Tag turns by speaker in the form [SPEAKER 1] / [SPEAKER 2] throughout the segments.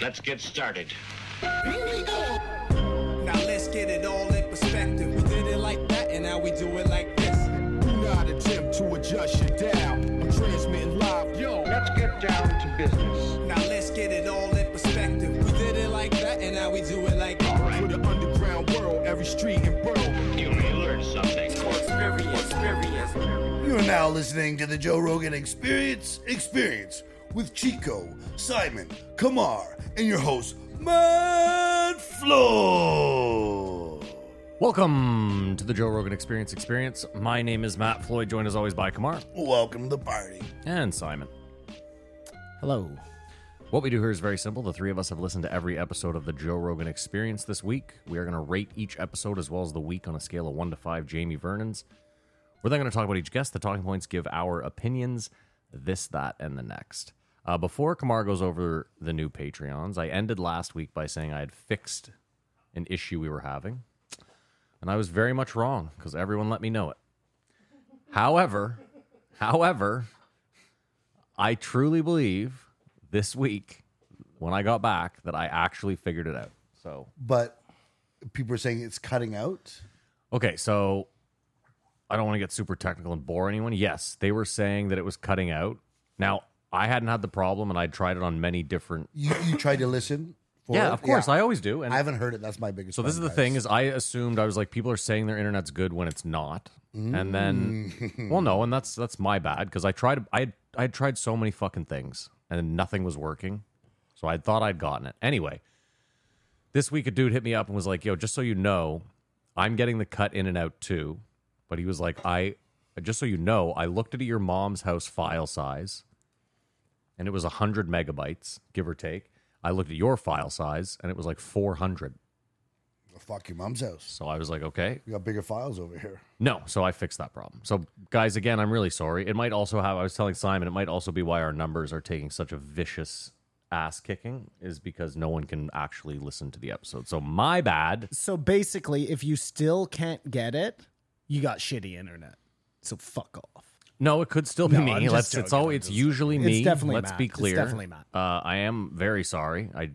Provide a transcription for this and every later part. [SPEAKER 1] Let's get started.
[SPEAKER 2] Now let's get it all in perspective. We did it like that, and now we do it like this.
[SPEAKER 3] Do not attempt to adjust your dial. I'm transmitting live. Yo,
[SPEAKER 4] Let's get down to business.
[SPEAKER 2] Now let's get it all in perspective. We did it like that, and now we do it like
[SPEAKER 1] All
[SPEAKER 3] for
[SPEAKER 1] right,
[SPEAKER 3] the underground world, every street and borough.
[SPEAKER 1] you may learn something.
[SPEAKER 5] You are now listening to the Joe Rogan Experience Experience with Chico, Simon, Kamar, and your host, Matt Flo.
[SPEAKER 6] Welcome to the Joe Rogan Experience Experience. My name is Matt Floyd, joined as always by Kamar
[SPEAKER 5] Welcome to the party.
[SPEAKER 6] and Simon.
[SPEAKER 7] Hello.
[SPEAKER 6] What we do here is very simple. The three of us have listened to every episode of the Joe Rogan Experience this week. We are going to rate each episode as well as the week on a scale of 1 to 5 Jamie Vernon's. We're then going to talk about each guest, the talking points, give our opinions, this, that, and the next. Uh, before Kamar goes over the new Patreons, I ended last week by saying I had fixed an issue we were having. And I was very much wrong because everyone let me know it. However, however, I truly believe this week when I got back that I actually figured it out. So,
[SPEAKER 5] But people are saying it's cutting out.
[SPEAKER 6] okay, so I don't want to get super technical and bore anyone. Yes, they were saying that it was cutting out. Now, I hadn't had the problem and I tried it on many different
[SPEAKER 5] You, you tried to listen. For
[SPEAKER 6] Yeah,
[SPEAKER 5] it?
[SPEAKER 6] of course, I always do. And
[SPEAKER 5] I haven't heard it. That's my biggest.
[SPEAKER 6] So this is the thing: is I assumed I was like, people are saying their internet's good when it's not, and then, well, no, and that's that's my bad because I tried, I had, I had tried so many fucking things and nothing was working, so I thought I'd gotten it. Anyway, this week a dude hit me up and was like, "Yo, just so you know, I'm getting the cut in and out too," but he was like, "I." Just so you know, I looked at your mom's house file size and it was 100 megabytes, give or take. I looked at your file size and it was like 400.
[SPEAKER 5] Fuck your mom's house.
[SPEAKER 6] So I was like, okay,
[SPEAKER 5] We got bigger files over here.
[SPEAKER 6] no. So I fixed that problem. So guys, again, I'm really sorry. It might also have. I was telling Simon, it might also be why our numbers are taking such a vicious ass kicking is because no one can actually listen to the episode. So my bad.
[SPEAKER 7] So basically, if you still can't get it, you got shitty internet. So fuck off.
[SPEAKER 6] No, it could still be
[SPEAKER 7] No, I'm
[SPEAKER 6] me.
[SPEAKER 7] just
[SPEAKER 6] Let's. It's
[SPEAKER 7] joking.
[SPEAKER 6] all.
[SPEAKER 7] I'm
[SPEAKER 6] It's
[SPEAKER 7] just-
[SPEAKER 6] usually
[SPEAKER 7] It's
[SPEAKER 6] me.
[SPEAKER 7] definitely
[SPEAKER 6] Let's
[SPEAKER 7] Matt.
[SPEAKER 6] be
[SPEAKER 7] It's
[SPEAKER 6] clear.
[SPEAKER 7] definitely Matt.
[SPEAKER 6] Uh, I am very sorry. I.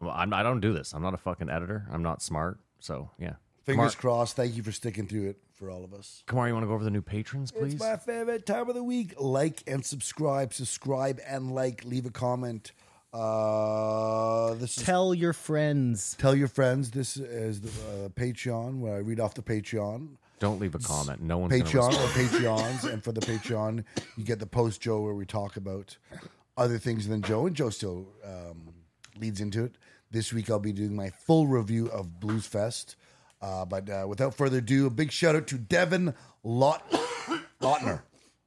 [SPEAKER 6] Well, I'm, I don't do this. I'm not a fucking editor. I'm not smart. So yeah.
[SPEAKER 5] Fingers crossed. Thank you for sticking through it for all of us.
[SPEAKER 6] Kamar, you want to go over the new patrons, please?
[SPEAKER 5] It's my favorite time of the week. Like and subscribe. Subscribe and like. Leave a comment. Uh, this is
[SPEAKER 7] Tell your friends.
[SPEAKER 5] tell your friends. This is the uh, Patreon where I read off the Patreon,
[SPEAKER 6] Don't leave a comment. No one's gonna
[SPEAKER 5] Patreon
[SPEAKER 6] respond.
[SPEAKER 5] or Patreons, and for the Patreon, you get the post Joe where we talk about other things than Joe, and Joe still um, leads into it. This week I'll be doing my full review of Blues Fest. Uh, but uh, without further ado, a big shout out to Devin Lot- Lotner.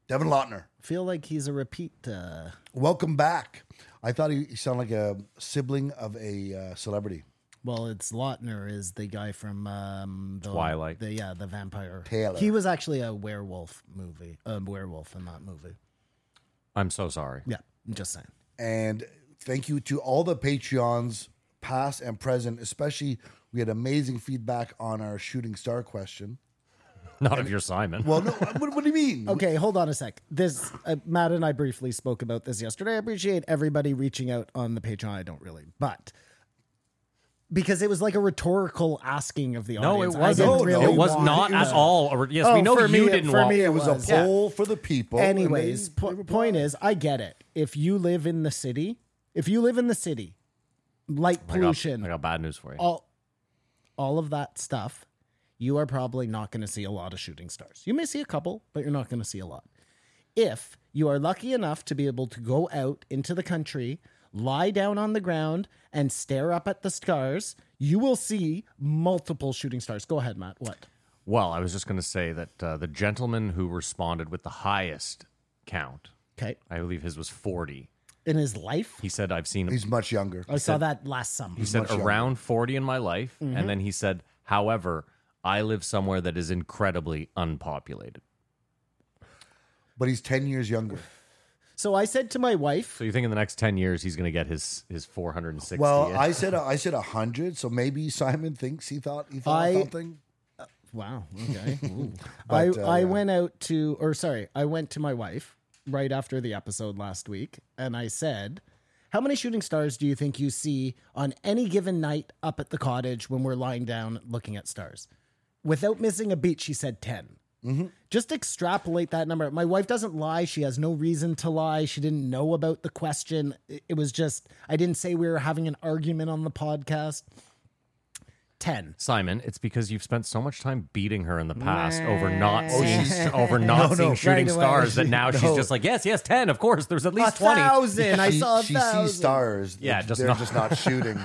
[SPEAKER 5] Devin Lotner.
[SPEAKER 7] Feel like he's a repeat. Uh,
[SPEAKER 5] Welcome back. I thought he he sounded like a sibling of a uh, celebrity.
[SPEAKER 7] well, it's Lautner is the guy from um, the,
[SPEAKER 6] Twilight.
[SPEAKER 7] The, yeah, the vampire.
[SPEAKER 5] Taylor.
[SPEAKER 7] He was actually a werewolf movie. A werewolf in that movie.
[SPEAKER 6] I'm so sorry.
[SPEAKER 7] Yeah, I'm just saying.
[SPEAKER 5] And thank you to all the Patreons, past and present. Especially, we had amazing feedback on our shooting star question.
[SPEAKER 6] Not if you're Simon.
[SPEAKER 5] Well, no, what, what do you mean?
[SPEAKER 7] Okay, hold on a sec. This uh, Matt and I briefly spoke about this yesterday. I appreciate everybody reaching out on the Patreon. I don't really, but because it was like a rhetorical asking of the
[SPEAKER 6] No, it
[SPEAKER 7] audience. I
[SPEAKER 6] wasn't.
[SPEAKER 7] didn't really
[SPEAKER 6] it was
[SPEAKER 7] want-
[SPEAKER 6] not
[SPEAKER 7] It
[SPEAKER 6] at
[SPEAKER 7] was-
[SPEAKER 6] all. a re- yes,
[SPEAKER 7] Oh,
[SPEAKER 6] we know
[SPEAKER 7] for
[SPEAKER 6] you
[SPEAKER 7] me, it-
[SPEAKER 6] didn't
[SPEAKER 7] for
[SPEAKER 6] want.
[SPEAKER 7] me,
[SPEAKER 5] it was a
[SPEAKER 7] was, yeah.
[SPEAKER 5] poll for the people. and
[SPEAKER 7] Anyways,
[SPEAKER 5] they-
[SPEAKER 7] po- point is, I get it. If you live in the city, if you live in the city, light
[SPEAKER 6] I got,
[SPEAKER 7] pollution,
[SPEAKER 6] Oh
[SPEAKER 7] Oh.
[SPEAKER 6] I got bad news for you.
[SPEAKER 7] all, all of that stuff, you are probably not going to see a lot of shooting stars. You may see a couple, but you're not going to see a lot. If you are lucky enough to be able to go out into the country, lie down on the ground, and stare up at the stars, you will see multiple shooting stars. Go ahead, Matt. What?
[SPEAKER 6] Well, I was just going to say that uh, the gentleman who responded with the highest count,
[SPEAKER 7] Okay.
[SPEAKER 6] I believe his was 40.
[SPEAKER 7] In his life,
[SPEAKER 6] He said, I've seen,
[SPEAKER 5] he's much younger.
[SPEAKER 7] I saw that last summer.
[SPEAKER 6] he said around 40 in my life.
[SPEAKER 7] Mm-hmm.
[SPEAKER 6] And then he said, however, I live somewhere that is incredibly unpopulated.
[SPEAKER 5] But he's ten years younger.
[SPEAKER 7] So I said to my wife,
[SPEAKER 6] So you think in the next 10 years, he's going to get his, his 460?
[SPEAKER 5] Well, I said uh, I said hundred, so maybe Simon thinks he thought he thought
[SPEAKER 7] I-
[SPEAKER 5] something.
[SPEAKER 7] "Wow, okay." Ooh.
[SPEAKER 5] But,
[SPEAKER 7] I
[SPEAKER 5] uh,
[SPEAKER 7] I
[SPEAKER 5] yeah.
[SPEAKER 7] went out to, or sorry, I went to my wife right after the episode last week, and I said, How many shooting stars do you think you see on any given night up at the cottage when we're lying down looking at stars? Without missing a beat, she said 10.
[SPEAKER 5] Mm-hmm.
[SPEAKER 7] Just extrapolate that number. My wife doesn't lie. She has no reason to lie. She didn't know about the question. It it was just, I didn't say we were having an argument on the podcast. 10.
[SPEAKER 6] Simon, it's because you've spent so much time beating her in the past over not seeing,
[SPEAKER 5] she's-
[SPEAKER 6] over not
[SPEAKER 5] No, no,
[SPEAKER 6] seeing shooting
[SPEAKER 7] right away.
[SPEAKER 6] stars that now she's
[SPEAKER 5] No.
[SPEAKER 6] just like, yes, yes, 10, of course, there's at
[SPEAKER 7] A
[SPEAKER 6] least 20.
[SPEAKER 7] thousand. I
[SPEAKER 5] she,
[SPEAKER 7] saw a
[SPEAKER 5] she
[SPEAKER 7] thousand.
[SPEAKER 5] sees stars.
[SPEAKER 6] Yeah,
[SPEAKER 5] They're-
[SPEAKER 6] just
[SPEAKER 5] they're
[SPEAKER 6] not-
[SPEAKER 5] just not shooting.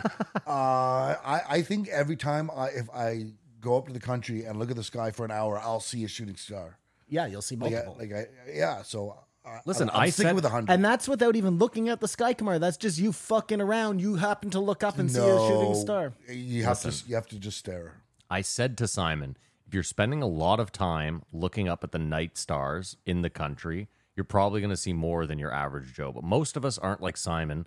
[SPEAKER 5] uh, I, I think every time I, if I go up to the country and look at the sky for an hour, I'll see a shooting star.
[SPEAKER 7] Yeah, you'll see
[SPEAKER 5] Like, I,
[SPEAKER 7] multiple.
[SPEAKER 5] like I, yeah. So I,
[SPEAKER 6] Listen,
[SPEAKER 5] I'm, I'm
[SPEAKER 6] I
[SPEAKER 5] sticking
[SPEAKER 6] said-
[SPEAKER 5] with a hundred.
[SPEAKER 7] and that's without even looking at the sky, Kamar. That's just you fucking around. You happen to look up and see a shooting star.
[SPEAKER 5] You have to. You have to just stare.
[SPEAKER 6] I said to Simon, if you're spending a lot of time looking up at the night stars in the country, you're probably going to see more than your average Joe. But most of us aren't like Simon,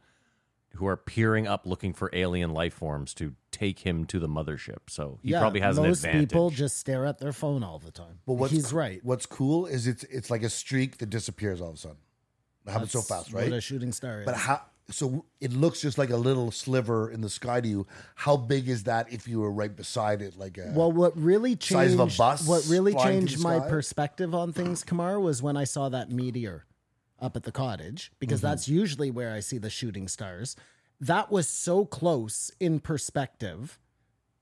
[SPEAKER 6] who are peering up looking for alien life forms to take him to the mothership. So he probably has an
[SPEAKER 7] most
[SPEAKER 6] advantage.
[SPEAKER 7] people just stare at their phone all the time.
[SPEAKER 5] But what's
[SPEAKER 7] he's
[SPEAKER 5] coo-
[SPEAKER 7] right.
[SPEAKER 5] What's cool is it's it's like a streak that disappears all of a sudden. It happens so
[SPEAKER 7] That's
[SPEAKER 5] fast,
[SPEAKER 7] what a
[SPEAKER 5] right?
[SPEAKER 7] shooting star is.
[SPEAKER 5] But how? So it looks just like a little sliver in the sky to you. How big is that if you were right beside it, like a
[SPEAKER 7] well, what really changed
[SPEAKER 5] Size of a bus
[SPEAKER 7] what really
[SPEAKER 5] flying through
[SPEAKER 7] changed
[SPEAKER 5] the
[SPEAKER 7] my
[SPEAKER 5] sky?
[SPEAKER 7] perspective on things, Kamar, was when I saw that meteor up at the cottage because
[SPEAKER 5] Mm-hmm.
[SPEAKER 7] that's usually where I see the shooting stars. That was so close in perspective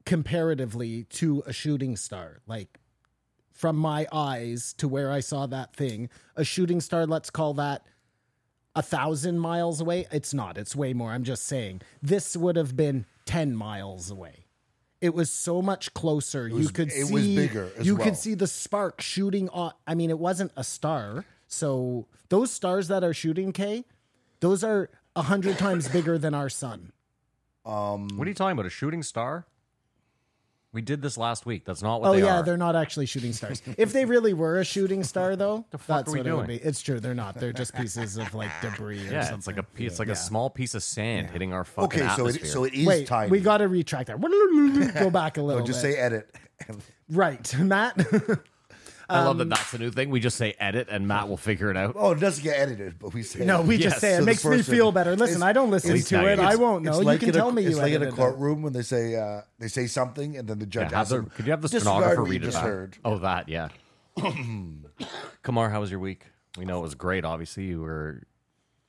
[SPEAKER 7] comparatively to a shooting star. Like from my eyes to where I saw that thing, a shooting star, let's call that a thousand miles away. It's not, it's way more. I'm just saying this would have been 10 miles away. It was so much closer. you
[SPEAKER 5] was-
[SPEAKER 7] could
[SPEAKER 5] it
[SPEAKER 7] see
[SPEAKER 5] was bigger as
[SPEAKER 7] you
[SPEAKER 5] well.
[SPEAKER 7] could see the spark shooting off. I mean, it wasn't a star. So those stars that are shooting, K, those are a hundred times bigger than our sun.
[SPEAKER 6] what are you talking about? A shooting star? We did this last week. That's not what
[SPEAKER 7] Oh
[SPEAKER 6] they
[SPEAKER 7] yeah,
[SPEAKER 6] are.
[SPEAKER 7] they're not actually shooting stars. if they really were a shooting star, though,
[SPEAKER 6] The fuck
[SPEAKER 7] that's
[SPEAKER 6] are we
[SPEAKER 7] what it would be.
[SPEAKER 6] doing?
[SPEAKER 7] It's true, they're not. They're just pieces of like debris. Or
[SPEAKER 6] yeah,
[SPEAKER 7] something.
[SPEAKER 6] it's like a piece, like a small piece of sand hitting our fucking
[SPEAKER 5] okay? So
[SPEAKER 6] atmosphere.
[SPEAKER 5] it so it is
[SPEAKER 7] Wait,
[SPEAKER 5] tiny.
[SPEAKER 7] we got to retract that. Go back a little.
[SPEAKER 5] Or just
[SPEAKER 7] bit.
[SPEAKER 5] say edit.
[SPEAKER 7] right, Matt.
[SPEAKER 6] I love that that's a new thing. We just say edit, and Matt will figure it out.
[SPEAKER 5] Um, oh, it doesn't get edited, but we say
[SPEAKER 7] no, we
[SPEAKER 6] Yes,
[SPEAKER 7] just say
[SPEAKER 5] so
[SPEAKER 7] it.
[SPEAKER 5] the
[SPEAKER 7] makes me
[SPEAKER 5] person-
[SPEAKER 7] feel better. Listen,
[SPEAKER 5] it's-
[SPEAKER 7] I don't listen
[SPEAKER 6] it's
[SPEAKER 7] to
[SPEAKER 6] like it.
[SPEAKER 7] it. I won't
[SPEAKER 5] It's
[SPEAKER 7] know.
[SPEAKER 5] like
[SPEAKER 7] you
[SPEAKER 5] in
[SPEAKER 7] can
[SPEAKER 5] a-
[SPEAKER 7] tell me
[SPEAKER 5] It's
[SPEAKER 7] you
[SPEAKER 5] like in a
[SPEAKER 7] edited it.
[SPEAKER 5] courtroom when they say uh, they say something and then the judge
[SPEAKER 6] Yeah, have
[SPEAKER 5] asks
[SPEAKER 6] the,
[SPEAKER 5] them.
[SPEAKER 6] could you have the
[SPEAKER 5] "Disregard
[SPEAKER 6] stenographer
[SPEAKER 5] what you
[SPEAKER 6] read it
[SPEAKER 5] just
[SPEAKER 6] back?
[SPEAKER 5] heard.
[SPEAKER 6] Oh, that, yeah. Kamar, how was your week? We know it was great. Obviously, you were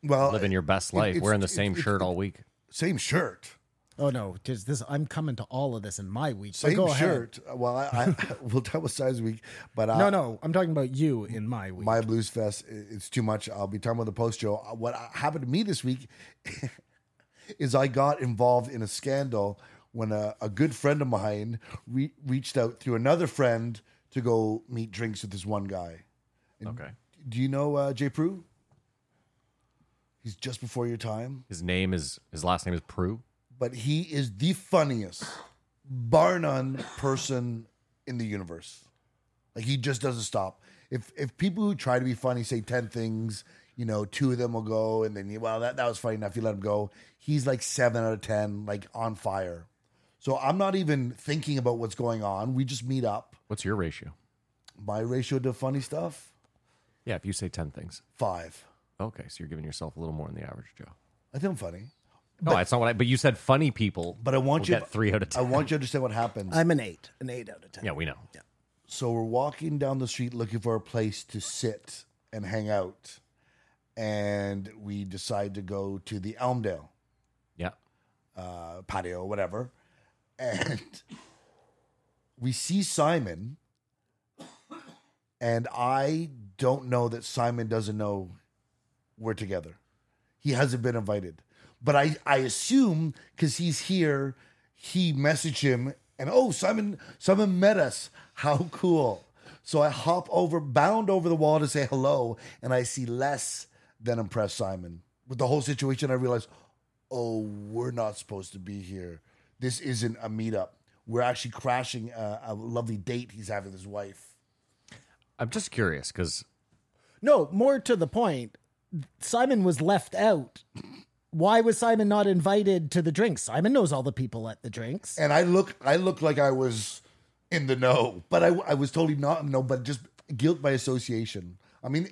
[SPEAKER 5] Well,
[SPEAKER 6] living your best
[SPEAKER 5] Uh, it-
[SPEAKER 6] life,
[SPEAKER 5] it's-
[SPEAKER 6] wearing the
[SPEAKER 5] it's-
[SPEAKER 6] same
[SPEAKER 5] it's-
[SPEAKER 6] shirt all week.
[SPEAKER 5] same shirt.
[SPEAKER 7] Oh no, just this. I'm coming to all of this in my week. So
[SPEAKER 5] Same
[SPEAKER 7] go
[SPEAKER 5] shirt. Well, I, I we'll tell what size week, but uh,
[SPEAKER 7] ahead. No, no, I'm talking about you in my week.
[SPEAKER 5] my blues fest. i- It's too much. I'll be talking about the post show. What uh, happened to me this week is I got involved in a scandal when a, a good friend of mine re- reached out through another friend to go meet drinks with this one guy.
[SPEAKER 6] Okay.
[SPEAKER 5] Do you know uh, Jay Prue? He's just before your time,
[SPEAKER 6] His name is his last name is Prue.
[SPEAKER 5] but he is the funniest, bar none person in the universe. Like he just doesn't stop. If if people who try to be funny say ten things, you know, two of them will go, and then you, well, that that was funny enough. You let him go. He's like seven out of ten, like on fire. So I'm not even thinking about what's going on. We just meet up.
[SPEAKER 6] What's your ratio?
[SPEAKER 5] My ratio to funny stuff
[SPEAKER 6] Yeah, if you say ten things,
[SPEAKER 5] five.
[SPEAKER 6] okay, so you're giving yourself a little more than the average Joe.
[SPEAKER 5] I think I'm funny.
[SPEAKER 6] No, that's not what I. But you said funny people.
[SPEAKER 5] But I want
[SPEAKER 6] will
[SPEAKER 5] you
[SPEAKER 6] get three out of
[SPEAKER 5] I
[SPEAKER 6] ten.
[SPEAKER 5] want you to understand what happens.
[SPEAKER 7] I'm an eight, an eight out of ten.
[SPEAKER 6] yeah, we know.
[SPEAKER 5] so we're walking down the street looking for a place to sit and hang out, and we decide to go to the Elmdale
[SPEAKER 6] Yeah.
[SPEAKER 5] uh, patio, whatever, and we see Simon, and I don't know that Simon doesn't know we're together. He hasn't been invited, but I I assume because he's here, he messaged him, and oh Simon Simon met us. How cool! So I hop over, bound over the wall to say hello, and I see less than impressed Simon with the whole situation. I realize, oh, we're not supposed to be here. This isn't a meetup. We're actually crashing a, a lovely date he's having with his wife.
[SPEAKER 6] I'm just curious because
[SPEAKER 7] No, more to the point, Simon was left out. Why was Simon not invited to the drinks? Simon knows all the people at the drinks.
[SPEAKER 5] and I look I looked like I was in the know, but I I was totally not in the know, but just guilt by association. I mean,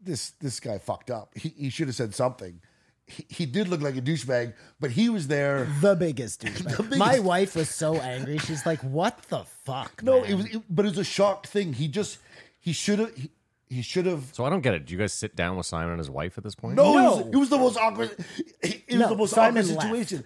[SPEAKER 5] this this guy fucked up. He he should have said something. he, he did look like a douchebag, but he was there.
[SPEAKER 7] The biggest douchebag.
[SPEAKER 5] biggest-
[SPEAKER 7] My wife was so angry. She's like, "What the fuck?"
[SPEAKER 5] No,
[SPEAKER 7] man?"
[SPEAKER 5] it was, it, but it was a shock thing. He just he should have he, he should have.
[SPEAKER 6] So I don't get it. Do you guys sit down with Simon and his wife at this point?
[SPEAKER 5] No, It,
[SPEAKER 7] No.
[SPEAKER 5] was, it was the most awkward. It it was
[SPEAKER 7] No,
[SPEAKER 5] the most
[SPEAKER 7] Simon
[SPEAKER 5] awkward
[SPEAKER 7] left. Oh,
[SPEAKER 5] situation.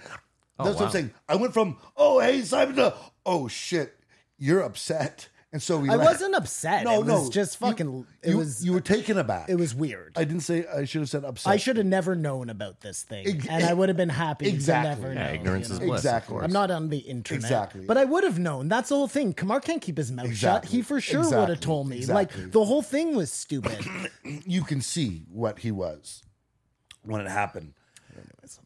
[SPEAKER 5] That's what
[SPEAKER 6] wow.
[SPEAKER 5] I'm saying. I went from oh hey Simon to oh shit you're upset, and so we.
[SPEAKER 7] I
[SPEAKER 5] left.
[SPEAKER 7] wasn't upset.
[SPEAKER 5] No,
[SPEAKER 7] it
[SPEAKER 5] no,
[SPEAKER 7] was just
[SPEAKER 5] You-
[SPEAKER 7] fucking. it
[SPEAKER 5] you-
[SPEAKER 7] was.
[SPEAKER 5] you were taken aback.
[SPEAKER 7] it was weird.
[SPEAKER 5] I didn't say I should have said upset.
[SPEAKER 7] I should have never known about this thing,
[SPEAKER 5] Ex-
[SPEAKER 7] and I would have been happy
[SPEAKER 5] Exactly.
[SPEAKER 7] to never
[SPEAKER 5] Yeah,
[SPEAKER 7] know.
[SPEAKER 6] ignorance
[SPEAKER 7] you
[SPEAKER 6] is
[SPEAKER 7] know?
[SPEAKER 6] bliss. of
[SPEAKER 5] Exactly.
[SPEAKER 6] course.
[SPEAKER 7] I'm not on the internet,
[SPEAKER 5] Exactly.
[SPEAKER 7] But I would have known. That's the whole thing. Kamar can't keep his mouth shut. He
[SPEAKER 5] Exactly.
[SPEAKER 7] for sure would have
[SPEAKER 5] Exactly.
[SPEAKER 7] told me.
[SPEAKER 5] Exactly.
[SPEAKER 7] Like the whole thing was stupid.
[SPEAKER 5] you can see what he was when it happened.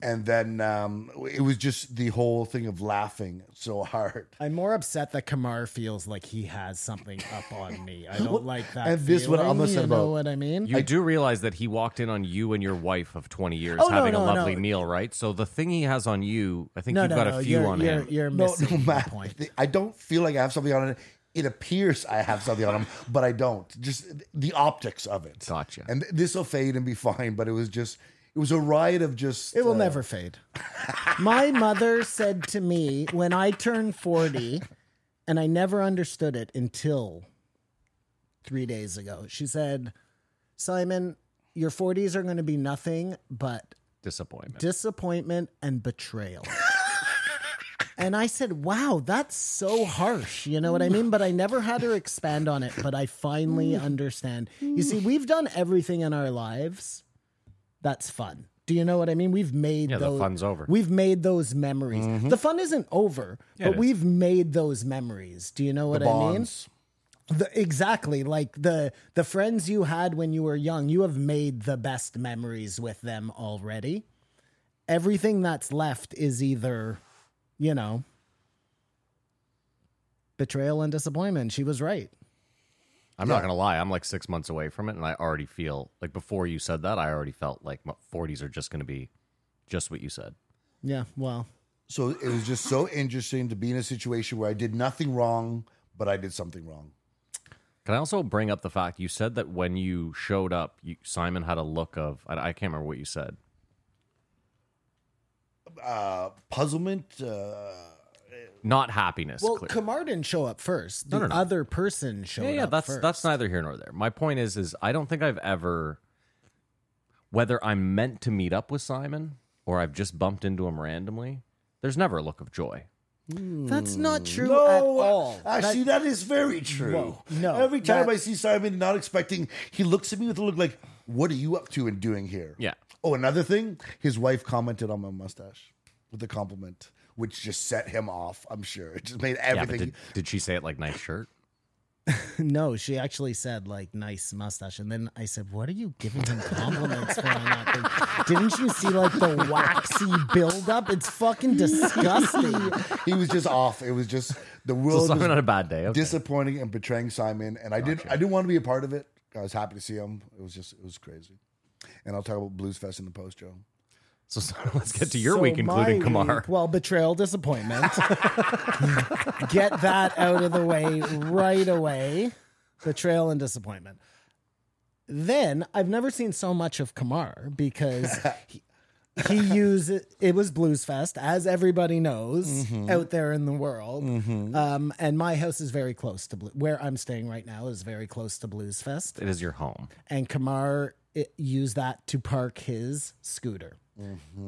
[SPEAKER 5] And then um, it was just the whole thing of laughing so hard.
[SPEAKER 7] I'm more upset that Kamar feels like he has something up on me. I don't like that.
[SPEAKER 5] and this what
[SPEAKER 7] feeling,
[SPEAKER 5] I'm upset
[SPEAKER 7] you know
[SPEAKER 5] about.
[SPEAKER 7] what I mean?
[SPEAKER 6] You do realize that he walked in on you and your wife of 20 years
[SPEAKER 7] Oh, no,
[SPEAKER 6] having a
[SPEAKER 7] no,
[SPEAKER 6] lovely
[SPEAKER 7] no.
[SPEAKER 6] meal, right? So the thing he has on you, I think
[SPEAKER 7] no,
[SPEAKER 6] you've
[SPEAKER 7] no,
[SPEAKER 6] got
[SPEAKER 7] no,
[SPEAKER 6] a few
[SPEAKER 7] you're,
[SPEAKER 6] on
[SPEAKER 7] you're,
[SPEAKER 6] him.
[SPEAKER 7] You're
[SPEAKER 5] No,
[SPEAKER 7] missing
[SPEAKER 5] no,
[SPEAKER 7] the
[SPEAKER 5] Matt,
[SPEAKER 7] point.
[SPEAKER 5] I don't feel like I have something on it. It appears I have something on him, but I don't. Just the optics of it.
[SPEAKER 6] Gotcha.
[SPEAKER 5] And this will fade and be fine, but it was just, it was a riot of just.
[SPEAKER 7] It will
[SPEAKER 5] uh,
[SPEAKER 7] never fade. My mother said to me when I turned 40, and I never understood it until three days ago. She said, Simon, your 40s are going to be nothing but
[SPEAKER 6] Disappointment.
[SPEAKER 7] disappointment and betrayal. and I said, wow, that's so harsh. You know what I mean? But I never had her expand on it, but I finally understand. You see, we've done everything in our lives that's fun. Do you know what I mean? We've made
[SPEAKER 6] Yeah, the
[SPEAKER 7] those,
[SPEAKER 6] fun's over. Mm-hmm.
[SPEAKER 7] We've made those memories. The fun isn't over,
[SPEAKER 6] Yeah,
[SPEAKER 7] but
[SPEAKER 6] it is.
[SPEAKER 7] we've made those memories. Do you know what I mean?
[SPEAKER 5] Bonds.
[SPEAKER 7] The, exactly like the the friends you had when you were young you have made the best memories with them already everything that's left is either you know betrayal and disappointment she was right
[SPEAKER 6] I'm not going to lie. I'm like six months away from it, and I already feel like before you said that, I already felt like my 40s are just going to be just what you said.
[SPEAKER 7] yeah well
[SPEAKER 5] So it was just so interesting to be in a situation where I did nothing wrong, but I did something wrong.
[SPEAKER 6] Can I also bring up the fact you said that when you showed up, you, Simon had a look of, I, I can't remember what you said.
[SPEAKER 5] Uh, puzzlement. Uh,
[SPEAKER 6] Not happiness.
[SPEAKER 7] well
[SPEAKER 6] clear.
[SPEAKER 7] kamar didn't show up first the
[SPEAKER 6] no, no.
[SPEAKER 7] other person showed
[SPEAKER 6] yeah, yeah,
[SPEAKER 7] up
[SPEAKER 6] that's
[SPEAKER 7] first.
[SPEAKER 6] that's neither here nor there. My point is, is I don't think I've ever, whether I'm meant to meet up with Simon or I've just bumped into him randomly, there's never a look of joy.
[SPEAKER 7] Hmm. that's not true at all
[SPEAKER 5] Actually, that is very true.
[SPEAKER 7] Whoa, no,
[SPEAKER 5] Every time
[SPEAKER 7] that-
[SPEAKER 5] I see Simon not expecting, he looks at me with a look like, What are you up to and doing here?
[SPEAKER 6] Yeah.
[SPEAKER 5] Oh, another thing, his wife commented on my mustache with a compliment, which just set him off, I'm sure. It just made
[SPEAKER 6] Yeah, but
[SPEAKER 5] everything.
[SPEAKER 6] did, did she say it like nice shirt?
[SPEAKER 7] No, she actually said like nice mustache, and then I said, "What are you giving him compliments for on that thing? Didn't you see like the waxy buildup? It's fucking disgusting."
[SPEAKER 5] he was just off. It was just the
[SPEAKER 6] So
[SPEAKER 5] world. was
[SPEAKER 6] Simon had a bad day. Okay.
[SPEAKER 5] disappointing and betraying Simon. And I didn't I didn't want to be a part of it. I was happy to see him. It was just it was crazy. And I'll talk about Blues Fest in the post, Joe.
[SPEAKER 6] so Simon, let's get to your
[SPEAKER 7] So
[SPEAKER 6] week, including
[SPEAKER 7] my
[SPEAKER 6] Kamar.
[SPEAKER 7] week- well, betrayal, disappointment. Get that out of the way right away. Betrayal and disappointment. Then I've never seen so much of Kamar because he, he used it was Blues Fest, as everybody knows out there in the world. Um, and my house is very close to Blue, where I'm staying right now is very close to Blues Fest
[SPEAKER 6] It is your home.
[SPEAKER 7] and Kamar it, used that to park his scooter.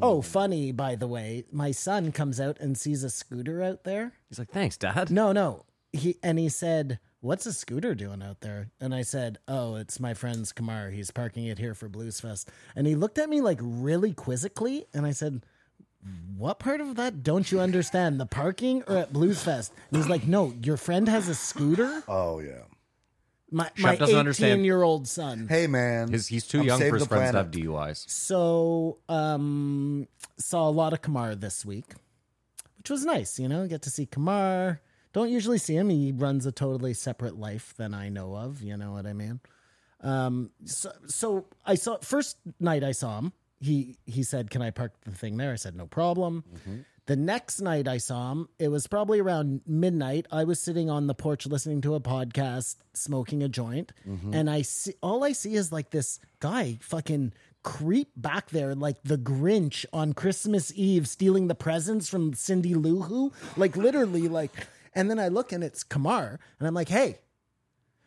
[SPEAKER 7] Oh, funny, by the way, my son comes out and sees a scooter out there.
[SPEAKER 6] He's like, thanks, Dad.
[SPEAKER 7] No, no. He and he said, "What's a scooter doing out there?" And I said, "Oh, it's my friend's Kamar. He's parking it here for Blues Fest." And he looked at me like really quizzically, and I said, "What part of that don't you understand? The parking or at Blues Fest?" And he's like, "No, your friend has a scooter."
[SPEAKER 5] Oh yeah.
[SPEAKER 7] My
[SPEAKER 6] Shep doesn't understand.
[SPEAKER 7] year old son.
[SPEAKER 5] Hey man.
[SPEAKER 6] His, he's too
[SPEAKER 5] I'm
[SPEAKER 6] young
[SPEAKER 5] saving
[SPEAKER 6] for his
[SPEAKER 5] the
[SPEAKER 6] friends to
[SPEAKER 5] planet.
[SPEAKER 6] have DUIs.
[SPEAKER 7] So, um, saw a lot of Kamar this week, which was nice. You know, get to see Kamar. Don't usually see him. He runs a totally separate life than I know of. You know what I mean? Um, so, so I saw first night I saw him. He he said, "Can I park the thing there?" I said, "No problem." The next night I saw him, it was probably around midnight. I was sitting on the porch listening to a podcast, smoking a joint, and I see all I see is like this guy fucking creep back there like the Grinch on Christmas Eve stealing the presents from Cindy Lou Who. Like literally, like, and then I look and it's Kamar, and I'm like, hey.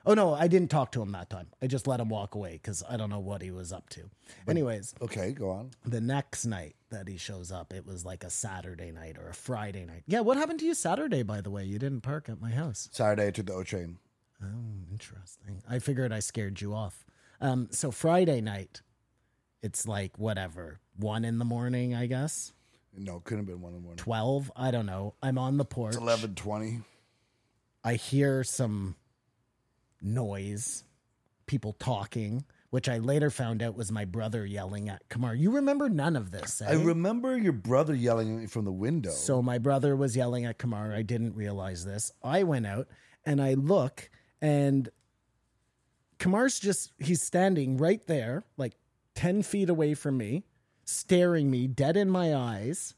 [SPEAKER 7] Oh no, I didn't talk to him that time. I just let him walk away because I don't know what he was up to. Anyways,
[SPEAKER 5] Okay, go on.
[SPEAKER 7] the next night that he shows up, it was like a Saturday night or a Friday night. Yeah, what happened to you Saturday, by the way? You didn't park at my house.
[SPEAKER 5] Saturday I took the O train.
[SPEAKER 7] Oh, interesting. I figured I scared you off. Um, so Friday night, it's like whatever, one in the morning, I guess.
[SPEAKER 5] No, couldn't have been one in the morning.
[SPEAKER 7] Twelve, I don't know. I'm on the porch.
[SPEAKER 5] It's eleven twenty.
[SPEAKER 7] I hear some noise, people talking, which I later found out was my brother yelling at Kamar. You remember none of this?
[SPEAKER 5] I
[SPEAKER 7] eh?
[SPEAKER 5] remember your brother yelling at me from the window.
[SPEAKER 7] So my brother was yelling at Kamar. I didn't realize this. I went out and I look and Kamar's just he's standing right there, like 10 feet away from me, staring me dead in my eyes,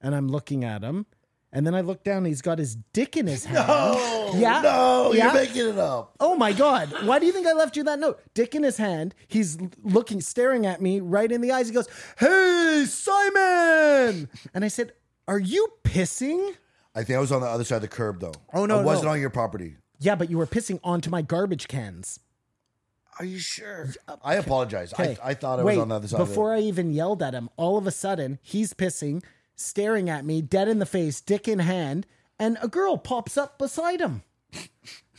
[SPEAKER 7] and I'm looking at him. And then I look down, he's got his dick in his hand.
[SPEAKER 5] no,
[SPEAKER 7] Yeah.
[SPEAKER 5] Oh, no,
[SPEAKER 7] Yeah.
[SPEAKER 5] you're making it up.
[SPEAKER 7] Oh my God. Why do you think I left you that note? Dick in his hand. He's l- looking, staring at me right in the eyes. He goes, Hey, Simon. And I said, Are you pissing?
[SPEAKER 5] I think I was on the other side of the curb though.
[SPEAKER 7] Oh, no,
[SPEAKER 5] I wasn't
[SPEAKER 7] no.
[SPEAKER 5] on your property.
[SPEAKER 7] Yeah, but you were pissing onto my garbage cans.
[SPEAKER 5] Are you sure? I apologize. I,
[SPEAKER 7] Okay.
[SPEAKER 5] I thought I
[SPEAKER 7] Wait,
[SPEAKER 5] was on the other side.
[SPEAKER 7] Before
[SPEAKER 5] of
[SPEAKER 7] I even yelled at him, all of a sudden he's pissing, staring at me, dead in the face, dick in hand, and a girl pops up beside him.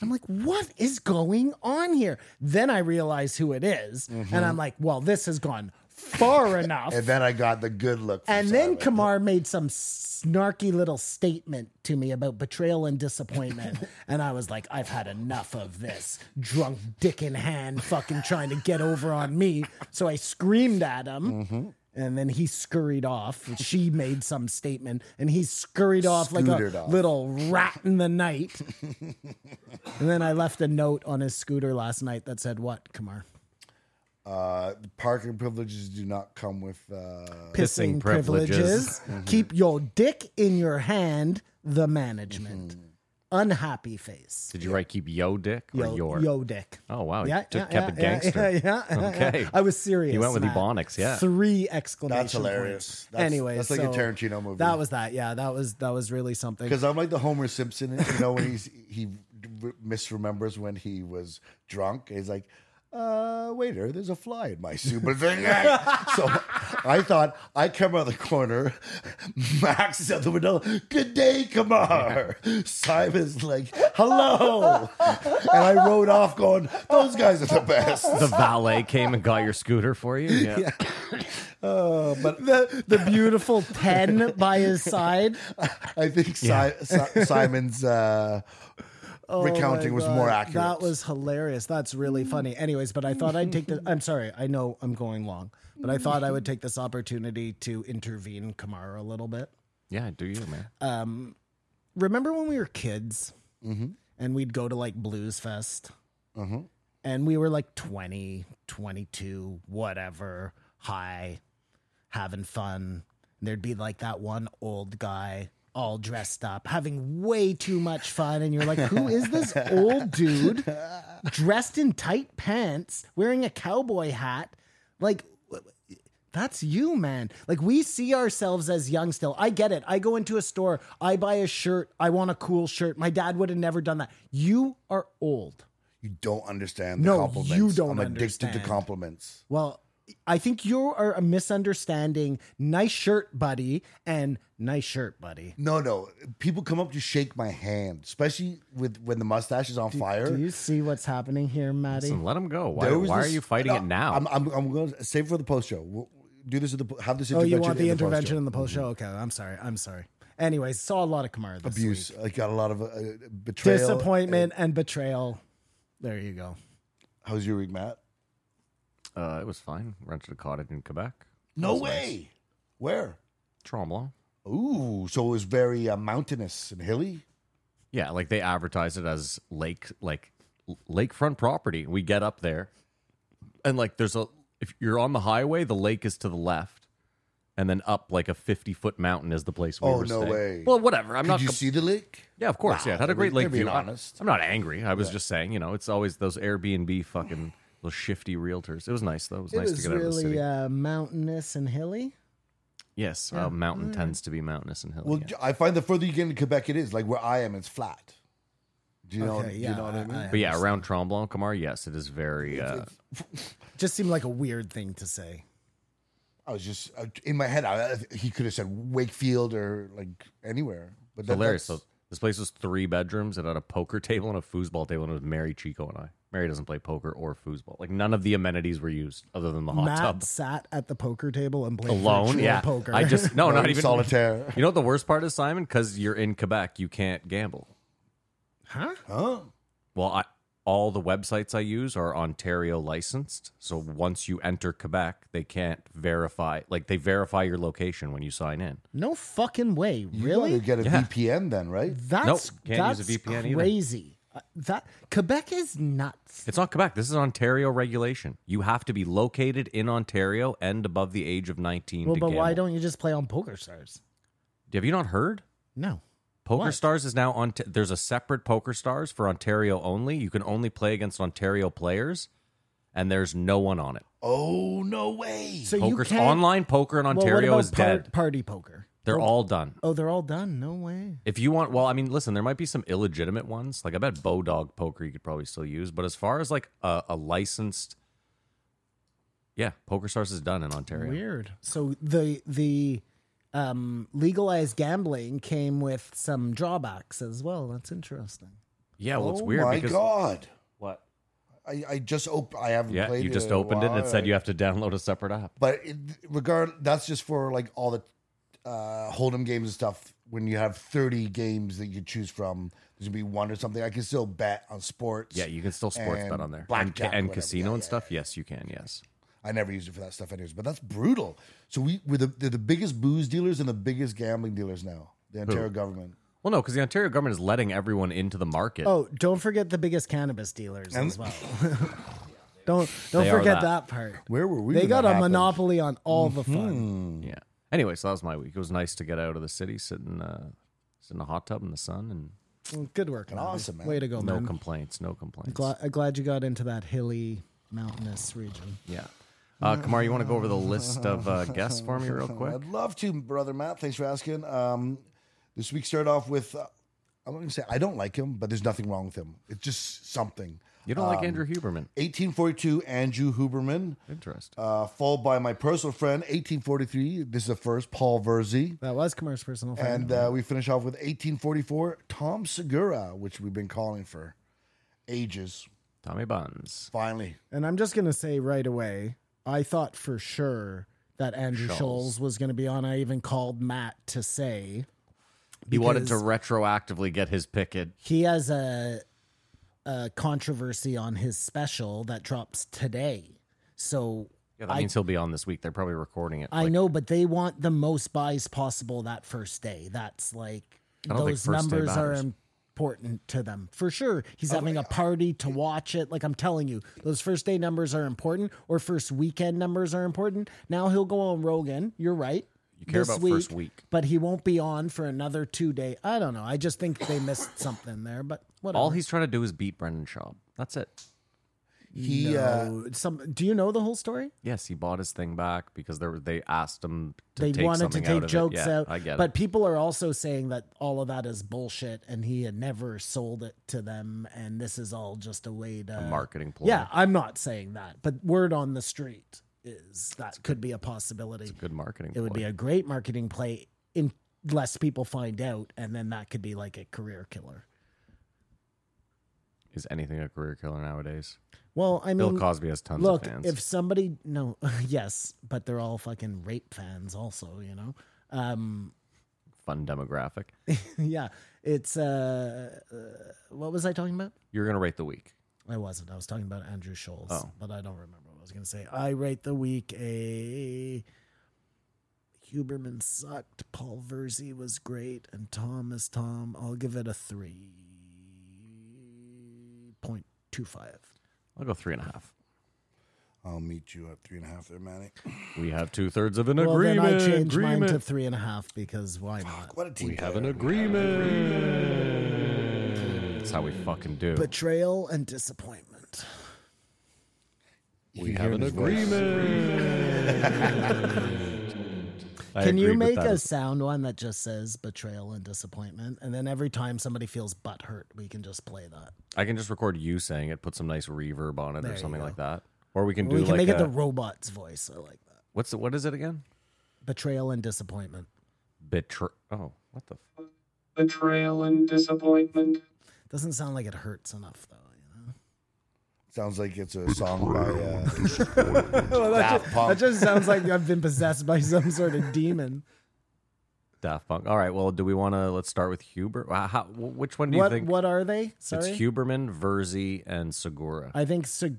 [SPEAKER 7] I'm like, what is going on here? Then I realize who it is, and I'm like, well, this has gone far
[SPEAKER 5] it.
[SPEAKER 7] enough.
[SPEAKER 5] Mm-hmm. and then I got the good look. From
[SPEAKER 7] And then
[SPEAKER 5] Simon.
[SPEAKER 7] Kamar made some snarky little statement to me about betrayal and disappointment. and I was like, I've had enough of this drunk dick in hand fucking trying to get over on me. So I screamed at him.
[SPEAKER 5] Mm-hmm.
[SPEAKER 7] And then he scurried off. She made some statement and he scurried off like
[SPEAKER 5] Scootered
[SPEAKER 7] a
[SPEAKER 5] off.
[SPEAKER 7] little rat in the night. and then I left a note on his scooter last night that said, What, Kamar?
[SPEAKER 5] uh, parking privileges do not come with. Uh,
[SPEAKER 6] Pissing privileges. Mm-hmm.
[SPEAKER 7] Keep your dick in your hand, the management.
[SPEAKER 6] Mm-hmm.
[SPEAKER 7] Unhappy face.
[SPEAKER 6] Did you write keep yo dick or
[SPEAKER 7] Yo,
[SPEAKER 6] your?
[SPEAKER 7] yo dick.
[SPEAKER 6] Oh wow, you
[SPEAKER 7] Yeah,
[SPEAKER 6] took,
[SPEAKER 7] yeah,
[SPEAKER 6] kept
[SPEAKER 7] yeah,
[SPEAKER 6] it gangster.
[SPEAKER 7] Yeah, yeah, yeah, yeah.
[SPEAKER 6] Okay.
[SPEAKER 7] I was serious.
[SPEAKER 6] You went with
[SPEAKER 7] Matt.
[SPEAKER 6] Ebonics, yeah.
[SPEAKER 7] Three exclamation
[SPEAKER 5] That's hilarious.
[SPEAKER 7] points.
[SPEAKER 5] That's-
[SPEAKER 7] anyway,
[SPEAKER 5] that's like a
[SPEAKER 7] so
[SPEAKER 5] Tarantino movie.
[SPEAKER 7] That was that. Yeah, that was that was really something.
[SPEAKER 5] Because I'm like the Homer Simpson, you know, when he's he r- misremembers when he was drunk. He's like, uh, waiter, there's a fly in my soup. But then- so I thought I come around the corner, Max is out the window. Good day, Kamar. Simon's like, hello, and I rode off going, those guys are the best.
[SPEAKER 6] The valet came and got your scooter for you. Yeah.
[SPEAKER 7] but the the beautiful pen by his side.
[SPEAKER 5] I think Si- Si- Simon's uh, recounting
[SPEAKER 7] Oh my
[SPEAKER 5] was
[SPEAKER 7] God,
[SPEAKER 5] more accurate.
[SPEAKER 7] That was hilarious. That's really funny. Anyways, but I thought I'd take the. I'm sorry. I know I'm going long, but I thought I would take this opportunity to intervene Kamara a little bit.
[SPEAKER 6] yeah, do you, man?
[SPEAKER 7] Remember when we were kids and we'd go to like Blues Fest? And we were like 20, 22, whatever, high, having fun. There'd be like that one old guy all dressed up, having way too much fun. And you're like, who is this old dude dressed in tight pants, wearing a cowboy hat? Like, w- w- that's you, man. Like, we see ourselves as young still. I get it. I go into a store, I buy a shirt, I want a cool shirt. My dad would have never done that. You are old.
[SPEAKER 5] You don't understand the
[SPEAKER 7] No,
[SPEAKER 5] compliments.
[SPEAKER 7] you don't
[SPEAKER 5] I'm addicted
[SPEAKER 7] understand.
[SPEAKER 5] to compliments.
[SPEAKER 7] Well, I think you are misunderstanding nice shirt, buddy, and nice shirt, buddy.
[SPEAKER 5] No, no. People come up to shake my hand, especially with when the mustache is on fire.
[SPEAKER 7] Do you see what's happening here, Maddie?
[SPEAKER 6] Listen, let him go. Why,
[SPEAKER 5] There was
[SPEAKER 6] why
[SPEAKER 5] this-
[SPEAKER 6] are you fighting
[SPEAKER 5] No,
[SPEAKER 6] it now?
[SPEAKER 5] I'm, I'm, I'm going to save it for the post show. We'll do this at the have this
[SPEAKER 7] Oh,
[SPEAKER 5] intervention.
[SPEAKER 7] you want the
[SPEAKER 5] in the post
[SPEAKER 7] intervention
[SPEAKER 5] show.
[SPEAKER 7] in the post
[SPEAKER 6] Mm-hmm.
[SPEAKER 7] show? Okay, I'm sorry. I'm sorry. Anyways, saw a lot of Kamara this week.
[SPEAKER 5] abuse. I got a lot of uh, betrayal.
[SPEAKER 7] Disappointment and betrayal. There you go.
[SPEAKER 5] How's your week, Matt?
[SPEAKER 6] uh, it was fine. Rented a cottage in Quebec.
[SPEAKER 5] No way. Where?
[SPEAKER 6] Tremblant.
[SPEAKER 5] Ooh, so it was very uh, mountainous and hilly.
[SPEAKER 6] Yeah, like they advertise it as lake, like l- lakefront property. We get up there, and like there's a if you're on the highway, the lake is to the left, and then up like a fifty foot mountain is the place. We
[SPEAKER 5] Oh,
[SPEAKER 6] were
[SPEAKER 5] no
[SPEAKER 6] staying.
[SPEAKER 5] way.
[SPEAKER 6] Well, whatever. I'm
[SPEAKER 5] Did
[SPEAKER 6] not.
[SPEAKER 5] you
[SPEAKER 6] com-
[SPEAKER 5] see the lake?
[SPEAKER 6] yeah, of course. yeah, it had a
[SPEAKER 5] Wow,
[SPEAKER 6] great
[SPEAKER 5] they're
[SPEAKER 6] lake
[SPEAKER 5] being
[SPEAKER 6] view. I-
[SPEAKER 5] honest.
[SPEAKER 6] I'm not angry. I was just saying, you know, it's always those Airbnb fucking Those shifty realtors. It was nice though. It was
[SPEAKER 7] It
[SPEAKER 6] nice
[SPEAKER 7] was
[SPEAKER 6] to get out of the
[SPEAKER 7] really
[SPEAKER 6] city.
[SPEAKER 7] uh, mountainous and hilly.
[SPEAKER 6] yes, uh, mountain tends to be mountainous and hilly.
[SPEAKER 5] Well,
[SPEAKER 6] yeah.
[SPEAKER 5] I find the further you get into Quebec, it is like where I am, it's flat. Do you know?
[SPEAKER 7] Okay,
[SPEAKER 5] do
[SPEAKER 7] yeah,
[SPEAKER 5] you know what I
[SPEAKER 7] I-
[SPEAKER 5] mean?
[SPEAKER 7] I-
[SPEAKER 6] But yeah, around Tremblant, Kamar, yes, it is very. Uh,
[SPEAKER 7] Just seemed like a weird thing to say.
[SPEAKER 5] I was just uh, in my head. I, I- he could have said Wakefield or like anywhere. But that,
[SPEAKER 6] hilarious.
[SPEAKER 5] that's-
[SPEAKER 6] So this place was three bedrooms. It had a poker table and a foosball table, and it was Mary Chico and I. Mary doesn't play poker or foosball. Like none of the amenities were used other than the hot
[SPEAKER 7] Matt
[SPEAKER 6] tub.
[SPEAKER 7] sat at the poker table and played
[SPEAKER 6] Alone,
[SPEAKER 7] virtual
[SPEAKER 6] yeah.
[SPEAKER 7] poker.
[SPEAKER 6] I just no, not
[SPEAKER 5] in
[SPEAKER 6] even
[SPEAKER 5] solitaire.
[SPEAKER 6] You know what the worst part is, Simon? Because you're in Quebec, you can't gamble.
[SPEAKER 7] huh?
[SPEAKER 5] huh?
[SPEAKER 6] Well, I, all the websites I use are Ontario licensed. So once you enter Quebec, they can't verify. Like they verify your location when you sign in.
[SPEAKER 7] No fucking way,
[SPEAKER 5] You
[SPEAKER 7] really?
[SPEAKER 5] gotta get a
[SPEAKER 6] Yeah.
[SPEAKER 5] VPN then, right?
[SPEAKER 7] That's
[SPEAKER 6] Nope, can't
[SPEAKER 7] that's
[SPEAKER 6] use a VPN either.
[SPEAKER 7] crazy. Uh, That Quebec is nuts.
[SPEAKER 6] It's not Quebec. This is Ontario regulation. You have to be located in Ontario and above the age of 19
[SPEAKER 7] Well,
[SPEAKER 6] to
[SPEAKER 7] but
[SPEAKER 6] gamble.
[SPEAKER 7] why don't you just play on Poker Stars?
[SPEAKER 6] Have you not heard?
[SPEAKER 7] No.
[SPEAKER 6] Poker
[SPEAKER 7] What?
[SPEAKER 6] Stars is now on. there's a separate Poker Stars for Ontario only. You can only play against Ontario players, and there's no one on it.
[SPEAKER 5] Oh no way!
[SPEAKER 7] So you
[SPEAKER 6] Poker's
[SPEAKER 7] can't
[SPEAKER 6] online poker in
[SPEAKER 7] well, what
[SPEAKER 6] Ontario
[SPEAKER 7] about
[SPEAKER 6] is
[SPEAKER 7] par-
[SPEAKER 6] dead.
[SPEAKER 7] Party poker.
[SPEAKER 6] They're all done.
[SPEAKER 7] Oh, they're all done. No way.
[SPEAKER 6] If you want, well, I mean, listen, there might be some illegitimate ones. Like I bet Bowdog Poker you could probably still use, but as far as like a, a licensed, yeah, Poker Stars is done in Ontario.
[SPEAKER 7] Weird. So the the um, legalized gambling came with some drawbacks as well. That's interesting.
[SPEAKER 6] Yeah, well, it's
[SPEAKER 5] oh
[SPEAKER 6] weird
[SPEAKER 5] my
[SPEAKER 6] because
[SPEAKER 5] god!
[SPEAKER 6] what?
[SPEAKER 5] I, I just op- I haven't
[SPEAKER 6] Yeah,
[SPEAKER 5] played.
[SPEAKER 6] you just
[SPEAKER 5] in a
[SPEAKER 6] opened it and it
[SPEAKER 5] while.
[SPEAKER 6] said you have to download a separate app.
[SPEAKER 5] But it, regard that's just for like all the uh, hold'em games and stuff. When you have thirty games that you choose from, there's gonna be one or something. I can still bet on sports.
[SPEAKER 6] Yeah, you can still sports
[SPEAKER 5] And
[SPEAKER 6] bet on there,
[SPEAKER 5] blackjack,
[SPEAKER 6] and, and
[SPEAKER 5] whatever.
[SPEAKER 6] casino
[SPEAKER 5] Yeah,
[SPEAKER 6] and
[SPEAKER 5] yeah,
[SPEAKER 6] stuff. Yes, you can. Yes,
[SPEAKER 5] I never used it for that stuff, anyways. But that's brutal. So we we're the they're the biggest booze dealers and the biggest gambling dealers now. The Ontario government.
[SPEAKER 6] well, no, because the Ontario government is letting everyone into the market.
[SPEAKER 7] Oh, don't forget the biggest cannabis dealers as well. don't don't
[SPEAKER 6] They are
[SPEAKER 7] forget
[SPEAKER 6] that.
[SPEAKER 7] that. part.
[SPEAKER 5] Where were we?
[SPEAKER 7] They
[SPEAKER 5] when
[SPEAKER 7] got
[SPEAKER 5] that
[SPEAKER 7] a
[SPEAKER 5] happened?
[SPEAKER 7] monopoly on all the fun.
[SPEAKER 6] Yeah. Anyway, so that was my week. It was nice to get out of the city, sit in, uh, sit in a hot tub in the sun, and
[SPEAKER 7] Well, good work, Andy.
[SPEAKER 5] Awesome, man.
[SPEAKER 7] Way to go,
[SPEAKER 6] no
[SPEAKER 7] man.
[SPEAKER 6] complaints. No complaints.
[SPEAKER 7] Gla- uh, glad you got into that hilly, mountainous region.
[SPEAKER 6] Yeah. Uh, Kamar, you want to go over the list of uh, guests for me real quick?
[SPEAKER 5] I'd love to, brother Matt. Thanks for asking. Um, this week started off with uh, I'm not gonna say I don't like him, but there's nothing wrong with him. It's just something.
[SPEAKER 6] You don't like Andrew Huberman?
[SPEAKER 5] 1842, Andrew Huberman,
[SPEAKER 6] Interesting.
[SPEAKER 5] uh, followed by my personal friend, 1843. This is the first, Paul Verzi.
[SPEAKER 7] That was Kamar's personal
[SPEAKER 5] And
[SPEAKER 7] friend.
[SPEAKER 5] uh, we finish off with 1844, Tom Segura, which we've been calling for ages.
[SPEAKER 6] Tommy Buns.
[SPEAKER 5] Finally,
[SPEAKER 7] And I'm just going to say right away, I thought for sure that Andrew Scholes,
[SPEAKER 6] Scholes.
[SPEAKER 7] was going to be on. I even called Matt to say
[SPEAKER 6] He wanted to
[SPEAKER 7] because-
[SPEAKER 6] retroactively get his picket.
[SPEAKER 7] he has a, a controversy on his special that drops today. So
[SPEAKER 6] Yeah, that
[SPEAKER 7] I,
[SPEAKER 6] means he'll be on this week. They're probably recording it.
[SPEAKER 7] I
[SPEAKER 6] like,
[SPEAKER 7] know, but they want the most buys possible that first day. That's like
[SPEAKER 6] I don't think
[SPEAKER 7] those
[SPEAKER 6] first day
[SPEAKER 7] numbers are
[SPEAKER 6] matters. Oh,
[SPEAKER 7] important to them for sure. He's having a party to watch it. Like I'm telling you, those first day numbers are important, or first weekend numbers are important. Now he'll go on Rogan. You're right. You
[SPEAKER 6] care about first week.
[SPEAKER 7] but he won't be on for another two day. I don't know. I just think they missed something there, but whatever.
[SPEAKER 6] All he's trying to do is beat Brendan Shaw. That's it.
[SPEAKER 5] he uh,
[SPEAKER 7] No, some. Do you know the whole story?
[SPEAKER 6] Yes, he bought his thing back because there were- they asked him to
[SPEAKER 7] they
[SPEAKER 6] take
[SPEAKER 7] wanted to
[SPEAKER 6] something
[SPEAKER 7] take
[SPEAKER 6] out of
[SPEAKER 7] jokes
[SPEAKER 6] it. Yeah,
[SPEAKER 7] out.
[SPEAKER 6] I get
[SPEAKER 7] but
[SPEAKER 6] it.
[SPEAKER 7] people are also saying that all of that is bullshit, and he had never sold it to them, and this is all just a way to
[SPEAKER 6] marketing ploy.
[SPEAKER 7] Yeah, I'm not saying that, but word on the street is that could be a possibility.
[SPEAKER 6] Good marketing.
[SPEAKER 7] it would be a great marketing play, in, unless people find out, and then that could be like a career killer.
[SPEAKER 6] Is anything a career killer nowadays?
[SPEAKER 7] Well, I mean,
[SPEAKER 6] Bill Cosby has tons
[SPEAKER 7] look,
[SPEAKER 6] of fans.
[SPEAKER 7] if somebody no, yes, but they're all fucking rape fans, also, you know. Um,
[SPEAKER 6] Fun demographic.
[SPEAKER 7] yeah it's uh, uh what was i talking about
[SPEAKER 6] You're gonna rate the week.
[SPEAKER 7] i wasn't i was talking about andrew scholes
[SPEAKER 6] Oh.
[SPEAKER 7] but i don't remember what i was gonna say i rate the week a huberman sucked paul verzi was great and tom is tom i'll give it a 3.25
[SPEAKER 6] I'll go three and a half.
[SPEAKER 5] I'll meet you at three and a half there, Manny.
[SPEAKER 6] We have two thirds of an
[SPEAKER 7] well
[SPEAKER 6] agreement.
[SPEAKER 7] then i changed mine to
[SPEAKER 6] agreement.
[SPEAKER 7] three and a half because why not
[SPEAKER 5] What a team!
[SPEAKER 6] We have an agreement. That's how we fucking do.
[SPEAKER 7] betrayal and disappointment
[SPEAKER 5] We have an
[SPEAKER 8] I
[SPEAKER 7] Can you
[SPEAKER 8] agreed with
[SPEAKER 7] make
[SPEAKER 8] that.
[SPEAKER 7] a sound one that just says betrayal and disappointment? And then every time somebody feels butthurt, we can just play that.
[SPEAKER 6] I can just record you saying it, put some nice reverb on it
[SPEAKER 7] There
[SPEAKER 6] or
[SPEAKER 7] you
[SPEAKER 6] something
[SPEAKER 7] go.
[SPEAKER 6] like that.
[SPEAKER 8] Or we can do
[SPEAKER 7] we can
[SPEAKER 8] like
[SPEAKER 7] make
[SPEAKER 8] a,
[SPEAKER 7] it the robot's voice. I like that.
[SPEAKER 6] What's the, what is it again?
[SPEAKER 7] Betrayal and disappointment.
[SPEAKER 6] Betray. Oh, what the. F-
[SPEAKER 9] Betrayal and disappointment.
[SPEAKER 7] Doesn't sound like it hurts enough though. You know?
[SPEAKER 5] Sounds like it's a song by uh, Daft Punk.
[SPEAKER 7] That just sounds like I've been possessed by some sort of demon.
[SPEAKER 6] Daft Punk. All right. Well, do we want to let's start with Huber? Wow, How, wh- which one do you
[SPEAKER 7] What
[SPEAKER 6] think?
[SPEAKER 7] what are they?
[SPEAKER 6] it's
[SPEAKER 7] Sorry,
[SPEAKER 6] Huberman, Verzi, and Segura.
[SPEAKER 7] I think Seg-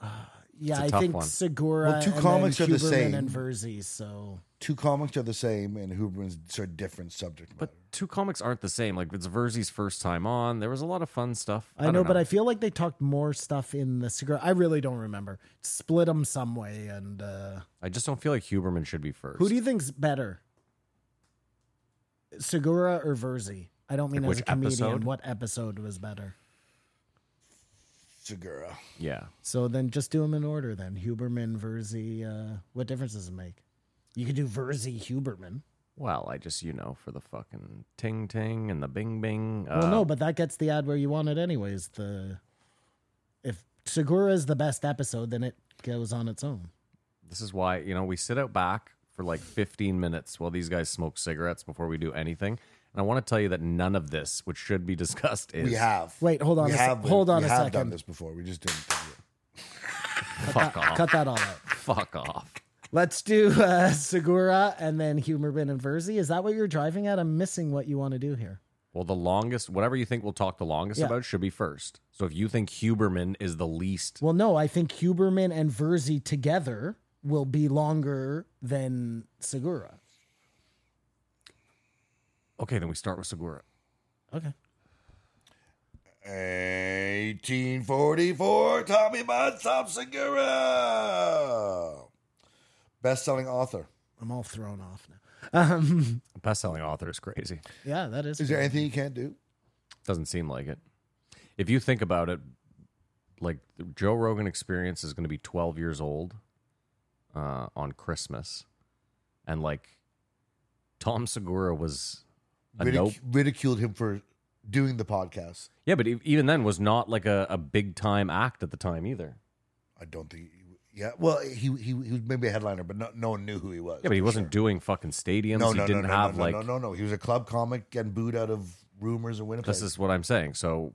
[SPEAKER 7] uh,
[SPEAKER 6] It's
[SPEAKER 7] yeah,
[SPEAKER 6] a
[SPEAKER 7] I
[SPEAKER 6] tough
[SPEAKER 7] think
[SPEAKER 6] one.
[SPEAKER 7] Segura.
[SPEAKER 5] Well, two
[SPEAKER 7] and
[SPEAKER 5] comics
[SPEAKER 7] then
[SPEAKER 5] are the
[SPEAKER 7] Huberman
[SPEAKER 5] same.
[SPEAKER 7] and Verzi. So
[SPEAKER 5] Two comics are the same, and Huberman's are different subject matter.
[SPEAKER 6] but two comics aren't the same. Like it's Verzi's first time on. There was a lot of fun stuff.
[SPEAKER 7] I, know, but I feel like they talked more stuff in the Segura. I really don't remember. Split them some way, and uh,
[SPEAKER 6] I just don't feel like Huberman should be first.
[SPEAKER 7] who do you think's better, Segura or Verzi? I don't mean
[SPEAKER 6] Like
[SPEAKER 7] as a
[SPEAKER 6] which
[SPEAKER 7] comedian.
[SPEAKER 6] episode?
[SPEAKER 7] What episode was better?
[SPEAKER 5] Segura.
[SPEAKER 6] Yeah.
[SPEAKER 7] So then just do them in order then. Huberman, Verzi. Uh, what difference does it make? You could do Verzi, Huberman.
[SPEAKER 6] Well, I just you know for the fucking ting ting and the bing bing. Uh,
[SPEAKER 7] well, no, but that gets the ad where you want it anyways. The if Segura is the best episode, then it goes on its own.
[SPEAKER 6] This is why you know we sit out back for like 15 minutes while these guys smoke cigarettes before we do anything. And I want to tell you that none of this, which should be discussed, is
[SPEAKER 5] We have.
[SPEAKER 7] Wait, hold on
[SPEAKER 5] We
[SPEAKER 7] a sec-
[SPEAKER 5] have been-
[SPEAKER 7] hold on
[SPEAKER 5] we
[SPEAKER 7] a
[SPEAKER 5] have done
[SPEAKER 7] second.
[SPEAKER 5] this before. We just didn't. do it.
[SPEAKER 6] fuck off,
[SPEAKER 7] Cut that all out.
[SPEAKER 6] fuck off.
[SPEAKER 7] Let's do uh, Segura and then Huberman and Verzi. Is that what you're driving at? I'm missing what you want to do here.
[SPEAKER 6] Well, the longest, whatever you think we'll talk the longest
[SPEAKER 7] Yeah.
[SPEAKER 6] about, should be first. So if you think Huberman is the least,
[SPEAKER 7] Well, no, I think Huberman and Verzi together will be longer than Segura.
[SPEAKER 6] okay, then we start with Segura.
[SPEAKER 7] Okay.
[SPEAKER 5] 1844, Tommy Monsop Segura. Best selling author.
[SPEAKER 7] I'm all thrown off now. Um,
[SPEAKER 6] Best-selling author is crazy.
[SPEAKER 7] yeah, that is.
[SPEAKER 5] Is there anything you can't do?
[SPEAKER 6] Doesn't seem like it. If you think about it, like the Joe Rogan Experience is going to be 12 years old uh, on Christmas, and like Tom Segura was a
[SPEAKER 5] Ridic-
[SPEAKER 6] Uh, nope.
[SPEAKER 5] Ridiculed him for doing the podcast.
[SPEAKER 6] Yeah, but e- even then was not like a, a big time act at the time either.
[SPEAKER 5] I don't think. Yeah, well, he he, he was maybe a headliner, but no, no one knew who he was.
[SPEAKER 6] Yeah, but he wasn't doing fucking stadiums.
[SPEAKER 5] No,
[SPEAKER 6] he
[SPEAKER 5] no, no,
[SPEAKER 6] didn't
[SPEAKER 5] no,
[SPEAKER 6] have
[SPEAKER 5] no,
[SPEAKER 6] like
[SPEAKER 5] no, no, no. He was a club comic getting booed out of rumors in Winnipeg.
[SPEAKER 6] This is what I'm saying. So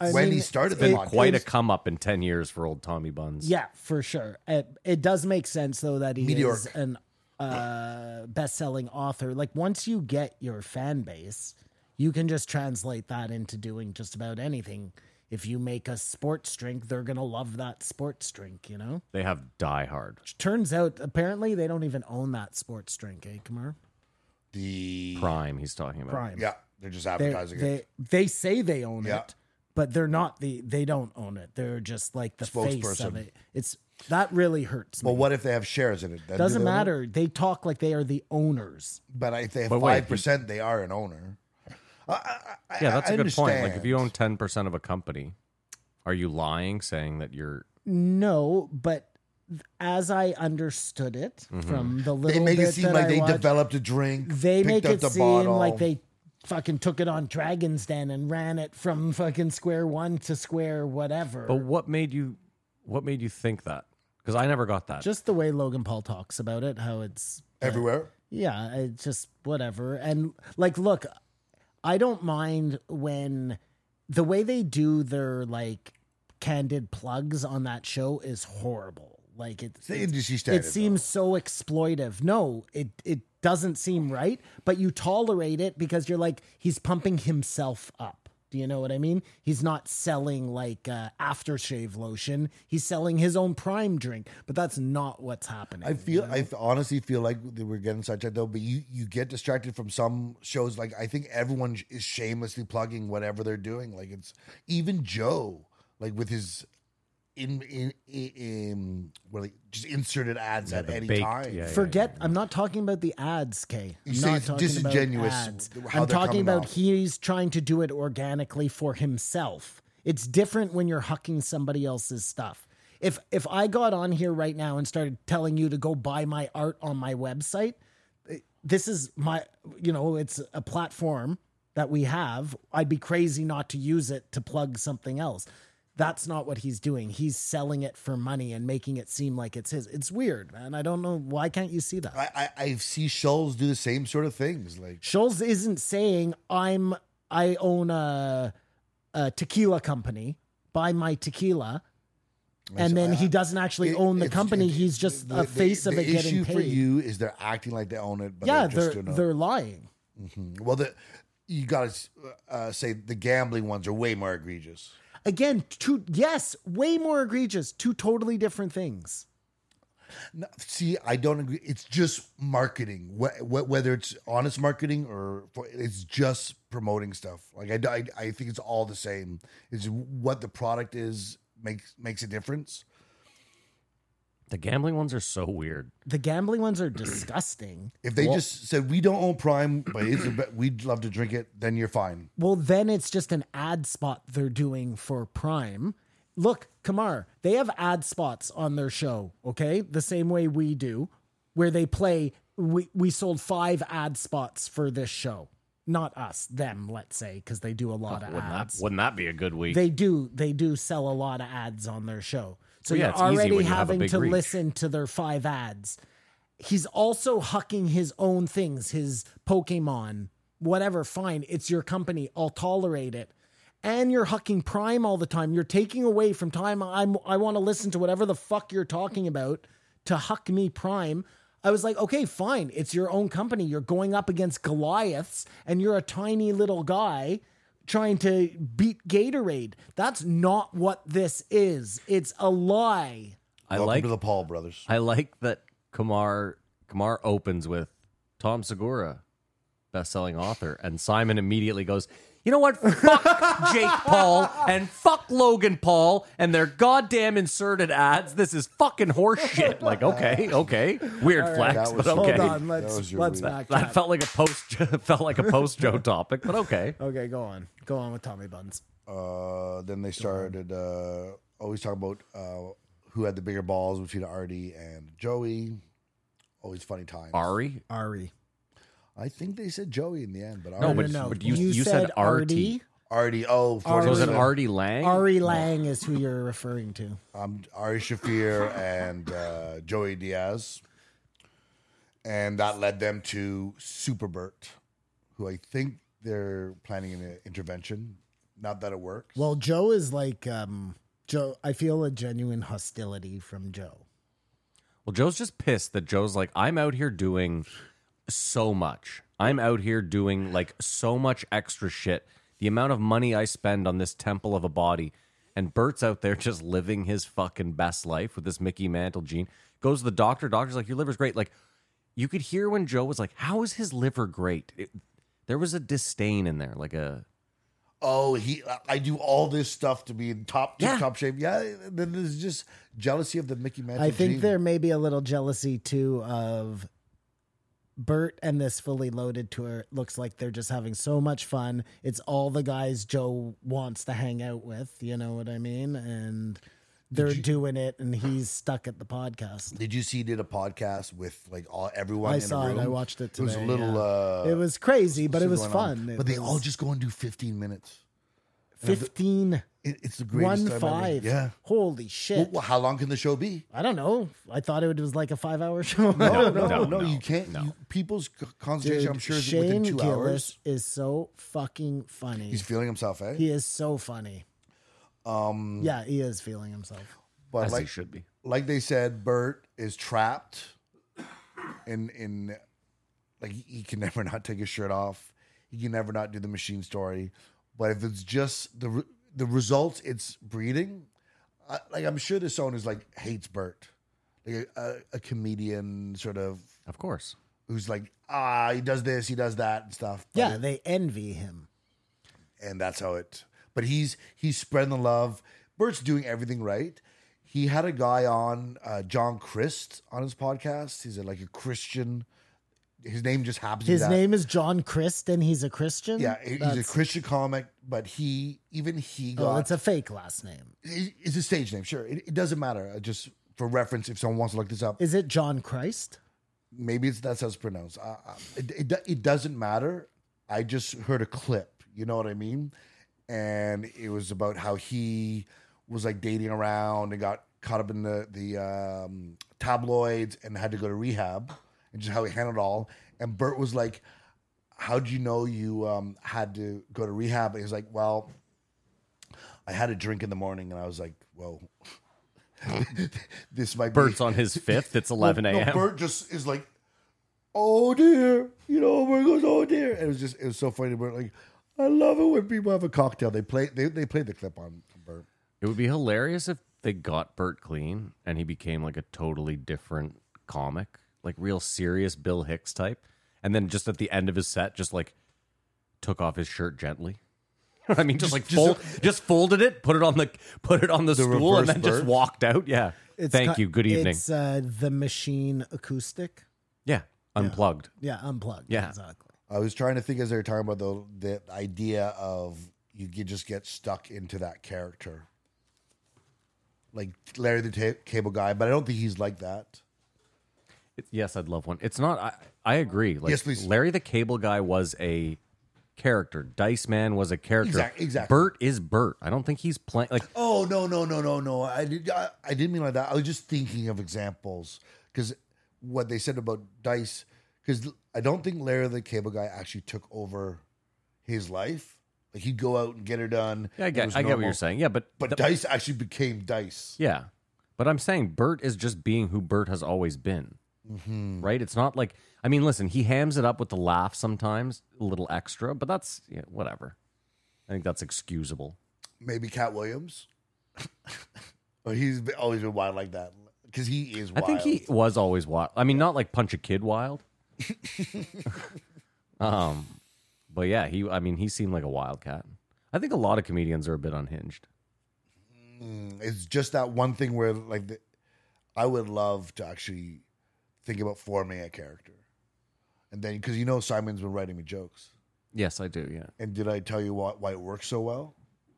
[SPEAKER 7] I
[SPEAKER 5] when
[SPEAKER 7] mean,
[SPEAKER 5] he started the
[SPEAKER 7] it-
[SPEAKER 5] podcast.
[SPEAKER 6] quite a come up in ten years for old Tommy Buns.
[SPEAKER 7] Yeah, for sure. It, it does make sense though that he
[SPEAKER 5] Meteoric.
[SPEAKER 7] is an uh, best-selling author. Like once you get your fan base, you can just translate that into doing just about anything. If you make a sports drink, they're gonna love that sports drink. You know.
[SPEAKER 6] They have Die Hard.
[SPEAKER 7] Turns out, apparently, they don't even own that sports drink, eh, Kumar?
[SPEAKER 5] the
[SPEAKER 6] Prime he's talking about.
[SPEAKER 7] Prime.
[SPEAKER 5] yeah, they're just
[SPEAKER 7] They,
[SPEAKER 5] advertising
[SPEAKER 7] they,
[SPEAKER 5] it.
[SPEAKER 7] they say they own
[SPEAKER 5] Yeah.
[SPEAKER 7] it, but they're not the. They don't own it. They're just like the face of
[SPEAKER 5] Spokesperson.
[SPEAKER 7] it. It's that really hurts me.
[SPEAKER 5] Well, what if they have shares in it? Then do
[SPEAKER 7] Doesn't
[SPEAKER 5] they own it?
[SPEAKER 7] matter. They talk like they are the owners.
[SPEAKER 5] But if they have
[SPEAKER 6] But wait,
[SPEAKER 5] five percent, they are an owner. I, I, I-
[SPEAKER 6] Yeah, that's
[SPEAKER 5] I
[SPEAKER 6] a good point. Like
[SPEAKER 5] understand.
[SPEAKER 6] if you own ten percent of a company, are you lying saying that you're
[SPEAKER 7] No, but as I understood it
[SPEAKER 5] Mm-hmm.
[SPEAKER 7] from the
[SPEAKER 5] they
[SPEAKER 7] little
[SPEAKER 5] make
[SPEAKER 7] bit
[SPEAKER 5] it seem
[SPEAKER 7] that
[SPEAKER 5] like
[SPEAKER 7] I
[SPEAKER 5] they
[SPEAKER 7] watched,
[SPEAKER 5] developed a drink.
[SPEAKER 7] they
[SPEAKER 5] picked
[SPEAKER 7] make
[SPEAKER 5] up
[SPEAKER 7] it
[SPEAKER 5] the
[SPEAKER 7] seem
[SPEAKER 5] bottle.
[SPEAKER 7] like they fucking took it on Dragon's Den and ran it from fucking square one to square whatever.
[SPEAKER 6] But what made you what made you think that? Because I never got that.
[SPEAKER 7] Just the way Logan Paul talks about it, how it's
[SPEAKER 5] everywhere.
[SPEAKER 7] Yeah, it's just whatever. And like, look, I don't mind when the way they do their like candid plugs on that show is horrible. Like it,
[SPEAKER 5] the
[SPEAKER 7] it-
[SPEAKER 5] industry standard,
[SPEAKER 7] It seems so exploitive. No, it it doesn't seem right. But you tolerate it because you're like he's pumping himself up. Do you know what I mean? He's not selling like uh, aftershave lotion. He's selling his own prime drink. But that's not what's happening.
[SPEAKER 5] I feel. I honestly feel like they we're getting sidetracked though. But you you get distracted from some shows. Like I think everyone sh- is shamelessly plugging whatever they're doing. Like it's even Joe, like with his. In in in, in well, like, just inserted ads at
[SPEAKER 6] the
[SPEAKER 5] any
[SPEAKER 6] baked-
[SPEAKER 5] time.
[SPEAKER 6] yeah, yeah.
[SPEAKER 7] Forget, I'm not talking about the ads, Kay. I'm
[SPEAKER 5] You say
[SPEAKER 7] not
[SPEAKER 5] it's
[SPEAKER 7] talking about
[SPEAKER 5] disingenuous
[SPEAKER 7] ads.
[SPEAKER 5] how
[SPEAKER 7] I'm
[SPEAKER 5] they're
[SPEAKER 7] talking
[SPEAKER 5] coming
[SPEAKER 7] about
[SPEAKER 5] off.
[SPEAKER 7] he's trying to do it organically for himself. It's different when you're hucking somebody else's stuff. If if I got on here right now and started telling you to go buy my art on my website, eh, this is my you know, it's a platform that we have. I'd be crazy not to use it to plug something else. That's not what he's doing. He's selling it for money and making it seem like it's his. It's weird, man. I don't know why can't you see that?
[SPEAKER 5] I, I, I see Shoals do the same sort of things. Like
[SPEAKER 7] Schultz isn't saying I'm I own a, a tequila company. Buy my tequila, and then he doesn't actually
[SPEAKER 5] It-
[SPEAKER 7] own the
[SPEAKER 5] it's-
[SPEAKER 7] company.
[SPEAKER 5] it's-
[SPEAKER 7] He's just
[SPEAKER 5] the-
[SPEAKER 7] a face
[SPEAKER 5] the,
[SPEAKER 7] of
[SPEAKER 5] the
[SPEAKER 7] it getting
[SPEAKER 5] issue
[SPEAKER 7] paid.
[SPEAKER 5] for you is they're acting like they own it, but
[SPEAKER 7] yeah,
[SPEAKER 5] they just
[SPEAKER 7] they're
[SPEAKER 5] don't know.
[SPEAKER 7] they're lying.
[SPEAKER 5] well, the, you got to uh, say the gambling ones are way more egregious.
[SPEAKER 7] Again, two yes, way more egregious. Two totally different things.
[SPEAKER 5] No, see, I don't agree. It's just marketing, wh- wh- whether it's honest marketing or for, it's just promoting stuff. Like I, d- I- I think it's all the same. It's what the product is makes makes a difference.
[SPEAKER 6] The gambling ones are so weird.
[SPEAKER 7] The gambling ones are disgusting.
[SPEAKER 5] If they
[SPEAKER 6] Well-
[SPEAKER 5] just said we don't own Prime, but it's the be- we'd love to drink it, then you're fine.
[SPEAKER 7] Well, then it's just an ad spot they're doing for Prime. Look, Kamar, they have ad spots on their show, okay? The same way we do, where they play. We, we sold five ad spots for this show. Not us, them, let's say, because they do a lot of
[SPEAKER 6] Wouldn't that,
[SPEAKER 7] ads.
[SPEAKER 6] wouldn't that be a good week?
[SPEAKER 7] They do, they do sell a lot of ads on their show. So
[SPEAKER 6] Well, yeah,
[SPEAKER 7] you're
[SPEAKER 6] it's easy
[SPEAKER 7] already
[SPEAKER 6] when you have a
[SPEAKER 7] having
[SPEAKER 6] big
[SPEAKER 7] to
[SPEAKER 6] reach.
[SPEAKER 7] listen to their five ads. He's also hucking his own things, his Pokemon, whatever. Fine, it's your company. I'll tolerate it. And you're hucking Prime all the time. You're taking away from time. I'm. I want to listen to whatever the fuck you're talking about to huck me Prime. I was like, okay, fine. It's your own company. You're going up against Goliaths, and you're a tiny little guy trying to beat Gatorade. That's not what this is. It's a lie.
[SPEAKER 6] I
[SPEAKER 5] Welcome
[SPEAKER 6] like
[SPEAKER 5] to the Paul brothers.
[SPEAKER 6] I like that Kamar Kamar opens with Tom Segura, best-selling author, and Simon immediately goes, "You know what? Fuck Jake Paul and fuck Logan Paul and their goddamn inserted ads. This is fucking horseshit." Like, okay, okay, weird flex,
[SPEAKER 5] That was-
[SPEAKER 6] but okay.
[SPEAKER 7] Hold on,
[SPEAKER 5] That
[SPEAKER 7] let's
[SPEAKER 5] was your
[SPEAKER 7] let's
[SPEAKER 5] week.
[SPEAKER 7] back
[SPEAKER 6] That
[SPEAKER 7] up.
[SPEAKER 6] felt like a post felt like a post Joe topic, but okay.
[SPEAKER 7] Okay, go on. Go on with Tommy Buns.
[SPEAKER 5] Uh, then they started uh, always talking about uh, who had the bigger balls between Artie and Joey. Always funny times.
[SPEAKER 6] Ari,
[SPEAKER 7] Ari.
[SPEAKER 5] I think they said Joey in the end, but
[SPEAKER 6] No,
[SPEAKER 5] Artie,
[SPEAKER 6] but- but you- you said RT.
[SPEAKER 5] Artie. Oh,
[SPEAKER 7] Ari.
[SPEAKER 6] was it
[SPEAKER 5] Artie?
[SPEAKER 6] Artie Lang?
[SPEAKER 7] Ari Lang is who you're referring to.
[SPEAKER 5] um, Ari Shafir and uh, Joey Diaz, and that led them to Superbert, who I think they're planning an intervention. Not that it works.
[SPEAKER 7] Well, Joe is like um Joe. I feel a genuine hostility from Joe.
[SPEAKER 6] Well, Joe's just pissed that Joe's like, I'm out here doing so much. I'm out here doing like so much extra shit. The amount of money I spend on this temple of a body. And Bert's out there just living his fucking best life with this Mickey Mantle gene. Goes to the doctor. Doctor's like, Your liver's great. Like, you could hear when Joe was like, How is his liver great? It, there was a disdain in there. Like, a,
[SPEAKER 5] oh, he, I do all this stuff to be in top
[SPEAKER 6] Yeah.
[SPEAKER 5] top shape. Yeah, then there's just jealousy of the Mickey Mantle.
[SPEAKER 7] I think
[SPEAKER 5] gene.
[SPEAKER 7] there may be a little jealousy too of Bert and this fully loaded tour. Looks like they're just having so much fun. It's all the guys Joe wants to hang out with. You know what I mean? And they're doing it, and he's stuck at the podcast.
[SPEAKER 5] Did you see? He did a podcast with like all everyone.
[SPEAKER 7] I
[SPEAKER 5] in
[SPEAKER 7] saw
[SPEAKER 5] a
[SPEAKER 7] it.
[SPEAKER 5] room.
[SPEAKER 7] I watched it
[SPEAKER 5] It
[SPEAKER 7] today.
[SPEAKER 5] was a little.
[SPEAKER 7] yeah.
[SPEAKER 5] Uh,
[SPEAKER 7] it was crazy, but it was
[SPEAKER 5] going on.
[SPEAKER 7] fun. It
[SPEAKER 5] But they all
[SPEAKER 7] was
[SPEAKER 5] just go and do 15 minutes.
[SPEAKER 7] fifteen
[SPEAKER 5] It, it's the greatest
[SPEAKER 7] one
[SPEAKER 5] time ever.
[SPEAKER 7] five.
[SPEAKER 5] Yeah.
[SPEAKER 7] Holy shit!
[SPEAKER 5] Well, how long can the show be?
[SPEAKER 7] I don't know. I thought it was like a five-hour show.
[SPEAKER 5] No,
[SPEAKER 6] no,
[SPEAKER 5] no, no,
[SPEAKER 6] no,
[SPEAKER 5] you can't.
[SPEAKER 6] no.
[SPEAKER 5] You, people's c-
[SPEAKER 7] Dude,
[SPEAKER 5] concentration, I'm sure, is
[SPEAKER 7] Shane
[SPEAKER 5] within two hours.
[SPEAKER 7] Gillis is so fucking funny.
[SPEAKER 5] He's feeling himself, eh?
[SPEAKER 7] he is so funny. Um,
[SPEAKER 5] Mm.
[SPEAKER 7] yeah, he is feeling himself.
[SPEAKER 5] but
[SPEAKER 6] as he
[SPEAKER 5] like,
[SPEAKER 6] should be.
[SPEAKER 5] like they said, Bert is trapped in in like he- he can never not take his shirt off. He can never not do the machine story. But if it's just the re- the results, it's breeding. I, like I'm sure there's someone who's like hates Bert, like a, a, a comedian sort of
[SPEAKER 6] Of course.
[SPEAKER 5] who's like ah he does this, he does that and stuff. But
[SPEAKER 7] Yeah,
[SPEAKER 5] it-
[SPEAKER 7] they envy him.
[SPEAKER 5] and that's how it. But he's he's spreading the love. Bert's doing everything right. He had a guy on uh, John Christ on his podcast. He's a, like a Christian. His name just happens. to be
[SPEAKER 7] His
[SPEAKER 5] that.
[SPEAKER 7] name is John Christ, and he's a Christian.
[SPEAKER 5] yeah, he- he's a
[SPEAKER 7] That's-
[SPEAKER 5] Christian comic, but he even he
[SPEAKER 7] Oh,
[SPEAKER 5] got
[SPEAKER 7] it's a fake last name.
[SPEAKER 5] it- it's a stage name. Sure, it, it doesn't matter. Uh, Just for reference, if someone wants to look this up,
[SPEAKER 7] Is it John Christ?
[SPEAKER 5] maybe it's that's how it's pronounced. Uh, uh, it, it do- it doesn't matter. I just heard a clip. You know what I mean? And it was about how he was like dating around and got caught up in the the um, tabloids and had to go to rehab and just how he handled it all. And Bert was like, "How do you know you um, had to go to rehab?" And he was like, "Well." I had a drink in the morning and I was like, whoa, this might be.
[SPEAKER 6] Bert's on his fifth. It's 11
[SPEAKER 5] No,
[SPEAKER 6] a.m.
[SPEAKER 5] Bert just is like, oh dear, you know, Bert goes, oh dear. It was just, it was so funny. Bert like, I love it when people have a cocktail. They play, they, they played the clip on Bert.
[SPEAKER 6] It would be hilarious if they got Bert clean and he became like a totally different comic, like real serious Bill Hicks type. And then just at the end of his set, just like took off his shirt gently. I mean, just, like
[SPEAKER 5] just-
[SPEAKER 6] fold, just folded it, put it on the put it on the, stool,
[SPEAKER 5] reverse
[SPEAKER 6] and then just
[SPEAKER 5] Bert?
[SPEAKER 6] walked out. Yeah.
[SPEAKER 7] It's
[SPEAKER 6] Thank
[SPEAKER 7] ki-
[SPEAKER 6] you. Good evening.
[SPEAKER 7] It's uh, the machine acoustic.
[SPEAKER 6] yeah. Unplugged.
[SPEAKER 7] Yeah, unplugged.
[SPEAKER 6] Yeah.
[SPEAKER 7] exactly.
[SPEAKER 5] I was trying to think as they were talking about the, the idea of you could just get stuck into that character. Like Larry the Ta- Cable Guy, but I don't think he's like that.
[SPEAKER 6] It- yes, I'd love one. It's not. I, I agree. Like,
[SPEAKER 5] Yes, please.
[SPEAKER 6] Larry the Cable Guy was a character. Dice Man was a character.
[SPEAKER 5] Exact- exactly.
[SPEAKER 6] Bert is Bert. I don't think he's playing. Like
[SPEAKER 5] Oh no no no no no! I did I, I didn't mean like that. I was just thinking of examples because what they said about Dice because I don't think Larry the Cable Guy actually took over his life. Like he'd go out and get her done.
[SPEAKER 6] Yeah, I
[SPEAKER 5] It
[SPEAKER 6] get,
[SPEAKER 5] was
[SPEAKER 6] I get what
[SPEAKER 5] normal.
[SPEAKER 6] you're saying. Yeah, but
[SPEAKER 5] But
[SPEAKER 6] the-
[SPEAKER 5] Dice actually became Dice.
[SPEAKER 6] yeah, but I'm saying Bert is just being who Bert has always been, right? It's not like I mean, listen, he hams it up with the laugh sometimes, a little extra, but that's yeah, whatever. I think that's excusable.
[SPEAKER 5] Maybe Cat Williams. or he's been- always been wild like that because he is. Wild.
[SPEAKER 6] I think he was always wild. I mean, not like punch a kid wild. um, but yeah, he. I mean, he seemed like a wildcat. I think a lot of comedians are a bit unhinged.
[SPEAKER 5] It's just that one thing where like the, I would love to actually think about forming a character, and then because you know Simon's been writing me jokes,
[SPEAKER 6] Yes, I do. Yeah.
[SPEAKER 5] and did I tell you why, why it works so well?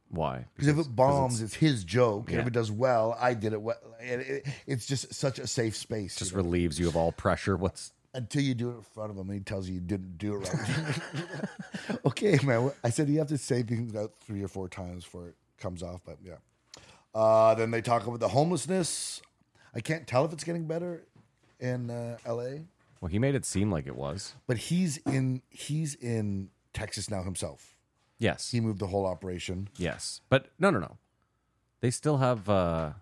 [SPEAKER 6] Why?
[SPEAKER 5] Because if it bombs, it's, his joke, and if
[SPEAKER 6] Yeah.
[SPEAKER 5] it does well, I did it well. And it, it's just such a safe space.
[SPEAKER 6] just
[SPEAKER 5] you know?
[SPEAKER 6] relieves you of all pressure. What's
[SPEAKER 5] until you do it in front of him, and he tells you you didn't do it right. okay, man. I said you have to say things out three or four times before it comes off, but yeah. Uh, then they talk about the homelessness. I can't tell if it's getting better in uh, LA,
[SPEAKER 6] well, he made it seem like it was.
[SPEAKER 5] but he's in he's in Texas now himself.
[SPEAKER 6] Yes.
[SPEAKER 5] He moved the whole operation.
[SPEAKER 6] Yes, but no, no, no. They still have. uh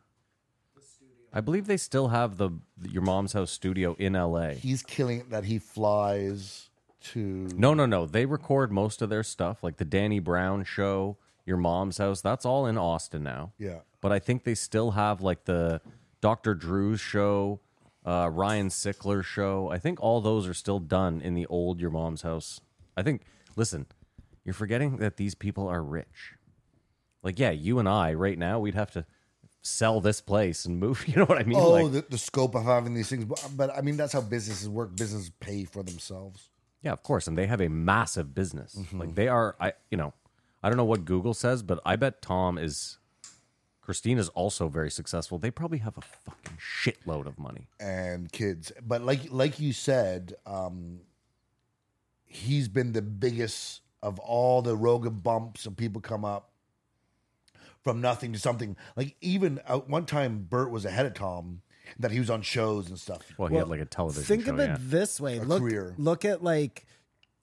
[SPEAKER 6] I believe they still have the your mom's house studio in L.A.
[SPEAKER 5] He's killing it that he flies to
[SPEAKER 6] No, no, no. They record most of their stuff, like the Danny Brown show, your mom's house. That's all in Austin now.
[SPEAKER 5] yeah.
[SPEAKER 6] But I think they still have like the Dr. Drew's show, uh, Ryan Sickler show. I think all those are still done in the old Your Mom's House. I think, listen, you're forgetting that these people are rich. Like, yeah, you and I right now, we'd have to sell this place and move. You know what I mean?
[SPEAKER 5] Oh,
[SPEAKER 6] like,
[SPEAKER 5] the, the scope of having these things, but, but I mean that's how businesses work. Businesses pay for themselves.
[SPEAKER 6] yeah, of course. And they have a massive business.
[SPEAKER 5] Mm-hmm.
[SPEAKER 6] Like, they are, I, you know, I don't know what Google says, but I bet Tom is. Christina's also very successful. They probably have a fucking shitload of money.
[SPEAKER 5] and kids. But like like you said, um, he's been the biggest of all the Rogan bumps and people come up from nothing to something. Like even at one time, Bert was ahead of Tom that he was on shows and stuff.
[SPEAKER 6] Well, he had like a television
[SPEAKER 7] Think
[SPEAKER 6] show.
[SPEAKER 7] of it
[SPEAKER 6] yeah.
[SPEAKER 7] this way. Look,
[SPEAKER 5] career.
[SPEAKER 7] look at like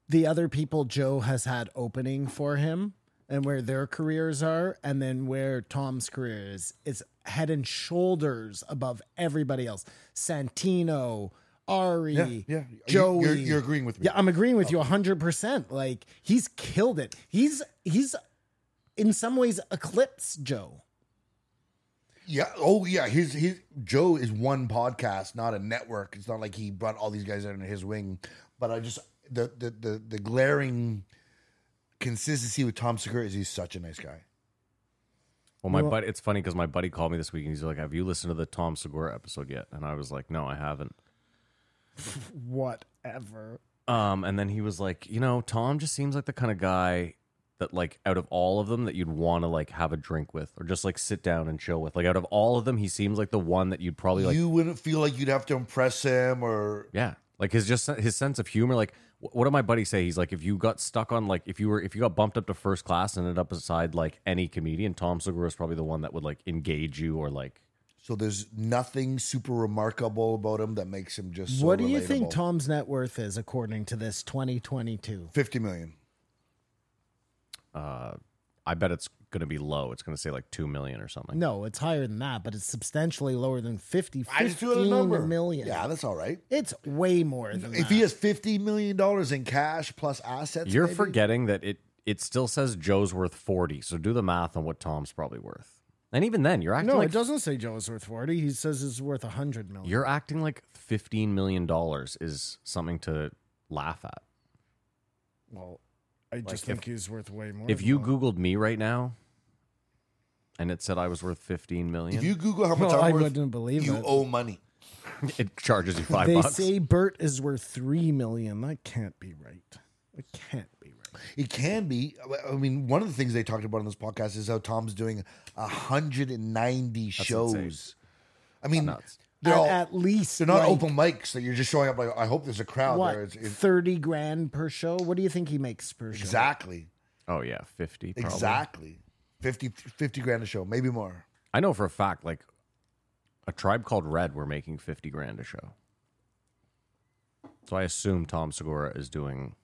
[SPEAKER 7] the other people Joe has had opening for him and where their careers are and then where Tom's career is. It's head and shoulders above everybody else. Santino, Ari,
[SPEAKER 5] Yeah, yeah.
[SPEAKER 7] Joey.
[SPEAKER 5] You're- you're agreeing with me.
[SPEAKER 7] Yeah, I'm agreeing with you 100%. Like he's killed it. He's he's in some ways eclipsed Joe.
[SPEAKER 5] Yeah. Oh, yeah. His his Joe is one podcast, not a network. It's not like he brought all these guys under his wing. But I just the the the, the glaring consistency with Tom Segura is he's such a nice guy.
[SPEAKER 6] Well, my buddy, it's funny because my buddy called me this week and he's like, "Have you listened to the Tom Segura episode yet?" And I was like, "No, I haven't."
[SPEAKER 7] Whatever.
[SPEAKER 6] Um, and then he was like, "You know, Tom just seems like the kind of guy that like out of all of them that you'd want to like have a drink with or just like sit down and chill with? Like out of all of them, he seems like the one that you'd probably like.
[SPEAKER 5] you wouldn't feel like you'd have to impress him or
[SPEAKER 6] yeah, like his just his sense of humor. Like wh- what did my buddy say? He's like, if you got stuck on like if you were if you got bumped up to first class and ended up beside like any comedian, Tom Segura is probably the one that would like engage you or like.
[SPEAKER 5] so there's nothing super remarkable about him that makes him just so
[SPEAKER 7] what do you think
[SPEAKER 5] relatable.
[SPEAKER 7] Tom's net worth is according to this 2022?
[SPEAKER 5] 50 million
[SPEAKER 6] uh I bet it's going to be low. It's going to say like two million or something.
[SPEAKER 7] No, it's higher than that, but it's substantially lower than 50.
[SPEAKER 5] i just threw out a
[SPEAKER 7] 15
[SPEAKER 5] number
[SPEAKER 7] million.
[SPEAKER 5] yeah that's all right
[SPEAKER 7] It's way more than
[SPEAKER 5] if
[SPEAKER 7] that.
[SPEAKER 5] he has 50 million dollars in cash plus assets
[SPEAKER 6] You're
[SPEAKER 5] maybe?
[SPEAKER 6] forgetting that it it still says Joe's worth forty. So do the math on what Tom's probably worth. And even then, you're acting
[SPEAKER 7] No,
[SPEAKER 6] like
[SPEAKER 7] it doesn't say Joe is worth 40. He says it's worth 100 million.
[SPEAKER 6] you're acting like fifteen million dollars is something to laugh at.
[SPEAKER 7] well, I just
[SPEAKER 6] if-
[SPEAKER 7] think he's worth way more.
[SPEAKER 6] If
[SPEAKER 7] than
[SPEAKER 6] you
[SPEAKER 7] that.
[SPEAKER 6] Googled me right now, and it said I was worth fifteen million,
[SPEAKER 5] if you google how much
[SPEAKER 7] Well, I
[SPEAKER 5] i'm worth
[SPEAKER 7] wouldn't believe
[SPEAKER 5] you
[SPEAKER 7] it.
[SPEAKER 5] owe money
[SPEAKER 6] it charges you five
[SPEAKER 7] they
[SPEAKER 6] bucks.
[SPEAKER 7] say Bert is worth 3 million. That can't be right. It can't be right.
[SPEAKER 5] It can be. I mean, one of the things they talked about on this podcast is how Tom's doing 190 shows.
[SPEAKER 6] insane.
[SPEAKER 5] I mean,
[SPEAKER 6] Nuts.
[SPEAKER 5] they're
[SPEAKER 7] at,
[SPEAKER 5] all,
[SPEAKER 7] at least
[SPEAKER 5] they're not
[SPEAKER 7] like,
[SPEAKER 5] open mics that you're just showing up like, I hope there's a crowd
[SPEAKER 7] what,
[SPEAKER 5] there. It's, it's-
[SPEAKER 7] 30 grand per show? What do you think he makes per show?
[SPEAKER 5] exactly.
[SPEAKER 6] Oh yeah, fifty. Probably.
[SPEAKER 5] Exactly. 50, 50 grand a show, maybe more.
[SPEAKER 6] I know for a fact, like a tribe called Red, were making fifty grand a show. So I assume Tom Segura is doing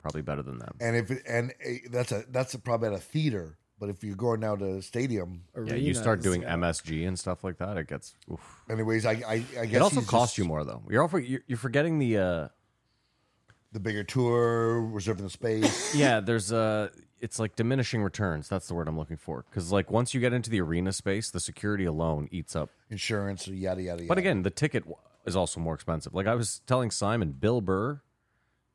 [SPEAKER 6] probably better than them.
[SPEAKER 5] And if it, and uh, that's a that's a, probably at a theater, but if you're going now to a stadium,
[SPEAKER 6] Yeah, you start
[SPEAKER 7] Arenas,
[SPEAKER 6] doing
[SPEAKER 7] yeah.
[SPEAKER 6] MSG and stuff like that. It gets. oof.
[SPEAKER 5] anyways, I I, I guess
[SPEAKER 6] It also
[SPEAKER 5] he's
[SPEAKER 6] costs
[SPEAKER 5] just
[SPEAKER 6] you more though. You're also, you're you're forgetting the. uh
[SPEAKER 5] The bigger tour, reserving the space.
[SPEAKER 6] Yeah, there's uh It's like diminishing returns. That's the word I'm looking for. Because like once you get into the arena space, the security alone eats up
[SPEAKER 5] Insurance, yada yada yada.
[SPEAKER 6] But again, the ticket w- is also more expensive. Like I was telling Simon, Bill Burr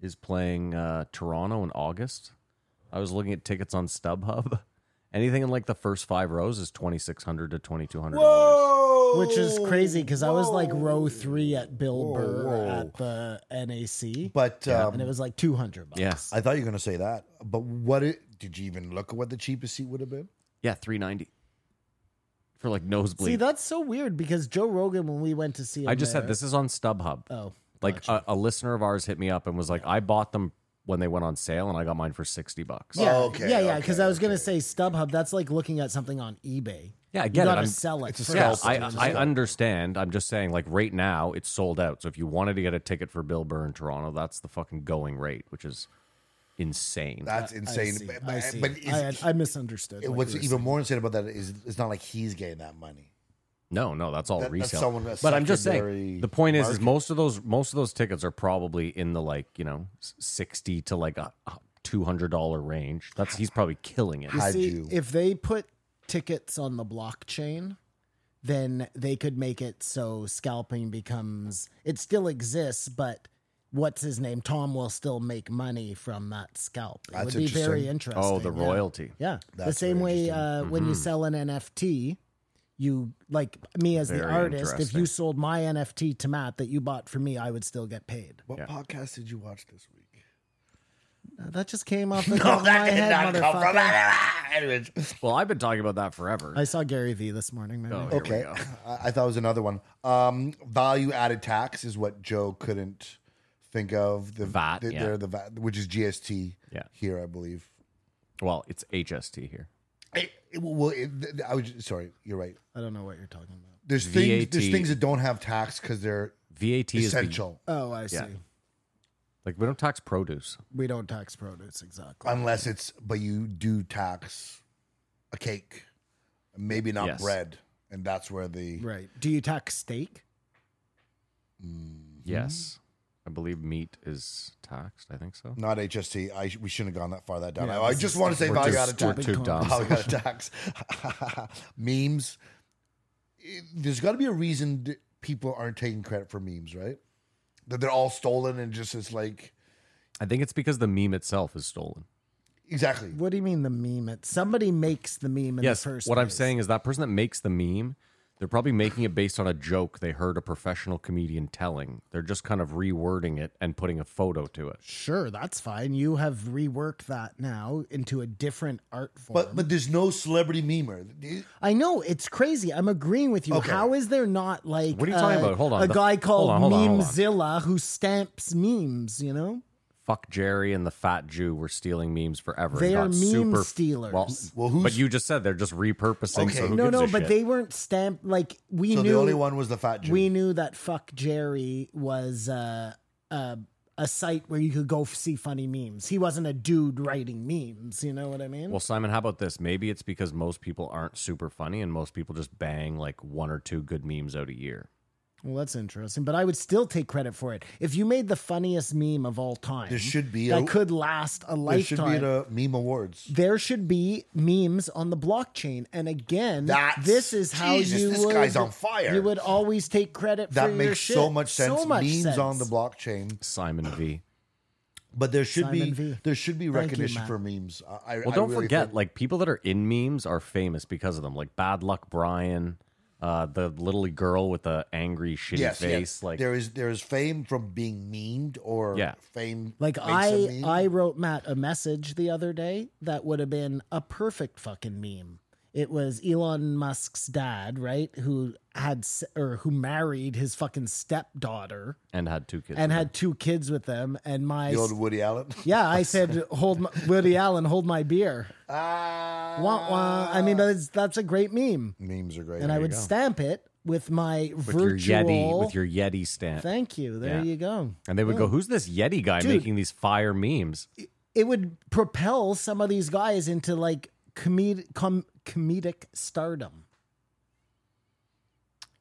[SPEAKER 6] is playing uh, Toronto in August. I was looking at tickets on StubHub. Anything in like the first five rows is twenty six hundred to twenty two hundred dollars.
[SPEAKER 7] Which is crazy because I was like row three at Bill Burr at the NAC,
[SPEAKER 5] but um,
[SPEAKER 7] and it was like two hundred bucks.
[SPEAKER 6] Yeah,
[SPEAKER 5] I thought you were going to say that, but what it, did you even look at what the cheapest seat would have been?
[SPEAKER 6] yeah, three ninety for like
[SPEAKER 7] See,
[SPEAKER 6] nosebleed.
[SPEAKER 7] that's so weird because Joe Rogan, when we went to see him,
[SPEAKER 6] I just
[SPEAKER 7] there,
[SPEAKER 6] said this is on StubHub.
[SPEAKER 7] Oh,
[SPEAKER 6] like a, a listener of ours hit me up and was like, I bought them when they went on sale, and I got mine for sixty bucks.
[SPEAKER 7] yeah,
[SPEAKER 5] Oh, okay,
[SPEAKER 7] yeah, yeah. Because
[SPEAKER 5] okay,
[SPEAKER 7] I was gonna say StubHub. That's like looking at something on eBay.
[SPEAKER 6] Yeah, I
[SPEAKER 7] you
[SPEAKER 6] get it.
[SPEAKER 7] gotta
[SPEAKER 6] I'm-
[SPEAKER 7] sell it.
[SPEAKER 5] It's a
[SPEAKER 7] first.
[SPEAKER 6] Yeah,
[SPEAKER 5] Scalped.
[SPEAKER 6] I,
[SPEAKER 5] It's
[SPEAKER 6] I understand. I'm just saying, like right now, it's sold out. So if you wanted to get a ticket for Bill Burr in Toronto, that's the fucking going rate, which is insane.
[SPEAKER 5] That's
[SPEAKER 7] I
[SPEAKER 5] insane.
[SPEAKER 7] see,
[SPEAKER 5] but
[SPEAKER 7] I
[SPEAKER 5] but-
[SPEAKER 7] see.
[SPEAKER 5] but is-
[SPEAKER 7] I, I misunderstood. what
[SPEAKER 5] what's
[SPEAKER 7] you were
[SPEAKER 5] even more insane about that is it's not like he's getting that money.
[SPEAKER 6] no, no, that's all
[SPEAKER 5] That- that's
[SPEAKER 6] resale.
[SPEAKER 5] someone that's
[SPEAKER 6] but I'm just
[SPEAKER 5] secondary
[SPEAKER 6] saying, the point is, is
[SPEAKER 5] market.
[SPEAKER 6] most of those most of those tickets are probably in the like you know s- sixty to like a two hundred dollar range. That's he's probably killing it.
[SPEAKER 7] You
[SPEAKER 5] Hide
[SPEAKER 7] see,
[SPEAKER 5] you.
[SPEAKER 7] if they put tickets on the blockchain, then they could make it so scalping becomes it still exists, but what's his name? Tom will still make money from that scalp. It
[SPEAKER 5] That's
[SPEAKER 7] would be very interesting.
[SPEAKER 6] Oh, the Mm-hmm.
[SPEAKER 7] yeah.
[SPEAKER 6] royalty.
[SPEAKER 7] Yeah. the
[SPEAKER 5] That's
[SPEAKER 7] same
[SPEAKER 5] very
[SPEAKER 7] way uh, when you sell an NFT, you like me as the
[SPEAKER 6] Very
[SPEAKER 7] artist, if
[SPEAKER 6] interesting.
[SPEAKER 7] you sold my NFT to Matt that you bought for me, I would still get paid.
[SPEAKER 5] What podcast did you watch this week?
[SPEAKER 7] Uh, That just came off the top of my head, motherfucker.
[SPEAKER 5] Anyways,
[SPEAKER 6] Well, I've been talking about that forever.
[SPEAKER 7] I saw Gary Vee this morning, maybe.
[SPEAKER 6] Oh, here we
[SPEAKER 5] okay,
[SPEAKER 6] go.
[SPEAKER 5] I, I thought it was another one. Um, value added tax is what Joe couldn't think of. The
[SPEAKER 6] VAT,
[SPEAKER 5] the,
[SPEAKER 6] yeah.
[SPEAKER 5] they're the VAT, which is GST.
[SPEAKER 6] Yeah.
[SPEAKER 5] here I believe.
[SPEAKER 6] Well, it's HST here.
[SPEAKER 5] It, it, well, it, I was sorry. You're right.
[SPEAKER 7] I don't know what you're talking about.
[SPEAKER 5] There's things.
[SPEAKER 6] VAT.
[SPEAKER 5] There's things that don't have tax because they're
[SPEAKER 6] VAT is the,
[SPEAKER 5] essential.
[SPEAKER 7] Oh, I see.
[SPEAKER 6] Yeah. like we don't tax produce.
[SPEAKER 7] We don't tax produce exactly.
[SPEAKER 5] unless it's but you do tax a cake maybe not
[SPEAKER 6] Yes.
[SPEAKER 5] bread and that's where the
[SPEAKER 7] right. Do you tax steak? Mm-hmm.
[SPEAKER 6] Yes. I believe meat is taxed. I think so.
[SPEAKER 5] not hst I, we shouldn't have gone that far that down
[SPEAKER 7] Yeah,
[SPEAKER 5] i, I
[SPEAKER 7] this
[SPEAKER 5] just
[SPEAKER 7] is-
[SPEAKER 5] want to say
[SPEAKER 6] We're
[SPEAKER 5] value
[SPEAKER 6] too-
[SPEAKER 5] added
[SPEAKER 6] we're
[SPEAKER 5] tax
[SPEAKER 6] too dumb.
[SPEAKER 5] value added tax memes It- there's got to be a reason that people aren't taking credit for memes right that they're all stolen and just it's like
[SPEAKER 6] I think it's because the meme itself is stolen.
[SPEAKER 5] exactly
[SPEAKER 7] What do you mean the meme? It somebody makes the meme in
[SPEAKER 6] yes.
[SPEAKER 7] the first.
[SPEAKER 6] what I'm
[SPEAKER 7] place.
[SPEAKER 6] saying is that person that makes the meme, They're probably making it based on a joke they heard a professional comedian telling. They're just kind of rewording it and putting a photo to it.
[SPEAKER 7] Sure, that's fine. You have reworked that now into a different art form.
[SPEAKER 5] But but there's no celebrity memer.
[SPEAKER 7] I know it's crazy. I'm agreeing with you.
[SPEAKER 5] Okay.
[SPEAKER 7] How is there not like
[SPEAKER 6] What are you talking
[SPEAKER 7] uh,
[SPEAKER 6] about? Hold on.
[SPEAKER 7] a
[SPEAKER 6] The-
[SPEAKER 7] guy
[SPEAKER 6] hold
[SPEAKER 7] called
[SPEAKER 6] on, hold on, hold on.
[SPEAKER 7] Memezilla who stamps memes? You know,
[SPEAKER 6] Fuck Jerry and the Fat Jew were stealing memes forever. and
[SPEAKER 7] They are
[SPEAKER 6] got
[SPEAKER 7] meme
[SPEAKER 6] super-
[SPEAKER 7] stealers.
[SPEAKER 6] Well,
[SPEAKER 5] Well, who's-
[SPEAKER 6] but you just said they're just repurposing.
[SPEAKER 5] Okay.
[SPEAKER 6] So who
[SPEAKER 7] no,
[SPEAKER 6] gives
[SPEAKER 7] no,
[SPEAKER 6] a
[SPEAKER 7] but
[SPEAKER 6] shit?
[SPEAKER 7] they weren't stamped. Like we
[SPEAKER 5] So
[SPEAKER 7] knew
[SPEAKER 5] the only one was the fat Jew.
[SPEAKER 7] we knew that fuck Jerry was uh, uh, a site where you could go f- see funny memes. He wasn't a dude writing memes. You know what I mean?
[SPEAKER 6] Well, Simon, how about this? Maybe it's because most people aren't super funny and most people just bang like one or two good memes out a year.
[SPEAKER 7] Well, that's interesting, but I would still take credit for it. If you made the funniest meme of all time,
[SPEAKER 5] There should be
[SPEAKER 7] that
[SPEAKER 5] a-
[SPEAKER 7] could last a
[SPEAKER 5] there should be
[SPEAKER 7] lifetime.
[SPEAKER 5] a meme awards.
[SPEAKER 7] there should be memes on the blockchain, and again,
[SPEAKER 5] That's-
[SPEAKER 7] this is how
[SPEAKER 5] Jesus,
[SPEAKER 7] you
[SPEAKER 5] this
[SPEAKER 7] would,
[SPEAKER 5] guy's on fire.
[SPEAKER 7] You would always take credit.
[SPEAKER 5] That
[SPEAKER 7] for your
[SPEAKER 5] makes
[SPEAKER 7] shit.
[SPEAKER 5] so much sense.
[SPEAKER 7] So much
[SPEAKER 5] memes
[SPEAKER 7] sense.
[SPEAKER 5] on the blockchain,
[SPEAKER 6] Simon V.
[SPEAKER 5] but there should
[SPEAKER 7] Simon
[SPEAKER 5] be
[SPEAKER 7] V.
[SPEAKER 5] there should be
[SPEAKER 7] Thank you,
[SPEAKER 5] recognition
[SPEAKER 7] Matt.
[SPEAKER 5] for memes. I, I-
[SPEAKER 6] Well,
[SPEAKER 5] I
[SPEAKER 6] don't
[SPEAKER 5] really
[SPEAKER 6] forget,
[SPEAKER 5] think-
[SPEAKER 6] like people that are in memes are famous because of them. Like Bad Luck Brian, uh, the little girl with the angry, shitty
[SPEAKER 5] yes,
[SPEAKER 6] face.
[SPEAKER 5] yes.
[SPEAKER 6] Like
[SPEAKER 5] there is there is fame from being memed or
[SPEAKER 6] Yeah.
[SPEAKER 5] fame
[SPEAKER 7] Like
[SPEAKER 5] makes a
[SPEAKER 7] I,
[SPEAKER 5] meme.
[SPEAKER 7] I wrote Matt a message the other day that would have been a perfect fucking meme. It was Elon Musk's dad, right, who had s- or who married his fucking stepdaughter
[SPEAKER 6] and had two kids.
[SPEAKER 7] and
[SPEAKER 6] with
[SPEAKER 7] had two kids with them. And my
[SPEAKER 5] the old Woody Allen.
[SPEAKER 7] yeah, I said, hold my, Woody Allen, hold my beer.
[SPEAKER 5] Ah,
[SPEAKER 7] Wah, wah. I mean, that's that's a great meme,
[SPEAKER 5] memes are great.
[SPEAKER 7] and I would
[SPEAKER 6] go.
[SPEAKER 7] stamp it with my
[SPEAKER 6] it. with
[SPEAKER 7] virtual.
[SPEAKER 6] your Yeti, with your Yeti stamp.
[SPEAKER 7] Thank you. There
[SPEAKER 6] Yeah.
[SPEAKER 7] you go.
[SPEAKER 6] and they would go, "Who's this Yeti guy
[SPEAKER 7] Dude.
[SPEAKER 6] making these fire memes?"
[SPEAKER 7] it would propel some of these guys into like comedic com- comedic stardom.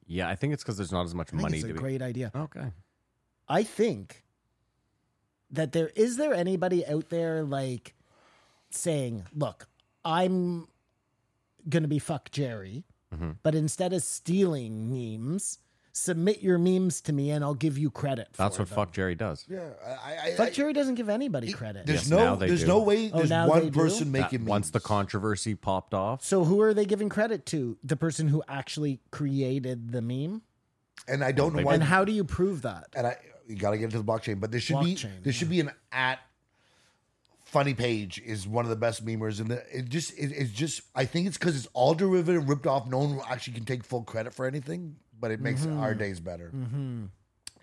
[SPEAKER 6] Yeah, I think it's because there's not as much
[SPEAKER 7] I think
[SPEAKER 6] money
[SPEAKER 7] it's
[SPEAKER 6] to
[SPEAKER 7] a
[SPEAKER 6] be.
[SPEAKER 7] great idea.
[SPEAKER 6] Okay,
[SPEAKER 7] I think that there is there anybody out there like saying, "Look, I'm gonna be fuck Jerry,
[SPEAKER 6] Mm-hmm.
[SPEAKER 7] but instead of stealing memes, submit your memes to me, and I'll give you credit."
[SPEAKER 6] that's
[SPEAKER 7] for
[SPEAKER 6] what
[SPEAKER 7] them.
[SPEAKER 6] fuck Jerry does.
[SPEAKER 5] yeah, I, I, I,
[SPEAKER 7] Fuck Jerry doesn't give anybody credit.
[SPEAKER 5] There's
[SPEAKER 6] Yes,
[SPEAKER 5] no
[SPEAKER 6] now they
[SPEAKER 5] there's
[SPEAKER 6] do.
[SPEAKER 5] no way
[SPEAKER 7] Oh,
[SPEAKER 5] there's
[SPEAKER 7] now they
[SPEAKER 5] one
[SPEAKER 7] do?
[SPEAKER 5] person
[SPEAKER 6] That-
[SPEAKER 5] making memes.
[SPEAKER 6] once the controversy popped off,
[SPEAKER 7] So who are they giving credit to? The person who actually created the meme?
[SPEAKER 5] and I don't know why
[SPEAKER 7] And how do you prove that?
[SPEAKER 5] and I you got to get into the blockchain. But there should be
[SPEAKER 7] Blockchain,
[SPEAKER 5] there should be an at funny page is one of the best memers, and the, it just it, it's just I think it's because it's all derivative ripped off. No one actually can take full credit for anything, but it makes
[SPEAKER 7] Mm-hmm.
[SPEAKER 5] our days better.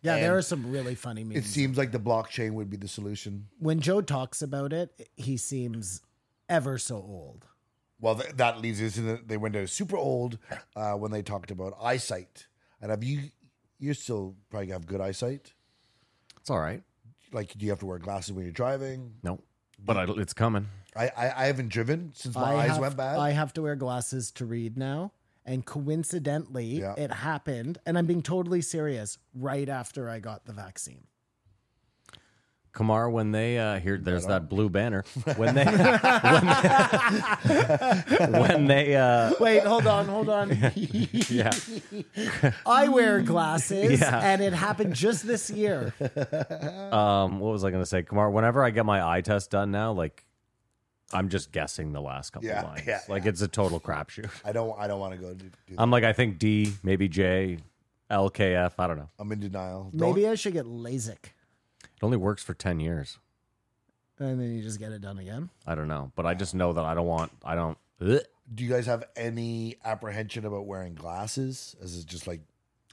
[SPEAKER 7] Yeah, there
[SPEAKER 5] And
[SPEAKER 7] are some really funny
[SPEAKER 5] It
[SPEAKER 7] memes.
[SPEAKER 5] seems like the blockchain would be the solution.
[SPEAKER 7] when Joe talks about it, he seems ever so old.
[SPEAKER 5] Well, th- that leads us to the, they went to super old uh, when they talked about eyesight. And have you you still probably have good eyesight?
[SPEAKER 6] it's all right.
[SPEAKER 5] Like, do you have to wear glasses when you're driving?
[SPEAKER 6] No, but I, it's coming.
[SPEAKER 5] I I, I haven't driven since my eyes
[SPEAKER 7] have,
[SPEAKER 5] went bad.
[SPEAKER 7] I have to wear glasses to read now. And coincidentally,
[SPEAKER 5] Yeah.
[SPEAKER 7] it happened, and I'm being totally serious, right after I got the vaccine.
[SPEAKER 6] Kamar, when they uh, here, there's that blue banner. When they, when they, when they uh,
[SPEAKER 7] Wait, hold on, hold on.
[SPEAKER 6] yeah,
[SPEAKER 7] I wear glasses,
[SPEAKER 6] Yeah.
[SPEAKER 7] and it happened just this year.
[SPEAKER 6] um, what was I gonna say, Kamar? Whenever I get my eye test done now, like, I'm just guessing the last couple
[SPEAKER 5] Yeah,
[SPEAKER 6] lines.
[SPEAKER 5] yeah,
[SPEAKER 6] like, it's a total crapshoot.
[SPEAKER 5] I don't. I don't want to go. Do, do that.
[SPEAKER 7] Um,
[SPEAKER 6] I'm like, I think D, maybe J, LKF. I don't know.
[SPEAKER 5] I'm in denial. Don't-
[SPEAKER 7] Maybe I should get LASIK,
[SPEAKER 6] It only works for ten years.
[SPEAKER 7] and then you just get it done again.
[SPEAKER 6] I don't know, but I just know that I don't want. I don't. Ugh.
[SPEAKER 5] do you guys have any apprehension about wearing glasses? Is it just like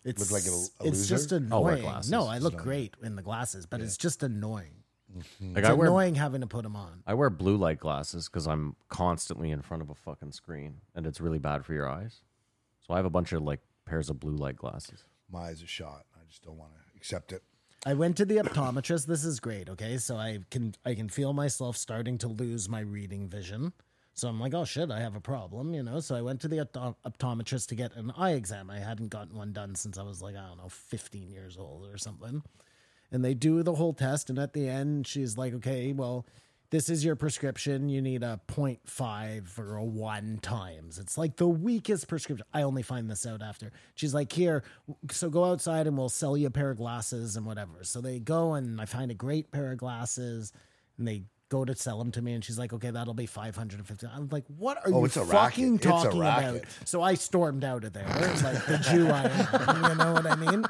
[SPEAKER 7] It's
[SPEAKER 5] Look like a- a
[SPEAKER 7] it's
[SPEAKER 5] loser?
[SPEAKER 7] just
[SPEAKER 6] I'll wear
[SPEAKER 7] annoying.
[SPEAKER 6] glasses.
[SPEAKER 7] No, I look great in the glasses, but it's just annoying.
[SPEAKER 6] Like
[SPEAKER 7] It's
[SPEAKER 6] I wear
[SPEAKER 7] annoying having to put them on.
[SPEAKER 6] I wear blue light glasses because I'm constantly in front of a fucking screen and it's really bad for your eyes. So I have a bunch of like pairs of blue light glasses.
[SPEAKER 5] my eyes are shot? I just don't want to accept it.
[SPEAKER 7] I went to the optometrist. This is great. Okay, so I can I can feel myself starting to lose my reading vision. So I'm like, oh shit, I have a problem, you know. So I went to the opto- optometrist to get an eye exam. I hadn't gotten one done since I was like I don't know, 15 years old or something. And they do the whole test, and at the end, she's like, okay, well, this is your prescription. You need a 0.5 or a one times. It's like the weakest prescription. I only find this out after. She's like, here, so go outside and we'll sell you a pair of glasses and whatever. So they go and I find a great pair of glasses and they go to sell them to me, and she's like, "Okay, that'll be five hundred and fifty. I'm like, "What are
[SPEAKER 5] Oh,
[SPEAKER 7] you
[SPEAKER 5] it's a racket.
[SPEAKER 7] fucking
[SPEAKER 5] It's a
[SPEAKER 7] talking about?"
[SPEAKER 5] racket.
[SPEAKER 7] So I stormed out of there, like the Jew I am. You know what I mean?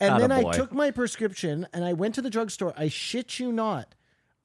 [SPEAKER 7] And then I
[SPEAKER 6] Attaboy.
[SPEAKER 7] took my prescription and I went to the drugstore. I shit you not,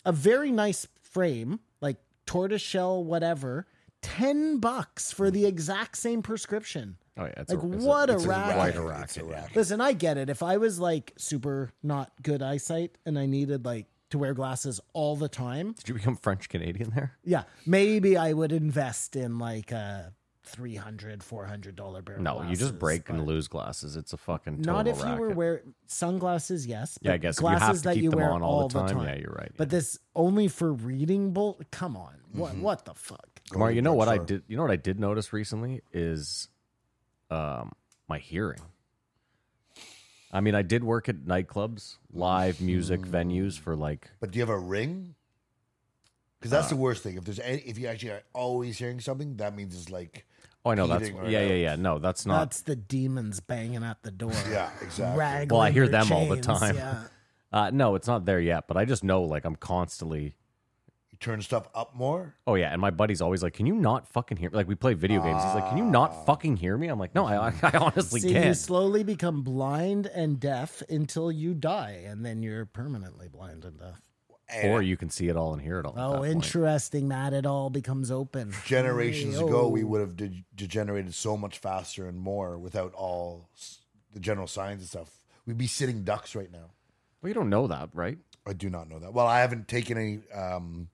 [SPEAKER 7] a very nice frame, like tortoiseshell, whatever. Ten bucks for the exact same prescription.
[SPEAKER 6] Oh, yeah, it's
[SPEAKER 7] Like,
[SPEAKER 6] a, it's
[SPEAKER 7] what a
[SPEAKER 6] it's
[SPEAKER 7] racket.
[SPEAKER 5] Racket.
[SPEAKER 7] Quite
[SPEAKER 5] It's a racket.
[SPEAKER 7] Listen, I get it. If I was like super not good eyesight and I needed like to wear glasses all the time,
[SPEAKER 6] Did you become French Canadian there?
[SPEAKER 7] yeah, maybe I would invest in like a 300 400 dollar pair. of
[SPEAKER 6] No, you just
[SPEAKER 7] glasses,
[SPEAKER 6] break
[SPEAKER 7] but-
[SPEAKER 6] and lose glasses. It's a fucking total
[SPEAKER 7] Not if
[SPEAKER 6] racket.
[SPEAKER 7] you were wearing sunglasses, yes.
[SPEAKER 6] Yeah, I
[SPEAKER 7] but
[SPEAKER 6] guess if you have
[SPEAKER 7] glasses
[SPEAKER 6] to
[SPEAKER 7] that
[SPEAKER 6] keep
[SPEAKER 7] you
[SPEAKER 6] them
[SPEAKER 7] wear
[SPEAKER 6] on all
[SPEAKER 7] all
[SPEAKER 6] the
[SPEAKER 7] the
[SPEAKER 6] time,
[SPEAKER 7] time.
[SPEAKER 6] yeah, you're right,
[SPEAKER 7] But this only for reading bull. Come on, what
[SPEAKER 6] Mm-hmm.
[SPEAKER 7] what the fuck?
[SPEAKER 6] Kamar, you know what I
[SPEAKER 5] Sure.
[SPEAKER 6] did? You know what I did notice recently is, um, my hearing. I mean, I did work at nightclubs, live music
[SPEAKER 7] Hmm.
[SPEAKER 6] venues for like.
[SPEAKER 5] But do you have a ring? Because that's the worst thing. If there's any, if you actually are always hearing something, that means it's like
[SPEAKER 6] Oh, I know that's
[SPEAKER 5] Heating or
[SPEAKER 6] yeah, yeah, yeah. No, that's not.
[SPEAKER 7] That's the demons banging at the door.
[SPEAKER 5] yeah, exactly.
[SPEAKER 7] Raggling
[SPEAKER 6] Well, I hear
[SPEAKER 7] their
[SPEAKER 6] them all the
[SPEAKER 7] chains,
[SPEAKER 6] time.
[SPEAKER 7] Yeah.
[SPEAKER 6] Uh, no, it's not there yet. But I just know, like, I'm constantly.
[SPEAKER 5] You turn stuff up more.
[SPEAKER 6] Oh yeah, and my buddy's always like, "Can you not fucking hear?" me?" Like, we play video games. He's like, "Can you not fucking hear me?" I'm like, "No, I, I, I honestly
[SPEAKER 7] Ah. See, you
[SPEAKER 6] can't."
[SPEAKER 7] slowly become blind and deaf until you die, and then you're permanently blind and deaf.
[SPEAKER 6] Or you can see it all and hear it all. at that
[SPEAKER 7] Oh,
[SPEAKER 6] point.
[SPEAKER 7] interesting, Matt. It all becomes open.
[SPEAKER 5] Generations
[SPEAKER 7] Hey,
[SPEAKER 5] ago,
[SPEAKER 7] oh.
[SPEAKER 5] we would have de- degenerated so much faster and more without all s- the general science and stuff. We'd be sitting ducks right now.
[SPEAKER 6] Well, you don't know that, right?
[SPEAKER 5] I do not know that. Well, I haven't taken any um,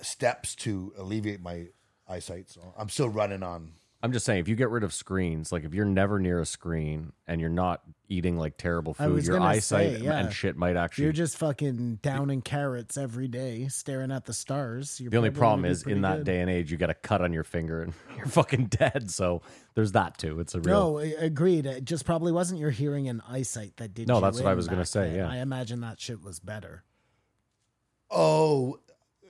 [SPEAKER 5] steps to alleviate my eyesight, so I'm still running on.
[SPEAKER 6] I'm just saying, if you get rid of screens, like if you're never near a screen and you're not eating like terrible
[SPEAKER 7] I
[SPEAKER 6] food,
[SPEAKER 7] was
[SPEAKER 6] your
[SPEAKER 7] gonna
[SPEAKER 6] eyesight
[SPEAKER 7] say, yeah.
[SPEAKER 6] and shit might actually.
[SPEAKER 7] You're just fucking downing carrots every day, staring at the stars. You're
[SPEAKER 6] the only
[SPEAKER 7] probably
[SPEAKER 6] problem
[SPEAKER 7] gonna do
[SPEAKER 6] is
[SPEAKER 7] pretty
[SPEAKER 6] in that
[SPEAKER 7] good.
[SPEAKER 6] day and age, you got a cut on your finger and you're fucking dead. So there's that too. It's a real.
[SPEAKER 7] No, I- agreed. It just probably wasn't your hearing and eyesight that did.
[SPEAKER 6] No,
[SPEAKER 7] you
[SPEAKER 6] that's what
[SPEAKER 7] in
[SPEAKER 6] I was gonna
[SPEAKER 7] back
[SPEAKER 6] say,
[SPEAKER 7] then.
[SPEAKER 6] yeah.
[SPEAKER 7] I imagine that shit was better.
[SPEAKER 5] Oh,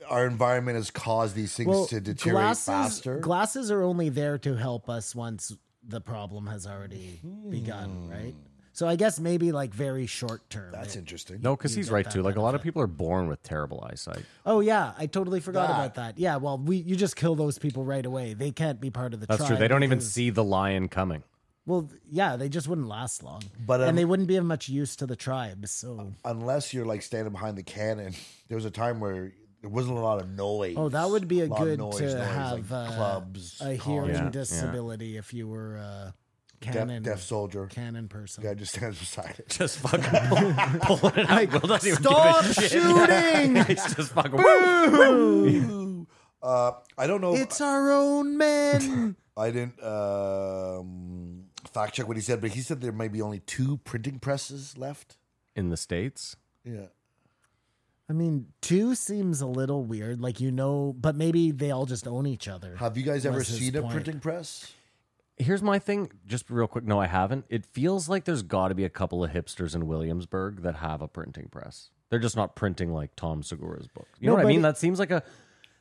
[SPEAKER 5] our environment has caused these things to deteriorate
[SPEAKER 7] glasses,
[SPEAKER 5] faster.
[SPEAKER 7] Glasses are only there to help us once the problem has already begun, right? So I guess maybe like very short
[SPEAKER 5] Hmm.
[SPEAKER 7] term.
[SPEAKER 5] That's
[SPEAKER 7] They-
[SPEAKER 5] interesting.
[SPEAKER 6] No, because
[SPEAKER 7] you
[SPEAKER 6] he's
[SPEAKER 7] get
[SPEAKER 6] right
[SPEAKER 7] that
[SPEAKER 6] too. Like a lot of
[SPEAKER 7] benefit.
[SPEAKER 6] people are born with terrible eyesight.
[SPEAKER 7] Oh yeah, I totally forgot
[SPEAKER 5] That.
[SPEAKER 7] about that. Yeah, well, we you just kill those people right away. They can't be part of the.
[SPEAKER 6] That's true.
[SPEAKER 7] tribe
[SPEAKER 6] They don't even
[SPEAKER 7] because-
[SPEAKER 6] see the lion coming.
[SPEAKER 7] Well, yeah, they just wouldn't last long,
[SPEAKER 5] But, um,
[SPEAKER 7] and they wouldn't be of much use to the tribe. So,
[SPEAKER 5] Unless you're like standing behind the cannon. There was a time where there wasn't a lot of noise.
[SPEAKER 7] oh, that would be a
[SPEAKER 5] lot of
[SPEAKER 7] good
[SPEAKER 5] noise,
[SPEAKER 7] to
[SPEAKER 5] noise, like
[SPEAKER 7] have uh,
[SPEAKER 5] clubs,
[SPEAKER 7] a
[SPEAKER 5] cars,
[SPEAKER 7] hearing
[SPEAKER 6] Yeah, yeah.
[SPEAKER 7] disability if you were a
[SPEAKER 5] deaf,
[SPEAKER 7] canon
[SPEAKER 5] deaf soldier.
[SPEAKER 7] canon person.
[SPEAKER 5] Guy just stands beside it.
[SPEAKER 6] Just fucking pull, pulling it out. Will doesn't even
[SPEAKER 7] Stop
[SPEAKER 6] give a shit.
[SPEAKER 7] shooting!
[SPEAKER 6] He's just fucking. Woo!
[SPEAKER 5] Uh, I don't know.
[SPEAKER 7] It's our own men.
[SPEAKER 5] I didn't um, fact check what he said, but he said there might be only two printing presses left.
[SPEAKER 6] In the states,
[SPEAKER 5] Yeah.
[SPEAKER 7] I mean, two seems a little weird. Like you know, but maybe they all just own each other.
[SPEAKER 5] Have you guys ever
[SPEAKER 7] Was his
[SPEAKER 5] seen a
[SPEAKER 7] point.
[SPEAKER 5] printing press?
[SPEAKER 6] Here's my thing, just real quick. No, I haven't. It feels like there's got to be a couple of hipsters in Williamsburg that have a printing press. They're just not printing like Tom Segura's book. You know
[SPEAKER 7] No,
[SPEAKER 6] what I
[SPEAKER 7] but
[SPEAKER 6] mean?
[SPEAKER 7] it-
[SPEAKER 6] that seems like a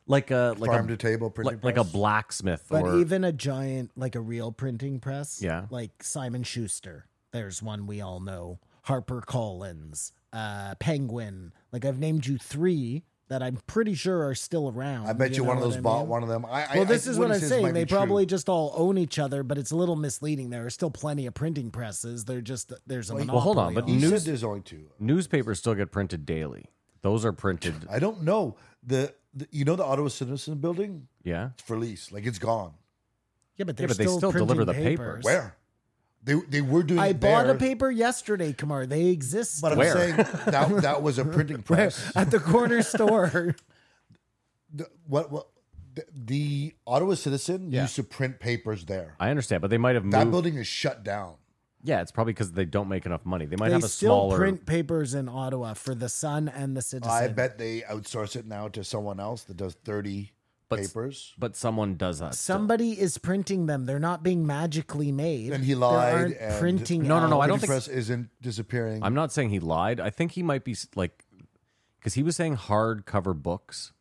[SPEAKER 6] like a like
[SPEAKER 5] Farm
[SPEAKER 6] a
[SPEAKER 5] to table printing
[SPEAKER 6] like, like a
[SPEAKER 5] press.
[SPEAKER 6] blacksmith
[SPEAKER 7] But
[SPEAKER 6] or
[SPEAKER 7] even a giant, like a real printing press,
[SPEAKER 6] Yeah.
[SPEAKER 7] like Simon Schuster. There's one we all know. Harper Collins, uh, Penguin. Like I've named you three that I'm pretty sure are still around.
[SPEAKER 5] I bet you,
[SPEAKER 7] know
[SPEAKER 5] one of
[SPEAKER 7] what
[SPEAKER 5] those
[SPEAKER 7] I
[SPEAKER 5] bought
[SPEAKER 7] mean?
[SPEAKER 5] one of them. I, I-
[SPEAKER 7] Well, this
[SPEAKER 5] I
[SPEAKER 7] is what
[SPEAKER 5] wouldn't
[SPEAKER 7] I'm
[SPEAKER 5] say this might
[SPEAKER 7] saying. They
[SPEAKER 5] be true.
[SPEAKER 7] probably just all own each other, but it's a little misleading. There are still plenty of printing presses. They're just there's a monopoly.
[SPEAKER 6] well, hold on, but
[SPEAKER 5] He
[SPEAKER 7] on it.
[SPEAKER 5] said there's only two.
[SPEAKER 6] newspapers still get printed daily. Those are printed.
[SPEAKER 5] I don't know the, the you know the Ottawa Citizen Building
[SPEAKER 6] Yeah,
[SPEAKER 5] it's for lease, like it's gone.
[SPEAKER 7] yeah, but,
[SPEAKER 6] Yeah,
[SPEAKER 7] they're
[SPEAKER 6] but they
[SPEAKER 7] still
[SPEAKER 6] still deliver
[SPEAKER 7] printing
[SPEAKER 6] the paper.
[SPEAKER 7] papers.
[SPEAKER 5] Where they they were doing.
[SPEAKER 7] I
[SPEAKER 5] it
[SPEAKER 7] bought
[SPEAKER 5] there,
[SPEAKER 7] a paper yesterday, Kamar. They exist.
[SPEAKER 5] But I'm
[SPEAKER 6] Where?
[SPEAKER 5] saying that that was a printing press.
[SPEAKER 7] at the corner store.
[SPEAKER 5] The, what what the, the Ottawa Citizen used to print papers there.
[SPEAKER 6] I understand, but they might have
[SPEAKER 5] that
[SPEAKER 6] moved.
[SPEAKER 5] building is shut down.
[SPEAKER 6] yeah, it's probably because they don't make enough money. They might
[SPEAKER 7] They
[SPEAKER 6] have a
[SPEAKER 7] still
[SPEAKER 6] smaller.
[SPEAKER 7] print papers in Ottawa for the Sun and the Citizen.
[SPEAKER 5] I bet they outsource it now to someone else that does thirty
[SPEAKER 6] But-
[SPEAKER 5] papers.
[SPEAKER 6] But someone does that. still.
[SPEAKER 7] somebody is printing them. They're not being magically made.
[SPEAKER 5] And he
[SPEAKER 7] There
[SPEAKER 5] lied
[SPEAKER 7] aren't
[SPEAKER 5] and-
[SPEAKER 7] printing.
[SPEAKER 6] No, no, no,
[SPEAKER 7] out-
[SPEAKER 6] I
[SPEAKER 5] Printing
[SPEAKER 6] don't think-
[SPEAKER 5] press isn't disappearing.
[SPEAKER 6] I'm not saying he lied. I think he might be s- like, because he was saying hardcover books.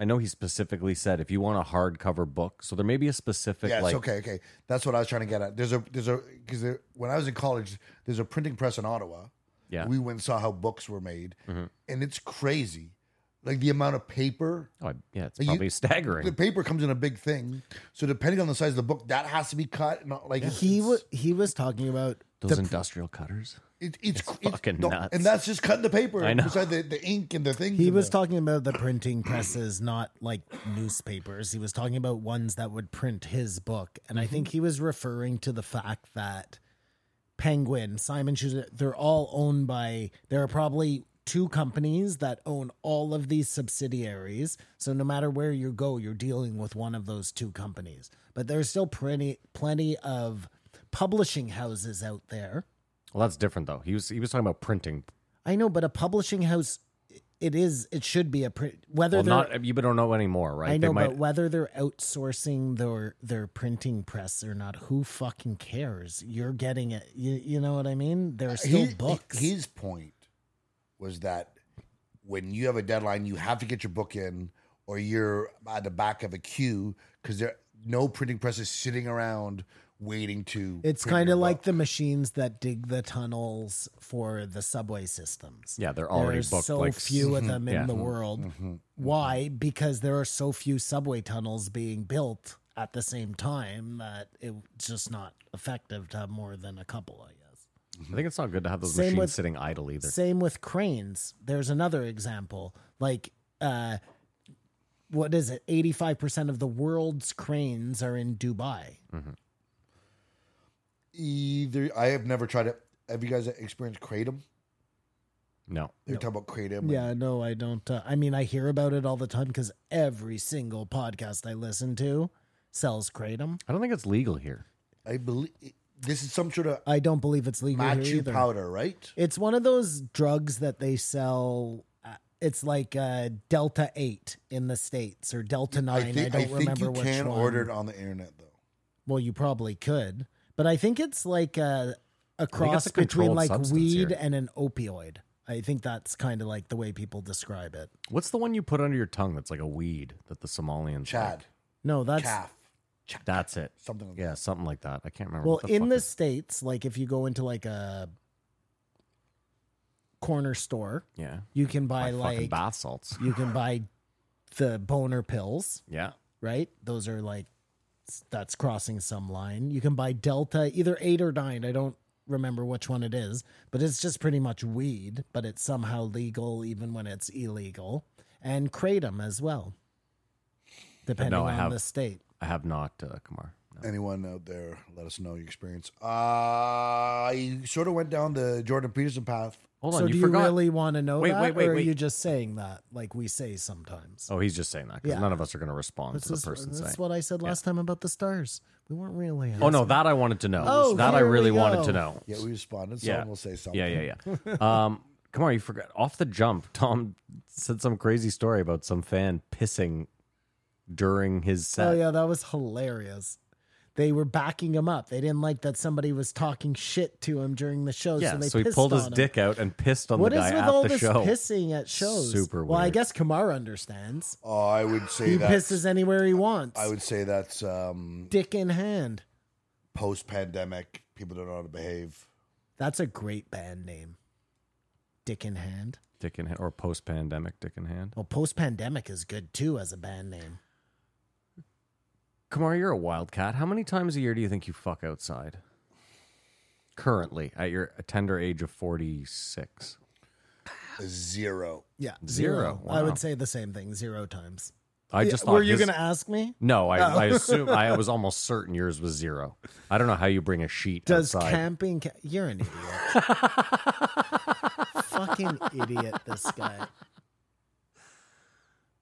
[SPEAKER 6] I know he specifically said if you want a hardcover book, so there may be a specific
[SPEAKER 5] Yes,
[SPEAKER 6] like.
[SPEAKER 5] okay, okay. That's what I was trying to get at. There's a there's a because there, when I was in college, there's a printing press in Ottawa.
[SPEAKER 6] Yeah. Mm-hmm.
[SPEAKER 5] we went and saw how books were made, and it's crazy. Like the amount of paper.
[SPEAKER 6] Oh, I- yeah, it's
[SPEAKER 5] You-
[SPEAKER 6] probably
[SPEAKER 5] The
[SPEAKER 6] staggering.
[SPEAKER 5] paper comes in a big thing. So depending on the size of the book, that has to be cut. Not like
[SPEAKER 7] He
[SPEAKER 5] it's-
[SPEAKER 7] was he was talking about
[SPEAKER 6] Those
[SPEAKER 7] the,
[SPEAKER 6] industrial cutters.
[SPEAKER 5] It, it's,
[SPEAKER 6] It's fucking nuts.
[SPEAKER 5] And that's just cutting the paper.
[SPEAKER 6] I know.
[SPEAKER 5] Beside the, the ink and the things.
[SPEAKER 7] he
[SPEAKER 5] in
[SPEAKER 7] was
[SPEAKER 5] there.
[SPEAKER 7] talking about the printing presses, not like newspapers. He was talking about ones that would print his book, and I think he was referring to the fact that Penguin, Simon Schuster, they're all owned by. There are probably two companies that own all of these subsidiaries. So no matter where you go, you're dealing with one of those two companies. But there's still plenty plenty of publishing houses out there.
[SPEAKER 6] Well, that's different though. He was he was talking about printing.
[SPEAKER 7] I know, but a publishing house, it is, it should be a print. Whether
[SPEAKER 6] Well,
[SPEAKER 7] they're,
[SPEAKER 6] not you don't know anymore, right?
[SPEAKER 7] I know,
[SPEAKER 6] they might,
[SPEAKER 7] but whether they're outsourcing their their printing press or not, who fucking cares? You're getting it. You, you know what I mean? There are
[SPEAKER 6] Uh,
[SPEAKER 7] still
[SPEAKER 5] He-
[SPEAKER 7] books.
[SPEAKER 5] His point was that when you have a deadline, you have to get your book in, or you're at the back of a queue because there no printing press is sitting around waiting to.
[SPEAKER 7] it's
[SPEAKER 5] print
[SPEAKER 7] kind of
[SPEAKER 5] your
[SPEAKER 7] like
[SPEAKER 5] book.
[SPEAKER 7] the machines that dig the tunnels for the subway systems.
[SPEAKER 6] yeah, they're already
[SPEAKER 7] There's
[SPEAKER 6] booked.
[SPEAKER 7] so
[SPEAKER 6] like mm-hmm,
[SPEAKER 7] few of them
[SPEAKER 6] yeah. mm-hmm,
[SPEAKER 7] in the world. Why? Because there are so few subway tunnels being built at the same time that it's just not effective to have more than a couple, I guess.
[SPEAKER 6] I think it's not good to have those
[SPEAKER 7] Same
[SPEAKER 6] machines
[SPEAKER 7] with-
[SPEAKER 6] sitting idle either.
[SPEAKER 7] Same with cranes. There's another example. Like, uh, what is it? 85% of the world's cranes are in Dubai.
[SPEAKER 5] either. I have never tried it. Have you guys experienced kratom?
[SPEAKER 6] No,
[SPEAKER 5] They're talking about kratom.
[SPEAKER 7] Yeah, no, I don't. Uh, I mean, I hear about it all the time because every single podcast I listen to sells kratom.
[SPEAKER 6] I don't think it's legal here.
[SPEAKER 5] I believe this is some sort of
[SPEAKER 7] I don't believe it's legal here
[SPEAKER 5] machu
[SPEAKER 7] either.
[SPEAKER 5] powder, right?
[SPEAKER 7] It's one of those drugs that they sell. uh, It's like uh, Delta 8 in the States or Delta 9. I, don't remember
[SPEAKER 5] you
[SPEAKER 7] which
[SPEAKER 5] can
[SPEAKER 7] one.
[SPEAKER 5] order it on the internet though.
[SPEAKER 7] Well, you probably could, but I think it's like a, a cross
[SPEAKER 6] a
[SPEAKER 7] between
[SPEAKER 6] controlled
[SPEAKER 7] like
[SPEAKER 6] substance
[SPEAKER 7] weed
[SPEAKER 6] here.
[SPEAKER 7] and an opioid. I think that's kind of like the way people describe it.
[SPEAKER 6] What's the one you put under your tongue that's like a weed that the Somalians?
[SPEAKER 5] Chad,
[SPEAKER 7] No, that's
[SPEAKER 5] calf,
[SPEAKER 6] like? That's it.
[SPEAKER 5] something. Like
[SPEAKER 6] Yeah, something like that. I can't remember.
[SPEAKER 7] well
[SPEAKER 6] what the
[SPEAKER 7] in
[SPEAKER 6] fuck
[SPEAKER 7] the
[SPEAKER 6] it-
[SPEAKER 7] states. Like if you go into like a corner store,
[SPEAKER 6] yeah,
[SPEAKER 7] you can buy
[SPEAKER 6] like, fucking
[SPEAKER 7] like
[SPEAKER 6] bath salts.
[SPEAKER 7] you can buy the boner pills,
[SPEAKER 6] Yeah,
[SPEAKER 7] right? Those are like s- that's crossing some line. You can buy Delta either eight or nine. I don't remember which one it is, but it's just pretty much weed, but it's somehow legal even when it's illegal, and kratom as well, depending
[SPEAKER 6] No, I
[SPEAKER 7] on
[SPEAKER 6] have-
[SPEAKER 7] the state.
[SPEAKER 6] I have not, uh, Kumar. No.
[SPEAKER 5] that. Anyone out there, let us know your experience. Uh, I sort of went down the Jordan Peterson path.
[SPEAKER 6] Hold on,
[SPEAKER 7] So
[SPEAKER 6] you
[SPEAKER 7] do you
[SPEAKER 6] forgot.
[SPEAKER 7] really want to know
[SPEAKER 6] Wait,
[SPEAKER 7] that,
[SPEAKER 6] wait, wait,
[SPEAKER 7] or are
[SPEAKER 6] wait.
[SPEAKER 7] you just saying that, like we say sometimes?
[SPEAKER 6] Oh, he's just saying that because
[SPEAKER 7] Yeah.
[SPEAKER 6] none of us are going to respond
[SPEAKER 7] This
[SPEAKER 6] to the
[SPEAKER 7] is-
[SPEAKER 6] person
[SPEAKER 7] this
[SPEAKER 6] saying.
[SPEAKER 7] is what I said last time about the stars. We weren't really.
[SPEAKER 6] Oh no, that I wanted to know.
[SPEAKER 7] Oh,
[SPEAKER 6] that I
[SPEAKER 7] here we
[SPEAKER 6] really wanted
[SPEAKER 7] go.
[SPEAKER 6] to know.
[SPEAKER 5] Yeah, we responded.
[SPEAKER 6] Yeah.
[SPEAKER 5] Someone will say something.
[SPEAKER 6] Yeah, yeah, yeah. um, come on, you forgot. Off the jump, Tom said some crazy story about some fan pissing during his set.
[SPEAKER 7] Oh yeah, that was hilarious. They were backing him up. They didn't like that somebody was talking shit to him during the show.
[SPEAKER 6] Yeah,
[SPEAKER 7] so they
[SPEAKER 6] so he
[SPEAKER 7] pissed
[SPEAKER 6] pulled
[SPEAKER 7] on
[SPEAKER 6] his
[SPEAKER 7] him.
[SPEAKER 6] dick out and pissed on
[SPEAKER 7] What
[SPEAKER 6] the
[SPEAKER 7] is
[SPEAKER 6] guy
[SPEAKER 7] with
[SPEAKER 6] at
[SPEAKER 7] all
[SPEAKER 6] the
[SPEAKER 7] this
[SPEAKER 6] show.
[SPEAKER 7] pissing at shows?
[SPEAKER 6] Super
[SPEAKER 7] Well, I
[SPEAKER 6] weird.
[SPEAKER 7] guess Kamara understands.
[SPEAKER 5] Oh, I would say
[SPEAKER 7] He
[SPEAKER 5] that.
[SPEAKER 7] pisses anywhere he wants.
[SPEAKER 5] I would say that's um,
[SPEAKER 7] dick in hand.
[SPEAKER 5] post-pandemic. People don't know how to behave.
[SPEAKER 7] That's a great band name. Dick in hand.
[SPEAKER 6] Dick in hand, or post pandemic dick in hand.
[SPEAKER 7] Well, post pandemic is good too as a band name.
[SPEAKER 6] Kamar, you're a wildcat. How many times a year do you think you fuck outside? Currently, at your tender age of 46.
[SPEAKER 5] Zero.
[SPEAKER 7] Yeah,
[SPEAKER 6] Zero.
[SPEAKER 7] I
[SPEAKER 6] Wow.
[SPEAKER 7] would say the same thing. Zero times.
[SPEAKER 6] I just thought
[SPEAKER 7] Were you
[SPEAKER 6] his-
[SPEAKER 7] going to ask me?
[SPEAKER 6] No, I,
[SPEAKER 7] Oh.
[SPEAKER 6] I assume I was almost certain yours was zero. I don't know how you bring a sheet
[SPEAKER 7] Does
[SPEAKER 6] outside.
[SPEAKER 7] camping? Ca- You're an idiot. Fucking idiot! This guy.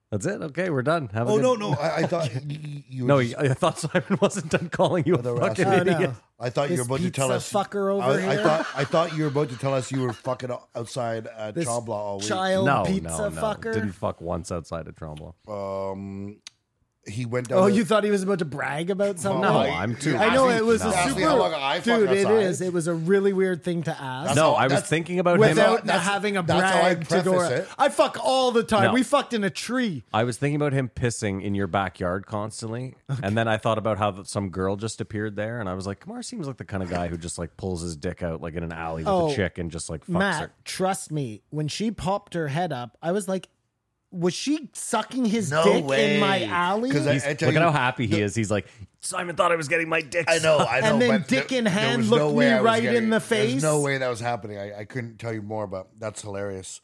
[SPEAKER 6] That's it. Okay, we're done. Have a
[SPEAKER 5] Oh
[SPEAKER 6] good-
[SPEAKER 5] no, no. I, I thought y- y- you. Were
[SPEAKER 6] no!
[SPEAKER 5] just-
[SPEAKER 6] I I thought Simon wasn't done calling you a
[SPEAKER 5] the
[SPEAKER 6] fucking
[SPEAKER 5] rest-
[SPEAKER 7] Oh
[SPEAKER 6] idiot.
[SPEAKER 7] no!
[SPEAKER 5] I thought you
[SPEAKER 7] This
[SPEAKER 5] were about to tell
[SPEAKER 7] pizza
[SPEAKER 5] us.
[SPEAKER 7] fucker over
[SPEAKER 5] I, I
[SPEAKER 7] here.
[SPEAKER 5] thought I thought you were about to tell us you were fucking o- outside at
[SPEAKER 7] This
[SPEAKER 5] Chabla all week.
[SPEAKER 7] child
[SPEAKER 6] No,
[SPEAKER 7] pizza
[SPEAKER 6] no, no.
[SPEAKER 7] fucker.
[SPEAKER 6] Didn't fuck once outside of Trumbull.
[SPEAKER 5] Um, he went down.
[SPEAKER 7] oh,
[SPEAKER 5] the-
[SPEAKER 7] you thought he was about to brag about something?
[SPEAKER 6] No, I'm too-
[SPEAKER 7] I know
[SPEAKER 5] Ask
[SPEAKER 7] it
[SPEAKER 5] me-
[SPEAKER 7] was a
[SPEAKER 5] ask
[SPEAKER 7] super
[SPEAKER 5] me how long I fuck
[SPEAKER 7] dude. It
[SPEAKER 5] outside.
[SPEAKER 7] is. It was a really weird thing to ask.
[SPEAKER 6] no,
[SPEAKER 5] all-
[SPEAKER 6] I was
[SPEAKER 5] that's-
[SPEAKER 6] thinking about
[SPEAKER 7] Without
[SPEAKER 6] him.
[SPEAKER 5] that's-
[SPEAKER 7] having a
[SPEAKER 5] that's how I
[SPEAKER 7] brag to go.
[SPEAKER 5] preface
[SPEAKER 7] around.
[SPEAKER 5] it.
[SPEAKER 7] I fuck all the time.
[SPEAKER 6] No.
[SPEAKER 7] We fucked in a tree.
[SPEAKER 6] I was thinking about him pissing in your backyard constantly, and then I thought about how th- some girl just appeared there, and I was like, Kamar seems like the kind of guy who just like pulls his dick out like in an alley with
[SPEAKER 7] Oh,
[SPEAKER 6] a chick and just like fucks
[SPEAKER 7] Matt,
[SPEAKER 6] her.
[SPEAKER 7] trust me. When she popped her head up, I was like, was she sucking his
[SPEAKER 5] No
[SPEAKER 7] dick
[SPEAKER 5] way.
[SPEAKER 7] in my alley?
[SPEAKER 5] 'Cause
[SPEAKER 7] And
[SPEAKER 5] I
[SPEAKER 6] Look
[SPEAKER 5] tell
[SPEAKER 6] at
[SPEAKER 5] you-
[SPEAKER 6] how happy he is. He's like, Simon thought I was getting my dick.
[SPEAKER 5] I know,
[SPEAKER 6] sucked."
[SPEAKER 5] I know.
[SPEAKER 7] And then
[SPEAKER 5] but
[SPEAKER 7] dick
[SPEAKER 5] there-
[SPEAKER 7] in
[SPEAKER 5] there
[SPEAKER 7] hand
[SPEAKER 5] was
[SPEAKER 7] looked me
[SPEAKER 5] I was
[SPEAKER 7] right in the
[SPEAKER 5] There's
[SPEAKER 7] face.
[SPEAKER 5] no way that was happening. I, I couldn't tell you more, but that's hilarious.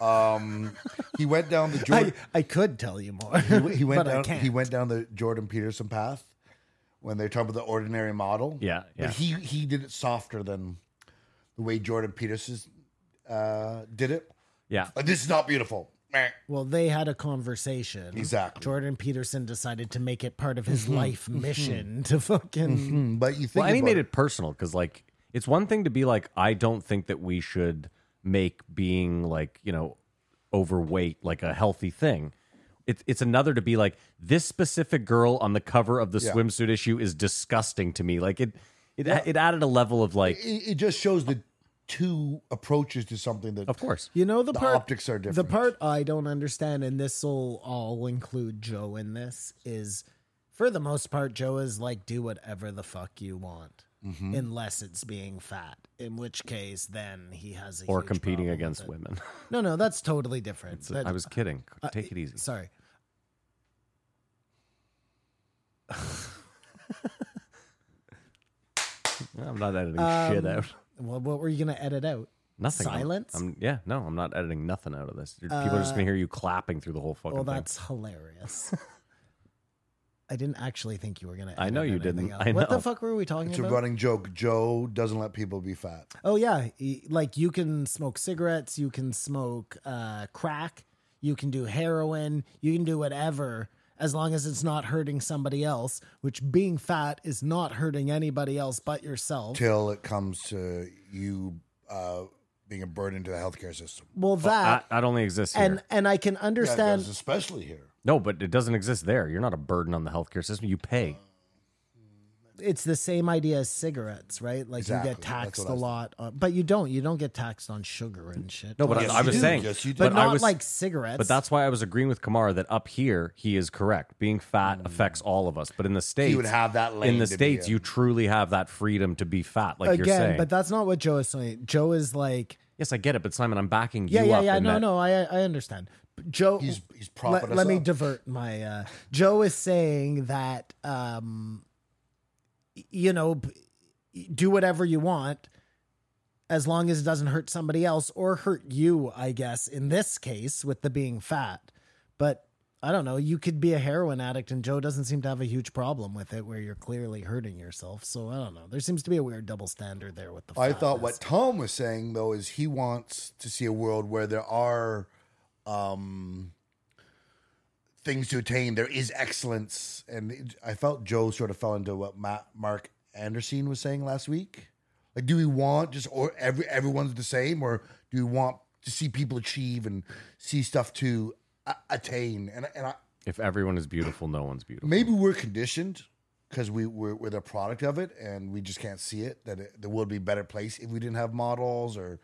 [SPEAKER 5] Um, he went down the
[SPEAKER 7] I,
[SPEAKER 5] Jordan.
[SPEAKER 7] I could tell you more.
[SPEAKER 5] he went
[SPEAKER 7] but I
[SPEAKER 5] down.
[SPEAKER 7] can't.
[SPEAKER 5] He went down the Jordan Peterson path when they talk about the ordinary model.
[SPEAKER 6] Yeah, yeah.
[SPEAKER 5] But he he did it softer than the way Jordan Peterson uh, did it.
[SPEAKER 6] Yeah.
[SPEAKER 5] Like, this is not beautiful. Meh.
[SPEAKER 7] Well, they had a conversation.
[SPEAKER 5] Exactly. Mm-hmm.
[SPEAKER 7] Jordan Peterson decided to make it part of his life mission to fucking.
[SPEAKER 5] Hmm, But you think
[SPEAKER 6] Well, and he
[SPEAKER 5] about
[SPEAKER 6] made it personal because, like, it's one thing to be like, I don't think that we should make being like, you know, overweight like a healthy thing. It's it's another to be like, this specific girl on the cover of the
[SPEAKER 5] Yeah.
[SPEAKER 6] swimsuit issue is disgusting to me. Like it, it, it added a level of like,
[SPEAKER 5] it, it just shows the two approaches to something that
[SPEAKER 6] of course,
[SPEAKER 7] You know the,
[SPEAKER 5] The
[SPEAKER 7] part.
[SPEAKER 5] optics are
[SPEAKER 7] The
[SPEAKER 5] different.
[SPEAKER 7] part I don't understand, and this will all include Joe in this, is for the most part, Joe is like, do whatever the fuck you want,
[SPEAKER 5] Mm-hmm.
[SPEAKER 7] unless it's being fat. In which case, then he has a
[SPEAKER 6] or
[SPEAKER 7] huge
[SPEAKER 6] competing
[SPEAKER 7] problem with
[SPEAKER 6] against
[SPEAKER 7] it.
[SPEAKER 6] women.
[SPEAKER 7] No, no, that's totally different. That-
[SPEAKER 6] I was kidding.
[SPEAKER 7] uh,
[SPEAKER 6] Take it easy.
[SPEAKER 7] Sorry.
[SPEAKER 6] I'm not editing
[SPEAKER 7] um,
[SPEAKER 6] shit out.
[SPEAKER 7] What, what were you gonna edit out?
[SPEAKER 6] Nothing. I'm-
[SPEAKER 7] silence? Uh,
[SPEAKER 6] I'm, yeah, no, I'm not editing nothing out of this. Your- People are just gonna hear you clapping through the whole fucking
[SPEAKER 7] Well,
[SPEAKER 6] thing.
[SPEAKER 7] that's hilarious. I didn't actually think you were gonna.
[SPEAKER 6] I know
[SPEAKER 7] edit
[SPEAKER 6] you didn't.
[SPEAKER 7] anything out.
[SPEAKER 6] I
[SPEAKER 7] What
[SPEAKER 6] know.
[SPEAKER 7] the fuck were we talking
[SPEAKER 5] it's a
[SPEAKER 7] about?
[SPEAKER 5] running joke. Joe doesn't let people be fat.
[SPEAKER 7] Oh yeah, E- like you can smoke cigarettes, you can smoke uh, crack, you can do heroin, you can do whatever as long as it's not hurting somebody else. Which being fat is not hurting anybody else but yourself.
[SPEAKER 5] till it comes to you uh, being a burden to the healthcare system.
[SPEAKER 7] Well,
[SPEAKER 6] I,
[SPEAKER 7] that
[SPEAKER 6] that only exists here.
[SPEAKER 7] and and I can understand.
[SPEAKER 5] Because especially here.
[SPEAKER 6] no, but it doesn't exist there. You're not a burden on the healthcare system. You
[SPEAKER 5] Oh,
[SPEAKER 6] pay.
[SPEAKER 7] it's the same idea as cigarettes, right? Like
[SPEAKER 5] Exactly.
[SPEAKER 7] you get
[SPEAKER 5] That's what
[SPEAKER 7] taxed
[SPEAKER 5] I
[SPEAKER 7] a
[SPEAKER 5] was
[SPEAKER 7] lot, on, but you don't. You don't get taxed on sugar and shit.
[SPEAKER 6] No, but
[SPEAKER 5] Yes,
[SPEAKER 6] I, I
[SPEAKER 5] you
[SPEAKER 6] was
[SPEAKER 5] do.
[SPEAKER 6] saying,
[SPEAKER 5] Yes, you do.
[SPEAKER 6] but
[SPEAKER 7] but, not
[SPEAKER 6] I was,
[SPEAKER 7] like cigarettes.
[SPEAKER 6] but that's why I was agreeing with Kamara that up here he is correct. Being fat affects all of us, but in the states,
[SPEAKER 5] Mm. would have that
[SPEAKER 6] in
[SPEAKER 5] lane
[SPEAKER 6] the
[SPEAKER 5] to be
[SPEAKER 6] states,
[SPEAKER 5] in.
[SPEAKER 6] you truly have that freedom to be fat, like you're
[SPEAKER 7] again.
[SPEAKER 6] saying.
[SPEAKER 7] But that's not what Joe is saying. Joe is like,
[SPEAKER 6] yes, I get it, but Simon, I'm backing
[SPEAKER 7] yeah,
[SPEAKER 6] you
[SPEAKER 7] yeah,
[SPEAKER 6] up.
[SPEAKER 7] yeah.
[SPEAKER 6] in
[SPEAKER 7] No,
[SPEAKER 6] that-
[SPEAKER 7] no, I I understand. But Joe,
[SPEAKER 5] He's- he's
[SPEAKER 7] let,
[SPEAKER 5] propping us
[SPEAKER 7] let me
[SPEAKER 5] up.
[SPEAKER 7] divert my. Uh, Joe is saying that, um, y- you know, b- do whatever you want. As long as it doesn't hurt somebody else or hurt you, I guess, in this case with the being fat. But I don't know, you could be a heroin addict and Joe doesn't seem to have a huge problem with it where you're clearly hurting yourself. So I don't know. There seems to be a weird double standard there with the
[SPEAKER 5] I thought
[SPEAKER 7] fatness.
[SPEAKER 5] what Tom was saying though is he wants to see a world where there are um, things to attain. There is excellence, and it- I felt Joe sort of fell into what Matt, Mark Anderson was saying last week. Like, do we want just or every everyone's the same, or do we want to see people achieve and see stuff to a- attain? And and I,
[SPEAKER 6] If everyone is beautiful, no one's beautiful.
[SPEAKER 5] maybe we're conditioned because we we're, we're the product of it and we just can't see it that it, the world would be a better place if we didn't have models or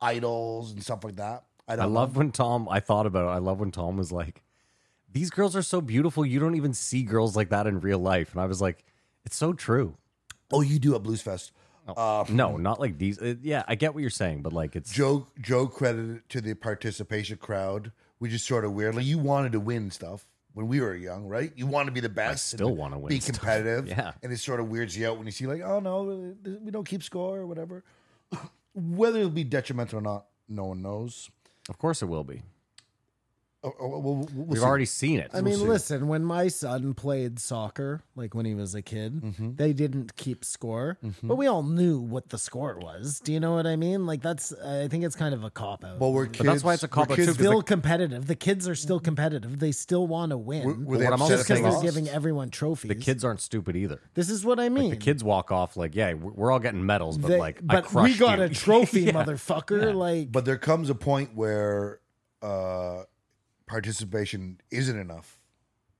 [SPEAKER 5] idols and stuff like that i
[SPEAKER 6] I
[SPEAKER 5] don't
[SPEAKER 6] love when Tom. I thought about it. I love when Tom was like, "These girls are so beautiful. You don't even see girls like that in real life." And I was like, "It's so true."
[SPEAKER 5] know. oh you do at blues fest uh,
[SPEAKER 6] No, not like these. Uh, yeah, I get what you're saying, but like it's
[SPEAKER 5] joe joe credited it to the participation crowd which is sort of weird like you wanted to win stuff when we were young, right? You want to be the best. and
[SPEAKER 6] still wanna win
[SPEAKER 5] Be
[SPEAKER 6] stuff.
[SPEAKER 5] competitive.
[SPEAKER 6] Yeah.
[SPEAKER 5] And it sort of weirds you out when you see, like, oh, no, we don't keep score or whatever. Whether it'll be detrimental or not, no one knows.
[SPEAKER 6] of course it will be.
[SPEAKER 5] Oh, oh, well, we'll
[SPEAKER 6] We've
[SPEAKER 5] see.
[SPEAKER 6] already seen it.
[SPEAKER 7] I mean, listen, when my son played soccer, like when he was a kid,
[SPEAKER 6] Mm-hmm.
[SPEAKER 7] they didn't keep score, but we all knew what the score was. Do you know what I mean? Like, that's, I think it's kind of a cop out.
[SPEAKER 5] But we're kids.
[SPEAKER 6] But that's why it's a
[SPEAKER 5] we're
[SPEAKER 6] cop-out,
[SPEAKER 5] kids-
[SPEAKER 6] too, 'cause
[SPEAKER 7] still competitive. The kids are still competitive. They still want to
[SPEAKER 5] Were,
[SPEAKER 7] win
[SPEAKER 5] were they
[SPEAKER 6] What I'm
[SPEAKER 5] upset
[SPEAKER 6] also
[SPEAKER 5] if they
[SPEAKER 6] saying
[SPEAKER 7] because they're
[SPEAKER 5] lost?
[SPEAKER 7] giving everyone trophies.
[SPEAKER 6] the kids aren't stupid either.
[SPEAKER 7] This is what I mean.
[SPEAKER 6] The kids walk off like, "Yeah, we're we're all getting medals, but
[SPEAKER 7] They-
[SPEAKER 6] like, I
[SPEAKER 7] but we
[SPEAKER 6] crushed
[SPEAKER 7] got
[SPEAKER 6] you."
[SPEAKER 7] a trophy,
[SPEAKER 6] Yeah.
[SPEAKER 7] motherfucker. Like,
[SPEAKER 5] But there comes a point where uh, participation isn't enough,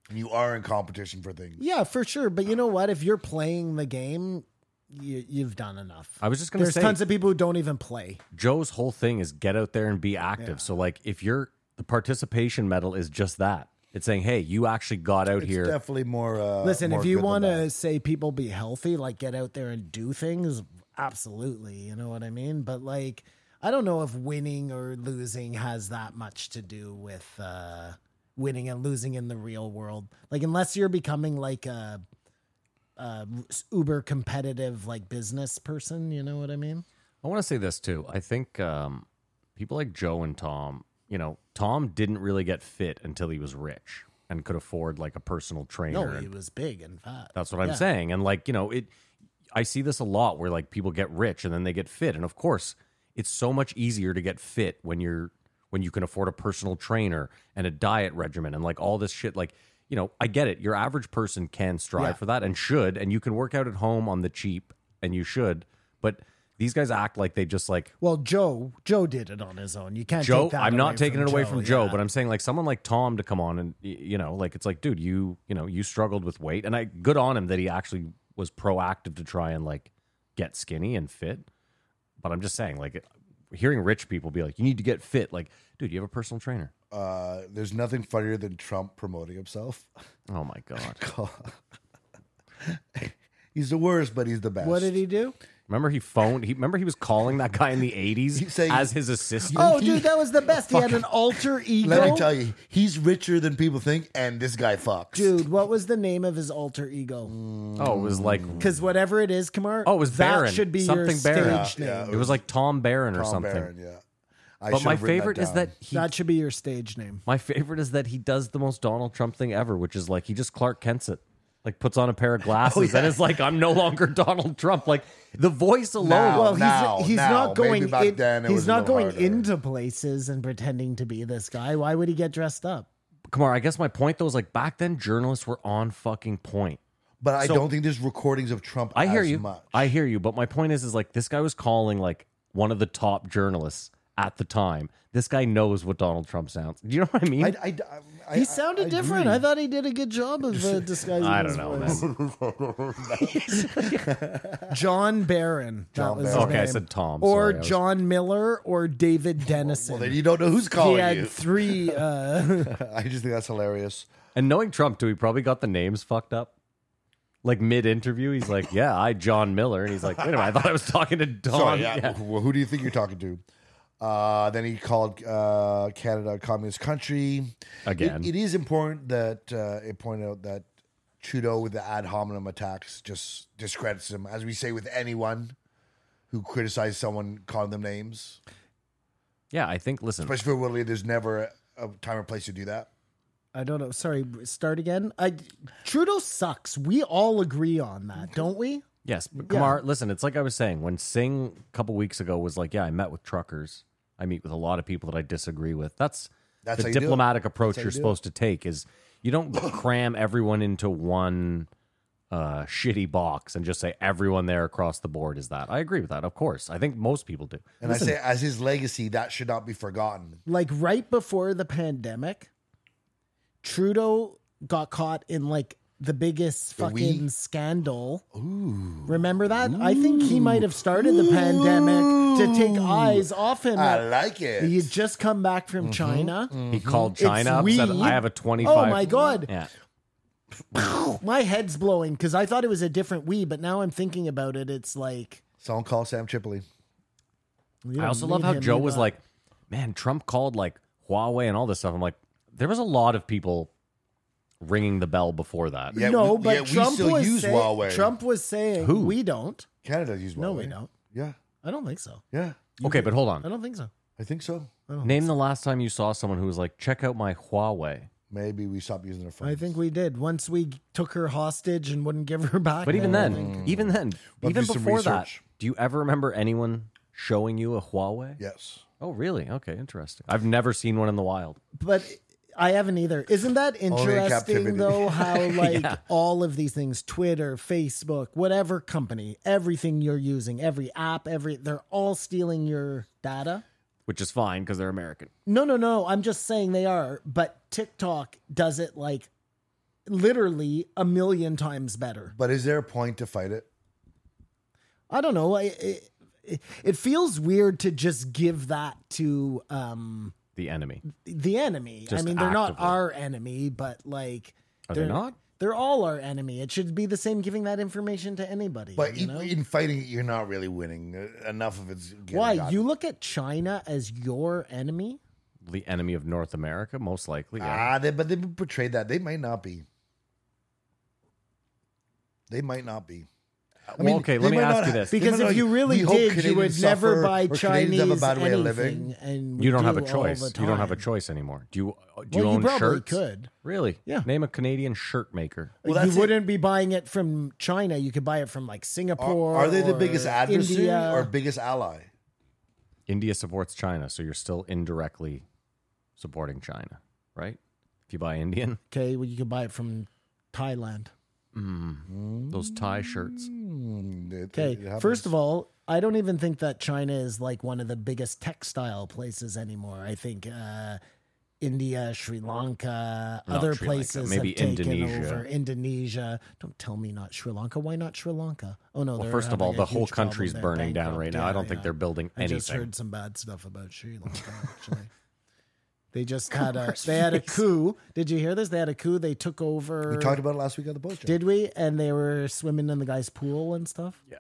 [SPEAKER 5] and you are in competition for things.
[SPEAKER 7] yeah, for sure. But you know what? If you're playing the game, you, you've done enough.
[SPEAKER 6] I was just gonna
[SPEAKER 7] There's
[SPEAKER 6] say,
[SPEAKER 7] tons of people who don't even play.
[SPEAKER 6] Joe's whole thing is get out there and be active. So like, if you're the participation medal is just that. It's saying, "Hey, you actually got out
[SPEAKER 5] It's
[SPEAKER 6] here."
[SPEAKER 5] definitely more. Uh,
[SPEAKER 7] Listen,
[SPEAKER 5] more
[SPEAKER 7] if you
[SPEAKER 5] good than
[SPEAKER 7] want to
[SPEAKER 5] bad.
[SPEAKER 7] say people be healthy, like get out there and do things, absolutely. You know what I mean? But like, I don't know if winning or losing has that much to do with uh, winning and losing in the real world. Like unless you're becoming like a, a uber competitive like business person, you know what I mean?
[SPEAKER 6] I want to say this too. I think um, people like Joe and Tom, you know, Tom didn't really get fit until he was rich and could afford like a personal
[SPEAKER 7] No,
[SPEAKER 6] trainer.
[SPEAKER 7] he
[SPEAKER 6] and-
[SPEAKER 7] was big and fat.
[SPEAKER 6] That's what I'm
[SPEAKER 7] Yeah.
[SPEAKER 6] saying. And like, you know, it I see this a lot where like people get rich and then they get fit. And of course, it's so much easier to get fit when you're when you can afford a personal trainer and a diet regimen and like all this shit like you know, I get it. Your average person can strive
[SPEAKER 7] Yeah.
[SPEAKER 6] for that and should, and you can work out at home on the cheap, and you should. But these guys act like they just like
[SPEAKER 7] Well, Joe, Joe did it on his own. You can't.
[SPEAKER 6] Joe.
[SPEAKER 7] take that
[SPEAKER 6] I'm not taking it away from Joe,
[SPEAKER 7] yeah.
[SPEAKER 6] but I'm saying like someone like Tom to come on and y- you know, like it's like, dude, you you know, you struggled with weight, and I good on him that he actually was proactive to try and like get skinny and fit. But I'm just saying, like, hearing rich people be like, you need to get fit, like, dude, you have a personal trainer.
[SPEAKER 5] Uh, there's nothing funnier than Trump promoting himself.
[SPEAKER 6] Oh my god!
[SPEAKER 5] He's the worst, but he's the best.
[SPEAKER 7] What did he do?
[SPEAKER 6] Remember he phoned. He remember he was calling that guy in the '80s
[SPEAKER 5] saying-
[SPEAKER 6] as his assistant.
[SPEAKER 7] Oh, dude, that was the best. He had an alter ego.
[SPEAKER 5] Let me tell you, he's richer than people think, and this guy fucks.
[SPEAKER 7] Dude, what was the name of his alter
[SPEAKER 5] Mm.
[SPEAKER 7] ego?
[SPEAKER 6] Oh, it was like.
[SPEAKER 7] Because whatever it is, Kamar,
[SPEAKER 6] Oh, it was
[SPEAKER 7] that
[SPEAKER 6] Baron.
[SPEAKER 7] should be your
[SPEAKER 6] Something
[SPEAKER 7] stage
[SPEAKER 6] Baron.
[SPEAKER 7] name.
[SPEAKER 5] Yeah,
[SPEAKER 6] It was like Tom Barron or
[SPEAKER 5] Tom
[SPEAKER 6] something.
[SPEAKER 5] Barron, yeah. I
[SPEAKER 6] But
[SPEAKER 5] should've
[SPEAKER 6] my
[SPEAKER 5] written
[SPEAKER 6] favorite is
[SPEAKER 5] down.
[SPEAKER 6] that he
[SPEAKER 7] That should be your stage name.
[SPEAKER 6] My favorite is that he does the most Donald Trump thing ever, which is like he just Clark Kent's it. Like puts on a pair
[SPEAKER 5] Oh,
[SPEAKER 6] of glasses and is like, I'm no longer Donald Trump. Like the voice alone.
[SPEAKER 5] Now,
[SPEAKER 7] well, he's
[SPEAKER 5] now,
[SPEAKER 7] he's
[SPEAKER 5] now.
[SPEAKER 7] not going.
[SPEAKER 5] Maybe back
[SPEAKER 7] in-
[SPEAKER 5] then it
[SPEAKER 7] he's
[SPEAKER 5] was a
[SPEAKER 7] not
[SPEAKER 5] little
[SPEAKER 7] going
[SPEAKER 5] harder.
[SPEAKER 7] into places and pretending to be this guy. Why would he get dressed up?
[SPEAKER 6] Kumar, I guess my point though is like back then journalists were on fucking point.
[SPEAKER 5] But I
[SPEAKER 6] So-
[SPEAKER 5] don't think there's recordings of Trump.
[SPEAKER 6] I hear
[SPEAKER 5] as
[SPEAKER 6] you.
[SPEAKER 5] Much.
[SPEAKER 6] I hear you. But my point is, is like this guy was calling like one of the top journalists at the time. This guy knows what Donald Trump sounds. Do you know what I mean?
[SPEAKER 5] I, I, I,
[SPEAKER 7] He
[SPEAKER 5] I-
[SPEAKER 7] sounded different. I thought he did a good job of uh, disguising.
[SPEAKER 6] I
[SPEAKER 7] his
[SPEAKER 6] don't know,
[SPEAKER 7] voice. John Barron.
[SPEAKER 5] John
[SPEAKER 7] that was
[SPEAKER 5] Barron.
[SPEAKER 7] His
[SPEAKER 6] Okay, I
[SPEAKER 7] name.
[SPEAKER 6] said Tom,
[SPEAKER 7] Or
[SPEAKER 6] sorry, I was-
[SPEAKER 7] John Miller or David Dennison.
[SPEAKER 5] Well, then you don't know who's
[SPEAKER 7] he
[SPEAKER 5] calling
[SPEAKER 7] had
[SPEAKER 5] you.
[SPEAKER 7] three. Uh,
[SPEAKER 5] I just think that's hilarious.
[SPEAKER 6] And knowing Trump, too, he probably got the names fucked up. Like mid interview, he's like, "Yeah, I John Miller," and he's like, "Wait a minute, I thought I was talking to Don."
[SPEAKER 5] Sorry, Oh, yeah.
[SPEAKER 6] Yeah.
[SPEAKER 5] Well, who do you think you're talking to? Uh, then he called uh, Canada a communist country.
[SPEAKER 6] Again.
[SPEAKER 5] It- it is important that uh, it point out that Trudeau with the ad hominem attacks just discredits him, as we say with anyone who criticizes someone, calling them names.
[SPEAKER 6] Yeah, I think. Listen,
[SPEAKER 5] Especially for Woodley, there's never a time or place to do that.
[SPEAKER 7] I don't know. Sorry, start again. I Trudeau sucks. We all agree on that, don't we?
[SPEAKER 6] yes, but Kumar, listen, it's like I was saying when Singh a couple weeks ago was like, "Yeah, I met with truckers. I meet with a lot of people that I disagree with." That's
[SPEAKER 5] That's how
[SPEAKER 6] the
[SPEAKER 5] you do it.
[SPEAKER 6] diplomatic approach
[SPEAKER 5] how you
[SPEAKER 6] you're
[SPEAKER 5] do it.
[SPEAKER 6] supposed to take. Is you don't cram everyone into one uh, shitty box and just say everyone there across the board is that. I agree with that, of course. I think most people do.
[SPEAKER 5] And I say, as his legacy, that should not be forgotten.
[SPEAKER 7] Like right before the pandemic, Trudeau got caught in like the biggest fucking
[SPEAKER 5] wee?
[SPEAKER 7] scandal. Remember that? I think he might have started the pandemic to take eyes off him.
[SPEAKER 5] I like it. Mm-hmm.
[SPEAKER 7] He had just come back from China.
[SPEAKER 6] He called China up,
[SPEAKER 7] It's
[SPEAKER 6] said,
[SPEAKER 7] weed.
[SPEAKER 6] I have a 25.
[SPEAKER 7] Oh my God.
[SPEAKER 6] Mm-hmm. Yeah.
[SPEAKER 5] Mm.
[SPEAKER 7] My head's blowing because I thought it was a different we, but now I'm thinking about it. It's like
[SPEAKER 5] Someone call Sam Tripoli.
[SPEAKER 7] we
[SPEAKER 6] I
[SPEAKER 7] don't
[SPEAKER 6] also love
[SPEAKER 7] need
[SPEAKER 6] how
[SPEAKER 7] him, uh,
[SPEAKER 6] Joe
[SPEAKER 7] we
[SPEAKER 6] was
[SPEAKER 7] got-
[SPEAKER 6] like, man, Trump called like Huawei and all this stuff. I'm like, there was a lot of people ringing the bell before that.
[SPEAKER 5] Yeah,
[SPEAKER 7] no,
[SPEAKER 5] we-
[SPEAKER 7] but
[SPEAKER 5] yeah, we
[SPEAKER 7] Trump
[SPEAKER 5] still
[SPEAKER 7] was
[SPEAKER 5] use
[SPEAKER 7] saying,
[SPEAKER 5] Huawei.
[SPEAKER 7] Trump was saying
[SPEAKER 6] Who?
[SPEAKER 7] we don't.
[SPEAKER 5] Canada uses Huawei.
[SPEAKER 7] No, we don't.
[SPEAKER 5] Yeah,
[SPEAKER 7] I don't think so.
[SPEAKER 5] yeah.
[SPEAKER 6] okay, but hold
[SPEAKER 7] I
[SPEAKER 6] on.
[SPEAKER 7] don't think so.
[SPEAKER 5] I think so.
[SPEAKER 6] Name the last time you saw someone who was like, check out my Huawei.
[SPEAKER 5] Maybe we stopped using their phone.
[SPEAKER 7] I think we did once we took her hostage and wouldn't give her back.
[SPEAKER 6] But even
[SPEAKER 7] I
[SPEAKER 6] then,
[SPEAKER 7] don't think-
[SPEAKER 6] even then,
[SPEAKER 5] We'll
[SPEAKER 6] even
[SPEAKER 5] do some
[SPEAKER 6] before that,
[SPEAKER 5] research.
[SPEAKER 6] do you ever remember anyone showing you a Huawei?
[SPEAKER 5] Yes.
[SPEAKER 6] Oh, really? Okay, interesting. I've never seen one in the wild.
[SPEAKER 7] but I haven't either. Isn't that
[SPEAKER 5] captivity.
[SPEAKER 7] interesting though? How like all of these things, Twitter, Facebook, whatever company, everything you're using, every app, every they're all stealing your data.
[SPEAKER 6] Which is fine because they're American.
[SPEAKER 7] No, no, no. I'm just saying they are, but TikTok does it like literally a million times better.
[SPEAKER 5] But is there a point to fight it?
[SPEAKER 7] I don't know. I- It, it, it feels weird to just give that to um,
[SPEAKER 6] The enemy.
[SPEAKER 7] the enemy.
[SPEAKER 6] Just
[SPEAKER 7] I mean, they're not
[SPEAKER 6] actively.
[SPEAKER 7] our enemy, but like
[SPEAKER 6] Are they not?
[SPEAKER 7] They're all our enemy. It should be the same giving that information to anybody.
[SPEAKER 5] But
[SPEAKER 7] you
[SPEAKER 5] e-
[SPEAKER 7] know?
[SPEAKER 5] in fighting it, you're not really winning. Uh, Enough of it's getting
[SPEAKER 7] Why?
[SPEAKER 5] gotten.
[SPEAKER 7] You look at China as your enemy?
[SPEAKER 6] The enemy of North America, most likely. Yeah.
[SPEAKER 5] ah, they, but they portrayed that they might not be. They might not be. Uh,
[SPEAKER 6] Well, okay,
[SPEAKER 5] they
[SPEAKER 6] let me
[SPEAKER 5] might
[SPEAKER 6] ask
[SPEAKER 5] not
[SPEAKER 6] you
[SPEAKER 5] ha-
[SPEAKER 6] this.
[SPEAKER 5] they might
[SPEAKER 7] Because
[SPEAKER 5] not-
[SPEAKER 7] if you really
[SPEAKER 5] we hope
[SPEAKER 7] did, you
[SPEAKER 5] Canadians
[SPEAKER 7] would never
[SPEAKER 5] suffer
[SPEAKER 7] buy
[SPEAKER 5] or Canadians
[SPEAKER 7] Chinese
[SPEAKER 5] have a bad way of living.
[SPEAKER 7] anything, and
[SPEAKER 6] you don't
[SPEAKER 7] do
[SPEAKER 6] have a
[SPEAKER 7] all
[SPEAKER 6] choice.
[SPEAKER 7] the
[SPEAKER 6] You don't have a
[SPEAKER 7] time.
[SPEAKER 6] choice anymore. Do you? uh, Do
[SPEAKER 7] Well,
[SPEAKER 6] you
[SPEAKER 7] you
[SPEAKER 6] own
[SPEAKER 7] probably
[SPEAKER 6] shirts?
[SPEAKER 7] could.
[SPEAKER 6] Really?
[SPEAKER 7] Yeah.
[SPEAKER 6] Name a Canadian shirt maker.
[SPEAKER 5] Well,
[SPEAKER 7] you
[SPEAKER 5] that's it.
[SPEAKER 7] wouldn't be buying it from China. You could buy it from like Singapore.
[SPEAKER 5] Are, are they the
[SPEAKER 7] or
[SPEAKER 5] biggest adversary
[SPEAKER 7] India.
[SPEAKER 5] or biggest ally?
[SPEAKER 6] India supports China, so you're still indirectly supporting China, right? If you buy Indian,
[SPEAKER 7] okay, well, you could buy it from Thailand.
[SPEAKER 6] those tie shirts.
[SPEAKER 5] Hmm,
[SPEAKER 7] Okay, first of all, I don't even think that China is like one of the biggest textile places anymore. I think uh, India, Sri Lanka,
[SPEAKER 6] Not
[SPEAKER 7] other
[SPEAKER 6] Sri Lanka,
[SPEAKER 7] places
[SPEAKER 6] maybe
[SPEAKER 7] have taken
[SPEAKER 6] Indonesia.
[SPEAKER 7] over. Indonesia. Don't tell me not Sri Lanka. Why not Sri Lanka? Oh no.
[SPEAKER 6] Well,
[SPEAKER 7] they're
[SPEAKER 6] first of
[SPEAKER 7] having
[SPEAKER 6] all,
[SPEAKER 7] a
[SPEAKER 6] the whole
[SPEAKER 7] huge problem
[SPEAKER 6] country's
[SPEAKER 7] there,
[SPEAKER 6] burning down
[SPEAKER 7] bankrupt.
[SPEAKER 6] right now. I
[SPEAKER 7] Yeah,
[SPEAKER 6] don't think
[SPEAKER 7] yeah.
[SPEAKER 6] they're building
[SPEAKER 7] I just
[SPEAKER 6] anything.
[SPEAKER 7] heard some bad stuff about Sri Lanka. Actually, they just had a they had a coup. Did you hear this? They had a coup. They took over.
[SPEAKER 5] we talked about it last week on the post.
[SPEAKER 7] Did we? And they were swimming in the guy's pool and stuff. Yeah.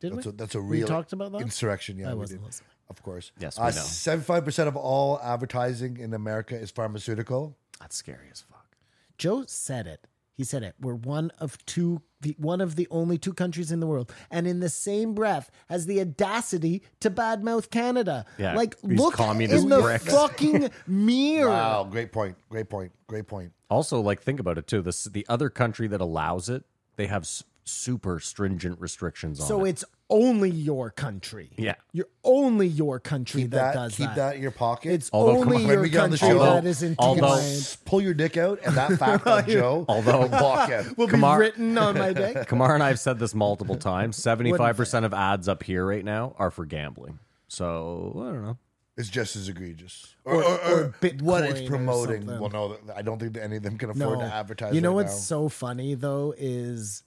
[SPEAKER 7] Did
[SPEAKER 5] That's
[SPEAKER 7] we?
[SPEAKER 5] a, that's a
[SPEAKER 7] We
[SPEAKER 5] real
[SPEAKER 7] talked about that?
[SPEAKER 5] insurrection. Yeah,
[SPEAKER 7] I
[SPEAKER 5] we
[SPEAKER 7] wasn't
[SPEAKER 5] did.
[SPEAKER 7] listening.
[SPEAKER 5] Of course.
[SPEAKER 6] Yes, we
[SPEAKER 5] uh,
[SPEAKER 6] know.
[SPEAKER 5] Seventy-five percent of all advertising in America is pharmaceutical.
[SPEAKER 6] That's scary as fuck.
[SPEAKER 7] Joe said it. He said it. We're one of two, the, one of the only two countries in the world, and in the same breath has the audacity to badmouth Canada.
[SPEAKER 6] Yeah,
[SPEAKER 7] like
[SPEAKER 6] these
[SPEAKER 7] look
[SPEAKER 6] communist
[SPEAKER 7] in the
[SPEAKER 6] pricks.
[SPEAKER 7] fucking mirror.
[SPEAKER 5] Wow, great point. Great point. Great point.
[SPEAKER 6] Also, like think about it too. This the other country that allows it, they have s- super stringent restrictions on
[SPEAKER 7] So
[SPEAKER 6] it.
[SPEAKER 7] it's only your country.
[SPEAKER 6] Yeah.
[SPEAKER 7] you're only your country
[SPEAKER 5] Keep
[SPEAKER 7] that,
[SPEAKER 5] that.
[SPEAKER 7] does
[SPEAKER 5] keep that. in your pocket.
[SPEAKER 7] It's
[SPEAKER 6] Although, come
[SPEAKER 7] only
[SPEAKER 6] on,
[SPEAKER 5] when
[SPEAKER 7] your
[SPEAKER 5] we get on the
[SPEAKER 7] country
[SPEAKER 5] show-
[SPEAKER 7] that
[SPEAKER 5] Although-
[SPEAKER 7] is in
[SPEAKER 5] You
[SPEAKER 6] although-
[SPEAKER 5] can
[SPEAKER 7] compliance.
[SPEAKER 5] s- pull your dick out, and that fact on Joe.
[SPEAKER 6] Although-
[SPEAKER 5] walk out.
[SPEAKER 7] will be
[SPEAKER 6] Kamar-
[SPEAKER 7] written on my deck.
[SPEAKER 6] Kamar and I have said this multiple times. Seventy-five percent of ads up here right now are for gambling. So I don't know.
[SPEAKER 5] It's just as egregious, or, or, or,
[SPEAKER 7] or Bitcoin
[SPEAKER 5] what it's
[SPEAKER 7] or
[SPEAKER 5] promoting.
[SPEAKER 7] something.
[SPEAKER 5] Well, no, th- I don't think that any of them can afford to advertise.
[SPEAKER 7] You know
[SPEAKER 5] right
[SPEAKER 7] what's
[SPEAKER 5] now.
[SPEAKER 7] so funny though is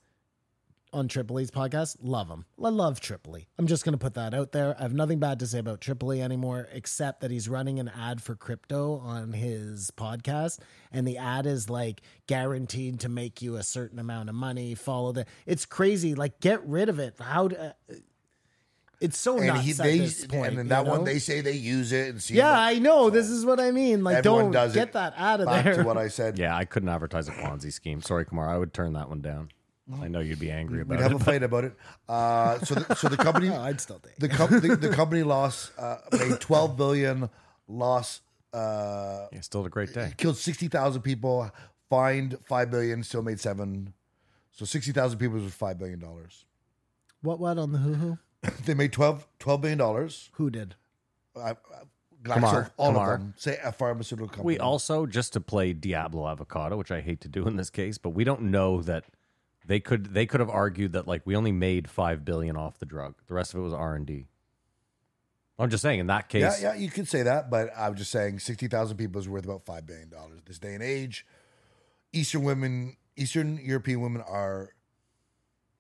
[SPEAKER 7] on Tripoli's podcast, love him. I love Tripoli. I'm just gonna put that out there. I have nothing bad to say about Tripoli anymore, except that he's running an ad for crypto on his podcast, and the ad is like guaranteed to make you a certain amount of money. Follow the. It's crazy. Like get rid of it. How? Do, it's so
[SPEAKER 5] and
[SPEAKER 7] nuts
[SPEAKER 5] he
[SPEAKER 7] at
[SPEAKER 5] they
[SPEAKER 7] this point.
[SPEAKER 5] and in
[SPEAKER 7] you
[SPEAKER 5] that one
[SPEAKER 7] know?
[SPEAKER 5] they say they use it and see.
[SPEAKER 7] Yeah,
[SPEAKER 5] what-
[SPEAKER 7] I know. This is what I mean. Like,
[SPEAKER 5] everyone
[SPEAKER 7] don't
[SPEAKER 5] does
[SPEAKER 7] get
[SPEAKER 5] it.
[SPEAKER 7] that out of
[SPEAKER 5] Back
[SPEAKER 7] there.
[SPEAKER 5] to what I said.
[SPEAKER 6] Yeah, I couldn't advertise a Ponzi scheme. Sorry, Kamar. I would turn that one down. I know you'd be angry
[SPEAKER 5] We'd
[SPEAKER 6] about
[SPEAKER 5] have
[SPEAKER 6] it.
[SPEAKER 5] a fight about it. Uh, so, the, so the company,
[SPEAKER 7] I'd still take
[SPEAKER 5] the, com- the, the company lost uh, made twelve billion loss, uh,
[SPEAKER 6] Yeah, still a great day.
[SPEAKER 5] killed sixty thousand people, fined five billion, still made seven. So sixty thousand people was five billion dollars.
[SPEAKER 7] What what on the hoo hoo?
[SPEAKER 5] They made 12, 12 billion dollars.
[SPEAKER 7] Who did?
[SPEAKER 5] I, I,
[SPEAKER 6] Kamar,
[SPEAKER 5] Glaxo, all
[SPEAKER 6] Kamar.
[SPEAKER 5] of them. Say a pharmaceutical company.
[SPEAKER 6] We also just to play Diablo Avocado, which I hate to do in this case, but we don't know that they could they could have argued that like we only made five billion off the drug. The rest of it was R and D. I'm just saying in that case,
[SPEAKER 5] Yeah, yeah, you could say that, but I'm just saying sixty thousand people is worth about five billion dollars this day and age. Eastern women, Eastern European women are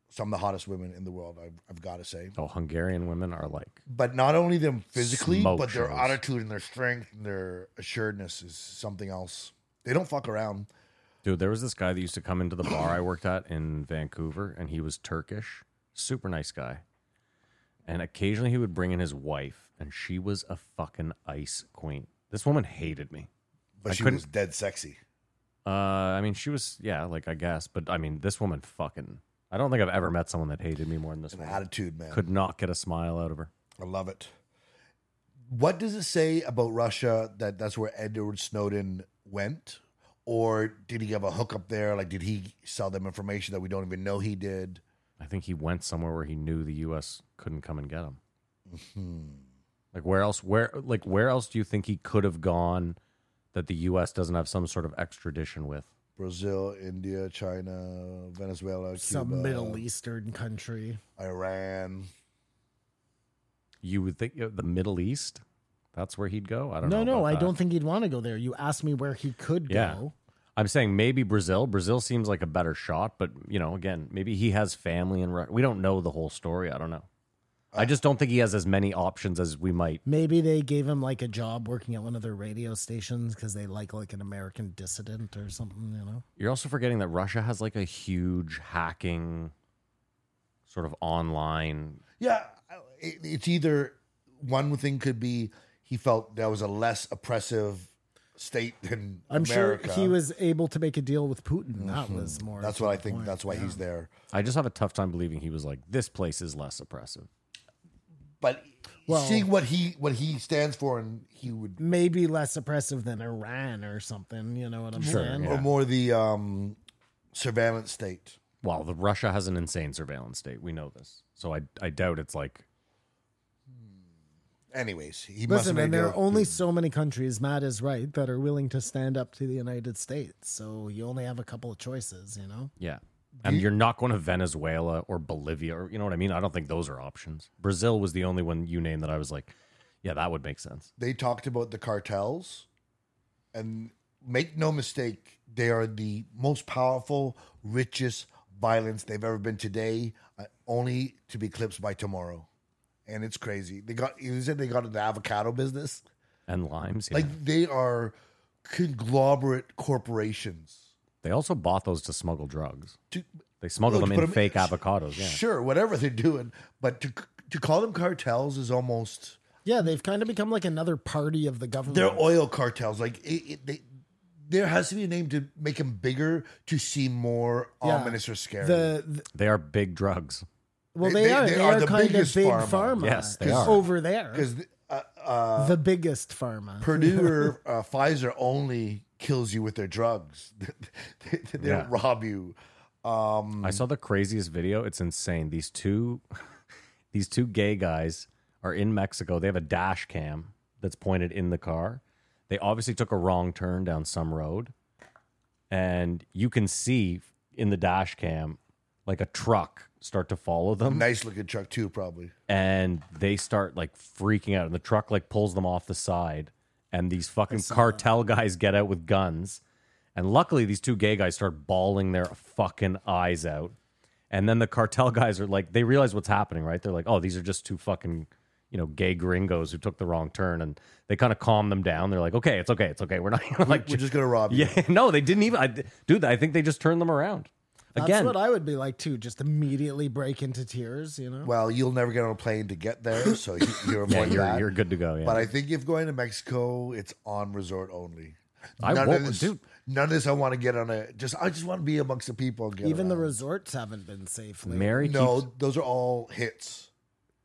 [SPEAKER 5] some of the hottest women in the world. I've, I've got to say,
[SPEAKER 6] oh Hungarian women are like
[SPEAKER 5] but not only them physically,
[SPEAKER 6] Smoke
[SPEAKER 5] but their
[SPEAKER 6] shows.
[SPEAKER 5] attitude and their strength and their assuredness is something else. They don't fuck around.
[SPEAKER 6] Dude, there was this guy that used to come into the bar I worked at in Vancouver, and he was Turkish, super nice guy. And occasionally he would bring in his wife, and she was a fucking ice queen. This woman hated me.
[SPEAKER 5] But
[SPEAKER 6] I
[SPEAKER 5] she
[SPEAKER 6] couldn't-
[SPEAKER 5] was dead sexy.
[SPEAKER 6] Uh, I mean, she was, yeah, like I guess, but I mean, this woman fucking. I don't think I've ever met someone that hated me more than this
[SPEAKER 5] An
[SPEAKER 6] woman.
[SPEAKER 5] attitude, man.
[SPEAKER 6] Could not get a smile out of her.
[SPEAKER 5] I love it. What does it say about Russia that that's where Edward Snowden went? Or did he have a hookup there? Like, did he sell them information that we don't even know he did?
[SPEAKER 6] I think he went somewhere where he knew the U.S. couldn't come and get him.
[SPEAKER 5] Mm-hmm.
[SPEAKER 6] Like where else? Where like where else do you think he could have gone that the U.S. doesn't have some sort of extradition with?
[SPEAKER 5] Brazil, India, China, Venezuela, Cuba,
[SPEAKER 7] Some Middle Eastern country.
[SPEAKER 5] Iran.
[SPEAKER 6] You would think uh, the Middle East. That's where he'd go. I don't
[SPEAKER 7] No,
[SPEAKER 6] know.
[SPEAKER 7] no,
[SPEAKER 6] about
[SPEAKER 7] I
[SPEAKER 6] that.
[SPEAKER 7] don't think he'd want to go there. You asked me where he could
[SPEAKER 6] Yeah.
[SPEAKER 7] go.
[SPEAKER 6] I'm saying maybe Brazil. Brazil seems like a better shot, but you know, again, maybe he has family in Russia. We don't know the whole story. I don't know. I just don't think he has as many options as we might.
[SPEAKER 7] Maybe they gave him like a job working at one of their radio stations because they like like an American dissident or something, you know?
[SPEAKER 6] You're also forgetting that Russia has like a huge hacking sort of online.
[SPEAKER 5] Yeah, it, it's either one thing could be he felt that was a less oppressive state than
[SPEAKER 7] I'm
[SPEAKER 5] America. Mm-hmm. Hmm.
[SPEAKER 7] sure he was able to make a deal with Putin. That was more.
[SPEAKER 5] That's
[SPEAKER 7] to
[SPEAKER 5] what I
[SPEAKER 7] the
[SPEAKER 5] think.
[SPEAKER 7] point,
[SPEAKER 5] That's why he's
[SPEAKER 7] yeah.
[SPEAKER 5] there.
[SPEAKER 6] I just have a tough time believing he was like, this place is less oppressive.
[SPEAKER 5] But
[SPEAKER 7] Well-
[SPEAKER 5] seeing what he what he stands for, and he would
[SPEAKER 7] Maybe less oppressive than Iran or something. You know what I'm saying?
[SPEAKER 5] or more the um, surveillance state.
[SPEAKER 6] Well, the Russia has an insane surveillance state. We know this. So I, I doubt it's like
[SPEAKER 5] Anyways, he must have
[SPEAKER 7] Listen,
[SPEAKER 5] made
[SPEAKER 7] and there are
[SPEAKER 5] a-
[SPEAKER 7] only so many countries, Matt is right, that are willing to stand up to the United States. So you only have a couple of choices, you know?
[SPEAKER 6] Yeah. And you're not going to Venezuela or Bolivia or you know what I mean? I don't think those are options. Brazil was the only one you named that I was like, yeah, that would make sense.
[SPEAKER 5] they talked about the cartels, and make no mistake, they are the most powerful, richest violence they've ever been today, uh, only to be eclipsed by tomorrow. And it's crazy. They got you said they got into the avocado business.
[SPEAKER 6] And limes. yeah.
[SPEAKER 5] Like they are conglomerate corporations.
[SPEAKER 6] they also bought those to smuggle drugs.
[SPEAKER 5] To,
[SPEAKER 6] They smuggle
[SPEAKER 5] Look,
[SPEAKER 6] them
[SPEAKER 5] put
[SPEAKER 6] in
[SPEAKER 5] 'em-
[SPEAKER 6] fake avocados. Yeah.
[SPEAKER 5] Sure, whatever they're doing, but to to call them cartels is almost
[SPEAKER 7] Yeah, they've kind of become like another party of the government.
[SPEAKER 5] they're oil cartels. Like it, it, they, there has to be a name to make them bigger to seem more
[SPEAKER 7] Yeah.
[SPEAKER 5] ominous or scary.
[SPEAKER 7] the, the-
[SPEAKER 6] They are big drugs.
[SPEAKER 7] well,
[SPEAKER 5] They-
[SPEAKER 7] they,
[SPEAKER 5] they-
[SPEAKER 7] are.
[SPEAKER 5] they
[SPEAKER 7] They,
[SPEAKER 5] are
[SPEAKER 7] are,
[SPEAKER 5] the
[SPEAKER 7] kind of
[SPEAKER 5] biggest
[SPEAKER 7] big
[SPEAKER 5] pharma.
[SPEAKER 7] pharma.
[SPEAKER 6] Yes, they
[SPEAKER 7] 'Cause
[SPEAKER 6] are.
[SPEAKER 7] over there.
[SPEAKER 5] because uh, uh,
[SPEAKER 7] the biggest pharma.
[SPEAKER 5] Purdue or uh, Pfizer only kills you with their drugs. they they- they don't
[SPEAKER 6] Yeah.
[SPEAKER 5] rob you. Um,
[SPEAKER 6] I saw the craziest video. It's insane. These two these two gay guys are in Mexico. They have a dash cam that's pointed in the car. They obviously took a wrong turn down some road. And you can see in the dash cam like a truck start to follow them
[SPEAKER 5] nice looking truck too, probably.
[SPEAKER 6] and they start like freaking out and the truck like pulls them off the side and these fucking cartel guys get out with guns and luckily these two gay guys start bawling their fucking eyes out and then the cartel guys are like they realize what's happening right they're like oh these are just two fucking you know gay gringos who took the wrong turn and they kind of calm them down they're like okay it's okay it's okay we're not like
[SPEAKER 5] We're just gonna rob you.
[SPEAKER 6] yeah no they didn't even I, dude i think they just turned them around
[SPEAKER 7] That's
[SPEAKER 6] again
[SPEAKER 7] what I would be like too. Just immediately break into tears, you know?
[SPEAKER 5] Well, you'll never get on a plane to get there, so you- you're
[SPEAKER 6] yeah,
[SPEAKER 5] avoiding
[SPEAKER 6] you're,
[SPEAKER 5] that.
[SPEAKER 6] you're good to go yeah
[SPEAKER 5] But I think if going to Mexico, it's on resort only.
[SPEAKER 6] I
[SPEAKER 5] of
[SPEAKER 6] won't-
[SPEAKER 5] this,
[SPEAKER 6] dude.
[SPEAKER 5] None of this. I want to get on a. Just I just want to be amongst the people. And get
[SPEAKER 7] Even the
[SPEAKER 5] around.
[SPEAKER 7] resorts haven't been safe. lately.
[SPEAKER 6] mary
[SPEAKER 5] No,
[SPEAKER 6] keeps-
[SPEAKER 5] those are all hits.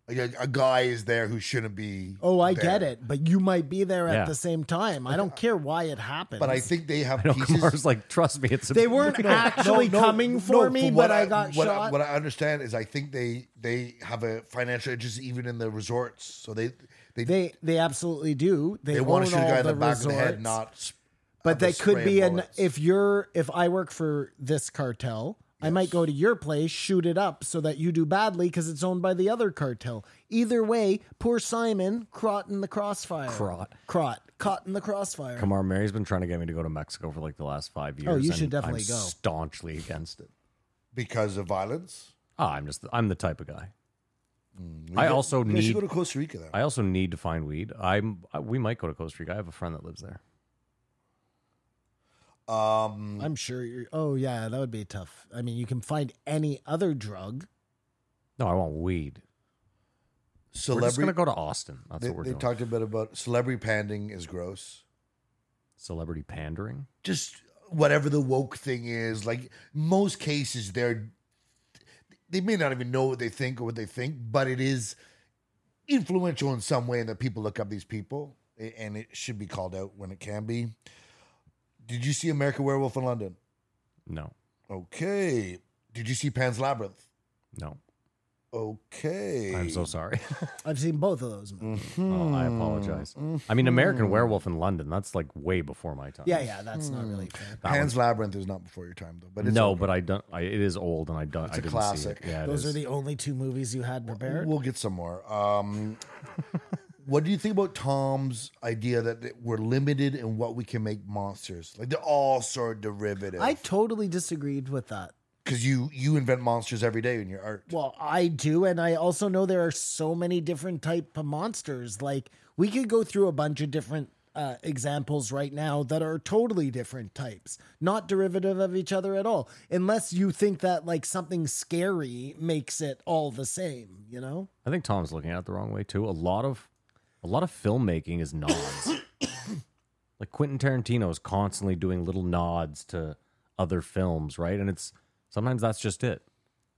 [SPEAKER 5] Like a, a guy is there who shouldn't be.
[SPEAKER 7] Oh, I
[SPEAKER 5] there. uh,
[SPEAKER 7] get it, but you might be there
[SPEAKER 6] Yeah.
[SPEAKER 7] at the same time. I don't care why it happens.
[SPEAKER 5] But I think they have
[SPEAKER 6] No,
[SPEAKER 5] pieces.
[SPEAKER 6] Kamar's like, trust me, it's a
[SPEAKER 7] they weren't actually
[SPEAKER 5] No,
[SPEAKER 7] coming
[SPEAKER 5] no,
[SPEAKER 7] for
[SPEAKER 5] from
[SPEAKER 7] me,
[SPEAKER 5] what
[SPEAKER 7] but I, got
[SPEAKER 5] what
[SPEAKER 7] shot.
[SPEAKER 5] I, what I understand is I think they they have a financial interest even in the resorts, so they they they,
[SPEAKER 7] they they absolutely do. They,
[SPEAKER 5] want
[SPEAKER 7] own
[SPEAKER 5] to shoot a
[SPEAKER 7] all
[SPEAKER 5] guy in the,
[SPEAKER 7] the,
[SPEAKER 5] back of the head,
[SPEAKER 7] resorts.
[SPEAKER 5] not. sp-
[SPEAKER 7] but
[SPEAKER 5] have a
[SPEAKER 7] that could
[SPEAKER 5] spray
[SPEAKER 7] be
[SPEAKER 5] of
[SPEAKER 7] an
[SPEAKER 5] bullets.
[SPEAKER 7] if you're if I work for this cartel, I might go to your place, shoot it up so that you do badly because it's owned by the other cartel. Either way, poor Simon crot in the crossfire.
[SPEAKER 6] Crot.
[SPEAKER 7] crot, caught in the crossfire.
[SPEAKER 6] Kamar Mary's been trying to get me to go to Mexico for like the last five years.
[SPEAKER 7] Oh, you
[SPEAKER 6] and
[SPEAKER 7] should definitely
[SPEAKER 6] I'm
[SPEAKER 7] go.
[SPEAKER 6] Staunchly against it.
[SPEAKER 5] because of violence.
[SPEAKER 6] Ah, I'm just I'm the type of guy. I also
[SPEAKER 5] They should
[SPEAKER 6] need
[SPEAKER 5] go to Costa Rica though.
[SPEAKER 6] I also need to find weed. I'm I, we might go to Costa Rica. I have a friend that lives there.
[SPEAKER 5] Um,
[SPEAKER 7] I'm sure you're. Oh yeah, that would be tough. I mean, you can find any other drug.
[SPEAKER 6] No, I want weed. We're just
[SPEAKER 5] celebrity.
[SPEAKER 6] gonna go to Austin. That's
[SPEAKER 5] they
[SPEAKER 6] what we're
[SPEAKER 5] they
[SPEAKER 6] doing.
[SPEAKER 5] talked a bit about celebrity pandering is gross.
[SPEAKER 6] Celebrity pandering.
[SPEAKER 5] Just whatever the woke thing is, like most cases, they're they may not even know what they think or what they think, but it is influential in some way, and that people look up these people, a- and it should be called out when it can be. Did you see American Werewolf in London?
[SPEAKER 6] No,
[SPEAKER 5] Okay. Did you see Pan's Labyrinth?
[SPEAKER 6] no.
[SPEAKER 5] Okay. Mm-hmm.
[SPEAKER 6] I'm so sorry.
[SPEAKER 7] I've seen both of those. Movies.
[SPEAKER 6] Oh, I apologize. I mean, American Werewolf in London. That's like way before my time.
[SPEAKER 7] Hmm. Yeah, yeah, that's not
[SPEAKER 5] Hmm.
[SPEAKER 7] really. Fair.
[SPEAKER 6] That
[SPEAKER 5] Pan's Labyrinth is not before your time though, but it's
[SPEAKER 6] no,
[SPEAKER 5] okay.
[SPEAKER 6] but I don't. I, it is old, and I don't.
[SPEAKER 5] It's
[SPEAKER 6] I
[SPEAKER 5] a
[SPEAKER 6] didn't
[SPEAKER 5] classic.
[SPEAKER 6] See it. Yeah, it
[SPEAKER 7] Those are
[SPEAKER 6] is.
[SPEAKER 7] the only two movies you had prepared.
[SPEAKER 5] We'll get some more. Um, what do you think about Tom's idea that that we're limited in what we can make monsters? Like they're all sort of derivative.
[SPEAKER 7] I totally disagreed with that.
[SPEAKER 5] because you you invent monsters every day in your art.
[SPEAKER 7] Well, I do, and I also know there are so many different type of monsters. Like we could go through a bunch of different uh, examples right now that are totally different types, not derivative of each other at all. Unless you think that like something scary makes it all the same, you know?
[SPEAKER 6] I think Tom's looking at it the wrong way too. A lot of a lot of filmmaking is nods. like Quentin Tarantino is constantly doing little nods to other films, right? And it's sometimes that's just it.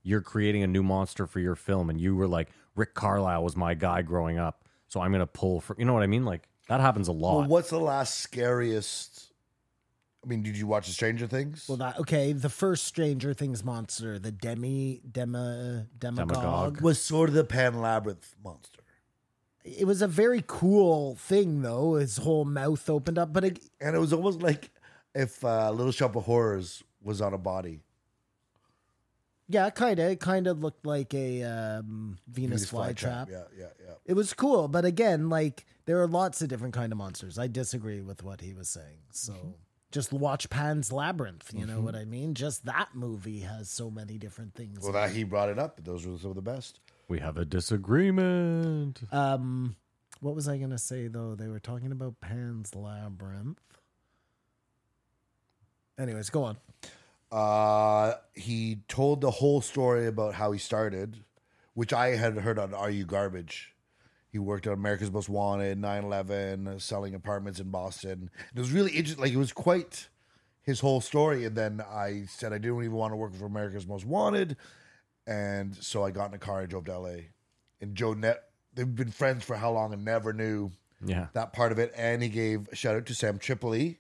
[SPEAKER 6] You're creating a new monster for your film, and you were like Rick Carlisle was my guy growing up, so I'm gonna pull for you know what I mean. Like that happens a lot.
[SPEAKER 5] Well, what's the last scariest? I mean, did you watch the Stranger Things?
[SPEAKER 7] Well, that okay. The first Stranger Things monster, the demi dema demagogue.
[SPEAKER 6] Demagogue.
[SPEAKER 5] was sort of the Pan Labyrinth monster.
[SPEAKER 7] It was a very cool thing, though. His whole mouth opened up, but it,
[SPEAKER 5] And it was almost like if uh, Little Shop of Horrors was on a body.
[SPEAKER 7] yeah, kind of, it kind of looked like a um, Venus, flytrap.
[SPEAKER 5] Yeah, yeah, yeah.
[SPEAKER 7] It was cool, but again, like there are lots of different kind of monsters. I disagree with what he was saying. So
[SPEAKER 5] Mm-hmm.
[SPEAKER 7] just watch Pan's Labyrinth. You know what I mean? Just that movie has so many different things.
[SPEAKER 5] Well, that he brought it up, but those were some of the best.
[SPEAKER 6] we have a disagreement.
[SPEAKER 7] Um, what was I gonna say though? They were talking about Pan's Labyrinth. Anyways, go on.
[SPEAKER 5] Uh, he told the whole story about how he started, which I had heard on Are You Garbage. He worked on America's Most Wanted, 9 11, selling apartments in Boston. It was really interesting. Like, it was quite his whole story. And then I said, I didn't even want to work for America's Most Wanted. And so I got in a car and drove to LA. And Joe Net, they've been friends for how long and never knew
[SPEAKER 6] Yeah,
[SPEAKER 5] that part of it. And he gave a shout out to Sam Tripoli,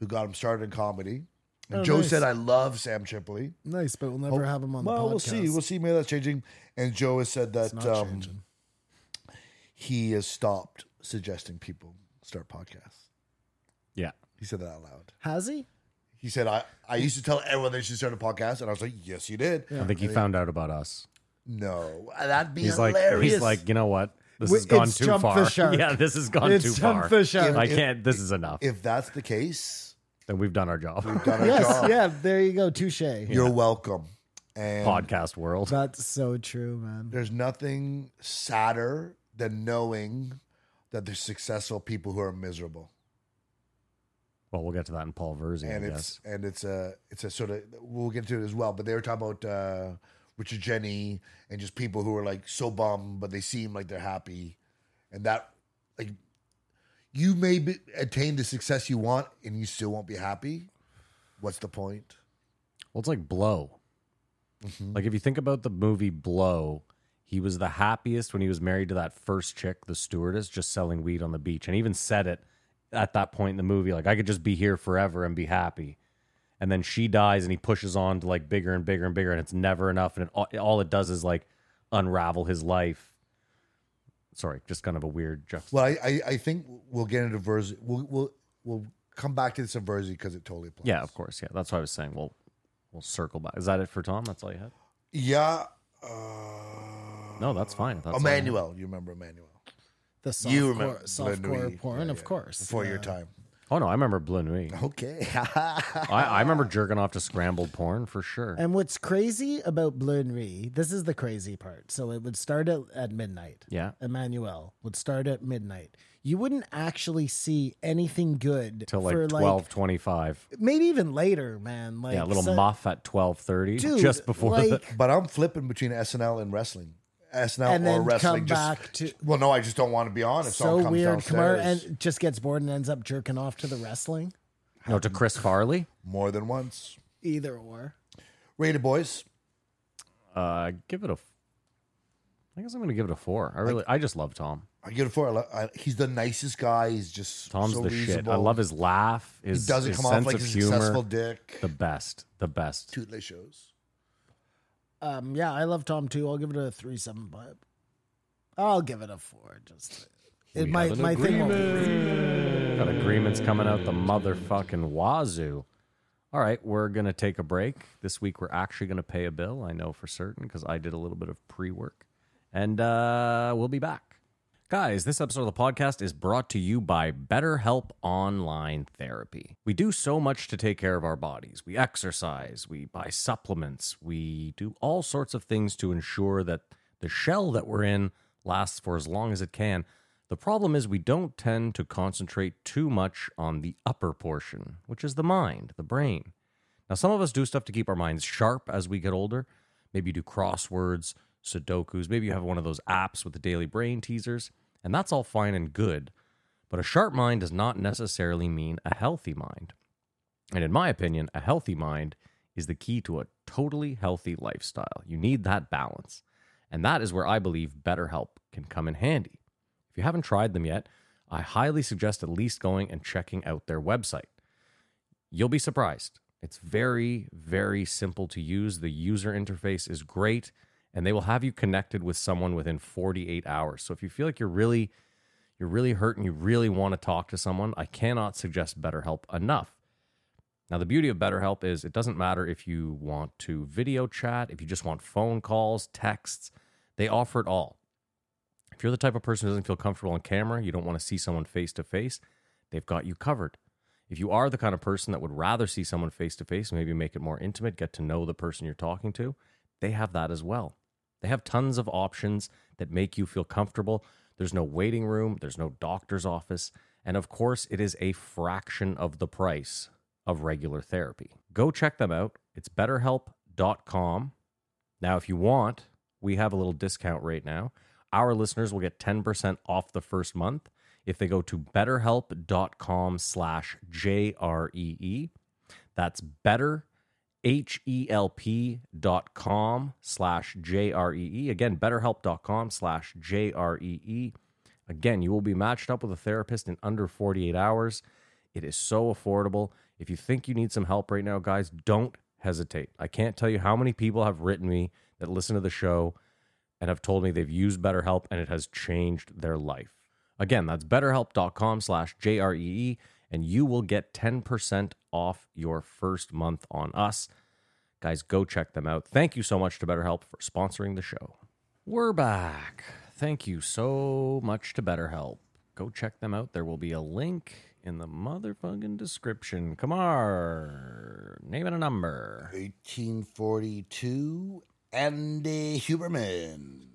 [SPEAKER 5] who got him started in comedy. And
[SPEAKER 7] Oh,
[SPEAKER 5] Joe
[SPEAKER 7] nice.
[SPEAKER 5] said, I love Sam Tripoli.
[SPEAKER 7] Nice, but we'll never have him on
[SPEAKER 5] Oh, Well,
[SPEAKER 7] the podcast.
[SPEAKER 5] we'll see. We'll see. Maybe that's changing. And Joe has said that
[SPEAKER 7] it's not
[SPEAKER 5] um,
[SPEAKER 7] changing.
[SPEAKER 5] he has stopped suggesting people start podcasts.
[SPEAKER 6] yeah.
[SPEAKER 5] He said that out loud.
[SPEAKER 7] Has he?
[SPEAKER 5] He said, I, I used to tell everyone they should start a podcast. And I was like, yes, you did.
[SPEAKER 6] I think he found out about us.
[SPEAKER 5] No, that'd be
[SPEAKER 6] He's like,
[SPEAKER 5] hilarious.
[SPEAKER 6] he's like, you know what? This
[SPEAKER 7] Wh-
[SPEAKER 6] has gone
[SPEAKER 7] it's
[SPEAKER 6] too
[SPEAKER 7] jumped
[SPEAKER 6] far.
[SPEAKER 7] the shark.
[SPEAKER 6] Yeah, this has gone
[SPEAKER 7] It's
[SPEAKER 6] too far.
[SPEAKER 7] jumped the shark.
[SPEAKER 6] I can't. This is enough.
[SPEAKER 5] if that's the case,
[SPEAKER 6] then we've done our job.
[SPEAKER 5] we've done our
[SPEAKER 7] Yes.
[SPEAKER 5] job.
[SPEAKER 7] Yeah. There you go. Touche.
[SPEAKER 5] You're welcome. And
[SPEAKER 6] Podcast world.
[SPEAKER 7] That's so true, man.
[SPEAKER 5] there's nothing sadder than knowing that there's successful people who are miserable.
[SPEAKER 6] Well, we'll get to that in Paul Verzi,
[SPEAKER 5] and
[SPEAKER 6] I
[SPEAKER 5] it's
[SPEAKER 6] guess.
[SPEAKER 5] and it's a it's a sort of we'll get to it as well. But they were talking about uh, Richard Jenny and just people who are like so bummed, but they seem like they're happy, and that like you may be, attain the success you want, and you still won't be happy. What's the point?
[SPEAKER 6] Well, it's like Blow. Like if you think about the movie Blow, he was the happiest when he was married to that first chick, the stewardess, just selling weed on the beach, and even said it at that point in the movie, like I could just be here forever and be happy. And then she dies, and he pushes on to like bigger and bigger and bigger, and it's never enough, and it, all- all it does is like unravel his life. Sorry, just kind of a weird juxtaposition.
[SPEAKER 5] Well, I I, I think we'll get into Verzi. We'll we'll we'll come back to this in Verzi because it totally applies.
[SPEAKER 6] Yeah, of course. Yeah, that's what I was saying. We'll we'll circle back. Is that it for Tom? That's all you had?
[SPEAKER 5] yeah. Uh,
[SPEAKER 6] No, that's fine. That's all I had.
[SPEAKER 5] Emmanuel, you remember Emmanuel?
[SPEAKER 7] The softcore,
[SPEAKER 5] you remember
[SPEAKER 7] softcore
[SPEAKER 5] Blanui.
[SPEAKER 7] porn,
[SPEAKER 5] Yeah,
[SPEAKER 7] of
[SPEAKER 5] yeah.
[SPEAKER 7] course.
[SPEAKER 5] before your
[SPEAKER 7] Uh,
[SPEAKER 5] time.
[SPEAKER 6] Oh no, I remember Blue Nuit.
[SPEAKER 5] Okay.
[SPEAKER 6] I, I remember jerking off to scrambled porn for sure.
[SPEAKER 7] And what's crazy about Bleu Nuit, this is the crazy part. So it would start at, at midnight.
[SPEAKER 6] Yeah.
[SPEAKER 7] Emmanuel would start at midnight. You wouldn't actually see anything good
[SPEAKER 6] Till like
[SPEAKER 7] for
[SPEAKER 6] twelve twenty five.
[SPEAKER 7] like maybe even later, man. Like
[SPEAKER 6] Yeah, a little
[SPEAKER 7] so-
[SPEAKER 6] muff at twelve thirty.
[SPEAKER 7] dude,
[SPEAKER 6] Just before the
[SPEAKER 7] like,
[SPEAKER 5] But I'm flipping between SNL and wrestling. SNL
[SPEAKER 7] And
[SPEAKER 5] or
[SPEAKER 7] then
[SPEAKER 5] wrestling.
[SPEAKER 7] come
[SPEAKER 5] just,
[SPEAKER 7] back to-
[SPEAKER 5] well, no, I just don't want to be on. If someone
[SPEAKER 7] so
[SPEAKER 5] comes
[SPEAKER 7] weird. Kamar
[SPEAKER 5] downstairs,
[SPEAKER 7] and just gets bored and ends up jerking off to the wrestling.
[SPEAKER 6] No, to Chris Farley.
[SPEAKER 5] more than once.
[SPEAKER 7] Either or.
[SPEAKER 5] Rated boys.
[SPEAKER 6] Uh give it a f- I guess I'm gonna give it a four. I really I just love Tom.
[SPEAKER 5] I give it a four. I lo- I, he's the nicest guy. He's just
[SPEAKER 6] Tom's
[SPEAKER 5] so
[SPEAKER 6] the shit.
[SPEAKER 5] reasonable.
[SPEAKER 6] I love his laugh,
[SPEAKER 5] He
[SPEAKER 6] his,
[SPEAKER 5] doesn't
[SPEAKER 6] his
[SPEAKER 5] come off
[SPEAKER 6] sense
[SPEAKER 5] like
[SPEAKER 6] of
[SPEAKER 5] a
[SPEAKER 6] humor.
[SPEAKER 5] successful dick.
[SPEAKER 6] The best. The best.
[SPEAKER 5] Toothless shows.
[SPEAKER 7] Um, yeah, I love Tom too. I'll give it a three seven five. I'll give it a four. Just it
[SPEAKER 6] We
[SPEAKER 7] my
[SPEAKER 6] have an
[SPEAKER 7] my thing won't be-
[SPEAKER 6] Got agreements coming out the motherfucking wazoo. All right, we're going to take a break. This week, we're actually going to pay a bill. I know for certain because I did a little bit of pre work. And uh, we'll be back. Guys, this episode of the podcast is brought to you by BetterHelp Online Therapy. We do so much to take care of our bodies. We exercise, we buy supplements, we do all sorts of things to ensure that the shell that we're in lasts for as long as it can. The problem is, we don't tend to concentrate too much on the upper portion, which is the mind, the brain. Now, some of us do stuff to keep our minds sharp as we get older. Maybe you do crosswords, Sudokus. Maybe you have one of those apps with the daily brain teasers, and that's all fine and good. But a sharp mind does not necessarily mean a healthy mind. And in my opinion, a healthy mind is the key to a totally healthy lifestyle. You need that balance. And that is where I believe BetterHelp can come in handy. If you haven't tried them yet, I highly suggest at least going and checking out their website you'll be surprised. It's very, very simple to use. The user interface is great, and they will have you connected with someone within 48 hours. So if you feel like you're really, you're really hurt and you really want to talk to someone, I cannot suggest BetterHelp enough. Now, the beauty of BetterHelp is it doesn't matter if you want to video chat, if you just want phone calls, texts, they offer it all. If you're the type of person who doesn't feel comfortable on camera, you don't want to see someone face to face, they've got you covered. If you are the kind of person that would rather see someone face to face, maybe make it more intimate, get to know the person you're talking to, they have that as well. They have tons of options that make you feel comfortable. There's no waiting room, there's no doctor's office, and of course, it is a fraction of the price of regular therapy. Go check them out. It's betterhelp.com now, if you want, we have a little discount right now. Our listeners will get 10% off the first month if they go to betterhelp.com slash J-R-E-E. E. That's better, H-E-L-P dot com slash J-R-E-E. E. Again, betterhelp.com slash J-R-E-E. E. Again, you will be matched up with a therapist in under 48 hours. It is so affordable. If you think you need some help right now, guys, don't hesitate. I can't tell you how many people have written me that listen to the show and have told me they've used BetterHelp and it has changed their life. Again, that's betterhelp.com slash J-R-E-E E, and you will get 10% off your first month on us. Guys, go check them out. Thank you so much to BetterHelp for sponsoring the show. We're back. Thank you so much to BetterHelp. Go check them out. There will be a link in the motherfucking description. Come on. Name and a number.
[SPEAKER 5] 1842, Andy Huberman.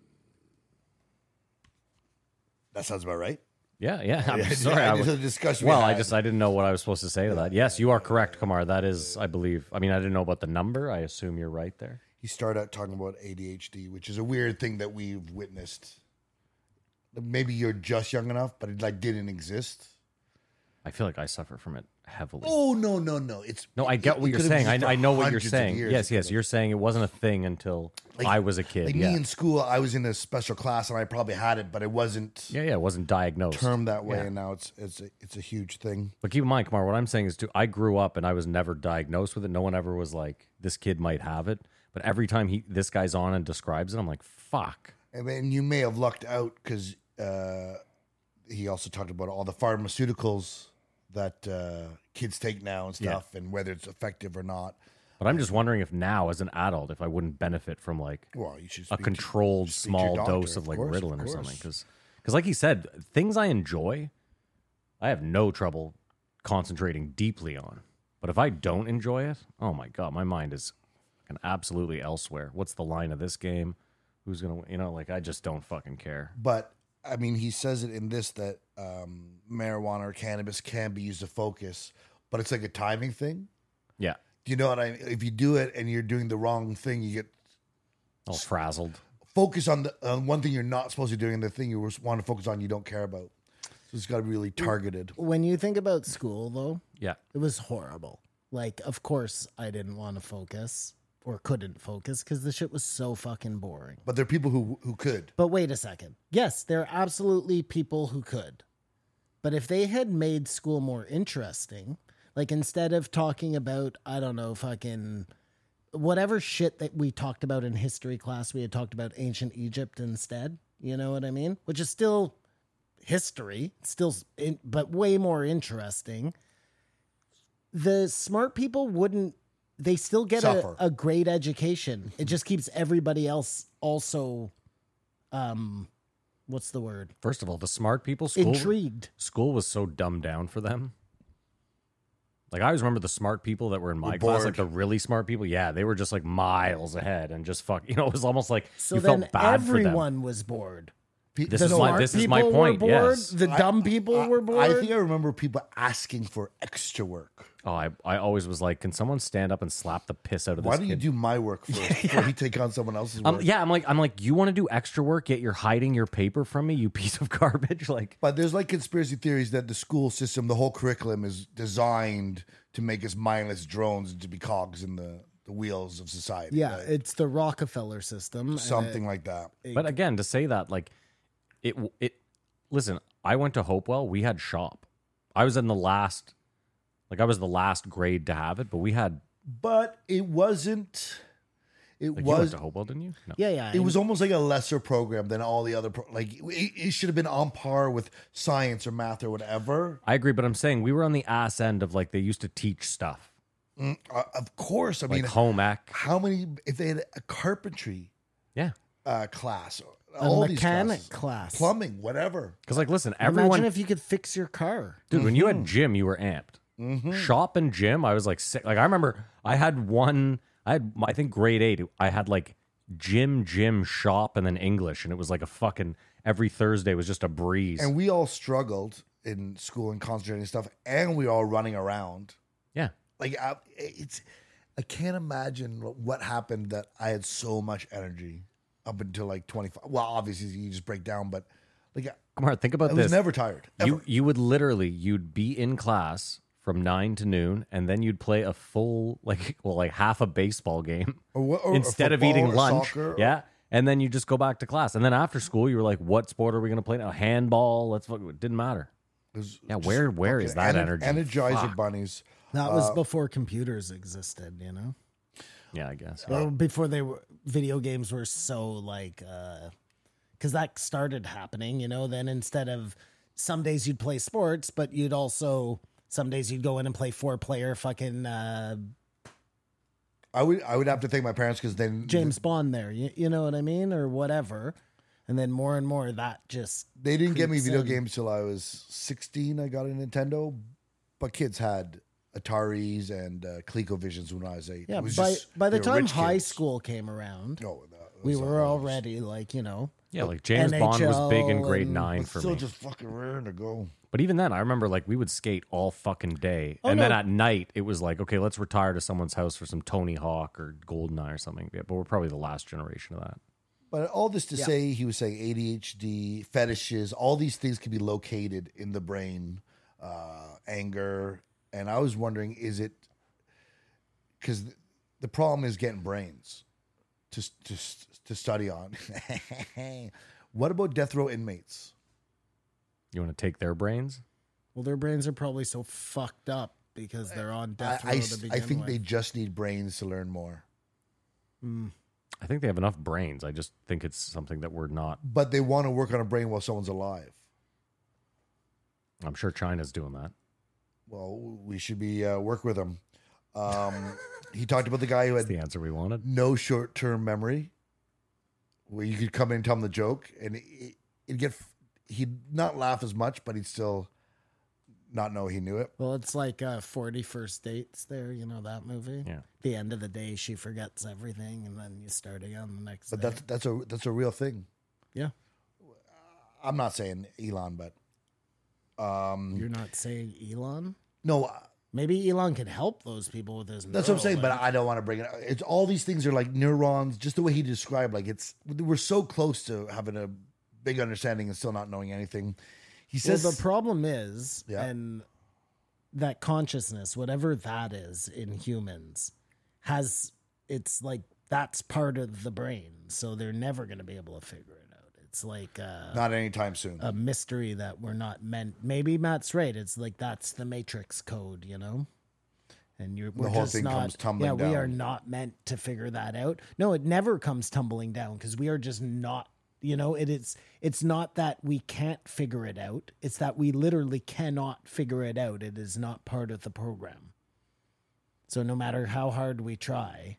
[SPEAKER 5] That sounds about right.
[SPEAKER 6] Yeah, yeah. I'm
[SPEAKER 5] Yeah,
[SPEAKER 6] sorry.
[SPEAKER 5] yeah,
[SPEAKER 6] I
[SPEAKER 5] this
[SPEAKER 6] was-
[SPEAKER 5] is a discussion we
[SPEAKER 6] well, I
[SPEAKER 5] had.
[SPEAKER 6] just I didn't know what I was supposed to say to that. Yes, you are correct, Kamar. That is, I believe. I mean, I didn't know about the number. I assume you're right there.
[SPEAKER 5] He started out talking about ADHD, which is a weird thing that we've witnessed. Maybe you're just young enough, but it like didn't exist.
[SPEAKER 6] I feel like I suffer from it heavily.
[SPEAKER 5] Oh no, no, no! It's
[SPEAKER 6] no, I
[SPEAKER 5] it-
[SPEAKER 6] get
[SPEAKER 5] it
[SPEAKER 6] what you're
[SPEAKER 5] could have
[SPEAKER 6] saying.
[SPEAKER 5] existed
[SPEAKER 6] I, I
[SPEAKER 5] for
[SPEAKER 6] know what you're
[SPEAKER 5] hundreds of
[SPEAKER 6] saying.
[SPEAKER 5] years.
[SPEAKER 6] Yes, yes. You're saying it wasn't a thing until
[SPEAKER 5] Like-
[SPEAKER 6] I was a kid.
[SPEAKER 5] Like
[SPEAKER 6] yeah.
[SPEAKER 5] me in school, I was in a special class, and I probably had it, but it wasn't
[SPEAKER 6] yeah, yeah. It wasn't diagnosed.
[SPEAKER 5] termed that way.
[SPEAKER 6] Yeah.
[SPEAKER 5] And now it's it's a, it's a huge thing.
[SPEAKER 6] But keep in mind, Kamar, what I'm saying is, too, I grew up and I was never diagnosed with it. No one ever was like, this kid might have it. But every time he this guy's on and describes it, I'm like, fuck.
[SPEAKER 5] And then you may have lucked out because uh, he also talked about all the pharmaceuticals that uh, kids take now and
[SPEAKER 6] Yeah.
[SPEAKER 5] stuff, and whether it's effective or not.
[SPEAKER 6] But I'm just wondering if now, as an adult, if I wouldn't benefit from like
[SPEAKER 5] Well, you should
[SPEAKER 6] a
[SPEAKER 5] speak to-
[SPEAKER 6] controlled
[SPEAKER 5] speak to your
[SPEAKER 6] small
[SPEAKER 5] doctor,
[SPEAKER 6] dose of like
[SPEAKER 5] course,
[SPEAKER 6] Ritalin or
[SPEAKER 5] course.
[SPEAKER 6] something. Because, like he said, things I enjoy, I have no trouble concentrating deeply on. But if I don't enjoy it, oh my god, my mind is fucking absolutely elsewhere. What's the line of this game? Who's gonna, win? you know, like I just don't fucking care.
[SPEAKER 5] But I mean, he says it in this that um, marijuana or cannabis can be used to focus, but it's like a timing thing.
[SPEAKER 6] Yeah,
[SPEAKER 5] Do you know what I mean? If you do it and you're doing the wrong thing, you get
[SPEAKER 6] all frazzled.
[SPEAKER 5] focus on the on one thing you're not supposed to be doing, and the thing you want to focus on you don't care about. So it's got to be really targeted.
[SPEAKER 7] When you think about school, though,
[SPEAKER 6] Yeah,
[SPEAKER 7] it was horrible. Like, of course, I didn't want to focus or couldn't focus because the shit was so fucking boring.
[SPEAKER 5] But there are people who who could.
[SPEAKER 7] But wait a second. Yes, there are absolutely people who could. But if they had made school more interesting, like instead of talking about, I don't know, fucking whatever shit that we talked about in history class, we had talked about ancient Egypt instead. You know what I mean? Which is still history, still, s- in, but way more interesting. The smart people wouldn't, they still get a,
[SPEAKER 5] Suffer.
[SPEAKER 7] a great education. It just keeps everybody else also um, what's the word?
[SPEAKER 6] First of all, the smart people school
[SPEAKER 7] Intrigued.
[SPEAKER 6] school was so dumbed down for them. Like I always remember the smart people that were in my
[SPEAKER 5] Were
[SPEAKER 6] class, like
[SPEAKER 5] bored.
[SPEAKER 6] the really smart people. Yeah, they were just like miles ahead and just fuck. You know, it was almost like
[SPEAKER 7] So
[SPEAKER 6] you
[SPEAKER 7] then
[SPEAKER 6] felt bad
[SPEAKER 7] everyone was bored.
[SPEAKER 5] Pe-
[SPEAKER 6] This
[SPEAKER 7] The
[SPEAKER 6] is
[SPEAKER 7] smart
[SPEAKER 6] why- this is my
[SPEAKER 7] people
[SPEAKER 6] point,
[SPEAKER 7] Were bored.
[SPEAKER 6] yes.
[SPEAKER 7] The dumb people
[SPEAKER 5] I,
[SPEAKER 7] were bored.
[SPEAKER 5] I think I remember people asking for extra work.
[SPEAKER 6] for them. Oh, I, I always was like, can someone stand up and slap the piss out of
[SPEAKER 5] Why
[SPEAKER 6] this
[SPEAKER 5] don't you
[SPEAKER 6] kid?
[SPEAKER 5] do my work first before you take on someone else's work?
[SPEAKER 6] um, yeah, I'm like, I'm like, you want to do extra work, yet you're hiding your paper from me, you piece of garbage. Like,
[SPEAKER 5] But there's like conspiracy theories that the school system, the whole curriculum is designed to make us mindless drones and to be cogs in the, the wheels of society.
[SPEAKER 7] yeah,
[SPEAKER 5] right?
[SPEAKER 7] it's the Rockefeller system. and
[SPEAKER 5] something like that.
[SPEAKER 6] But again, to say that, like, it, it, listen, I went to Hopewell. We had shop. I was in the last, like, I was the last grade to have it, but we had,
[SPEAKER 5] But it wasn't. It
[SPEAKER 6] like, you went
[SPEAKER 5] was.
[SPEAKER 6] to Hopewell, didn't you? No.
[SPEAKER 7] yeah, yeah.
[SPEAKER 5] It was almost like a lesser program than all the other. Pro- like it, it should have been on par with science or math or whatever.
[SPEAKER 6] I agree, but I'm saying we were on the ass end of like, they used to teach stuff,
[SPEAKER 5] Uh, of course, I
[SPEAKER 6] like
[SPEAKER 5] mean,
[SPEAKER 6] home ec.
[SPEAKER 5] how many? If they had a carpentry
[SPEAKER 6] Yeah.
[SPEAKER 5] uh, class,
[SPEAKER 7] a
[SPEAKER 5] all these
[SPEAKER 7] mechanic
[SPEAKER 5] classes,
[SPEAKER 7] class.
[SPEAKER 5] plumbing, whatever.
[SPEAKER 6] Cause, like, listen,
[SPEAKER 7] Imagine
[SPEAKER 6] everyone,
[SPEAKER 7] if you could fix your car.
[SPEAKER 6] dude, when you
[SPEAKER 5] Mm-hmm.
[SPEAKER 6] had gym, you were amped. Shop and gym, I was like sick. Like, I remember I had one, I had, I think grade eight, I had like gym, gym, shop, and then English. And it was like a fucking, every Thursday was just a breeze.
[SPEAKER 5] And we all struggled in school and concentrating and stuff, and we were all running around.
[SPEAKER 6] yeah.
[SPEAKER 5] Like I, it's, I can't imagine what- what happened that I had so much energy up until like twenty five. Well, obviously you just break down, but like I
[SPEAKER 6] Kumar, think about
[SPEAKER 5] was
[SPEAKER 6] this.
[SPEAKER 5] never tired. Ever.
[SPEAKER 6] you you would literally you'd be in class from nine to noon, and then you'd play a full like well like half a baseball game
[SPEAKER 5] Or what- or- or
[SPEAKER 6] instead of
[SPEAKER 5] football
[SPEAKER 6] eating
[SPEAKER 5] or
[SPEAKER 6] lunch.
[SPEAKER 5] soccer or-
[SPEAKER 6] yeah, and then you just go back to class, and then after school you were like, what sport are we going to play now? Handball. Let's fuck. It didn't matter. Yeah, where where is that
[SPEAKER 5] Ener-
[SPEAKER 6] energy?
[SPEAKER 5] Energizer
[SPEAKER 6] Fuck.
[SPEAKER 5] bunnies.
[SPEAKER 7] That
[SPEAKER 5] Uh,
[SPEAKER 7] was before computers existed, you know?
[SPEAKER 6] Yeah, I guess.
[SPEAKER 5] uh,
[SPEAKER 7] Or before they were video games were so like uh cuz that started happening, you know, then instead of some days you'd play sports, but you'd also some days you'd go in and play four player fucking uh
[SPEAKER 5] I would I would have to thank my parents because then
[SPEAKER 7] James Bond there, you, you know what I mean or whatever. And then more and more that just
[SPEAKER 5] they didn't get me
[SPEAKER 7] creeps
[SPEAKER 5] video
[SPEAKER 7] in.
[SPEAKER 5] games till I was 16. I got a Nintendo, but kids had Ataris and uh, ColecoVisions when I was eight.
[SPEAKER 7] yeah,
[SPEAKER 5] It was
[SPEAKER 7] by
[SPEAKER 5] just-
[SPEAKER 7] by the
[SPEAKER 5] they were
[SPEAKER 7] time
[SPEAKER 5] rich
[SPEAKER 7] high
[SPEAKER 5] kids.
[SPEAKER 7] school came around,
[SPEAKER 5] no, that
[SPEAKER 7] we
[SPEAKER 5] was
[SPEAKER 7] were
[SPEAKER 5] all-
[SPEAKER 7] already like, you know,
[SPEAKER 6] Yeah, like James Bond was big in grade
[SPEAKER 7] NHL
[SPEAKER 6] nine
[SPEAKER 5] but
[SPEAKER 6] for
[SPEAKER 5] still
[SPEAKER 6] me.
[SPEAKER 5] just fucking raring to go.
[SPEAKER 6] But even then, I remember like we would skate all fucking day,
[SPEAKER 7] Oh,
[SPEAKER 6] and then
[SPEAKER 7] no.
[SPEAKER 6] at night it was like, okay, let's retire to someone's house for some Tony Hawk or Goldeneye or something. Yeah, but we're probably the last generation of that.
[SPEAKER 5] But all this to say, he was saying ADHD, fetishes, all these things can be located in the brain, uh, anger. And I was wondering, is it because the problem is getting brains to, to, to study on? what about death row inmates?
[SPEAKER 6] You want to take their brains?
[SPEAKER 7] well their brains are probably so fucked up because they're on death row
[SPEAKER 5] I, I,
[SPEAKER 7] to begin
[SPEAKER 5] I think
[SPEAKER 7] with.
[SPEAKER 5] they just need brains to learn more,
[SPEAKER 6] I think they have enough brains. I just think it's something that we're not.
[SPEAKER 5] but they want to work on a brain while someone's alive.
[SPEAKER 6] I'm sure China's doing that.
[SPEAKER 5] Well, we should be uh, work with them. Um, he talked about the guy who had
[SPEAKER 6] That's the answer we wanted.
[SPEAKER 5] no short term memory, where you could come in and tell him the joke, and it, it'd get he'd not laugh as much, but he'd still not know he knew it.
[SPEAKER 7] Well, it's like uh, 40 First Dates there, you know, that movie?
[SPEAKER 6] Yeah.
[SPEAKER 7] The end of the day, she forgets everything, and then you start again the next
[SPEAKER 5] But
[SPEAKER 7] day.
[SPEAKER 5] that's that's a that's a real thing.
[SPEAKER 7] yeah.
[SPEAKER 5] I'm not saying Elon, but um,
[SPEAKER 7] You're not saying Elon?
[SPEAKER 5] no, uh,
[SPEAKER 7] Maybe Elon can help those people with his
[SPEAKER 5] that's what I'm
[SPEAKER 7] neural
[SPEAKER 5] saying. But
[SPEAKER 7] link.
[SPEAKER 5] I don't want to bring it. up. It's all these things are like neurons, just the way he described. Like it's we're so close to having a big understanding and still not knowing anything. He says
[SPEAKER 7] well, the problem is,
[SPEAKER 5] Yeah.
[SPEAKER 7] and that consciousness, whatever that is in humans, has it's like that's part of the brain, so they're never going to be able to figure it out. It's like uh,
[SPEAKER 5] not anytime soon.
[SPEAKER 7] a mystery that we're not meant. Maybe Matt's right. It's like that's the Matrix code, you know. And you're we're
[SPEAKER 5] whole
[SPEAKER 7] just
[SPEAKER 5] thing
[SPEAKER 7] not,
[SPEAKER 5] comes tumbling
[SPEAKER 7] yeah, we are
[SPEAKER 5] down.
[SPEAKER 7] not meant to figure that out. No, it never comes tumbling down because we are just not. You know, it is. It's not that we can't figure it out. It's that we literally cannot figure it out. It is not part of the program. So no matter how hard we try,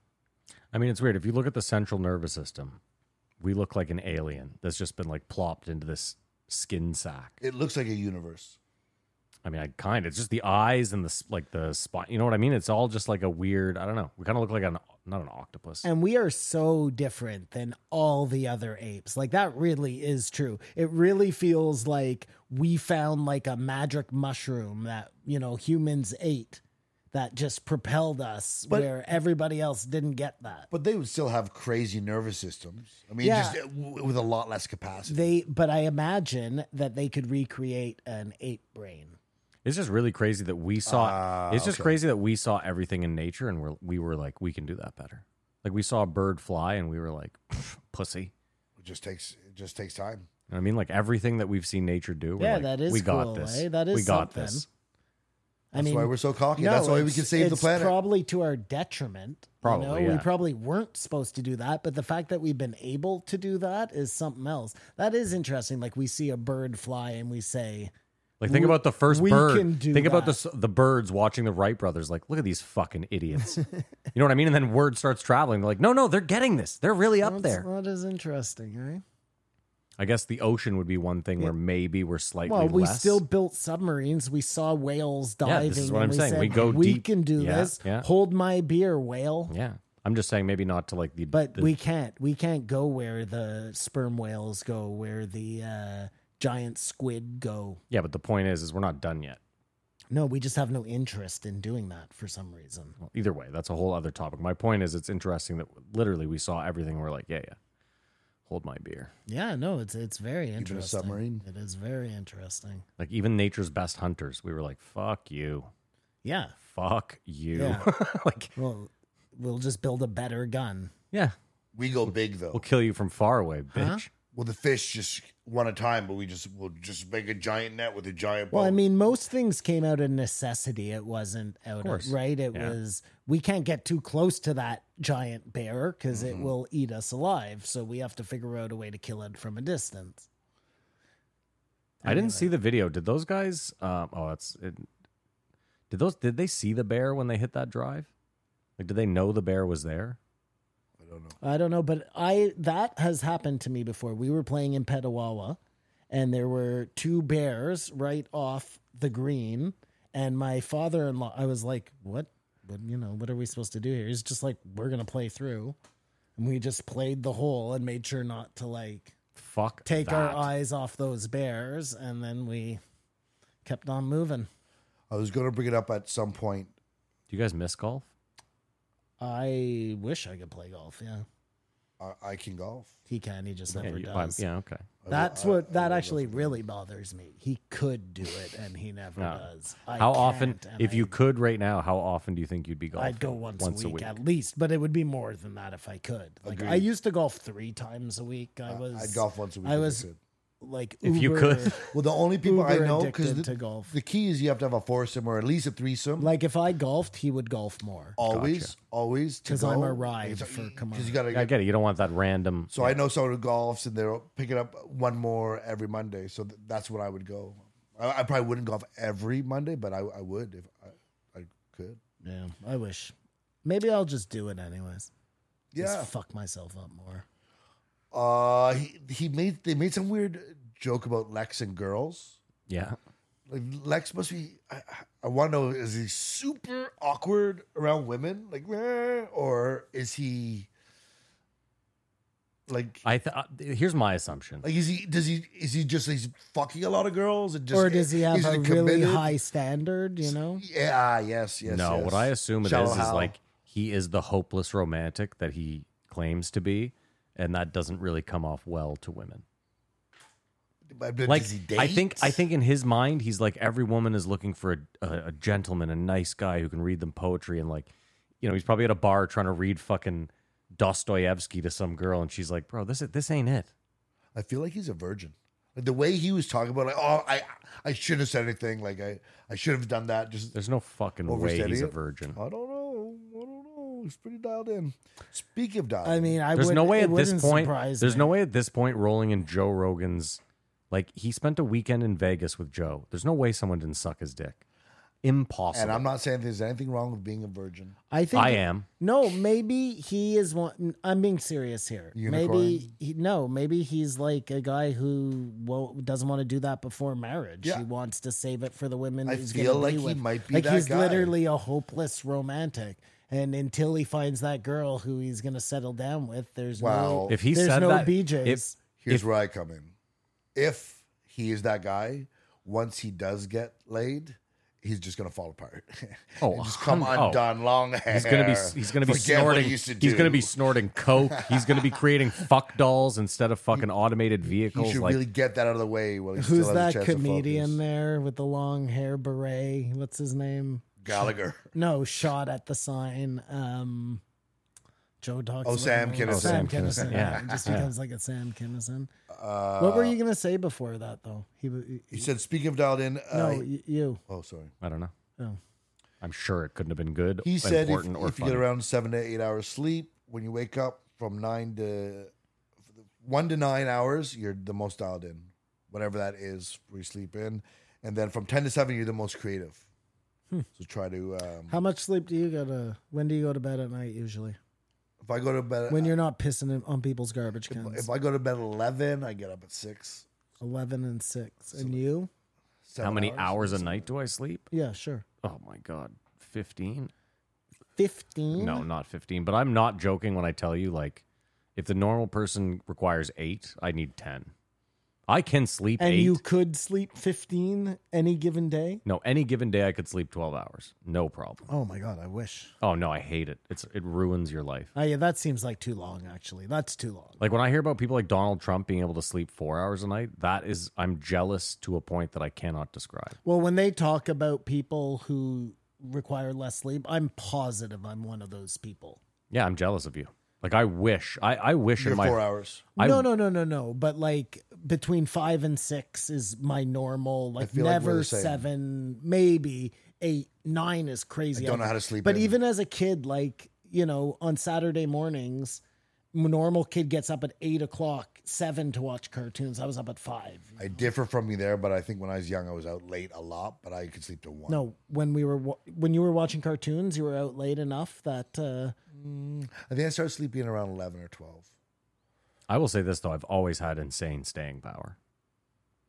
[SPEAKER 6] I mean, it's weird. If you look at the central nervous system, We look like an alien that's just been like plopped into this skin sack.
[SPEAKER 5] It looks like a universe.
[SPEAKER 6] I mean, I kind of. It's just the eyes and the s- like the spine. You know what I mean? It's all just like a weird. I don't know. We kind of look like an not an octopus.
[SPEAKER 7] And we are so different than all the other apes. Like that really is true. It really feels like we found like a magic mushroom that, you know, humans ate that just propelled us
[SPEAKER 5] But-
[SPEAKER 7] where everybody else didn't get that.
[SPEAKER 5] But they would still have crazy nervous systems. I mean,
[SPEAKER 7] Yeah.
[SPEAKER 5] just uh, w- with a lot less capacity.
[SPEAKER 7] They but I imagine that they could recreate an ape brain.
[SPEAKER 6] It's just really crazy that we saw.
[SPEAKER 5] Ah,
[SPEAKER 6] it's just
[SPEAKER 5] okay.
[SPEAKER 6] crazy that we saw everything in nature, and we're, we were like, we can do that better. Like we saw a bird fly, and we were like, "Pff, pussy.
[SPEAKER 5] it just takes it just takes time.
[SPEAKER 6] You know what I mean, like everything that we've seen nature do. We're
[SPEAKER 7] Yeah,
[SPEAKER 6] like,
[SPEAKER 7] that is
[SPEAKER 6] We got
[SPEAKER 7] cool,
[SPEAKER 6] this.
[SPEAKER 7] eh? That is
[SPEAKER 6] we got
[SPEAKER 7] something.
[SPEAKER 6] this.
[SPEAKER 7] I
[SPEAKER 5] That's
[SPEAKER 7] mean
[SPEAKER 5] why we're so cocky.
[SPEAKER 7] No,
[SPEAKER 5] That's why we
[SPEAKER 7] it's-
[SPEAKER 5] can save the
[SPEAKER 7] it's
[SPEAKER 5] planet.
[SPEAKER 7] Probably to our detriment.
[SPEAKER 6] Probably,
[SPEAKER 7] you know? we
[SPEAKER 6] yeah.
[SPEAKER 7] probably weren't supposed to do that, but the fact that we've been able to do that is something else. That is interesting. Like we see a bird fly and we say,
[SPEAKER 6] Like think about the first
[SPEAKER 7] we
[SPEAKER 6] bird.
[SPEAKER 7] can do
[SPEAKER 6] think about the
[SPEAKER 7] that.
[SPEAKER 6] s- the birds watching the Wright brothers. Like, look at these fucking idiots. you know what I mean? And then word starts traveling. They're like, no, no, they're getting this. They're really up
[SPEAKER 7] "That's-
[SPEAKER 6] there.
[SPEAKER 7] That is interesting, eh?" right?
[SPEAKER 6] I guess the ocean would be one thing where maybe we're slightly
[SPEAKER 7] Well, we
[SPEAKER 6] less.
[SPEAKER 7] still built submarines. We saw whales
[SPEAKER 6] Yeah,
[SPEAKER 7] diving.
[SPEAKER 6] this is what
[SPEAKER 7] and
[SPEAKER 6] I'm
[SPEAKER 7] we
[SPEAKER 6] saying.
[SPEAKER 7] Said,
[SPEAKER 6] We go
[SPEAKER 7] We
[SPEAKER 6] deep."
[SPEAKER 7] can do
[SPEAKER 6] Yeah,
[SPEAKER 7] this.
[SPEAKER 6] yeah.
[SPEAKER 7] Hold my beer, whale.
[SPEAKER 6] Yeah, I'm just saying maybe not to like the.
[SPEAKER 7] But
[SPEAKER 6] the-
[SPEAKER 7] we can't. We can't go where the sperm whales go, where the uh, giant squid go.
[SPEAKER 6] yeah, but the point is, is we're not done yet.
[SPEAKER 7] No, we just have no interest in doing that for some reason.
[SPEAKER 6] Well, either way, that's a whole other topic. My point is, it's interesting that literally we saw everything. We're like, yeah, yeah, hold my beer.
[SPEAKER 7] Yeah, no, it's it's very interesting.
[SPEAKER 5] submarine.
[SPEAKER 7] It is very interesting.
[SPEAKER 6] Like even nature's best hunters, we were like, fuck you,
[SPEAKER 7] Yeah.
[SPEAKER 6] fuck you.
[SPEAKER 7] Yeah.
[SPEAKER 6] like,
[SPEAKER 7] Well, we'll just build a better gun.
[SPEAKER 6] yeah,
[SPEAKER 5] We go big though.
[SPEAKER 6] we'll kill you from far away,
[SPEAKER 7] Uh-huh.
[SPEAKER 6] bitch.
[SPEAKER 5] Well, the fish just one at a time, but we just we'll just make a giant net with a giant.
[SPEAKER 7] Well, I
[SPEAKER 5] boat.
[SPEAKER 7] mean, most things came out of necessity. It wasn't out
[SPEAKER 6] course.
[SPEAKER 7] of right. It
[SPEAKER 6] Yeah.
[SPEAKER 7] was we can't get too close to that giant bear because it will eat us alive. So we have to figure out a way to kill it from a distance.
[SPEAKER 6] I didn't see the video. Did those guys? Um, oh, that's. It, did those? Did they see the bear when they hit that drive? Like, did they know the bear was there?
[SPEAKER 7] I don't know, but I that has happened to me before. We were playing in Petawawa, and there were two bears right off the green, and my father-in-law. I was like, "What? What? You know, what are we supposed to do here?" He's just like, "We're gonna play through," and we just played the hole and made sure not to like
[SPEAKER 6] Fuck.
[SPEAKER 7] take our
[SPEAKER 6] that.
[SPEAKER 7] eyes off those bears, and then we kept on moving.
[SPEAKER 5] I was going to bring it up at some point.
[SPEAKER 6] Do you guys miss golf?
[SPEAKER 7] I wish I could play golf. Yeah,
[SPEAKER 5] I, I can golf.
[SPEAKER 7] he can. He just never
[SPEAKER 6] you- I-
[SPEAKER 7] does.
[SPEAKER 6] yeah, okay.
[SPEAKER 7] That's what that actually really bothers me. He could do it and he never
[SPEAKER 6] No.
[SPEAKER 7] does. I
[SPEAKER 6] how often,
[SPEAKER 7] can't, and
[SPEAKER 6] if you
[SPEAKER 7] I-
[SPEAKER 6] could right now, how often do you think you'd be golfing?
[SPEAKER 7] I'd go once, a, week at least, but it would be more than that if I could. Like I
[SPEAKER 5] Agreed.
[SPEAKER 7] used to golf three times a week. I was
[SPEAKER 5] I'd golf once a week.
[SPEAKER 7] I
[SPEAKER 5] if
[SPEAKER 7] was
[SPEAKER 5] could.
[SPEAKER 7] like
[SPEAKER 6] If you
[SPEAKER 7] uber-
[SPEAKER 6] could.
[SPEAKER 5] Well, the only people I
[SPEAKER 7] uber
[SPEAKER 5] know because
[SPEAKER 7] addicted
[SPEAKER 5] the,
[SPEAKER 7] to golf.
[SPEAKER 5] the key is you have to have a foursome or at least a threesome.
[SPEAKER 7] like if I golfed, he would golf more.
[SPEAKER 5] always, always to
[SPEAKER 7] 'Cause I'm
[SPEAKER 5] go.
[SPEAKER 7] a ride
[SPEAKER 5] It's-
[SPEAKER 7] for- come
[SPEAKER 5] you
[SPEAKER 7] on.
[SPEAKER 5] got to
[SPEAKER 6] I get it. You don't want that random.
[SPEAKER 5] So I know someone who golfs, and they're picking up one more every Monday. So th- that's when I would go. I, I probably wouldn't golf every Monday, but I, I would if I, I could.
[SPEAKER 7] Yeah, I wish. Maybe I'll just do it anyways.
[SPEAKER 5] Yeah.
[SPEAKER 7] Just fuck myself up more.
[SPEAKER 5] Uh, he, he made they made some weird joke about Lex and girls.
[SPEAKER 6] yeah.
[SPEAKER 5] Like Lex must be. I, I- I want to know is he super awkward around women, like, "Meh," or is he like
[SPEAKER 6] I th- uh, here's my assumption.
[SPEAKER 5] like is he does he is he just he's fucking a lot of girls and just
[SPEAKER 7] or does he have
[SPEAKER 5] he's
[SPEAKER 7] a really
[SPEAKER 5] committed?
[SPEAKER 7] high standard, you know?
[SPEAKER 5] Yeah, yes, yes.
[SPEAKER 6] no,
[SPEAKER 5] yes.
[SPEAKER 6] what I assume it is
[SPEAKER 5] Shallow
[SPEAKER 6] is
[SPEAKER 5] Hal.
[SPEAKER 6] like he is the hopeless romantic that he claims to be, and that doesn't really come off well to women.
[SPEAKER 5] But does
[SPEAKER 6] Like
[SPEAKER 5] he date?
[SPEAKER 6] I think I think in his mind he's like every woman is looking for a, a, a gentleman, a nice guy who can read them poetry and like, you know, he's probably at a bar trying to read fucking Dostoevsky to some girl, and she's like, bro, this this ain't it.
[SPEAKER 5] I feel like he's a virgin. Like the way he was talking about, like, oh, I I shouldn't have said anything. Like I I should have done that. Just
[SPEAKER 6] There's no fucking way
[SPEAKER 5] oversteady
[SPEAKER 6] he's a
[SPEAKER 5] it.
[SPEAKER 6] virgin.
[SPEAKER 5] I don't know. I don't know. He's pretty dialed in. Speak of dialed,
[SPEAKER 7] I mean, I
[SPEAKER 6] There's
[SPEAKER 7] would,
[SPEAKER 6] no way
[SPEAKER 7] it
[SPEAKER 6] at this
[SPEAKER 7] wouldn't
[SPEAKER 6] point.
[SPEAKER 7] surprise
[SPEAKER 6] There's
[SPEAKER 7] me.
[SPEAKER 6] no way at this point rolling in Joe Rogan's. Like he spent a weekend in Vegas with Joe. There's no way someone didn't suck his dick. Impossible.
[SPEAKER 5] And I'm not saying there's anything wrong with being a virgin.
[SPEAKER 7] I think
[SPEAKER 6] I am.
[SPEAKER 7] No, maybe he is one. I'm being serious here. Maybe
[SPEAKER 5] Unicorn?
[SPEAKER 7] he, no, maybe he's like a guy who won't, doesn't want to do that before marriage.
[SPEAKER 5] Yeah.
[SPEAKER 7] He wants to save it for the women.
[SPEAKER 5] I
[SPEAKER 7] he's
[SPEAKER 5] feel
[SPEAKER 7] gonna
[SPEAKER 5] like
[SPEAKER 7] be
[SPEAKER 5] he
[SPEAKER 7] with.
[SPEAKER 5] might be
[SPEAKER 7] like
[SPEAKER 5] that
[SPEAKER 7] he's
[SPEAKER 5] guy.
[SPEAKER 7] literally a hopeless romantic. And until he finds that girl who he's going to settle down with, there's
[SPEAKER 5] Wow.
[SPEAKER 7] no
[SPEAKER 6] If he
[SPEAKER 7] there's
[SPEAKER 6] said
[SPEAKER 7] no
[SPEAKER 6] that,
[SPEAKER 7] BJ's.
[SPEAKER 6] if-
[SPEAKER 5] Here's
[SPEAKER 6] If-
[SPEAKER 5] where I come in. If he is that guy, once he does get laid, he's just gonna fall apart.
[SPEAKER 6] Oh,
[SPEAKER 5] And just come
[SPEAKER 6] hun- oh.
[SPEAKER 5] undone, long hair.
[SPEAKER 6] He's gonna be he's gonna be
[SPEAKER 5] Forget what
[SPEAKER 6] snorting
[SPEAKER 5] he used to
[SPEAKER 6] he's gonna
[SPEAKER 5] do.
[SPEAKER 6] be snorting coke. he's gonna be creating fuck dolls instead of fucking automated
[SPEAKER 5] He
[SPEAKER 6] vehicles.
[SPEAKER 5] should
[SPEAKER 6] Like
[SPEAKER 5] really get that out of the way while he
[SPEAKER 7] who's
[SPEAKER 5] still has a
[SPEAKER 7] that
[SPEAKER 5] chance to
[SPEAKER 7] comedian
[SPEAKER 5] focus.
[SPEAKER 7] there with the long hair beret? What's his name?
[SPEAKER 5] Gallagher.
[SPEAKER 7] No, shot at the sign. Um, Joe Dog.
[SPEAKER 5] Oh, Sam Kinison.
[SPEAKER 6] Sam
[SPEAKER 7] Sam Kinison.
[SPEAKER 6] Kinison,
[SPEAKER 7] Yeah,
[SPEAKER 6] yeah.
[SPEAKER 7] It just
[SPEAKER 6] Yeah.
[SPEAKER 7] becomes like a Sam Kinison.
[SPEAKER 5] Uh,
[SPEAKER 7] what were you gonna say before that though? He, w-
[SPEAKER 5] He said, "Speaking of dialed in, uh,
[SPEAKER 7] no, y- you.
[SPEAKER 5] oh sorry."
[SPEAKER 6] I don't know.
[SPEAKER 7] Oh.
[SPEAKER 6] I'm sure it couldn't have been good.
[SPEAKER 5] He said, if,
[SPEAKER 6] important or
[SPEAKER 5] if you get
[SPEAKER 6] funny.
[SPEAKER 5] around seven to eight hours sleep, when you wake up from nine to one to nine hours, you're the most dialed in, whatever that is where you sleep in. And then from 10 to seven, you're the most creative.
[SPEAKER 7] Hmm.
[SPEAKER 5] So try to, um,
[SPEAKER 7] How much sleep do you go to? When do you go to bed at night usually?
[SPEAKER 5] if I go to bed, uh,
[SPEAKER 7] When you're not pissing in- on people's garbage cans.
[SPEAKER 5] if I go to bed at 11, I get up at six.
[SPEAKER 7] Eleven and six, and you?
[SPEAKER 6] how
[SPEAKER 5] seven
[SPEAKER 6] many hours, a night do I sleep?
[SPEAKER 7] Yeah, sure.
[SPEAKER 6] Oh my god, fifteen?
[SPEAKER 7] Fifteen.
[SPEAKER 6] No, not fifteen. But I'm not joking when I tell you like, if the normal person requires eight, I need ten. I can sleep
[SPEAKER 7] And
[SPEAKER 6] eight.
[SPEAKER 7] you could sleep fifteen any given day.
[SPEAKER 6] no, any given day I could sleep twelve hours, no problem.
[SPEAKER 7] Oh my god, I wish.
[SPEAKER 6] Oh no, I hate it. It's it ruins your life.
[SPEAKER 7] Oh yeah, that seems like too long. Actually, that's too long.
[SPEAKER 6] Like when I hear about people like Donald Trump being able to sleep four hours a night, that is, I'm jealous to a point that I cannot describe.
[SPEAKER 7] Well, when they talk about people who require less sleep, I'm positive I'm one of those people.
[SPEAKER 6] Yeah, I'm jealous of you. Like I wish, I, I wish
[SPEAKER 5] You're
[SPEAKER 6] in my
[SPEAKER 5] four hours.
[SPEAKER 6] I-
[SPEAKER 7] no, no, no, no, no. But like between five and six is my normal. Like
[SPEAKER 5] feel like we're
[SPEAKER 7] never
[SPEAKER 5] the same.
[SPEAKER 7] seven, maybe eight, nine is crazy.
[SPEAKER 5] I don't know how to sleep
[SPEAKER 7] But
[SPEAKER 5] in.
[SPEAKER 7] even as a kid, like you know, on Saturday mornings, m- normal kid gets up at eight o'clock, seven to watch cartoons. I was up at five.
[SPEAKER 5] I differ from you there, but I think when I was young, I was out late a lot, but I could sleep to one.
[SPEAKER 7] No, when we were wa- when you were watching cartoons, you were out late enough that. uh
[SPEAKER 5] I think I started sleeping around 11 or 12.
[SPEAKER 6] I will say this though, I've always had insane staying power.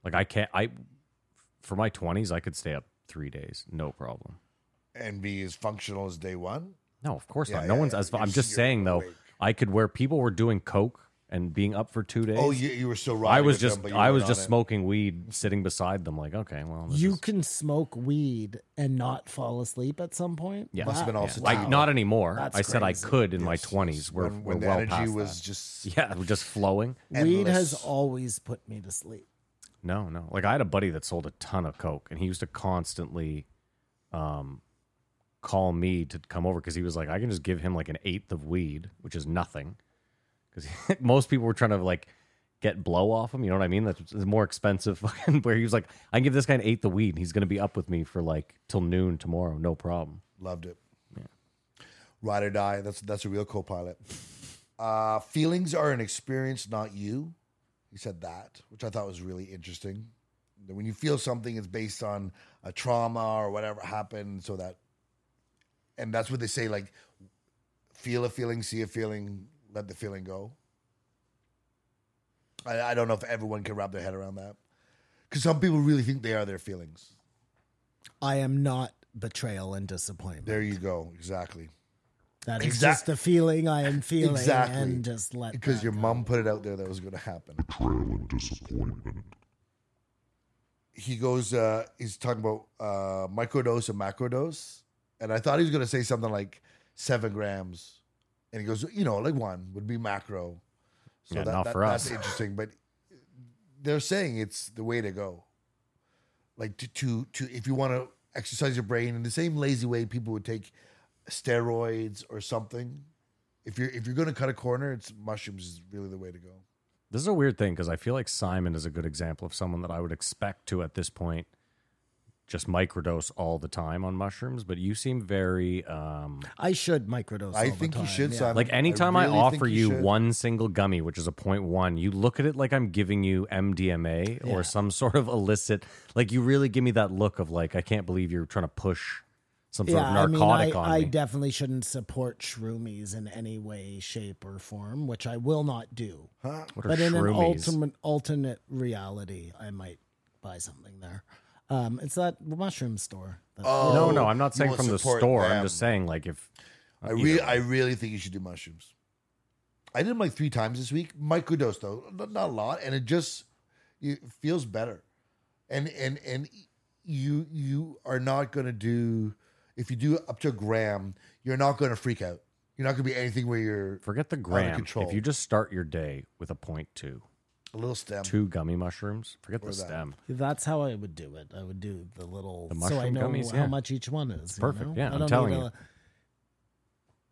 [SPEAKER 6] Like I can't I for my twenties I could stay up three days, no problem.
[SPEAKER 5] And be as functional as day one.
[SPEAKER 6] No, of course
[SPEAKER 5] Yeah,
[SPEAKER 6] not. No
[SPEAKER 5] yeah,
[SPEAKER 6] one's
[SPEAKER 5] yeah.
[SPEAKER 6] as
[SPEAKER 5] You're-
[SPEAKER 6] I'm just
[SPEAKER 5] you're
[SPEAKER 6] saying though,
[SPEAKER 5] awake.
[SPEAKER 6] I could where people were doing coke and being up for two days.
[SPEAKER 5] Oh, you, you were still right.
[SPEAKER 6] I was just I was just smoking weed sitting beside them, like, okay, well this
[SPEAKER 7] You
[SPEAKER 6] is-
[SPEAKER 7] can smoke weed and not fall asleep at some point.
[SPEAKER 6] Yeah.
[SPEAKER 5] Must have been
[SPEAKER 7] Wow.
[SPEAKER 5] also
[SPEAKER 6] like
[SPEAKER 5] too-
[SPEAKER 6] not anymore.
[SPEAKER 7] That's
[SPEAKER 6] I said I
[SPEAKER 7] crazy.
[SPEAKER 6] could in my twenties. We're,
[SPEAKER 5] when,
[SPEAKER 6] we're
[SPEAKER 5] when the
[SPEAKER 6] well
[SPEAKER 5] energy
[SPEAKER 6] past
[SPEAKER 5] was
[SPEAKER 6] that.
[SPEAKER 5] just
[SPEAKER 6] yeah, we're just flowing.
[SPEAKER 7] Weed
[SPEAKER 5] endless.
[SPEAKER 7] has always put me to sleep.
[SPEAKER 6] No, no. Like I had a buddy that sold a ton of coke, and he used to constantly, um, call me to come over because he was like, I can just give him like an eighth of weed, which is nothing, because most people were trying to like get blow off him. You know what I mean? That's it's more expensive. fucking- Where he was like, I can give this guy an eighth of weed, and he's gonna be up with me for like till noon tomorrow, no problem.
[SPEAKER 5] loved it. Ride or die. That's that's a real co-pilot. Uh, feelings are an experience, not you. He said that, which I thought was really interesting. That when you feel something, it's based on a trauma or whatever happened. So that, and that's what they say: like, feel a feeling, see a feeling, let the feeling go. I, I don't know if everyone can wrap their head around that, because some people really think they are their feelings.
[SPEAKER 7] I am not betrayal and disappointment.
[SPEAKER 5] There you go, exactly.
[SPEAKER 7] that is
[SPEAKER 5] Exac-
[SPEAKER 7] just the feeling I am feeling
[SPEAKER 5] Exactly.
[SPEAKER 7] and just let
[SPEAKER 5] because
[SPEAKER 7] that
[SPEAKER 5] your
[SPEAKER 7] go.
[SPEAKER 5] mom put it out there that was going to happen. He goes, uh, he's talking about uh, microdose and macrodose, and I thought he was going to say something like seven grams, and he goes, you know, like one would be macro. So
[SPEAKER 6] Yeah, not for
[SPEAKER 5] that's
[SPEAKER 6] us.
[SPEAKER 5] interesting, but they're saying it's the way to go. Like to to, to if you want to exercise your brain in the same lazy way people would take steroids or something. If you're if you're going to cut a corner, it's mushrooms is really the way to go.
[SPEAKER 6] This is a weird thing because I feel like Simon is a good example of someone that I would expect to at this point just microdose all the time on mushrooms, but you seem very um,
[SPEAKER 7] I should microdose. all
[SPEAKER 5] I
[SPEAKER 7] the
[SPEAKER 5] think you
[SPEAKER 7] time,
[SPEAKER 5] should,
[SPEAKER 7] yeah.
[SPEAKER 5] Simon.
[SPEAKER 6] like anytime I,
[SPEAKER 5] really think
[SPEAKER 6] offer you,
[SPEAKER 5] should.
[SPEAKER 6] one single gummy, which is a point one, you look at it like I'm giving you MDMA or some sort of illicit. Like you really give me that look of like I can't believe you're trying to push some sort
[SPEAKER 7] yeah, I
[SPEAKER 6] of
[SPEAKER 7] mean,
[SPEAKER 6] narcotic
[SPEAKER 7] I,
[SPEAKER 6] on
[SPEAKER 7] I
[SPEAKER 6] me.
[SPEAKER 7] definitely shouldn't support shroomies in any way, shape, or form, which I will not do.
[SPEAKER 6] what are
[SPEAKER 7] But in an
[SPEAKER 6] shroomies?
[SPEAKER 7] ultimate alternate reality, I might buy something there. Um, it's that mushroom store. that-
[SPEAKER 6] no,
[SPEAKER 5] Oh,
[SPEAKER 6] no, I'm not
[SPEAKER 5] you
[SPEAKER 6] saying
[SPEAKER 5] won't
[SPEAKER 6] from the
[SPEAKER 5] support
[SPEAKER 6] store. I'm
[SPEAKER 5] them.
[SPEAKER 6] just saying like if
[SPEAKER 5] I really, I really think you should do mushrooms. I did them like three times this week. Microdose though, not, not a lot, and it just it feels better. And and and you you are not gonna do if you do up to a gram, you're not gonna freak out. You're not gonna be anything where you're
[SPEAKER 6] forget the gram, if
[SPEAKER 5] control.
[SPEAKER 6] you just start your day with a point two,
[SPEAKER 5] a little
[SPEAKER 7] Um,
[SPEAKER 5] stem.
[SPEAKER 6] two gummy mushrooms, forget the
[SPEAKER 5] Or that.
[SPEAKER 6] stem.
[SPEAKER 7] That's how I would do it. I would do the little
[SPEAKER 6] The
[SPEAKER 7] so I
[SPEAKER 6] mushroom
[SPEAKER 7] know
[SPEAKER 6] gummies,
[SPEAKER 7] how
[SPEAKER 6] yeah.
[SPEAKER 7] much each one is. you
[SPEAKER 6] perfect,
[SPEAKER 7] know?
[SPEAKER 6] yeah,
[SPEAKER 7] I
[SPEAKER 6] I'm
[SPEAKER 7] don't
[SPEAKER 6] telling
[SPEAKER 7] need
[SPEAKER 6] you.
[SPEAKER 7] a-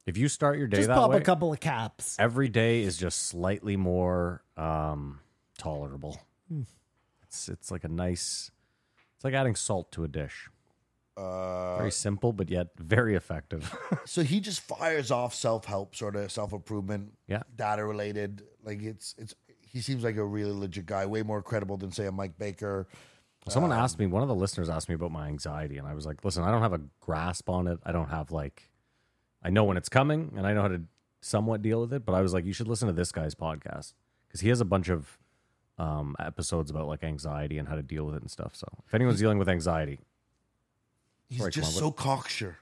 [SPEAKER 6] If you start your day
[SPEAKER 7] Just
[SPEAKER 6] that
[SPEAKER 7] pop
[SPEAKER 6] way,
[SPEAKER 7] a couple of caps.
[SPEAKER 6] every day is just slightly more um, tolerable.
[SPEAKER 7] Hmm.
[SPEAKER 6] It's it's like a nice. It's like adding salt to a dish.
[SPEAKER 7] Uh,
[SPEAKER 6] very simple, but yet very effective.
[SPEAKER 5] Uh, So he just fires off self help, sort of self improvement,
[SPEAKER 6] Yeah.
[SPEAKER 5] data related. Like it's it's he seems like a really legit guy, way more credible than say a Mike Baker. Uh,
[SPEAKER 6] Someone
[SPEAKER 5] Um,
[SPEAKER 6] asked me. One of the listeners asked me about my anxiety, and I was like, "Listen, I don't have a grasp on it. I don't have like, I know when it's coming, and I know how to somewhat deal with it. But I was like, you should listen to this guy's podcast because he has a bunch of um, episodes about like anxiety and how to deal with it and stuff. So if anyone's dealing with anxiety,
[SPEAKER 5] He's
[SPEAKER 6] Sorry, come
[SPEAKER 5] just
[SPEAKER 6] on,
[SPEAKER 5] so cocksure.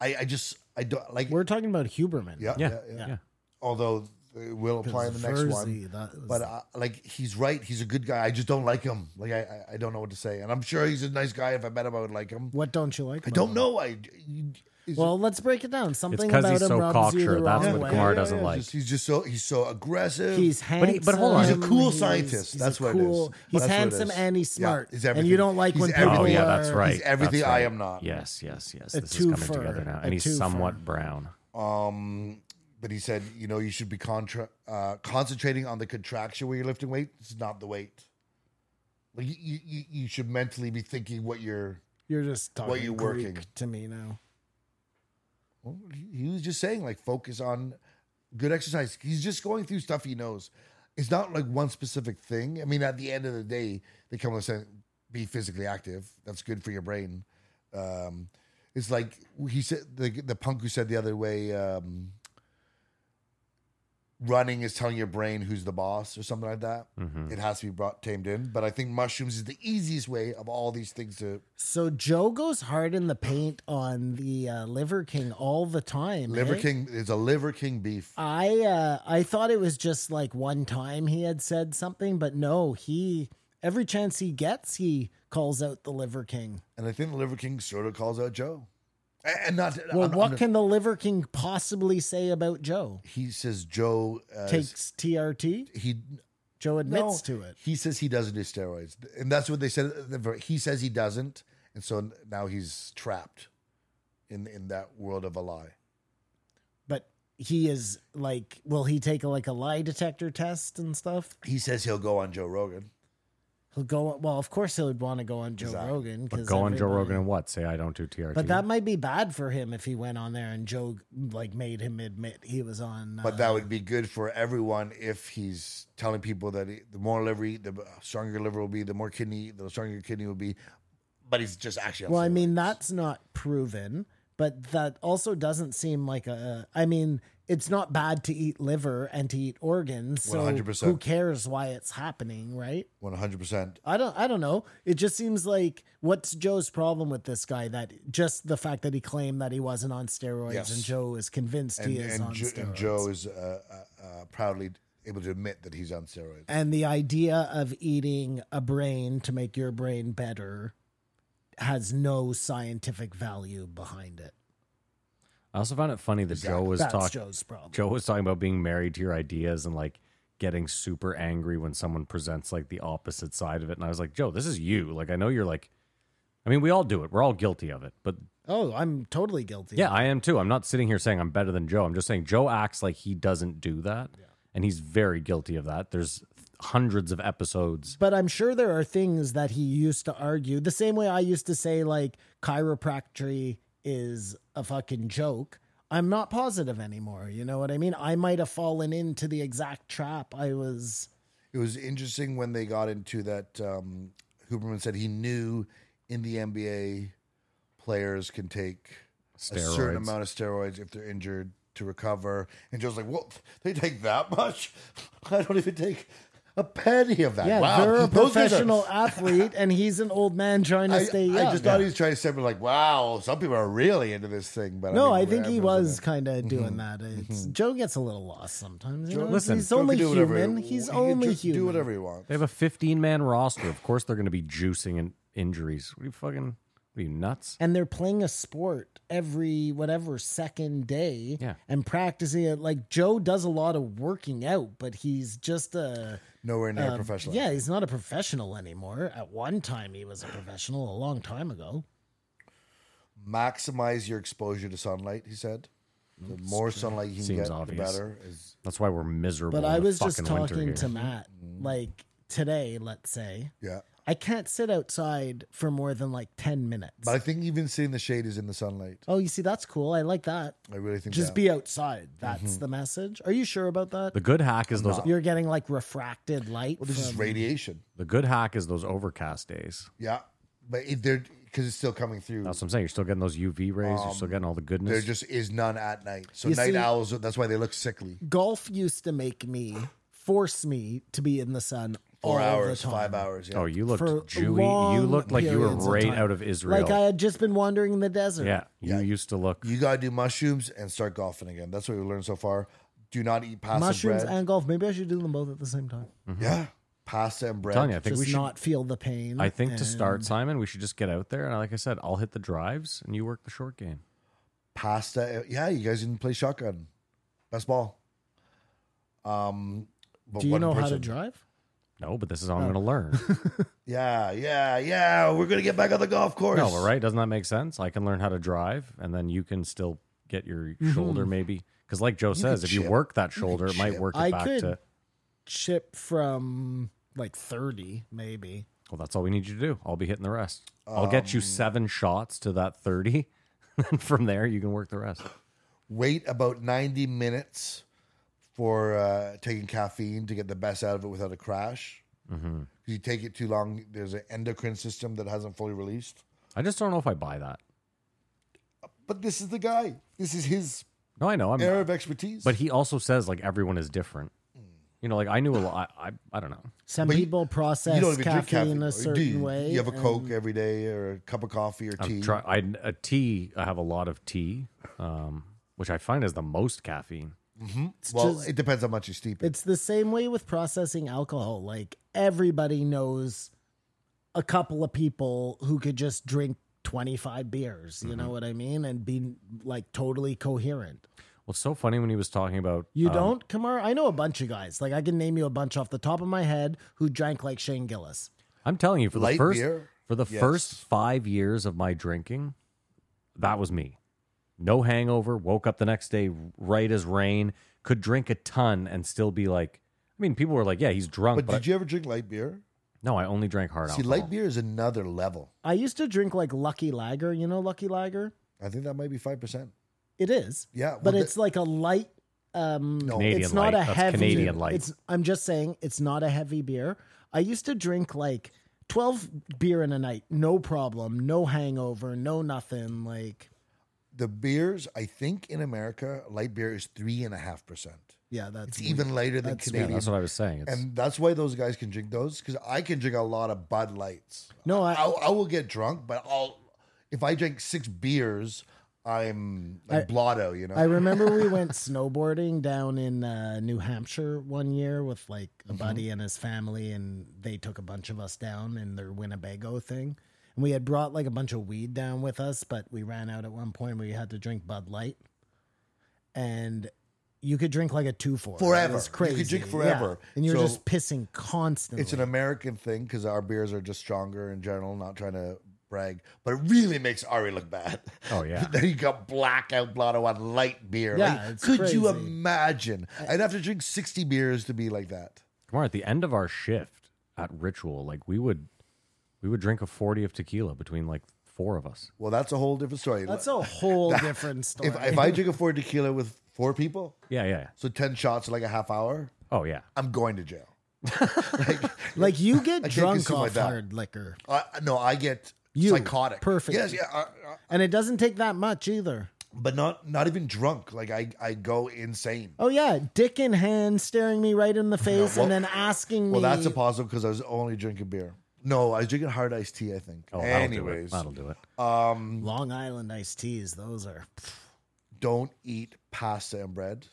[SPEAKER 5] I, I just I don't like.
[SPEAKER 7] We're talking about Huberman.
[SPEAKER 5] yeah, Uh, yeah,
[SPEAKER 6] yeah,
[SPEAKER 5] yeah.
[SPEAKER 6] yeah. Oh,
[SPEAKER 5] Although it will apply in the next one, but
[SPEAKER 7] but
[SPEAKER 5] uh, like he's right. He's a good guy. I just don't like him. Like I, I I don't know what to say. And I'm sure he's a nice guy. If I met him, I would like him.
[SPEAKER 7] what don't you like?
[SPEAKER 5] I
[SPEAKER 7] about
[SPEAKER 5] don't
[SPEAKER 7] him?
[SPEAKER 5] know. I you- is-
[SPEAKER 7] Well, let's break it down. Something
[SPEAKER 6] 'cause
[SPEAKER 7] about
[SPEAKER 6] he's
[SPEAKER 7] him
[SPEAKER 6] so
[SPEAKER 7] rubs you
[SPEAKER 6] cocksure.
[SPEAKER 7] the
[SPEAKER 6] That's
[SPEAKER 7] wrong
[SPEAKER 6] what
[SPEAKER 7] way.
[SPEAKER 6] Kumar does. doesn't like.
[SPEAKER 5] just- he's just so he's so aggressive.
[SPEAKER 7] He's
[SPEAKER 6] But
[SPEAKER 7] handsome.
[SPEAKER 6] he- but hold on.
[SPEAKER 5] He's a cool
[SPEAKER 7] he's-
[SPEAKER 5] scientist.
[SPEAKER 7] he's
[SPEAKER 5] That's
[SPEAKER 7] a
[SPEAKER 5] what
[SPEAKER 7] cool,
[SPEAKER 5] it is.
[SPEAKER 7] He's
[SPEAKER 5] That's what it
[SPEAKER 7] handsome
[SPEAKER 5] is.
[SPEAKER 7] and he's
[SPEAKER 5] Yeah,
[SPEAKER 7] smart.
[SPEAKER 5] he's
[SPEAKER 7] and
[SPEAKER 5] everything.
[SPEAKER 7] you don't like
[SPEAKER 5] He's
[SPEAKER 7] when people
[SPEAKER 5] everything.
[SPEAKER 6] Oh yeah,
[SPEAKER 7] are,
[SPEAKER 6] that's right.
[SPEAKER 5] He's everything
[SPEAKER 6] That's
[SPEAKER 5] I
[SPEAKER 6] right.
[SPEAKER 5] am not.
[SPEAKER 6] Yes, yes, yes.
[SPEAKER 7] A
[SPEAKER 6] This is coming
[SPEAKER 7] twofer.
[SPEAKER 6] together now,
[SPEAKER 7] A
[SPEAKER 6] and he's
[SPEAKER 7] twofer.
[SPEAKER 6] somewhat brown.
[SPEAKER 5] Um, but he said, you know, you should be contra- uh, concentrating on the contraction where you're lifting weight. It's not the weight. Like you, you- you, you should mentally be thinking what you're.
[SPEAKER 7] You're just talking
[SPEAKER 5] What you
[SPEAKER 7] Greek
[SPEAKER 5] working?
[SPEAKER 7] to me now.
[SPEAKER 5] Well, he- he was just saying, like, focus on good exercise. He's just going through stuff he knows. It's not like one specific thing. I mean, at the end of the day, they come and say, be physically active. That's good for your brain. Um, it's like he said, the, the punk who said the other way, um, running is telling your brain who's the boss or something like that.
[SPEAKER 6] Mm-hmm.
[SPEAKER 5] It has to be brought tamed in. But I think mushrooms is the easiest way of all these things to
[SPEAKER 7] So Joe goes hard in the paint on the uh, Liver King all the time.
[SPEAKER 5] liver
[SPEAKER 7] eh?
[SPEAKER 5] king is a liver king beef.
[SPEAKER 7] I uh, I thought it was just like one time he had said something, but no, he every chance he gets, he calls out the Liver King.
[SPEAKER 5] And I think the Liver King sort of calls out Joe. A- And not
[SPEAKER 7] Well,
[SPEAKER 5] I'm-
[SPEAKER 7] what
[SPEAKER 5] I'm-
[SPEAKER 7] can the Liver King possibly say about Joe?
[SPEAKER 5] he says Joe uh,
[SPEAKER 7] Takes TRT.
[SPEAKER 5] he
[SPEAKER 7] Joe
[SPEAKER 5] no,
[SPEAKER 7] admits to it.
[SPEAKER 5] He says he doesn't do steroids, and that's what they said. at the ver- He says he doesn't, and so now he's trapped in in that world of a lie.
[SPEAKER 7] but he is like will he take like a lie detector test and stuff
[SPEAKER 5] He says he'll go on Joe Rogan.
[SPEAKER 7] he'll go well of course he would want to go on joe
[SPEAKER 5] Exactly.
[SPEAKER 7] rogan
[SPEAKER 6] But
[SPEAKER 7] 'cause
[SPEAKER 6] go on Joe
[SPEAKER 7] everybody-
[SPEAKER 6] Rogan and what? Say I don't do TRT.
[SPEAKER 7] but that might be bad for him if he went on there and joe like made him admit he was on uh,
[SPEAKER 5] But that would be good for everyone if he's telling people that he, the more liver, you eat, the uh, stronger your liver will be, the more kidney, the stronger your kidney will be. But he's just actually. on
[SPEAKER 7] well i mean
[SPEAKER 5] steroids.
[SPEAKER 7] that's not proven but that also doesn't seem like a i mean it's not bad to eat liver and to eat organs so
[SPEAKER 5] 100%.
[SPEAKER 7] who cares why it's happening right
[SPEAKER 5] 100%.
[SPEAKER 7] I don't I don't know. It just seems like what's Joe's problem with this guy that just the fact that he claimed that he wasn't on steroids
[SPEAKER 5] Yes.
[SPEAKER 7] and Joe is convinced
[SPEAKER 5] and,
[SPEAKER 7] he is
[SPEAKER 5] and
[SPEAKER 7] on
[SPEAKER 5] Jo-
[SPEAKER 7] steroids.
[SPEAKER 5] and Joe is uh, uh, uh, proudly able to admit that he's on steroids.
[SPEAKER 7] And the idea of eating a brain to make your brain better has no scientific value behind it.
[SPEAKER 6] I also found it funny that Joe was
[SPEAKER 7] That's
[SPEAKER 6] talking.
[SPEAKER 7] Joe's problem.
[SPEAKER 6] Joe was talking about being married to your ideas and like getting super angry when someone presents like the opposite side of it. And I was like, Joe, this is you. Like, I know you're like, I mean, we all do it. We're all guilty of it. But
[SPEAKER 7] Oh, I'm totally guilty.
[SPEAKER 6] yeah, I am too. I'm not sitting here saying I'm better than Joe. I'm just saying Joe acts like he doesn't do that. And he's very guilty of that. There's hundreds of episodes.
[SPEAKER 7] But I'm sure there are things that he used to argue the same way I used to say like chiropractic is a fucking joke. I'm not positive anymore. You know what I mean? I might have fallen into the exact trap I was.
[SPEAKER 5] It was interesting when they got into that. Um, Huberman said he knew in the NBA players can take a certain
[SPEAKER 6] Steroids.
[SPEAKER 5] amount of steroids if they're injured to recover. And Joe's like, "Well, they take that much? I don't even take a penny of that."
[SPEAKER 7] Yeah,
[SPEAKER 5] wow,
[SPEAKER 7] they're a
[SPEAKER 5] Those guys are-
[SPEAKER 7] professional athlete, and he's an old man trying to
[SPEAKER 5] I,
[SPEAKER 7] stay
[SPEAKER 5] I
[SPEAKER 7] young.
[SPEAKER 5] just thought he was trying to separate, like, "Wow, some people are really into this thing." But
[SPEAKER 7] no,
[SPEAKER 5] I,
[SPEAKER 7] I
[SPEAKER 5] mean,
[SPEAKER 7] think he
[SPEAKER 5] everyone's
[SPEAKER 7] was
[SPEAKER 5] into
[SPEAKER 7] kind of doing that. It's, Joe gets a little lost sometimes. You know?
[SPEAKER 6] listen,
[SPEAKER 7] he's
[SPEAKER 5] it. Mm-hmm. Joe can
[SPEAKER 7] only
[SPEAKER 5] do whatever he-
[SPEAKER 7] human. He's
[SPEAKER 5] he can
[SPEAKER 7] only
[SPEAKER 5] just
[SPEAKER 7] human.
[SPEAKER 5] Do whatever he wants.
[SPEAKER 6] They have a 15 man roster. Of course, they're going to be juicing and injuries. What are you fucking? What are you nuts?
[SPEAKER 7] and they're playing a sport every whatever second day
[SPEAKER 6] Yeah.
[SPEAKER 7] and practicing it like joe does a lot of working out but he's just a
[SPEAKER 5] Nowhere near
[SPEAKER 7] a-
[SPEAKER 5] professional.
[SPEAKER 7] Um, yeah he's not a professional anymore at one time he was a professional a long time ago
[SPEAKER 5] maximize your exposure to sunlight. He said, "The more sunlight you can
[SPEAKER 6] Seems
[SPEAKER 5] get, the
[SPEAKER 6] obvious.
[SPEAKER 5] better." Is
[SPEAKER 6] That's why we're miserable.
[SPEAKER 7] but
[SPEAKER 6] in
[SPEAKER 7] i
[SPEAKER 6] the
[SPEAKER 7] was just
[SPEAKER 6] fucking winter
[SPEAKER 7] talking
[SPEAKER 6] here.
[SPEAKER 7] to matt
[SPEAKER 5] Mm.
[SPEAKER 7] like today let's say
[SPEAKER 5] yeah.
[SPEAKER 7] i can't sit outside for more than like 10 minutes
[SPEAKER 5] But I think even seeing the shade is in the sunlight.
[SPEAKER 7] oh you see that's cool i like that
[SPEAKER 5] I really think Mm-hmm. that.
[SPEAKER 7] just be outside that's the message are you sure about that
[SPEAKER 6] The good hack is those.
[SPEAKER 7] you're getting like refracted light
[SPEAKER 5] Well, this is
[SPEAKER 7] from-
[SPEAKER 5] radiation.
[SPEAKER 6] The good hack is those overcast days.
[SPEAKER 5] Yeah, but it, they're because it's still coming through.
[SPEAKER 6] That's what I'm saying. You're still getting those UV rays. you're still getting all the
[SPEAKER 5] There
[SPEAKER 6] goodness.
[SPEAKER 5] Um, just is none at night. So
[SPEAKER 7] You
[SPEAKER 5] night
[SPEAKER 7] see-
[SPEAKER 5] owls. That's why they look sickly.
[SPEAKER 7] golf used to make me force me to be in the sun
[SPEAKER 5] Four
[SPEAKER 7] all
[SPEAKER 5] hours,
[SPEAKER 7] the time.
[SPEAKER 5] five hours. Yeah.
[SPEAKER 6] oh, you looked
[SPEAKER 7] For
[SPEAKER 6] Jewy. You
[SPEAKER 7] long
[SPEAKER 6] looked like you were
[SPEAKER 7] periods of
[SPEAKER 6] right
[SPEAKER 7] time.
[SPEAKER 6] out of Israel.
[SPEAKER 7] Like I had just been wandering the desert.
[SPEAKER 6] yeah, you
[SPEAKER 5] Yeah.
[SPEAKER 6] used to look.
[SPEAKER 5] You gotta do mushrooms and start golfing again. That's what we learned so far. Do not eat pasta
[SPEAKER 7] Mushrooms
[SPEAKER 5] bread.
[SPEAKER 7] and golf. Maybe I should do them both at the same time.
[SPEAKER 5] yeah, pasta and bread.
[SPEAKER 6] telling you, I think
[SPEAKER 7] Just
[SPEAKER 6] we should.
[SPEAKER 7] not feel the pain.
[SPEAKER 6] I think to
[SPEAKER 7] and-
[SPEAKER 6] start, Simon, we should just get out there and, like I said, I'll hit the drives and you work the short game.
[SPEAKER 5] pasta. Yeah, you guys didn't play shotgun. Best ball. Um, but
[SPEAKER 7] Do you
[SPEAKER 5] one
[SPEAKER 7] know how to
[SPEAKER 5] person-
[SPEAKER 7] drive?
[SPEAKER 6] No, but this is how I'm going to
[SPEAKER 7] Oh.
[SPEAKER 6] learn.
[SPEAKER 5] Yeah, yeah, yeah. We're gonna get back on the golf course.
[SPEAKER 6] no, but right? Doesn't that make sense? I can learn how to drive, and then you can still get your
[SPEAKER 7] Mm-hmm.
[SPEAKER 6] shoulder maybe. Because, like Joe says,
[SPEAKER 5] could
[SPEAKER 6] if you
[SPEAKER 5] chip.
[SPEAKER 6] work that shoulder, it might
[SPEAKER 5] chip.
[SPEAKER 6] work it
[SPEAKER 7] I
[SPEAKER 6] back
[SPEAKER 7] could.
[SPEAKER 6] to.
[SPEAKER 7] Chip from like thirty, maybe.
[SPEAKER 6] Well, that's all we need you to do. I'll be hitting the rest. I'll get you seven shots to that thirty, and from there you can work the rest.
[SPEAKER 5] Wait about ninety minutes for uh, taking caffeine to get the best out of it without a crash.
[SPEAKER 6] Mm-hmm.
[SPEAKER 5] If you take it too long, there's an endocrine system that hasn't fully released.
[SPEAKER 6] I just don't know if I buy that.
[SPEAKER 5] But this is the guy. This is his
[SPEAKER 6] No, I know. I'm,
[SPEAKER 5] area of expertise.
[SPEAKER 6] Um, But he also says like everyone is different. You know, like I knew a lot. I I, I don't know.
[SPEAKER 7] Some
[SPEAKER 5] But you-
[SPEAKER 7] people process
[SPEAKER 5] you don't even
[SPEAKER 7] caffeine,
[SPEAKER 5] drink caffeine.
[SPEAKER 7] a
[SPEAKER 5] though,
[SPEAKER 7] certain
[SPEAKER 5] do you?
[SPEAKER 7] way.
[SPEAKER 5] You have a
[SPEAKER 7] and-
[SPEAKER 5] Coke every day or a cup of coffee or tea.
[SPEAKER 6] I'm try. I a tea. I have a lot of tea, um, which I find is the most caffeine.
[SPEAKER 5] well,
[SPEAKER 7] just-
[SPEAKER 5] it depends how much you steep it.
[SPEAKER 7] It's the same way with processing alcohol. Like everybody knows a couple of people who could just drink 25 beers, you know what I mean? And be like totally coherent.
[SPEAKER 6] Well, it's so funny when he was talking about
[SPEAKER 7] You
[SPEAKER 6] um,
[SPEAKER 7] don't, Kamara? I know a bunch of guys. Like I can name you a bunch off the top of my head who drank like Shane Gillis.
[SPEAKER 6] I'm telling you, for the
[SPEAKER 5] Light
[SPEAKER 6] first
[SPEAKER 5] beer?
[SPEAKER 6] for the
[SPEAKER 5] Yes.
[SPEAKER 6] first five years of my drinking, that was me. No hangover. Woke up the next day right as rain. Could drink a ton and still be like. I mean, people were like, "Yeah, he's drunk."
[SPEAKER 5] But
[SPEAKER 6] But,
[SPEAKER 5] did you ever drink light beer?
[SPEAKER 6] no, I only drank hard
[SPEAKER 5] See,
[SPEAKER 6] alcohol.
[SPEAKER 5] light beer is another level.
[SPEAKER 7] I used to drink like Lucky Lager. You know Lucky Lager?
[SPEAKER 5] I think that might be five percent.
[SPEAKER 7] It is.
[SPEAKER 5] Yeah,
[SPEAKER 7] but
[SPEAKER 5] well,
[SPEAKER 7] it's like a light. Um,
[SPEAKER 6] Canadian
[SPEAKER 7] it's not
[SPEAKER 6] Light.
[SPEAKER 7] a
[SPEAKER 6] That's
[SPEAKER 7] heavy.
[SPEAKER 6] Canadian Light.
[SPEAKER 7] It's. I'm just saying it's not a heavy beer. I used to drink like twelve beer in a night, no problem, no hangover, no nothing. Like
[SPEAKER 5] The beers, I think, in America, light beer is three and a half percent.
[SPEAKER 7] yeah, that's
[SPEAKER 5] It's even lighter than
[SPEAKER 7] That's
[SPEAKER 6] Yeah,
[SPEAKER 5] Canadian,
[SPEAKER 6] that's what I was saying. It's,
[SPEAKER 5] and that's why those guys can drink those because I can drink a lot of Bud Lights.
[SPEAKER 7] No, I-
[SPEAKER 5] I, I will get drunk, but I'll if I drink six beers, I'm like blotto, you know.
[SPEAKER 7] I remember we went snowboarding down in uh, New Hampshire one year with like
[SPEAKER 5] Mm-hmm.
[SPEAKER 7] a buddy and his family, and they took a bunch of us down in their Winnebago thing. And we had brought like a bunch of weed down with us, but we ran out at one point where you had to drink Bud Light. And you could drink like a two four
[SPEAKER 5] Forever.
[SPEAKER 7] It's
[SPEAKER 5] You could
[SPEAKER 7] crazy.
[SPEAKER 5] drink forever.
[SPEAKER 7] Yeah. And you're
[SPEAKER 5] So-
[SPEAKER 7] just pissing constantly.
[SPEAKER 5] it's an American thing because our beers are just stronger in general. Not trying to brag, but it really makes Ari look bad.
[SPEAKER 6] Oh, yeah.
[SPEAKER 5] then you got blackout blotto on light beer.
[SPEAKER 7] Yeah,
[SPEAKER 5] Like,
[SPEAKER 7] it's
[SPEAKER 5] could you
[SPEAKER 7] crazy.
[SPEAKER 5] imagine? I'd have to drink sixty beers to be like that.
[SPEAKER 6] Tomorrow at the end of our shift at Ritual, like we would, we would drink a forty of tequila between like four of us.
[SPEAKER 5] Well, that's a whole different story.
[SPEAKER 7] That's a whole different story.
[SPEAKER 5] if, if I drink a four tequila with four people,
[SPEAKER 6] Yeah, yeah. yeah.
[SPEAKER 5] so 10 shots in like a half hour,
[SPEAKER 6] Oh yeah.
[SPEAKER 5] I'm going to jail.
[SPEAKER 7] like you get
[SPEAKER 5] can't
[SPEAKER 7] drunk
[SPEAKER 5] consume
[SPEAKER 7] off
[SPEAKER 5] like that.
[SPEAKER 7] hard liquor,
[SPEAKER 5] I, no, I get
[SPEAKER 7] You,
[SPEAKER 5] psychotic.
[SPEAKER 7] perfect.
[SPEAKER 5] Yes, yeah. I- I-
[SPEAKER 7] and it doesn't take that much either.
[SPEAKER 5] but not not even drunk. Like I, I go insane.
[SPEAKER 7] Oh yeah, dick in hand, staring me right in the face,
[SPEAKER 5] well-
[SPEAKER 7] and then asking me.
[SPEAKER 5] Well, that's impossible because I was only drinking beer. No, I was drinking hard iced tea, I think.
[SPEAKER 6] Oh, that'll do it.
[SPEAKER 5] Anyways,
[SPEAKER 6] that'll do it.
[SPEAKER 7] Long Island iced teas. Those are
[SPEAKER 5] don't eat pasta and bread.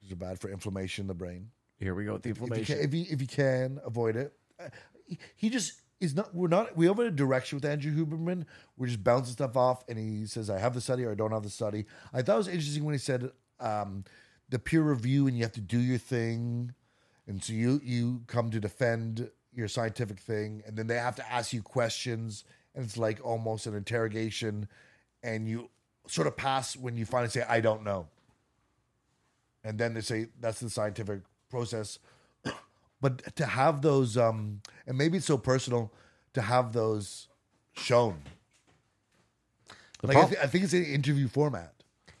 [SPEAKER 5] These are bad for inflammation in the brain.
[SPEAKER 6] Here we go with the
[SPEAKER 5] If you, can,
[SPEAKER 6] inflammation.
[SPEAKER 5] if, you, if you can avoid it, Uh, he- he just is not. We're not. We have a direction with Andrew Huberman. We're just bouncing stuff off, and he says, "I have the study" or "I don't have the study." I thought it was interesting when he said um, the peer review, and you have to do your thing, and so you you come to defend your scientific thing, and then they have to ask you questions, and it's like almost an interrogation, and you sort of pass when you finally say, "I don't know." and then they say that's the scientific process. But to have those, um, and maybe it's so personal to have those shown.
[SPEAKER 6] The
[SPEAKER 5] like I,
[SPEAKER 6] prob-
[SPEAKER 5] th- I think it's an interview format.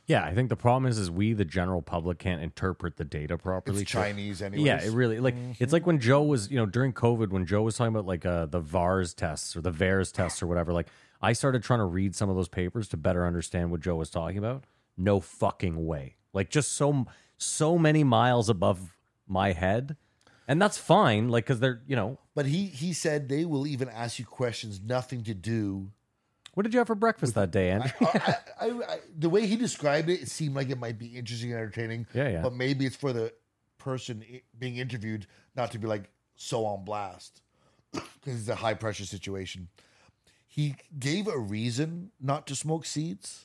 [SPEAKER 6] yeah, I think the problem is, is we the general public can't interpret the data
[SPEAKER 5] It's Mm-hmm.
[SPEAKER 6] properly. to-
[SPEAKER 5] Chinese, anyway.
[SPEAKER 6] Yeah, it really like it's like when Joe was you know during COVID when Joe was talking about like uh, the VARS tests or the VARS tests or whatever. Like I started trying to read some of those papers to better understand what Joe was talking about. No fucking way! Like just so so many miles above my head, and that's fine. Like because they're you know
[SPEAKER 5] But he he said they will even ask you questions nothing to do.
[SPEAKER 6] what did you have for breakfast that day, Andrew?
[SPEAKER 5] I, I, I, the way he described it, it seemed like it might be interesting and entertaining.
[SPEAKER 6] Yeah, yeah.
[SPEAKER 5] But maybe it's for the person i- being interviewed not to be like so on blast because it's a high pressure situation. He gave a reason not to smoke seeds.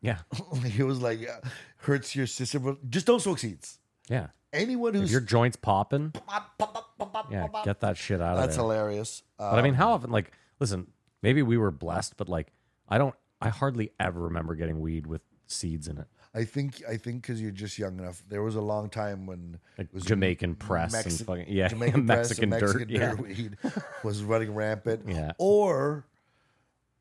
[SPEAKER 6] yeah,
[SPEAKER 5] It was like uh, hurts your system. but Just don't smoke seeds.
[SPEAKER 6] yeah.
[SPEAKER 5] Anyone
[SPEAKER 6] If
[SPEAKER 5] who's
[SPEAKER 6] your joints popping, yeah, get that shit out of
[SPEAKER 5] that's
[SPEAKER 6] there.
[SPEAKER 5] hilarious. Um,
[SPEAKER 6] But I mean, how often? Like, listen, maybe we were blessed, but like, I don't. I hardly ever remember getting weed with seeds in it.
[SPEAKER 5] I think I think because you're just young enough. There was a long time when
[SPEAKER 6] Like
[SPEAKER 5] it was
[SPEAKER 6] Jamaican press and
[SPEAKER 5] Mexi-
[SPEAKER 6] fucking- yeah,
[SPEAKER 5] Jamaican
[SPEAKER 6] Mexican
[SPEAKER 5] press and
[SPEAKER 6] dirt,
[SPEAKER 5] Mexican dirt weed was running rampant.
[SPEAKER 6] Yeah.
[SPEAKER 5] or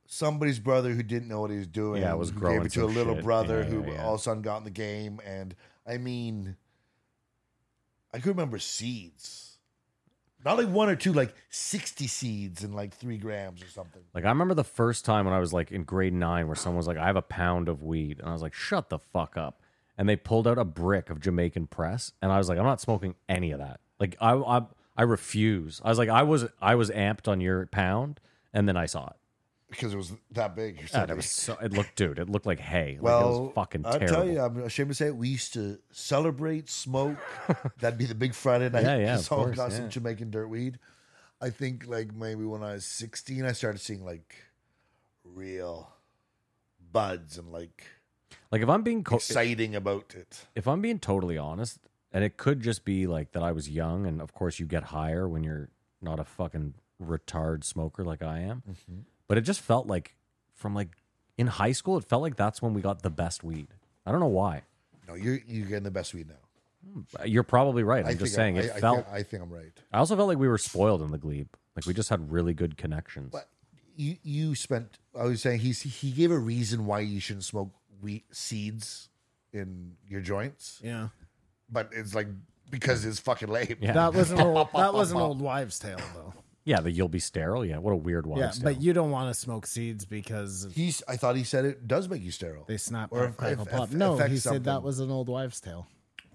[SPEAKER 5] somebody's brother who didn't know what he was doing.
[SPEAKER 6] Yeah, was
[SPEAKER 5] who
[SPEAKER 6] growing
[SPEAKER 5] gave it to a
[SPEAKER 6] some
[SPEAKER 5] little
[SPEAKER 6] shit.
[SPEAKER 5] brother
[SPEAKER 6] Yeah,
[SPEAKER 5] who
[SPEAKER 6] yeah, yeah.
[SPEAKER 5] all of a sudden got in the game. And I mean, I could remember seeds, not like one or two, like sixty seeds and like three grams or something.
[SPEAKER 6] Like, I remember the first time when I was like in grade nine, where someone was like, "I have a pound of weed," and I was like, "Shut the fuck up!" And they pulled out a brick of Jamaican press, and I was like, "I'm not smoking any of that." Like, I, I, I refuse. I was like, I was, I was amped on your pound, and then I saw it.
[SPEAKER 5] Because it was that big. or
[SPEAKER 6] And it
[SPEAKER 5] something.
[SPEAKER 6] was so, it looked, dude, it looked like hay. Like,
[SPEAKER 5] Well,
[SPEAKER 6] it was fucking
[SPEAKER 5] I'll
[SPEAKER 6] terrible.
[SPEAKER 5] tell you, I'm ashamed to say it. We used to celebrate, smoke. That'd be the big Friday night.
[SPEAKER 6] Yeah, yeah, of
[SPEAKER 5] Someone
[SPEAKER 6] course,
[SPEAKER 5] got some
[SPEAKER 6] yeah.
[SPEAKER 5] Jamaican dirt weed. I think like maybe when I was 16, I started seeing like real buds and like
[SPEAKER 6] like, if I'm being co-
[SPEAKER 5] exciting about it.
[SPEAKER 6] if I'm being totally honest, and it could just be like that I was young, and of course you get higher when you're not a fucking retard smoker like I am.
[SPEAKER 5] Mm-hmm.
[SPEAKER 6] But it just felt like from like in high school, it felt like that's when we got the best weed. I don't know why.
[SPEAKER 5] No, you're you're getting the best weed now.
[SPEAKER 6] You're probably right.
[SPEAKER 5] I
[SPEAKER 6] I'm just
[SPEAKER 5] think
[SPEAKER 6] saying
[SPEAKER 5] I,
[SPEAKER 6] it
[SPEAKER 5] I,
[SPEAKER 6] felt. I,
[SPEAKER 5] think, I think I'm right.
[SPEAKER 6] also felt like we were spoiled in the glebe. Like we just had really good connections.
[SPEAKER 5] But you you spent. I was saying he he gave a reason why you shouldn't smoke wheat seeds in your joints,
[SPEAKER 7] yeah.
[SPEAKER 5] but it's like because it's fucking lame.
[SPEAKER 6] Yeah,
[SPEAKER 7] That was an old that was an old wives' tale though.
[SPEAKER 6] yeah. The you'll be sterile. Yeah, what a weird one.
[SPEAKER 7] Yeah, but you don't want to smoke seeds because
[SPEAKER 5] He's. I thought he said it does make you sterile.
[SPEAKER 7] they snap
[SPEAKER 5] Or
[SPEAKER 7] or
[SPEAKER 5] if-
[SPEAKER 7] crackle
[SPEAKER 5] if-
[SPEAKER 7] pop.
[SPEAKER 5] if-
[SPEAKER 7] no,
[SPEAKER 5] affects
[SPEAKER 7] he
[SPEAKER 5] something.
[SPEAKER 7] said that was an old wives' tale.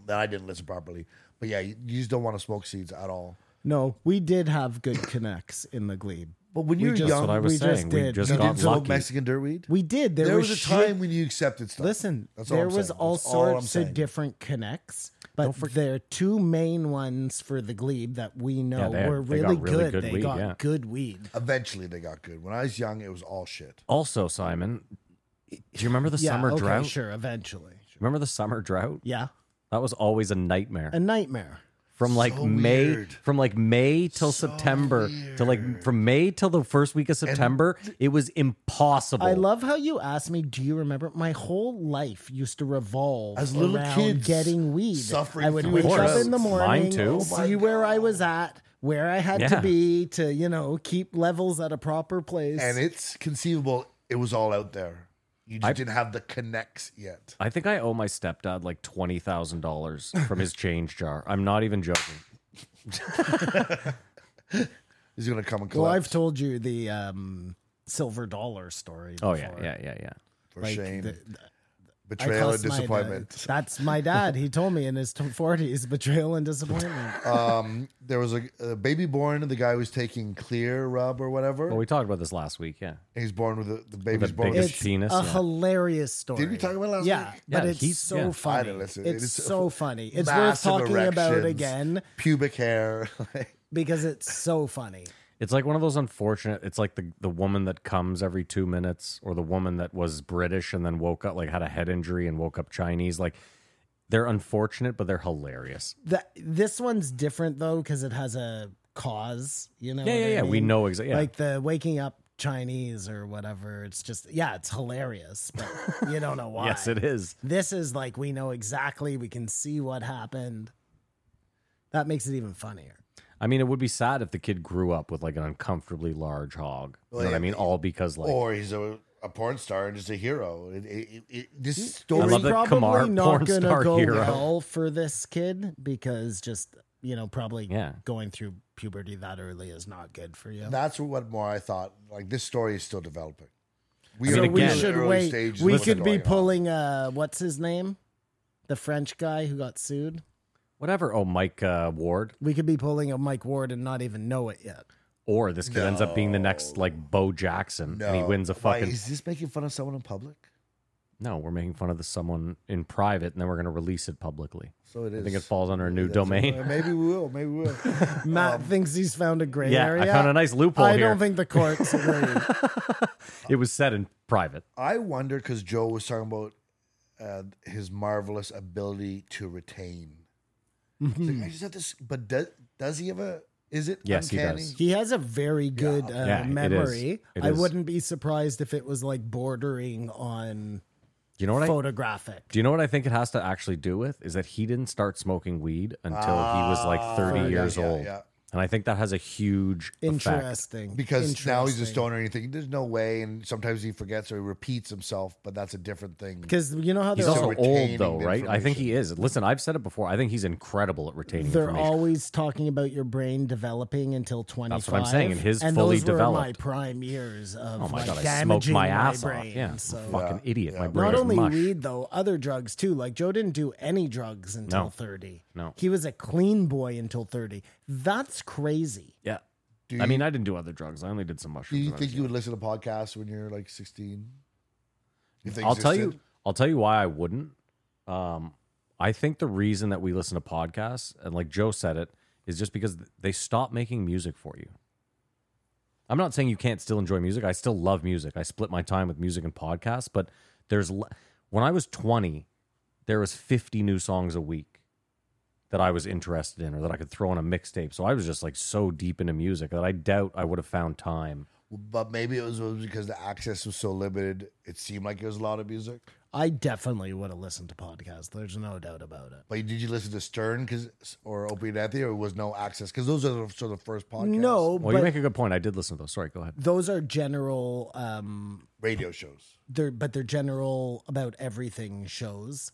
[SPEAKER 5] That I didn't listen properly. But yeah, you, you just don't want to smoke seeds at all.
[SPEAKER 7] No, we did have good connects in the glebe.
[SPEAKER 5] But when you're young,
[SPEAKER 7] just-
[SPEAKER 6] That's what I was
[SPEAKER 7] we just
[SPEAKER 6] saying. we
[SPEAKER 7] did.
[SPEAKER 6] just
[SPEAKER 5] you
[SPEAKER 6] got
[SPEAKER 5] didn't smoke
[SPEAKER 6] lucky.
[SPEAKER 5] Mexican dirt weed.
[SPEAKER 7] We did. There,
[SPEAKER 5] there, was, a
[SPEAKER 7] shit-
[SPEAKER 5] time when you accepted stuff.
[SPEAKER 7] Listen,
[SPEAKER 5] That's all
[SPEAKER 7] there
[SPEAKER 5] I'm
[SPEAKER 7] was
[SPEAKER 5] saying.
[SPEAKER 7] all
[SPEAKER 5] That's all I'm
[SPEAKER 7] sorts
[SPEAKER 5] saying.
[SPEAKER 7] of different connects, but there are two main ones for the glebe that we know
[SPEAKER 6] they-
[SPEAKER 7] were
[SPEAKER 6] they got
[SPEAKER 7] really,
[SPEAKER 6] really
[SPEAKER 7] good.
[SPEAKER 6] good
[SPEAKER 7] They
[SPEAKER 6] weed,
[SPEAKER 7] got
[SPEAKER 6] yeah.
[SPEAKER 7] good weed.
[SPEAKER 5] Eventually, they got good. When I was young, it was all shit.
[SPEAKER 6] also, Simon, do you remember the
[SPEAKER 7] Yeah,
[SPEAKER 6] summer
[SPEAKER 7] okay,
[SPEAKER 6] drought?
[SPEAKER 7] Sure, eventually.
[SPEAKER 6] Remember the summer drought?
[SPEAKER 7] Yeah,
[SPEAKER 6] That was always a nightmare.
[SPEAKER 7] a nightmare
[SPEAKER 6] from like
[SPEAKER 5] So
[SPEAKER 6] May
[SPEAKER 5] weird.
[SPEAKER 6] from like May till
[SPEAKER 5] So
[SPEAKER 6] September to like from May till the first week of September. it was impossible.
[SPEAKER 7] I love how you asked me, do you remember? My whole life used to revolve
[SPEAKER 5] As little
[SPEAKER 7] around
[SPEAKER 5] kids
[SPEAKER 7] getting weed.
[SPEAKER 5] suffering
[SPEAKER 7] I would
[SPEAKER 5] through
[SPEAKER 7] wake up
[SPEAKER 6] drugs.
[SPEAKER 7] in the
[SPEAKER 6] Mine
[SPEAKER 7] morning,
[SPEAKER 6] too.
[SPEAKER 7] see
[SPEAKER 5] Oh my
[SPEAKER 7] where I was at, where I had to
[SPEAKER 6] Yeah.
[SPEAKER 7] be to, you know, keep levels at a proper place.
[SPEAKER 5] and it's conceivable it was all out there. You just
[SPEAKER 6] I-
[SPEAKER 5] didn't have the connects yet.
[SPEAKER 6] I think I owe my stepdad like twenty thousand dollars from his change jar. I'm not even joking.
[SPEAKER 5] He's gonna come and collect.
[SPEAKER 7] well, Oh, I've told you the um, silver dollar story.
[SPEAKER 6] Oh yeah,
[SPEAKER 7] before.
[SPEAKER 6] yeah, yeah, yeah.
[SPEAKER 5] for
[SPEAKER 7] Like,
[SPEAKER 5] shame,
[SPEAKER 7] the- the- I
[SPEAKER 5] betrayal, and
[SPEAKER 7] cussed my dad.
[SPEAKER 5] disappointment.
[SPEAKER 7] That's my dad. He told me in his forties, betrayal and disappointment.
[SPEAKER 5] um, there was a, a baby born. The guy was taking clear rub or whatever.
[SPEAKER 6] Well, we talked about this last week. Yeah,
[SPEAKER 5] He's born with a, the baby's born.
[SPEAKER 6] biggest
[SPEAKER 5] With,
[SPEAKER 7] it's
[SPEAKER 6] penis,
[SPEAKER 7] Oh, a
[SPEAKER 6] yeah.
[SPEAKER 7] hilarious story.
[SPEAKER 5] Did we talk about it last
[SPEAKER 7] yeah,
[SPEAKER 5] week?
[SPEAKER 7] but
[SPEAKER 6] Yeah,
[SPEAKER 7] it's
[SPEAKER 6] he's-
[SPEAKER 7] so
[SPEAKER 6] yeah. I
[SPEAKER 7] funny.
[SPEAKER 5] didn't listen.
[SPEAKER 7] It's
[SPEAKER 5] It is
[SPEAKER 7] so funny. It's worth
[SPEAKER 5] Massive
[SPEAKER 7] talking about
[SPEAKER 5] erections,
[SPEAKER 7] again
[SPEAKER 5] Pubic hair.
[SPEAKER 7] because it's so funny.
[SPEAKER 6] It's like one of those unfortunate. It's like the the woman that comes every two minutes, or the woman that was British and then woke up like had a head injury and woke up Chinese. Like they're unfortunate, but they're hilarious.
[SPEAKER 7] The, this one's different though because it has a cause. You know.
[SPEAKER 6] Yeah,
[SPEAKER 7] what
[SPEAKER 6] yeah,
[SPEAKER 7] I
[SPEAKER 6] yeah. We
[SPEAKER 7] mean?
[SPEAKER 6] know exactly. Yeah.
[SPEAKER 7] Like the waking up Chinese or whatever. It's just yeah, it's hilarious, but you don't know why.
[SPEAKER 6] yes, it is.
[SPEAKER 7] This is like we know exactly. We can see what happened. That makes it even funnier.
[SPEAKER 6] I mean, it would be sad if the kid grew up with like an uncomfortably large hog. You
[SPEAKER 5] Well,
[SPEAKER 6] know what
[SPEAKER 5] yeah,
[SPEAKER 6] I mean?
[SPEAKER 5] but-
[SPEAKER 6] All because like
[SPEAKER 5] or he's a, a porn star and just a hero. It, it, it- it-
[SPEAKER 7] Mm,
[SPEAKER 5] this story.
[SPEAKER 6] I love that
[SPEAKER 7] probably
[SPEAKER 6] Kamar,
[SPEAKER 7] not
[SPEAKER 6] porn
[SPEAKER 7] gonna
[SPEAKER 6] star
[SPEAKER 7] go
[SPEAKER 6] hero.
[SPEAKER 7] well for this kid because just you know probably
[SPEAKER 6] Yeah.
[SPEAKER 7] going through puberty that early is not good for you.
[SPEAKER 5] That's what more I thought. Like this story is still developing. We
[SPEAKER 6] mean,
[SPEAKER 7] so
[SPEAKER 5] are
[SPEAKER 7] we
[SPEAKER 5] in
[SPEAKER 6] again-
[SPEAKER 5] the
[SPEAKER 7] should
[SPEAKER 5] early
[SPEAKER 7] wait.
[SPEAKER 5] stages
[SPEAKER 7] We
[SPEAKER 5] of what's
[SPEAKER 7] could be
[SPEAKER 5] going on.
[SPEAKER 7] pulling uh what's his name, the French guy who got sued.
[SPEAKER 6] whatever. Oh, Mike uh, Ward.
[SPEAKER 7] We could be pulling a Mike Ward and not even know it yet.
[SPEAKER 6] Or this kid ends up being the next like Bo Jackson, and he
[SPEAKER 5] No.
[SPEAKER 6] wins a
[SPEAKER 5] Why,
[SPEAKER 6] fucking.
[SPEAKER 5] is this making fun of someone in public?
[SPEAKER 6] No, we're making fun of this someone in private, and then we're going to release it publicly.
[SPEAKER 5] So it is.
[SPEAKER 6] I think it falls under a new
[SPEAKER 5] That's-
[SPEAKER 6] domain.
[SPEAKER 5] Maybe we will. Maybe we will.
[SPEAKER 7] Matt
[SPEAKER 5] Um,
[SPEAKER 7] thinks he's found a gray
[SPEAKER 6] Yeah,
[SPEAKER 7] area.
[SPEAKER 6] I found a nice loophole
[SPEAKER 7] I
[SPEAKER 6] here.
[SPEAKER 7] don't think the courts agree.
[SPEAKER 6] it was said in private.
[SPEAKER 5] I wonder because Joe was talking about uh, his marvelous ability to retain. It's
[SPEAKER 7] Mm-hmm.
[SPEAKER 5] like, I just have this, but does does he have a? Is it?
[SPEAKER 6] Yes, he
[SPEAKER 5] uncanny?
[SPEAKER 6] does.
[SPEAKER 7] He has a very good uh,
[SPEAKER 6] Yeah, it is.
[SPEAKER 7] memory.
[SPEAKER 6] It
[SPEAKER 7] I
[SPEAKER 6] is.
[SPEAKER 7] wouldn't be surprised if it was like bordering on
[SPEAKER 6] Do you know what I?
[SPEAKER 7] photographic.
[SPEAKER 6] Do you know what I think it has to actually do with is that he didn't start smoking weed until he was like 30
[SPEAKER 5] Ah, yeah,
[SPEAKER 6] years
[SPEAKER 5] yeah,
[SPEAKER 6] old.
[SPEAKER 5] yeah.
[SPEAKER 6] And I think that has a huge effect.
[SPEAKER 7] Interesting.
[SPEAKER 5] Because now he's a
[SPEAKER 7] Interesting.
[SPEAKER 5] stoner and you think there's no way, and sometimes he forgets or he repeats himself, but that's a different thing.
[SPEAKER 7] Because you know how
[SPEAKER 6] He's
[SPEAKER 7] they're,
[SPEAKER 6] also
[SPEAKER 7] al-
[SPEAKER 6] old
[SPEAKER 5] retaining
[SPEAKER 6] though,
[SPEAKER 5] the
[SPEAKER 6] right? I think he
[SPEAKER 5] information.
[SPEAKER 6] is. Listen, I've said it before. I think he's incredible at retaining
[SPEAKER 7] they're
[SPEAKER 6] information.
[SPEAKER 7] always talking about your brain developing until 25.
[SPEAKER 6] what I'm saying, and his
[SPEAKER 7] and
[SPEAKER 6] fully
[SPEAKER 7] those were my
[SPEAKER 6] developed.
[SPEAKER 7] prime years of
[SPEAKER 6] oh my
[SPEAKER 7] like,
[SPEAKER 6] god, I smoked
[SPEAKER 7] damaging
[SPEAKER 6] my ass
[SPEAKER 7] brain.
[SPEAKER 6] off. Yeah,
[SPEAKER 7] So.
[SPEAKER 6] I'm a fucking idiot. My brain
[SPEAKER 7] Not
[SPEAKER 6] is
[SPEAKER 7] only
[SPEAKER 6] mush.
[SPEAKER 7] weed though, other drugs too. Like Joe didn't do any drugs until
[SPEAKER 6] No.
[SPEAKER 7] 30.
[SPEAKER 6] No.
[SPEAKER 7] He was a clean boy until 30. That's crazy.
[SPEAKER 6] Yeah.
[SPEAKER 5] Do
[SPEAKER 6] I mean,
[SPEAKER 5] you-
[SPEAKER 6] I didn't do other drugs. I only did some
[SPEAKER 5] do
[SPEAKER 6] mushrooms.
[SPEAKER 5] you
[SPEAKER 6] when I was
[SPEAKER 5] think you would listen to podcasts when you're like 16? If they
[SPEAKER 6] I'll tell you.
[SPEAKER 5] existed?
[SPEAKER 6] I'll tell you why I wouldn't. Um, I think the reason that we listen to podcasts and like Joe said it is just because they stop making music for you. I'm not saying you can't still enjoy music. I still love music. I split my time with music and podcasts, but there's l- when I was 20, there was 50 new songs a week that I was interested in or that I could throw on a mixtape. So I was just like so deep into music that I doubt I would have found time.
[SPEAKER 5] But maybe it was because the access was so limited, it seemed like it was a lot of music.
[SPEAKER 7] I definitely would have listened to podcasts. There's no doubt about it.
[SPEAKER 5] But did you listen to Stern 'cause- or Opie and Anthony, or was no access? Because those are the, sort of first podcasts.
[SPEAKER 7] No,
[SPEAKER 6] Well,
[SPEAKER 7] but
[SPEAKER 6] you make a good point. I did listen to those. Sorry, go ahead.
[SPEAKER 7] those are general. Um,
[SPEAKER 5] radio shows.
[SPEAKER 7] they're but they're general about everything shows.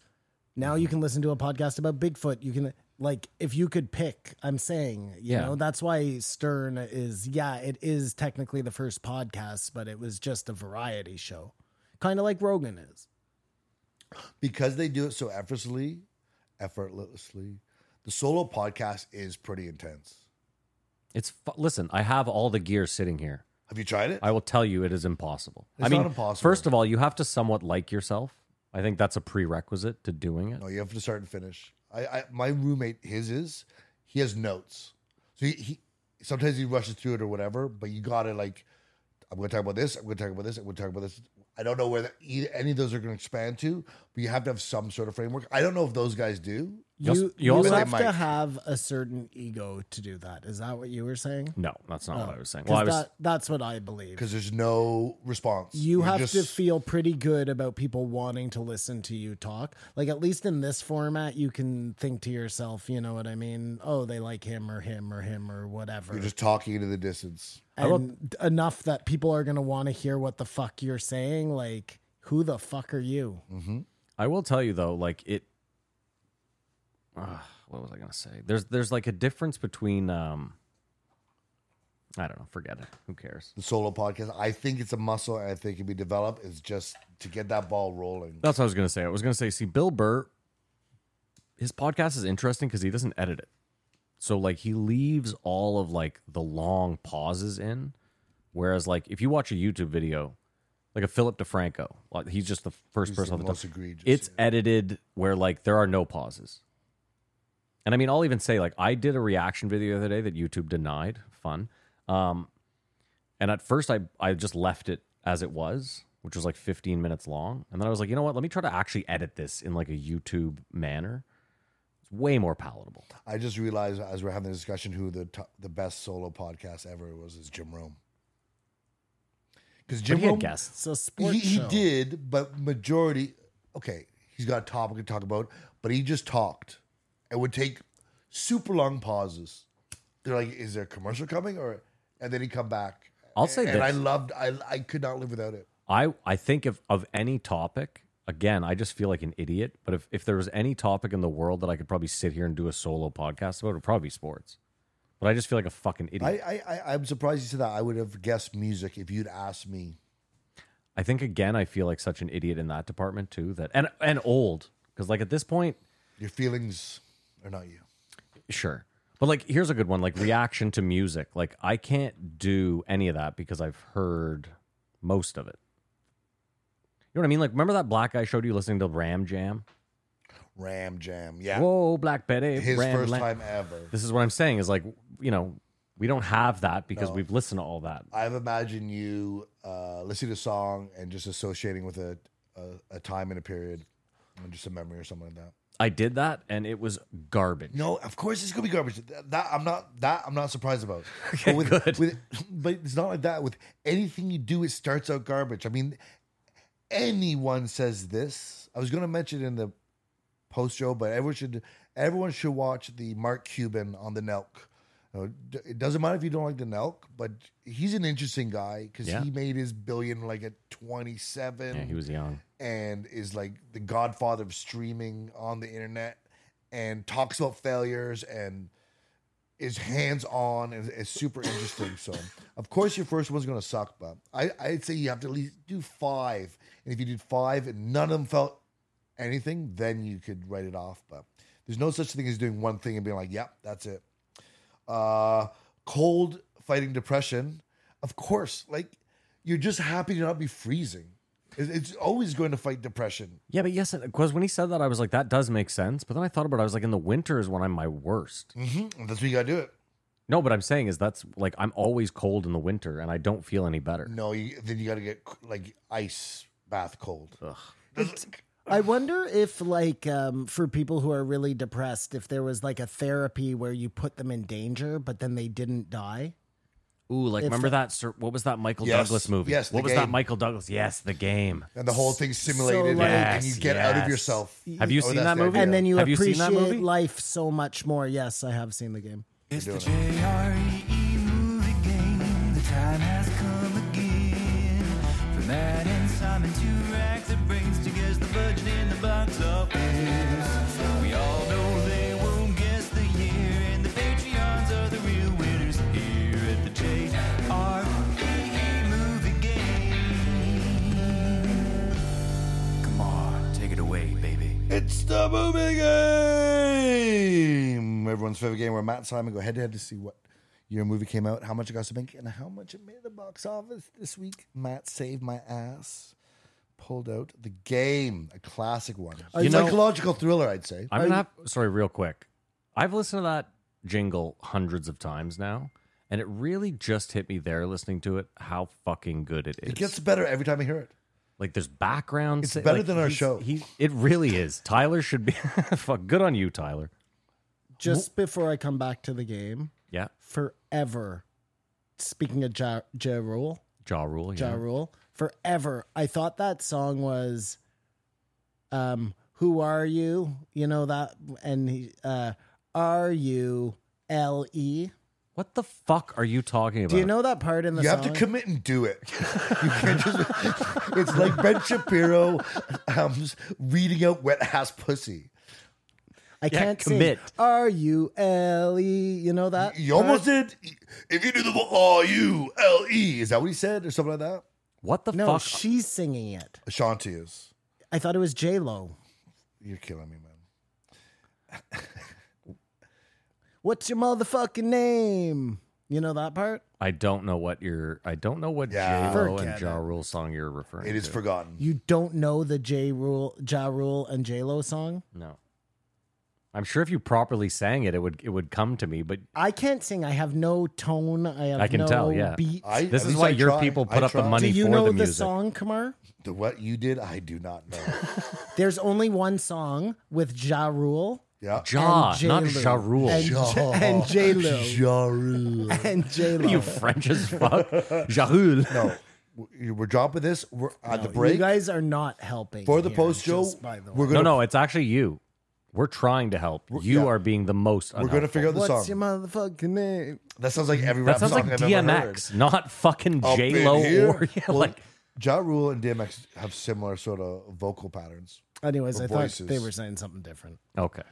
[SPEAKER 7] Now
[SPEAKER 6] Mm-hmm.
[SPEAKER 7] you can listen to a podcast about Bigfoot. You can like if you could pick. I'm saying, you
[SPEAKER 6] Yeah.
[SPEAKER 7] know, that's why Stern is. Yeah, it is technically the first podcast, but it was just a variety show, kind of like Rogan is.
[SPEAKER 5] Because they do it so effortlessly, effortlessly. The solo podcast is pretty intense.
[SPEAKER 6] It's fu- listen. I have all the gear sitting here.
[SPEAKER 5] Have you tried it?
[SPEAKER 6] I will tell you, it is impossible.
[SPEAKER 5] It's
[SPEAKER 6] I mean,
[SPEAKER 5] not impossible.
[SPEAKER 6] First of all, you have to somewhat like yourself. I think that's a prerequisite to doing it.
[SPEAKER 5] no, you have to start and finish. I, I my roommate, his is, he has notes. So he, he sometimes he rushes through it or whatever, but you gotta like, I'm gonna talk about this, I'm gonna talk about this, I'm gonna talk about this. I don't know e, where the, either, any of those are gonna expand to, but you have to have some sort of framework. I don't know if those guys do.
[SPEAKER 6] You
[SPEAKER 7] You,
[SPEAKER 6] als- you
[SPEAKER 7] you,
[SPEAKER 6] also-
[SPEAKER 7] have
[SPEAKER 5] But they
[SPEAKER 7] to
[SPEAKER 5] might.
[SPEAKER 7] have a certain ego to do that. Is that what you were saying?
[SPEAKER 6] No, that's not
[SPEAKER 5] Oh.
[SPEAKER 6] what I was saying.
[SPEAKER 7] 'Cause
[SPEAKER 6] Well, I was.
[SPEAKER 7] that- that's what I believe.
[SPEAKER 5] because there's no response.
[SPEAKER 7] You
[SPEAKER 5] You're
[SPEAKER 7] have to
[SPEAKER 5] just-
[SPEAKER 7] feel pretty good about people wanting to listen to you talk. Like, at least in this format, you can think to yourself, you know what I mean? Oh, they like him or him or him or whatever.
[SPEAKER 5] You're just talking into the distance.
[SPEAKER 7] and enough that people are going to want to hear what the fuck you're saying. Like, who the fuck are you?
[SPEAKER 6] I will tell you though, like it. Ah, what was I gonna say? There's there's like a difference between. um I don't know. Forget it. Who cares?
[SPEAKER 5] The solo podcast. I think it's a muscle, and I think it can be developed. It's just to get that ball rolling.
[SPEAKER 6] That's what I was gonna say. I was gonna say, see, Bill Burr, his podcast is interesting because he doesn't edit it. So like he leaves all of like the long pauses in. Whereas like if you watch a YouTube video, like a Philip DeFranco, like he's just the first
[SPEAKER 5] He's
[SPEAKER 6] person
[SPEAKER 5] the
[SPEAKER 6] off the
[SPEAKER 5] most
[SPEAKER 6] top.
[SPEAKER 5] egregious.
[SPEAKER 6] It's edited where like there are no pauses. And I mean, I'll even say like I did a reaction video the other day that YouTube denied. Fun. Um, and at first, I I just left it as it was, which was like 15 minutes long. And then I was like, you know what? Let me try to actually edit this in like a YouTube manner. It's way more palatable.
[SPEAKER 5] I just realized as we're having the discussion who the top, the best solo podcast ever was is Jim Rome. Because
[SPEAKER 6] But
[SPEAKER 5] Jim
[SPEAKER 6] he had
[SPEAKER 5] Rome,
[SPEAKER 6] guests.
[SPEAKER 7] It's a sports
[SPEAKER 5] he, he
[SPEAKER 7] show.
[SPEAKER 5] did, but majority okay. He's got a topic to talk about, but he just talked and would take super long pauses. They're like, "Is there a commercial coming?" Or and then he come back.
[SPEAKER 6] I'll say
[SPEAKER 5] and
[SPEAKER 6] this.
[SPEAKER 5] I loved. I I could not live without it.
[SPEAKER 6] I, I think if of any topic, again, I just feel like an idiot. But if, if there was any topic in the world that I could probably sit here and do a solo podcast about, it would probably be sports. But I just feel like a fucking idiot.
[SPEAKER 5] I, I, I I'm surprised you said that. I would have guessed music if you'd asked me.
[SPEAKER 6] I think again, I feel like such an idiot in that department too. That and and old because like at this point,
[SPEAKER 5] Your feelings are not you.
[SPEAKER 6] sure, but like here's a good one: like reaction to music. Like I can't do any of that because I've heard most of it. You know what I mean? Like remember that black guy showed you listening to Ram Jam?
[SPEAKER 5] Ram jam. Yeah,
[SPEAKER 6] Whoa, Black Betty.
[SPEAKER 5] his
[SPEAKER 6] Ram
[SPEAKER 5] first
[SPEAKER 6] Lam-
[SPEAKER 5] time ever.
[SPEAKER 6] This is what I'm saying is like you know we don't have that because we've listened to all that.
[SPEAKER 5] I've imagined you uh, listening to a song and just associating with a, a a time and a period and just a memory or something like that.
[SPEAKER 6] I did that and it was garbage.
[SPEAKER 5] No, of course it's gonna be garbage. That, that- I'm not that I'm not surprised about. but with, with- but it's not like that. With anything you do, it starts out garbage. I mean, anyone says this. I was gonna mention in the post show, but everyone should everyone should watch the Mark Cuban on the Nelk. You know, d- It doesn't matter if you don't like the Nelk, but he's an interesting guy because
[SPEAKER 6] Yeah.
[SPEAKER 5] he made his billion like at 27
[SPEAKER 6] Yeah, he was young.
[SPEAKER 5] and is like the godfather of streaming on the internet and talks about failures and is hands on and is super interesting. So, of course, your first one's going to suck, but I, I'd say you have to at least do five. And if you did five and none of them felt anything, then you could write it off. But there's no such thing as doing one thing and being like, yep, that's it. Uh, cold fighting depression. Of course, like you're just happy to not be freezing. It- It's always going to fight depression.
[SPEAKER 6] Yeah, but yes, because when he said that, I was like, that does make sense. But then I thought about it. I was like, in the winter is when I'm my worst.
[SPEAKER 5] Mm-hmm. That's what you got to do it.
[SPEAKER 6] No, but I'm saying is that's like, I'm always cold in the winter and I don't feel any better.
[SPEAKER 5] No, you, then you got to get like ice bath cold.
[SPEAKER 7] I wonder if, like, um, for people who are really depressed, if there was like a therapy where you put them in danger, but then they didn't die.
[SPEAKER 6] Ooh, like,
[SPEAKER 7] If
[SPEAKER 6] remember
[SPEAKER 7] the-
[SPEAKER 6] that, sir, what was that Michael
[SPEAKER 5] Yes,
[SPEAKER 6] Douglas movie?
[SPEAKER 5] yes, The
[SPEAKER 6] What was that
[SPEAKER 5] Game.
[SPEAKER 6] Michael Douglas? Yes, the game.
[SPEAKER 5] And the whole thing's simulated,
[SPEAKER 7] like-
[SPEAKER 5] and you
[SPEAKER 6] Yes,
[SPEAKER 5] get out of
[SPEAKER 6] yes.
[SPEAKER 5] yourself.
[SPEAKER 6] Have you
[SPEAKER 5] Oh,
[SPEAKER 6] seen
[SPEAKER 5] that's
[SPEAKER 6] that
[SPEAKER 5] the
[SPEAKER 6] movie?
[SPEAKER 5] idea.
[SPEAKER 7] And then you
[SPEAKER 6] Have you
[SPEAKER 7] appreciate
[SPEAKER 6] seen that movie?
[SPEAKER 7] life so much more. Yes, I have seen the game.
[SPEAKER 2] It's the J.R.E.E. movie game. E, The time has come again. For Matt and Simon, two racks of brains to guess the budget in the box office. We all know they won't guess the year, and the Patreons are the real winners here at the E J.R.E.E. movie game. Come on, take it away, baby.
[SPEAKER 5] It's the movie game. Everyone's favorite game where Matt and Simon go head to head to see what your movie came out, how much it got to make, and how much it made at the box office this week. Matt saved my ass. Pulled out the game, a classic one.
[SPEAKER 6] You know-
[SPEAKER 5] psychological thriller, I'd say.
[SPEAKER 6] I'm gonna have sorry, real quick. I've listened to that jingle hundreds of times now, and it really just hit me there listening to it how fucking good it is.
[SPEAKER 5] It gets better every time I hear it.
[SPEAKER 6] Like there's background.
[SPEAKER 5] It's
[SPEAKER 6] sa-
[SPEAKER 5] better
[SPEAKER 6] like,
[SPEAKER 5] than our
[SPEAKER 6] he's-
[SPEAKER 5] show.
[SPEAKER 6] He, it really is. Tyler should be fuck. Good on you, Tyler.
[SPEAKER 7] Just before I come back to the game,
[SPEAKER 6] Yeah,
[SPEAKER 7] forever. Speaking of Ja, ja Rule,
[SPEAKER 6] Jaw Rule.
[SPEAKER 7] Ja
[SPEAKER 6] Yeah.
[SPEAKER 7] Rule, forever. I thought that song was, um, "Who Are You?" You know that, and he, uh, "Are You L E."
[SPEAKER 6] What the fuck are you talking about?
[SPEAKER 7] Do you know that part in the
[SPEAKER 5] You
[SPEAKER 7] song?
[SPEAKER 5] have to commit and do it. You can't just. It's like Ben Shapiro um, reading out wet ass pussy.
[SPEAKER 7] I can't
[SPEAKER 6] commit.
[SPEAKER 7] sing. Are you L E? You know that.
[SPEAKER 5] You almost did. If you do the R U L E, is that what he said or something like that?
[SPEAKER 6] what the
[SPEAKER 7] No,
[SPEAKER 6] fuck?
[SPEAKER 7] she's singing it.
[SPEAKER 5] Ashanti is.
[SPEAKER 7] I thought it was J Lo.
[SPEAKER 5] You're killing me, man.
[SPEAKER 7] What's your motherfucking name? You know that part?
[SPEAKER 6] I don't know what you're. I don't know what
[SPEAKER 5] Yeah.
[SPEAKER 6] J Lo and
[SPEAKER 5] Forget
[SPEAKER 6] Jaw Rule song you're referring.
[SPEAKER 5] It is
[SPEAKER 6] to.
[SPEAKER 5] forgotten.
[SPEAKER 7] You don't know the J Rule, Ja Rule, and J Lo song?
[SPEAKER 6] No. I'm sure if you properly sang it, it would it would come to me. But
[SPEAKER 7] I can't sing. I have no tone. I have
[SPEAKER 6] I can
[SPEAKER 7] no
[SPEAKER 6] tell, yeah.
[SPEAKER 7] beat.
[SPEAKER 5] I-
[SPEAKER 6] this
[SPEAKER 5] at
[SPEAKER 6] is
[SPEAKER 5] least
[SPEAKER 6] why
[SPEAKER 5] I
[SPEAKER 6] your
[SPEAKER 5] try.
[SPEAKER 6] people
[SPEAKER 5] I
[SPEAKER 6] put up the
[SPEAKER 5] try.
[SPEAKER 7] Do
[SPEAKER 6] money
[SPEAKER 7] you
[SPEAKER 6] for
[SPEAKER 7] know
[SPEAKER 6] the
[SPEAKER 7] the,
[SPEAKER 6] music.
[SPEAKER 7] song, Kamar?
[SPEAKER 5] The what you did, I do not know.
[SPEAKER 7] There's only one song with Ja Rule
[SPEAKER 5] Yeah.
[SPEAKER 6] Jaw,
[SPEAKER 7] and
[SPEAKER 6] not
[SPEAKER 7] J-Lo.
[SPEAKER 6] Ja Rule.
[SPEAKER 7] and,
[SPEAKER 5] Ja.
[SPEAKER 7] and J Lo
[SPEAKER 5] Ja Rule.
[SPEAKER 7] and J Lo.
[SPEAKER 6] you French as fuck, Ja Rule.
[SPEAKER 5] No, Oh, we're we're dropping this. We're at the
[SPEAKER 7] You
[SPEAKER 5] break
[SPEAKER 7] guys are not helping
[SPEAKER 5] for the
[SPEAKER 7] here,
[SPEAKER 5] post, Joe.
[SPEAKER 7] just by the way.
[SPEAKER 5] We're
[SPEAKER 6] No,
[SPEAKER 5] gonna
[SPEAKER 6] no, it's actually you. We're trying to help. You
[SPEAKER 5] yeah.
[SPEAKER 6] are being the most.
[SPEAKER 5] we're gonna figure out the song.
[SPEAKER 7] What's your motherfucking name?
[SPEAKER 5] that sounds like every
[SPEAKER 6] That
[SPEAKER 5] rap
[SPEAKER 6] sounds
[SPEAKER 5] song
[SPEAKER 6] like
[SPEAKER 5] I've ever heard.
[SPEAKER 6] DMX, not fucking
[SPEAKER 5] Up in
[SPEAKER 6] J Lo
[SPEAKER 5] here.
[SPEAKER 6] or yeah,
[SPEAKER 5] Well,
[SPEAKER 6] like
[SPEAKER 5] Ja Rule and DMX have similar sort of vocal patterns.
[SPEAKER 7] Anyways,
[SPEAKER 5] Or
[SPEAKER 7] I thought
[SPEAKER 5] voices.
[SPEAKER 7] they were saying something different.
[SPEAKER 6] okay.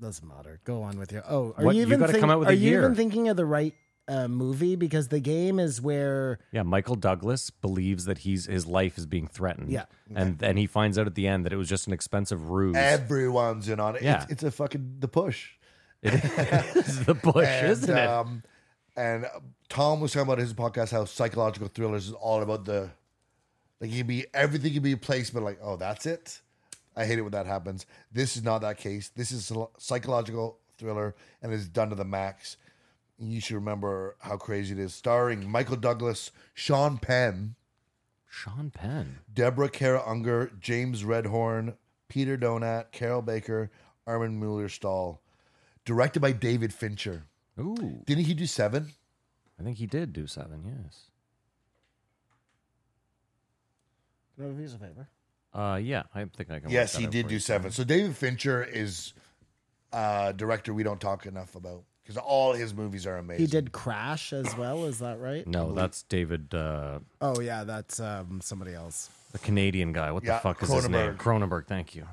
[SPEAKER 7] Doesn't matter. Go on with your. Oh, are
[SPEAKER 6] What-
[SPEAKER 7] you
[SPEAKER 6] you
[SPEAKER 7] even
[SPEAKER 6] gotta
[SPEAKER 7] think-
[SPEAKER 6] come out with
[SPEAKER 7] Are
[SPEAKER 6] a
[SPEAKER 7] you
[SPEAKER 6] year.
[SPEAKER 7] even thinking of the right uh, movie? Because the game is where
[SPEAKER 6] Yeah, Michael Douglas believes that he's his life is being threatened.
[SPEAKER 7] Yeah.
[SPEAKER 6] and then he finds out at the end that it was just an expensive ruse.
[SPEAKER 5] Everyone's in on it.
[SPEAKER 6] Yeah.
[SPEAKER 5] It's, it's a fucking the push.
[SPEAKER 6] It's the bush, isn't it?
[SPEAKER 5] Um, and uh, Tom was talking about his podcast how psychological thrillers is all about the like you be everything can be placed, but like oh that's it. I hate it when that happens. This is not that case. This is a psychological thriller and it's done to the max. You should remember how crazy it is. Starring Michael Douglas, Sean Penn,
[SPEAKER 6] Sean Penn.
[SPEAKER 5] Deborah Kara Unger, James Redhorn, Peter Donat, Carol Baker, Armin Mueller Stahl. Directed by David Fincher.
[SPEAKER 6] Ooh,
[SPEAKER 5] Didn't he do Seven?
[SPEAKER 6] I think he did do seven. Yes.
[SPEAKER 7] no piece of paper.
[SPEAKER 6] Uh, yeah, I think I can.
[SPEAKER 5] Yes,
[SPEAKER 6] work that
[SPEAKER 5] he
[SPEAKER 6] out
[SPEAKER 5] did
[SPEAKER 6] for
[SPEAKER 5] do
[SPEAKER 6] you.
[SPEAKER 5] seven. So David Fincher is a director we don't talk enough about because all his movies are amazing.
[SPEAKER 7] He did Crash as well. Is that right?
[SPEAKER 6] No, that's David, uh,
[SPEAKER 7] Oh yeah, that's um, somebody else.
[SPEAKER 6] the Canadian guy. What
[SPEAKER 5] Yeah,
[SPEAKER 6] the fuck is his name?
[SPEAKER 5] Cronenberg.
[SPEAKER 6] Cronenberg. Thank you.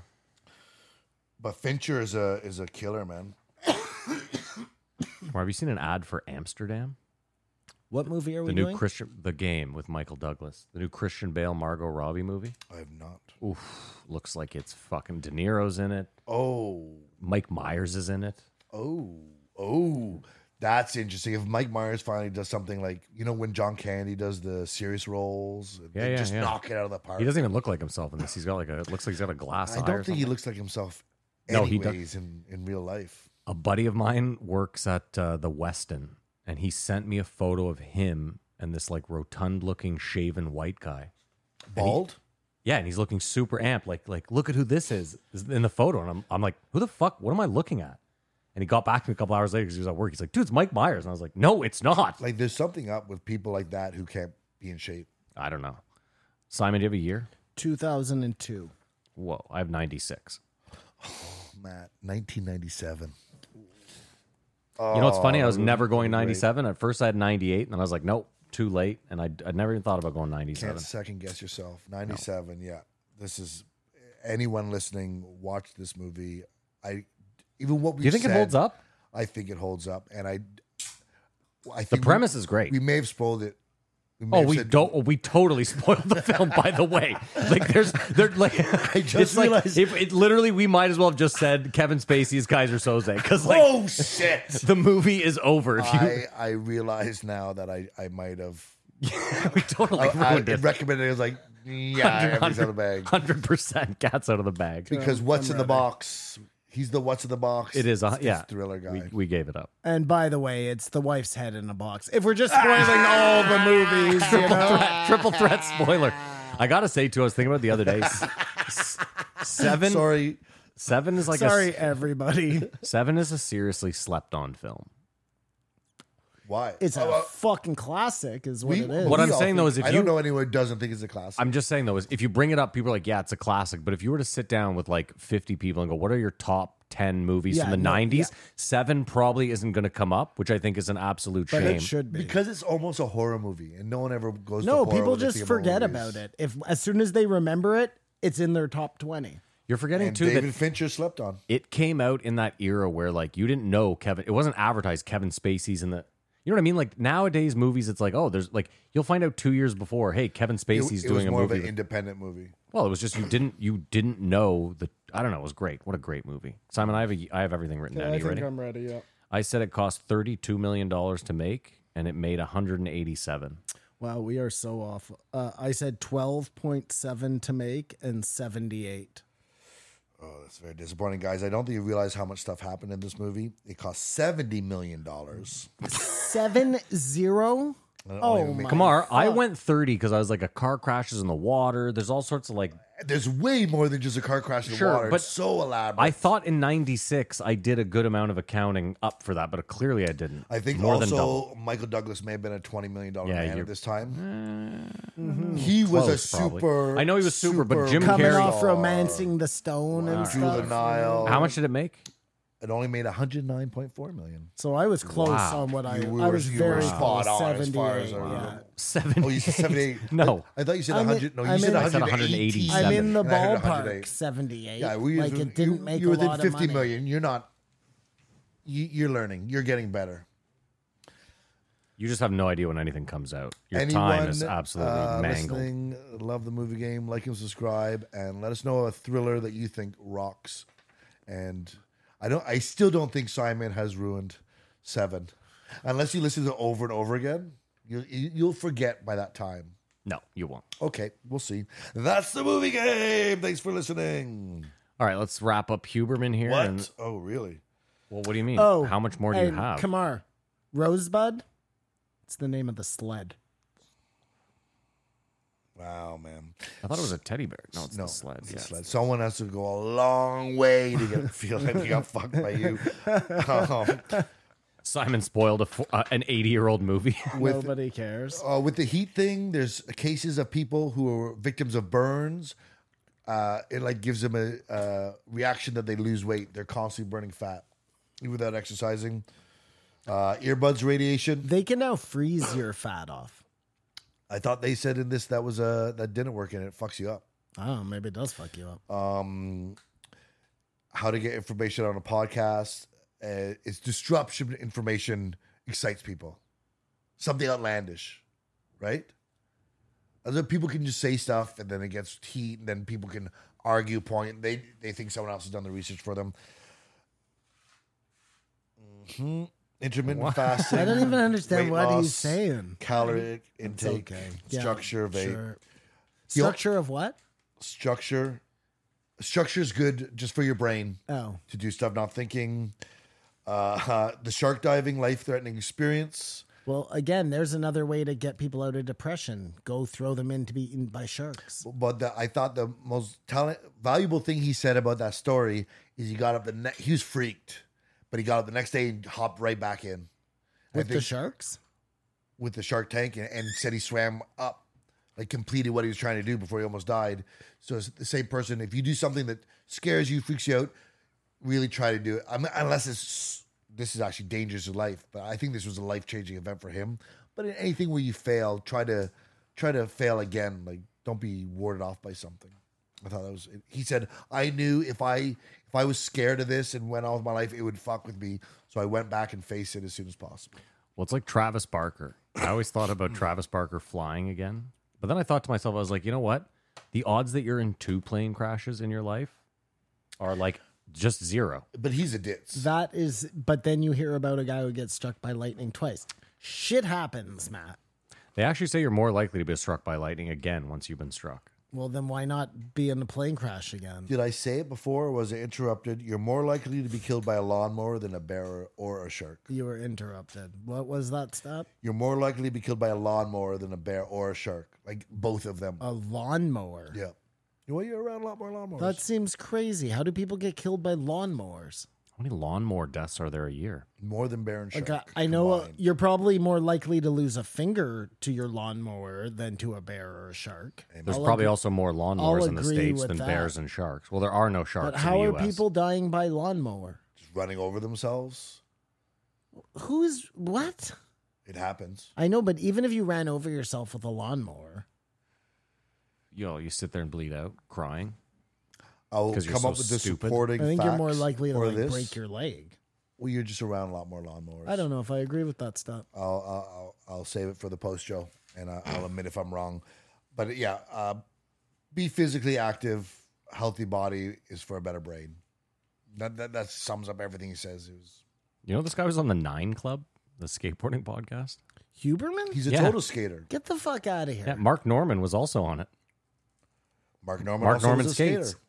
[SPEAKER 5] but Fincher is a is a killer man.
[SPEAKER 6] Or have you seen an ad for Amsterdam?
[SPEAKER 7] What movie are we
[SPEAKER 6] The new
[SPEAKER 7] doing?
[SPEAKER 6] Christian, the game with Michael Douglas, the new Christian Bale, Margot Robbie movie.
[SPEAKER 5] I have not.
[SPEAKER 6] Oof, looks like it's fucking De Niro's in it.
[SPEAKER 5] Oh,
[SPEAKER 6] Mike Myers is in it.
[SPEAKER 5] oh, oh. That's interesting. If Mike Myers finally does something like you know when John Candy does the serious roles,
[SPEAKER 6] Yeah,
[SPEAKER 5] they
[SPEAKER 6] yeah,
[SPEAKER 5] just
[SPEAKER 6] yeah.
[SPEAKER 5] knock it out of the park.
[SPEAKER 6] He doesn't even look like himself in this. He's got like a it looks like he's got a glass
[SPEAKER 5] I
[SPEAKER 6] eye. or
[SPEAKER 5] don't think he
[SPEAKER 6] something.
[SPEAKER 5] looks like himself.
[SPEAKER 6] No, he
[SPEAKER 5] Anyways,
[SPEAKER 6] don't.
[SPEAKER 5] in in real life.
[SPEAKER 6] a buddy of mine works at uh, the Westin, and he sent me a photo of him and this like rotund looking shaven white guy.
[SPEAKER 5] Bald.
[SPEAKER 6] Yeah, and he's looking super amped. Like, like, look at who this is is in the photo. And I'm, I'm like, who the fuck? What am I looking at? And he got back to me a couple hours later because he was at work. He's like, dude, it's Mike Myers. And I was like, no, it's not.
[SPEAKER 5] Like there's something up with people like that who can't be in shape.
[SPEAKER 6] I don't know. Simon, do you have a year?
[SPEAKER 7] Two thousand and two.
[SPEAKER 6] Whoa, I have 96.
[SPEAKER 5] Matt, 1997.
[SPEAKER 6] you know what's funny? I was
[SPEAKER 5] that would've
[SPEAKER 6] never
[SPEAKER 5] been
[SPEAKER 6] going
[SPEAKER 5] Oh, great.
[SPEAKER 6] 97. At first, I had 98. And then I was like, nope, too late. And I'd, I'd never even thought about going
[SPEAKER 5] Can't
[SPEAKER 6] 97.
[SPEAKER 5] second guess yourself. 97, yeah. This is anyone listening, watch this movie. I even what we
[SPEAKER 6] Do you think it holds up?
[SPEAKER 5] I think it holds up. And I I think
[SPEAKER 6] The
[SPEAKER 5] we-
[SPEAKER 6] premise is great.
[SPEAKER 5] We may have spoiled it. may
[SPEAKER 6] Oh,
[SPEAKER 5] have
[SPEAKER 6] we
[SPEAKER 5] said-
[SPEAKER 6] don't. We totally spoiled the film. By the way, like there's, there like I
[SPEAKER 5] just
[SPEAKER 6] it's like
[SPEAKER 5] realized-
[SPEAKER 6] if it literally, we might as well have just said Kevin Spacey's Kaiser Soze because like
[SPEAKER 5] Oh shit.
[SPEAKER 6] the movie is over. If you,
[SPEAKER 5] I, I realize now that I, I might have
[SPEAKER 6] we totally
[SPEAKER 5] I, I
[SPEAKER 6] ruined it.
[SPEAKER 5] recommended it. I was like, yeah, everything's out of the bag.
[SPEAKER 6] Hundred percent, cats out of the bag.
[SPEAKER 5] Because what's in the box? He's the what's in the box.
[SPEAKER 6] It is a yeah
[SPEAKER 5] thriller guy.
[SPEAKER 6] We, we gave it up.
[SPEAKER 7] And by the way, it's the wife's
[SPEAKER 5] Ah!
[SPEAKER 7] head in a box. If we're just spoiling all the movies, you know?
[SPEAKER 6] Triple threat spoiler. I gotta say too, I was thinking about it the other day. S- s- seven,
[SPEAKER 5] Sorry,
[SPEAKER 6] seven is like
[SPEAKER 7] Sorry,
[SPEAKER 6] a
[SPEAKER 7] everybody.
[SPEAKER 6] seven is a seriously slept on film.
[SPEAKER 5] why?
[SPEAKER 7] It's a
[SPEAKER 5] Oh, uh,
[SPEAKER 7] fucking classic, is what
[SPEAKER 5] we-
[SPEAKER 7] it is.
[SPEAKER 6] What
[SPEAKER 5] we
[SPEAKER 6] I'm
[SPEAKER 5] all
[SPEAKER 6] saying, though,
[SPEAKER 5] think-
[SPEAKER 6] is if
[SPEAKER 5] I
[SPEAKER 6] you-
[SPEAKER 5] don't know anyone who doesn't think it's a classic.
[SPEAKER 6] I'm just saying though, is if you bring it up, people are like, "Yeah, it's a classic." But if you were to sit down with like 50 people and go, "What are your top 10 movies
[SPEAKER 7] Yeah,
[SPEAKER 6] from the
[SPEAKER 7] no,
[SPEAKER 6] 90s?"
[SPEAKER 7] yeah.
[SPEAKER 6] Seven probably isn't going to come up, which I think is an absolute
[SPEAKER 7] but
[SPEAKER 6] shame.
[SPEAKER 7] it should be.
[SPEAKER 5] because it's almost a horror movie, and no one ever goes. to
[SPEAKER 7] no,
[SPEAKER 5] horror
[SPEAKER 7] people
[SPEAKER 5] when they
[SPEAKER 7] just
[SPEAKER 5] think
[SPEAKER 7] forget
[SPEAKER 5] movies.
[SPEAKER 7] about it. If as soon as they remember it, it's in their top twenty.
[SPEAKER 6] You're forgetting
[SPEAKER 5] And
[SPEAKER 6] too
[SPEAKER 5] David
[SPEAKER 6] that
[SPEAKER 5] Fincher slept on.
[SPEAKER 6] it came out in that era where like you didn't know Kevin. It wasn't advertised. Kevin Spacey's in the. You know what I mean? Like nowadays, movies, it's like, oh, there's like you'll find out two years before, hey, Kevin
[SPEAKER 5] It,
[SPEAKER 6] Spacey's
[SPEAKER 5] it
[SPEAKER 6] doing
[SPEAKER 5] was
[SPEAKER 6] a
[SPEAKER 5] more
[SPEAKER 6] movie.
[SPEAKER 5] of an
[SPEAKER 6] with-
[SPEAKER 5] independent movie.
[SPEAKER 6] well, it was just you didn't you didn't know the. I don't know. It was great. What a great movie, Simon. I have a, I have everything written down. you ready?
[SPEAKER 7] I'm ready. Yeah.
[SPEAKER 6] I said it cost thirty two million dollars to make, and it made one hundred and eighty seven.
[SPEAKER 7] Wow, we are so off. Uh, I said twelve point seven to make and seventy eight.
[SPEAKER 5] Oh, that's very disappointing, guys. I don't think you realize how much stuff happened in this movie. It cost seventy million dollars.
[SPEAKER 6] Oh
[SPEAKER 7] Seven zero. Oh my!
[SPEAKER 6] Kamar, I went thirty because I was like, a car crashes in the water. There's all sorts of like.
[SPEAKER 5] There's way more than just a car crash in the
[SPEAKER 6] Sure,
[SPEAKER 5] water.
[SPEAKER 6] but
[SPEAKER 5] it's so elaborate.
[SPEAKER 6] I thought in '96 I did a good amount of accounting up for that, but clearly I didn't.
[SPEAKER 5] I think
[SPEAKER 6] more than double.
[SPEAKER 5] also Michael Douglas may have been a twenty million dollar
[SPEAKER 6] Yeah,
[SPEAKER 5] man
[SPEAKER 6] you're- Uh,
[SPEAKER 5] at this time.
[SPEAKER 7] Mm-hmm.
[SPEAKER 5] He was a
[SPEAKER 6] Close, probably.
[SPEAKER 5] super.
[SPEAKER 6] I know he was super, but Jim
[SPEAKER 7] coming
[SPEAKER 6] Carrey-
[SPEAKER 7] off romancing the stone and
[SPEAKER 5] Through the
[SPEAKER 7] stuff.
[SPEAKER 5] Nile.
[SPEAKER 6] How much did it make?
[SPEAKER 5] It only made one hundred nine point four million.
[SPEAKER 7] So I was close
[SPEAKER 6] Wow.
[SPEAKER 7] on what I,
[SPEAKER 5] You
[SPEAKER 7] I
[SPEAKER 5] were-
[SPEAKER 7] was
[SPEAKER 5] you were
[SPEAKER 7] very
[SPEAKER 5] spot
[SPEAKER 7] close.
[SPEAKER 5] on as
[SPEAKER 7] Seventy
[SPEAKER 5] far as
[SPEAKER 7] eight.
[SPEAKER 5] I
[SPEAKER 7] Yeah.
[SPEAKER 5] remember.
[SPEAKER 6] Seventy.
[SPEAKER 5] Oh, you said seventy-eight.
[SPEAKER 6] No.
[SPEAKER 5] I, I thought you said
[SPEAKER 7] I'm in-
[SPEAKER 5] hundred. No, you
[SPEAKER 7] I'm
[SPEAKER 5] said
[SPEAKER 7] in- I said
[SPEAKER 5] 180.
[SPEAKER 6] 187.
[SPEAKER 7] I'm in the
[SPEAKER 5] And I heard 108.
[SPEAKER 7] ballpark. Seventy eight.
[SPEAKER 5] Yeah, we
[SPEAKER 7] like
[SPEAKER 5] was-
[SPEAKER 7] it didn't make
[SPEAKER 5] you,
[SPEAKER 7] a
[SPEAKER 5] you
[SPEAKER 7] lot
[SPEAKER 5] within
[SPEAKER 7] of
[SPEAKER 5] fifty
[SPEAKER 7] money.
[SPEAKER 5] million. You're not. You, you're learning. You're getting better.
[SPEAKER 6] You just have no idea when anything comes out. Your time is absolutely
[SPEAKER 5] uh,
[SPEAKER 6] mangled.
[SPEAKER 5] listening, love the movie game. Like and subscribe, and let us know a thriller that you think rocks. And I don't. I still don't think Simon has ruined Seven, unless you listen to it over and over again. You, you, you'll forget by that time.
[SPEAKER 6] No, you won't.
[SPEAKER 5] Okay, we'll see. That's the movie game. Thanks for listening.
[SPEAKER 6] All right, let's wrap up Huberman here.
[SPEAKER 5] What?
[SPEAKER 6] and-
[SPEAKER 5] oh, really?
[SPEAKER 6] well, what do you mean?
[SPEAKER 7] Oh,
[SPEAKER 6] how much more do you
[SPEAKER 7] and
[SPEAKER 6] have?
[SPEAKER 7] Kamar, Rosebud. It's the name of the sled.
[SPEAKER 5] Wow, man.
[SPEAKER 6] I thought it was a teddy bear. No, it's
[SPEAKER 5] no,
[SPEAKER 6] the sled.
[SPEAKER 5] it's
[SPEAKER 6] yeah.
[SPEAKER 5] a sled. Someone has to go a long way to get feel like they got fucked by you. Um,
[SPEAKER 6] Simon spoiled a, fo- uh, an 80 year old movie.
[SPEAKER 5] With-
[SPEAKER 7] Nobody cares.
[SPEAKER 5] uh, with the heat thing, there's cases of people who are victims of burns. Uh, it like gives them a, uh reaction that they lose weight. They're constantly burning fat, even without exercising. Uh, earbuds radiation.
[SPEAKER 7] They can now freeze your fat off.
[SPEAKER 5] I thought they said in this that was uh that didn't work and it fucks you up.
[SPEAKER 7] Oh, maybe it does fuck you up.
[SPEAKER 5] um, how to get information on a podcast. Uh, it's disruption information excites people. Something outlandish, right? Other people can just say stuff and then it gets heat, and then people can argue point. They they think someone else has done the research for them. Mhm. Intermittent fasting.
[SPEAKER 7] I don't even understand
[SPEAKER 5] weight
[SPEAKER 7] what he's
[SPEAKER 5] loss,
[SPEAKER 7] saying.
[SPEAKER 5] Caloric intake,
[SPEAKER 7] okay. Yeah,
[SPEAKER 5] structure, vape
[SPEAKER 7] sure. Structure of what?
[SPEAKER 5] structure. Structure is good just for your brain
[SPEAKER 7] Oh,
[SPEAKER 5] to do stuff not thinking. Uh, uh, the shark diving life threatening experience.
[SPEAKER 7] well, again, there's another way to get people out of depression. Go throw them in to be eaten by sharks.
[SPEAKER 5] But the, I thought the most talent, valuable thing he said about that story is he got up the next. He was freaked, but he got up the next day and hopped right back in I
[SPEAKER 7] With the
[SPEAKER 5] think-
[SPEAKER 7] sharks?
[SPEAKER 5] with the shark tank and, and said he swam up, like completed what he was trying to do before he almost died. So it's the same person. If you do something that scares you, freaks you out, really try to do it. I mean, unless it's this is actually dangerous to life, but I think this was a life changing event for him. But in anything where you fail, try to try to fail again. Like don't be warded off by something. I thought that was. He said I knew if I if I was scared of this and went on with my life, it would fuck with me. So I went back and faced it as soon as possible.
[SPEAKER 6] Well, it's like Travis Barker. I always thought about Travis Barker flying again. But then I thought to myself, I was like, you know what? The odds that you're in two plane crashes in your life are like just zero.
[SPEAKER 5] But he's a ditz.
[SPEAKER 7] That is, but then you hear about a guy who gets struck by lightning twice. Shit happens, Matt.
[SPEAKER 6] They actually say you're more likely to be struck by lightning again once you've been struck.
[SPEAKER 7] Well, then why not be in a plane crash again?
[SPEAKER 5] Did I say it before or was I interrupted? You're more likely to be killed by a lawnmower than a bear or a shark.
[SPEAKER 7] You were interrupted. What was that stop?
[SPEAKER 5] You're more likely to be killed by a lawnmower than a bear or a shark. Like both of them.
[SPEAKER 7] A lawnmower.
[SPEAKER 5] yeah. Well, you're around a lot more lawnmowers.
[SPEAKER 7] That seems crazy. How do people get killed by lawnmowers?
[SPEAKER 6] How many lawnmower deaths are there a year?
[SPEAKER 5] more than bear and shark.
[SPEAKER 7] Like I, I know uh,
[SPEAKER 5] combined.
[SPEAKER 7] you're probably more likely to lose a finger to your lawnmower than to a bear or a shark.
[SPEAKER 6] There's
[SPEAKER 7] I'll
[SPEAKER 6] probably
[SPEAKER 7] agree-
[SPEAKER 6] also more lawnmowers in the
[SPEAKER 7] agree
[SPEAKER 6] states
[SPEAKER 7] with
[SPEAKER 6] than
[SPEAKER 7] that.
[SPEAKER 6] bears and sharks. Well, there are no sharks.
[SPEAKER 7] But how
[SPEAKER 6] in
[SPEAKER 7] are
[SPEAKER 6] the US.
[SPEAKER 7] people dying by lawnmower?
[SPEAKER 5] Just running over themselves.
[SPEAKER 7] Who's what?
[SPEAKER 5] It happens.
[SPEAKER 7] I know, but even if you ran over yourself with a lawnmower,
[SPEAKER 6] Yo, you sit there and bleed out, crying.
[SPEAKER 5] I'll
[SPEAKER 6] 'Cause you're
[SPEAKER 5] come
[SPEAKER 6] so
[SPEAKER 5] up with the
[SPEAKER 6] stupid.
[SPEAKER 5] supporting.
[SPEAKER 7] I think you're more
[SPEAKER 5] facts
[SPEAKER 7] likely to
[SPEAKER 5] for
[SPEAKER 7] like
[SPEAKER 5] this.
[SPEAKER 7] break your leg.
[SPEAKER 5] Well, you're just around a lot more lawnmowers.
[SPEAKER 7] I don't know if I agree with that stuff.
[SPEAKER 5] I'll I'll, I'll, I'll save it for the post show, and I, I'll admit if I'm wrong. But yeah, uh, be physically active. Healthy body is for a better brain. That that, that sums up everything he says. It was,
[SPEAKER 6] You know, this guy was on the Nine Club, the skateboarding podcast.
[SPEAKER 7] Huberman,
[SPEAKER 5] he's a
[SPEAKER 6] Yeah.
[SPEAKER 5] total skater.
[SPEAKER 7] get the fuck out of here.
[SPEAKER 6] Yeah, Mark Norman was also on it.
[SPEAKER 5] Mark Norman.
[SPEAKER 6] Mark
[SPEAKER 5] also
[SPEAKER 6] Norman
[SPEAKER 5] was a
[SPEAKER 6] skates.
[SPEAKER 5] skater.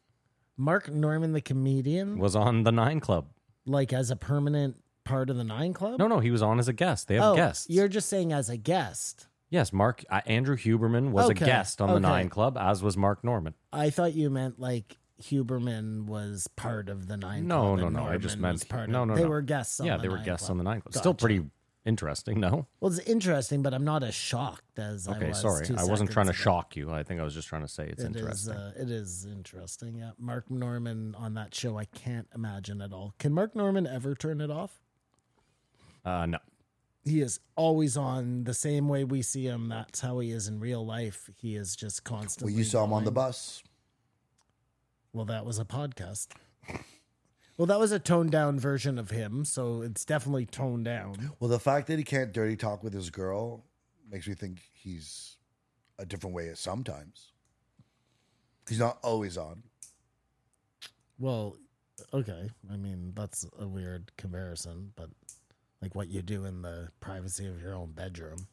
[SPEAKER 7] Mark Norman, the comedian,
[SPEAKER 6] Was on the Nine Club.
[SPEAKER 7] like as a permanent part of the Nine Club.
[SPEAKER 6] No, no, he was on as a guest. They have
[SPEAKER 7] oh,
[SPEAKER 6] guests.
[SPEAKER 7] you're just saying as a guest.
[SPEAKER 6] Yes, Mark uh, Andrew Huberman was
[SPEAKER 7] Okay,
[SPEAKER 6] a guest on the
[SPEAKER 7] okay.
[SPEAKER 6] Nine Club, as was Mark Norman.
[SPEAKER 7] I thought you meant like Huberman was part of the Nine
[SPEAKER 6] No,
[SPEAKER 7] Club.
[SPEAKER 6] no,
[SPEAKER 7] and
[SPEAKER 6] no, I
[SPEAKER 7] Norman
[SPEAKER 6] just meant-
[SPEAKER 7] was part
[SPEAKER 6] no,
[SPEAKER 7] of,
[SPEAKER 6] no,
[SPEAKER 7] They
[SPEAKER 6] no.
[SPEAKER 7] were guests. On
[SPEAKER 6] yeah,
[SPEAKER 7] the
[SPEAKER 6] they were
[SPEAKER 7] Nine
[SPEAKER 6] guests
[SPEAKER 7] Club.
[SPEAKER 6] on the Nine Club. Still
[SPEAKER 7] Gotcha.
[SPEAKER 6] pretty interesting, no?
[SPEAKER 7] Well, it's interesting, but I'm not as shocked as I
[SPEAKER 6] Okay,
[SPEAKER 7] was.
[SPEAKER 6] sorry.
[SPEAKER 7] two
[SPEAKER 6] I wasn't trying to
[SPEAKER 7] seconds ago.
[SPEAKER 6] shock you. I think I was just trying to say it's
[SPEAKER 7] It is,
[SPEAKER 6] interesting.
[SPEAKER 7] uh, it is interesting. Yeah, Mark Norman on that show, I can't imagine at all. Can Mark Norman ever turn it off?
[SPEAKER 6] uh, no.
[SPEAKER 7] He is always on the same way we see him. That's how he is in real life. He is just
[SPEAKER 5] Well,
[SPEAKER 7] constantly.
[SPEAKER 5] you saw him on the
[SPEAKER 7] going-
[SPEAKER 5] bus.
[SPEAKER 7] Well, that was a podcast. Well, that was a toned down version of him, so it's definitely toned down.
[SPEAKER 5] Well, the fact that he can't dirty talk with his girl makes me think he's a different way at sometimes. He's not always on.
[SPEAKER 7] Well, okay. I mean, that's a weird comparison, but like what you do in the privacy of your own bedroom.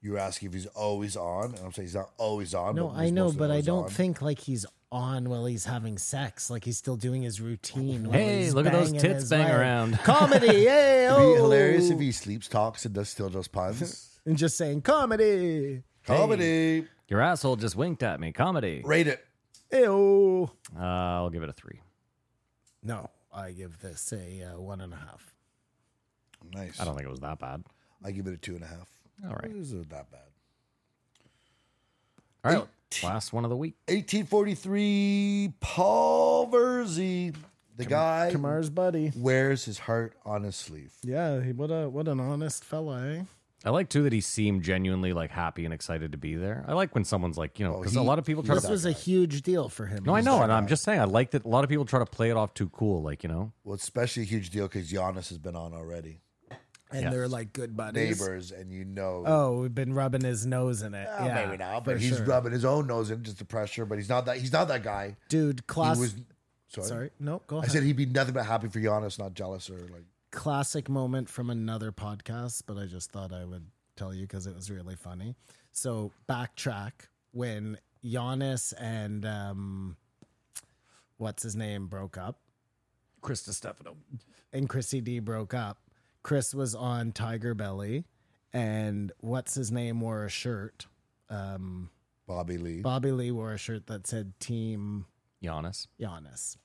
[SPEAKER 5] You're asking if he's always on, and I'm saying he's not always on.
[SPEAKER 7] No,
[SPEAKER 5] but
[SPEAKER 7] I
[SPEAKER 5] he's
[SPEAKER 7] know,
[SPEAKER 5] mostly
[SPEAKER 7] but I
[SPEAKER 5] always
[SPEAKER 7] don't
[SPEAKER 5] on.
[SPEAKER 7] think like he's on while he's having sex. Like he's still doing his routine. while
[SPEAKER 6] Hey,
[SPEAKER 7] he's
[SPEAKER 6] look at those
[SPEAKER 7] banging
[SPEAKER 6] tits
[SPEAKER 7] his
[SPEAKER 6] bang
[SPEAKER 7] leg.
[SPEAKER 6] around.
[SPEAKER 7] Comedy, yay!
[SPEAKER 5] It'd
[SPEAKER 7] Oh,
[SPEAKER 5] be hilarious if he sleeps, talks, and does still does puns.
[SPEAKER 7] and just saying comedy.
[SPEAKER 5] Comedy.
[SPEAKER 6] Your asshole just winked at me. Comedy.
[SPEAKER 5] Rate it.
[SPEAKER 7] Ew.
[SPEAKER 6] Uh, I'll give it a three.
[SPEAKER 7] No, I give this a uh, one and a half.
[SPEAKER 5] Nice.
[SPEAKER 6] I don't think it was that bad.
[SPEAKER 5] I give it a two and a half.
[SPEAKER 6] All right.
[SPEAKER 5] This isn't that bad.
[SPEAKER 6] All right. Last one of the week.
[SPEAKER 5] 1843, Paul Verzi, the guy
[SPEAKER 7] Kamar's buddy.
[SPEAKER 5] wears his heart on his sleeve.
[SPEAKER 7] Yeah, he, what a what an honest fella, eh?
[SPEAKER 6] I like too that he seemed genuinely like happy and excited to be there. I like when someone's like, you know,
[SPEAKER 5] Oh,
[SPEAKER 6] because
[SPEAKER 5] he-
[SPEAKER 6] a lot of people try
[SPEAKER 7] This
[SPEAKER 6] to.
[SPEAKER 7] was a huge deal for him.
[SPEAKER 6] No, I know, and I'm just saying, I like that a lot of people try to play it off too cool, like you know.
[SPEAKER 5] Well, it's especially a huge deal because Giannis has been on already.
[SPEAKER 7] And
[SPEAKER 6] Yeah.
[SPEAKER 7] they're like good buddies.
[SPEAKER 5] Neighbors, and you know.
[SPEAKER 7] Oh, we've been rubbing his nose in it.
[SPEAKER 5] Well,
[SPEAKER 7] yeah,
[SPEAKER 5] Oh, maybe not, but
[SPEAKER 7] for
[SPEAKER 5] he's
[SPEAKER 7] sure.
[SPEAKER 5] rubbing his own nose in just the pressure. But he's not that. He's not that guy.
[SPEAKER 7] Dude,
[SPEAKER 5] He
[SPEAKER 7] class.
[SPEAKER 5] was sorry.
[SPEAKER 7] Sorry, no, go
[SPEAKER 5] I
[SPEAKER 7] ahead.
[SPEAKER 5] said he'd be nothing but happy for Giannis, not jealous or like.
[SPEAKER 7] classic moment from another podcast, but I just thought I would tell you because it was really funny. So backtrack when Giannis and um, what's his name broke up,
[SPEAKER 6] Chris Stefano.
[SPEAKER 7] and Chrissy D broke up. Chris was on Tiger Belly, and what's his name wore a shirt. Um,
[SPEAKER 5] Bobby Lee.
[SPEAKER 7] Bobby Lee wore a shirt that said Team
[SPEAKER 6] Giannis.
[SPEAKER 7] Giannis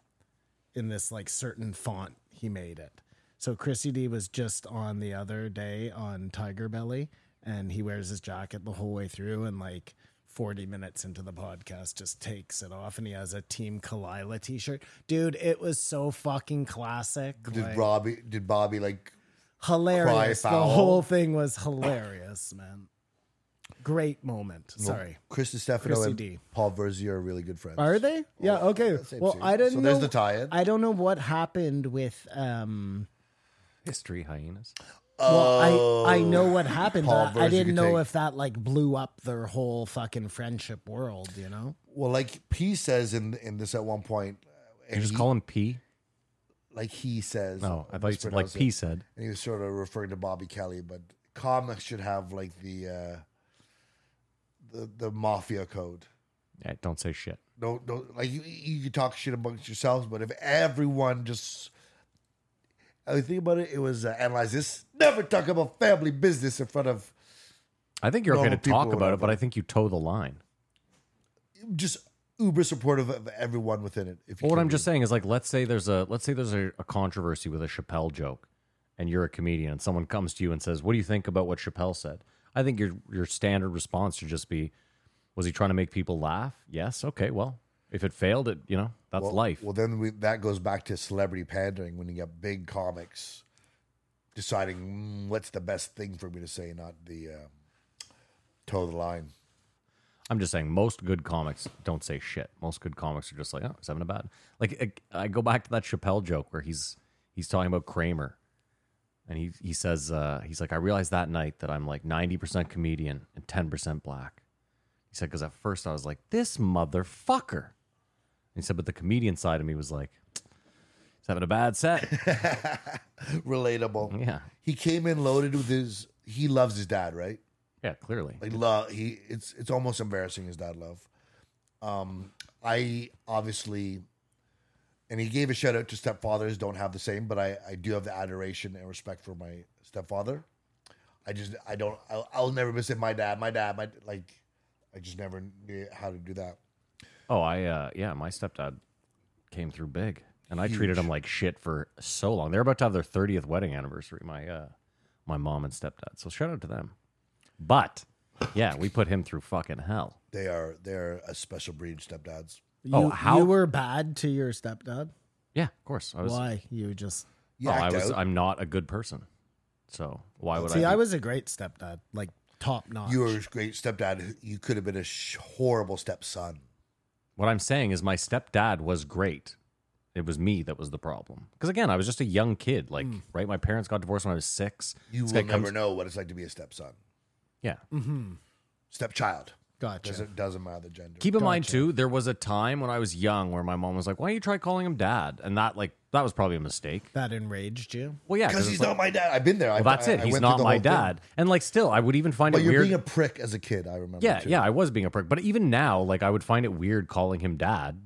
[SPEAKER 7] in this like certain font he made it. So Chrissy D was just on the other day on Tiger Belly and he wears his jacket the whole way through and like 40 minutes into the podcast just takes it off and he has a Team Kalila t-shirt. Dude, it was so fucking classic.
[SPEAKER 5] did
[SPEAKER 7] like,
[SPEAKER 5] Robbie? Did Bobby like?
[SPEAKER 7] hilarious. The
[SPEAKER 5] cry foul?
[SPEAKER 7] whole thing was hilarious, man. Great moment. Sorry.
[SPEAKER 5] Chris Stefano
[SPEAKER 7] Chrissy
[SPEAKER 5] and
[SPEAKER 7] D.
[SPEAKER 5] Paul Verzi are really good friends.
[SPEAKER 7] Are they? Yeah. Okay.
[SPEAKER 5] that's it,
[SPEAKER 7] Well,
[SPEAKER 5] see.
[SPEAKER 7] I didn't.
[SPEAKER 5] Oh, So there's
[SPEAKER 7] know-
[SPEAKER 5] the tie-in.
[SPEAKER 7] I don't know what happened with. um
[SPEAKER 6] History hyenas.
[SPEAKER 7] Well, I I know what happened.
[SPEAKER 5] Oh, Paul
[SPEAKER 7] but I
[SPEAKER 5] Verzi
[SPEAKER 7] didn't
[SPEAKER 5] could
[SPEAKER 7] know
[SPEAKER 5] take-
[SPEAKER 7] if that like blew up their whole fucking friendship world. You know.
[SPEAKER 5] Well, like P says in in this at one point,
[SPEAKER 6] You
[SPEAKER 5] and
[SPEAKER 6] just
[SPEAKER 5] he-
[SPEAKER 6] call him P.
[SPEAKER 5] like he says.
[SPEAKER 6] No, I thought you said like
[SPEAKER 5] mispronounced it.
[SPEAKER 6] P said.
[SPEAKER 5] And he was sort of referring to Bobby Kelly, but comics should have like the uh, the the mafia code.
[SPEAKER 6] Yeah, don't say shit.
[SPEAKER 5] No, no, like you, you could talk shit amongst yourselves, but if everyone just, I think about it, it was uh, analyze this. Never talk about family business in front of
[SPEAKER 6] I think you're okay to
[SPEAKER 5] Normal people
[SPEAKER 6] talk
[SPEAKER 5] would
[SPEAKER 6] about
[SPEAKER 5] have
[SPEAKER 6] it, but
[SPEAKER 5] it.
[SPEAKER 6] I think you toe the line.
[SPEAKER 5] just uber supportive of everyone within it. If you
[SPEAKER 6] Well, what
[SPEAKER 5] can
[SPEAKER 6] I'm
[SPEAKER 5] be.
[SPEAKER 6] just saying is like, let's say there's a let's say there's a, a controversy with a Chappelle joke, and you're a comedian, and someone comes to you and says, "What do you think about what Chappelle said?" I think your your standard response should just be, "Was he trying to make people laugh?" Yes. Okay. Well, if it failed, it you know that's
[SPEAKER 5] well,
[SPEAKER 6] life.
[SPEAKER 5] Well, then we, that goes back to celebrity pandering when you got big comics deciding mm, what's the best thing for me to say, not the uh, toe of the line.
[SPEAKER 6] I'm just saying, most good comics don't say shit. Most good comics are just like, oh, he's having a bad. Like, I, I go back to that Chappelle joke where he's he's talking about Kramer, and he he says uh, he's like, I realized that night that I'm like 90% comedian and 10% black. He said because at first I was like, this motherfucker. And he said, but the comedian side of me was like, he's having a bad set.
[SPEAKER 5] Relatable.
[SPEAKER 6] yeah,
[SPEAKER 5] He came in loaded with his. He loves his dad, right?
[SPEAKER 6] yeah, clearly.
[SPEAKER 5] Like love. He it's it's almost embarrassing his dad love. Um, I obviously, and he gave a shout out to stepfathers. Don't have the same, but I I do have the adoration and respect for my stepfather. I just I don't I'll, I'll never miss it. My dad, my dad, my like I just never knew how to do that.
[SPEAKER 6] Oh, I uh yeah, my stepdad came through big. And I treated him like shit for so long. They're about to have their 30th wedding anniversary, my uh my mom and stepdad. So shout out to them. But yeah, we put him through fucking hell.
[SPEAKER 5] They are they're a special breed stepdads.
[SPEAKER 7] You,
[SPEAKER 6] Oh, how-
[SPEAKER 7] you were bad to your stepdad?
[SPEAKER 6] Yeah, of course. I was
[SPEAKER 7] Why? You just
[SPEAKER 5] You
[SPEAKER 6] Oh, I
[SPEAKER 5] act
[SPEAKER 6] was
[SPEAKER 5] out.
[SPEAKER 6] I'm not a good person. So why would
[SPEAKER 7] see.
[SPEAKER 6] I,
[SPEAKER 7] I,
[SPEAKER 6] be-
[SPEAKER 7] was a great stepdad, like top notch.
[SPEAKER 5] you were a great stepdad. You could have been a sh- horrible stepson.
[SPEAKER 6] What I'm saying is my stepdad was great. It was me that was the problem. Because again, I was just a young kid. Like, right? My parents got divorced when I was six.
[SPEAKER 5] Hmm. You
[SPEAKER 6] This guy
[SPEAKER 5] will never
[SPEAKER 6] comes-
[SPEAKER 5] know what it's like to be a stepson,
[SPEAKER 6] Yeah.
[SPEAKER 5] stepchild.
[SPEAKER 7] Gotcha.
[SPEAKER 5] Doesn't doesn't matter the gender.
[SPEAKER 6] Keep in mind too, there was a time when I was young where my mom was like, "Why don't you try calling him dad?" And that like that was probably a mistake.
[SPEAKER 7] That enraged you.
[SPEAKER 6] Well, yeah,
[SPEAKER 5] because
[SPEAKER 6] it's
[SPEAKER 5] he's
[SPEAKER 6] like,
[SPEAKER 5] not my dad. I've been there.
[SPEAKER 6] Well,
[SPEAKER 5] I,
[SPEAKER 6] that's
[SPEAKER 5] I-
[SPEAKER 6] it.
[SPEAKER 5] I
[SPEAKER 6] He's
[SPEAKER 5] went through
[SPEAKER 6] not
[SPEAKER 5] the
[SPEAKER 6] my
[SPEAKER 5] whole thing.
[SPEAKER 6] dad. And like, still, I would even find
[SPEAKER 5] But
[SPEAKER 6] it
[SPEAKER 5] you're
[SPEAKER 6] weird.
[SPEAKER 5] being a prick as a kid. I remember.
[SPEAKER 6] yeah,
[SPEAKER 5] too.
[SPEAKER 6] yeah, I was being a prick. But even now, like, I would find it weird calling him dad.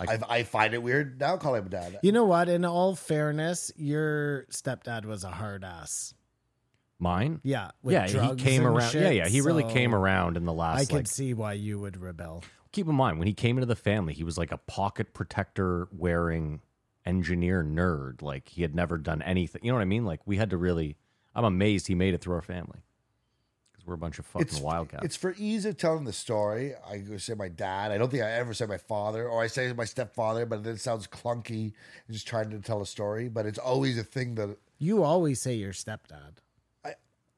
[SPEAKER 5] I, I find it weird now. Call him a dad.
[SPEAKER 7] You know what? In all fairness, your stepdad was a hard ass.
[SPEAKER 6] Mine.
[SPEAKER 7] Yeah. with
[SPEAKER 6] yeah, he
[SPEAKER 7] drugs
[SPEAKER 6] came
[SPEAKER 7] and
[SPEAKER 6] around.
[SPEAKER 7] shit,
[SPEAKER 6] yeah, yeah, he really
[SPEAKER 7] so
[SPEAKER 6] came around in the last.
[SPEAKER 7] I could
[SPEAKER 6] like,
[SPEAKER 7] see why you would rebel.
[SPEAKER 6] keep in mind when he came into the family, he was like a pocket protector wearing engineer nerd. Like he had never done anything. You know what I mean? Like we had to really. I'm amazed he made it through our family because we're a bunch of fucking
[SPEAKER 5] It's
[SPEAKER 6] wildcats.
[SPEAKER 5] it's for ease of telling the story. I go say my dad. I don't think I ever say my father, or I say my stepfather, but then it sounds clunky. I'm just trying to tell a story, but it's always a thing that
[SPEAKER 7] You always say your stepdad.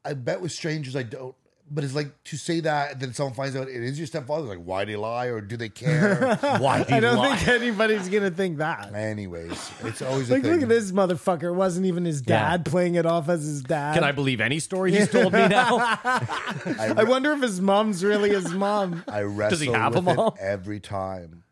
[SPEAKER 5] I bet with strangers I don't. But it's like to say that, and then someone finds out it is your stepfather. Like, why do they lie, or do they care?
[SPEAKER 6] Why do
[SPEAKER 7] I
[SPEAKER 6] you
[SPEAKER 7] don't
[SPEAKER 6] lie?
[SPEAKER 7] think anybody's gonna think that.
[SPEAKER 5] Anyways, it's always a
[SPEAKER 7] Like,
[SPEAKER 5] thing.
[SPEAKER 7] look at this motherfucker. It wasn't even his
[SPEAKER 6] Yeah.
[SPEAKER 7] dad playing it off as his dad.
[SPEAKER 6] Can I believe any story he's told me now?
[SPEAKER 7] I wonder if his mom's really his mom.
[SPEAKER 5] I wrestle
[SPEAKER 6] he have
[SPEAKER 5] with
[SPEAKER 6] them all?
[SPEAKER 5] it every time.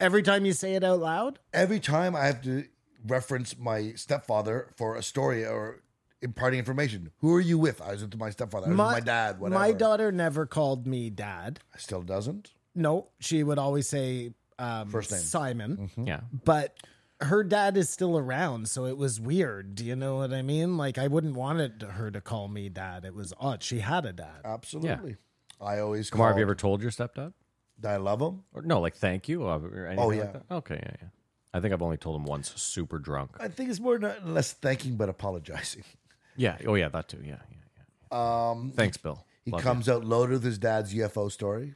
[SPEAKER 7] Every time you say it out loud,
[SPEAKER 5] every time I have to reference my stepfather for a story or imparting information. Who are you with? I was with my stepfather. I was with my dad. Whatever.
[SPEAKER 7] My daughter never called me dad.
[SPEAKER 5] still doesn't.
[SPEAKER 7] No, she would always say um,
[SPEAKER 5] First name. Mm-hmm.
[SPEAKER 7] Simon,
[SPEAKER 6] yeah.
[SPEAKER 7] but her dad is still around, so it was weird. Do you know what I mean? Like I wouldn't wanted her to call me dad. It was odd. She had a dad.
[SPEAKER 5] Absolutely. I always
[SPEAKER 6] Kamar,
[SPEAKER 5] call.
[SPEAKER 6] have you ever told your stepdad?
[SPEAKER 5] that I love him.
[SPEAKER 6] Or no, like thank you. Or, or anything
[SPEAKER 5] Oh,
[SPEAKER 6] like
[SPEAKER 5] yeah.
[SPEAKER 6] that? okay, yeah, yeah. I think I've only told him once, super drunk.
[SPEAKER 5] I think it's more not less thanking but apologizing.
[SPEAKER 6] Yeah. Oh yeah, that too. Yeah, yeah, yeah. Um. Thanks, Bill.
[SPEAKER 5] He
[SPEAKER 6] Love
[SPEAKER 5] comes out loaded with his dad's UFO story,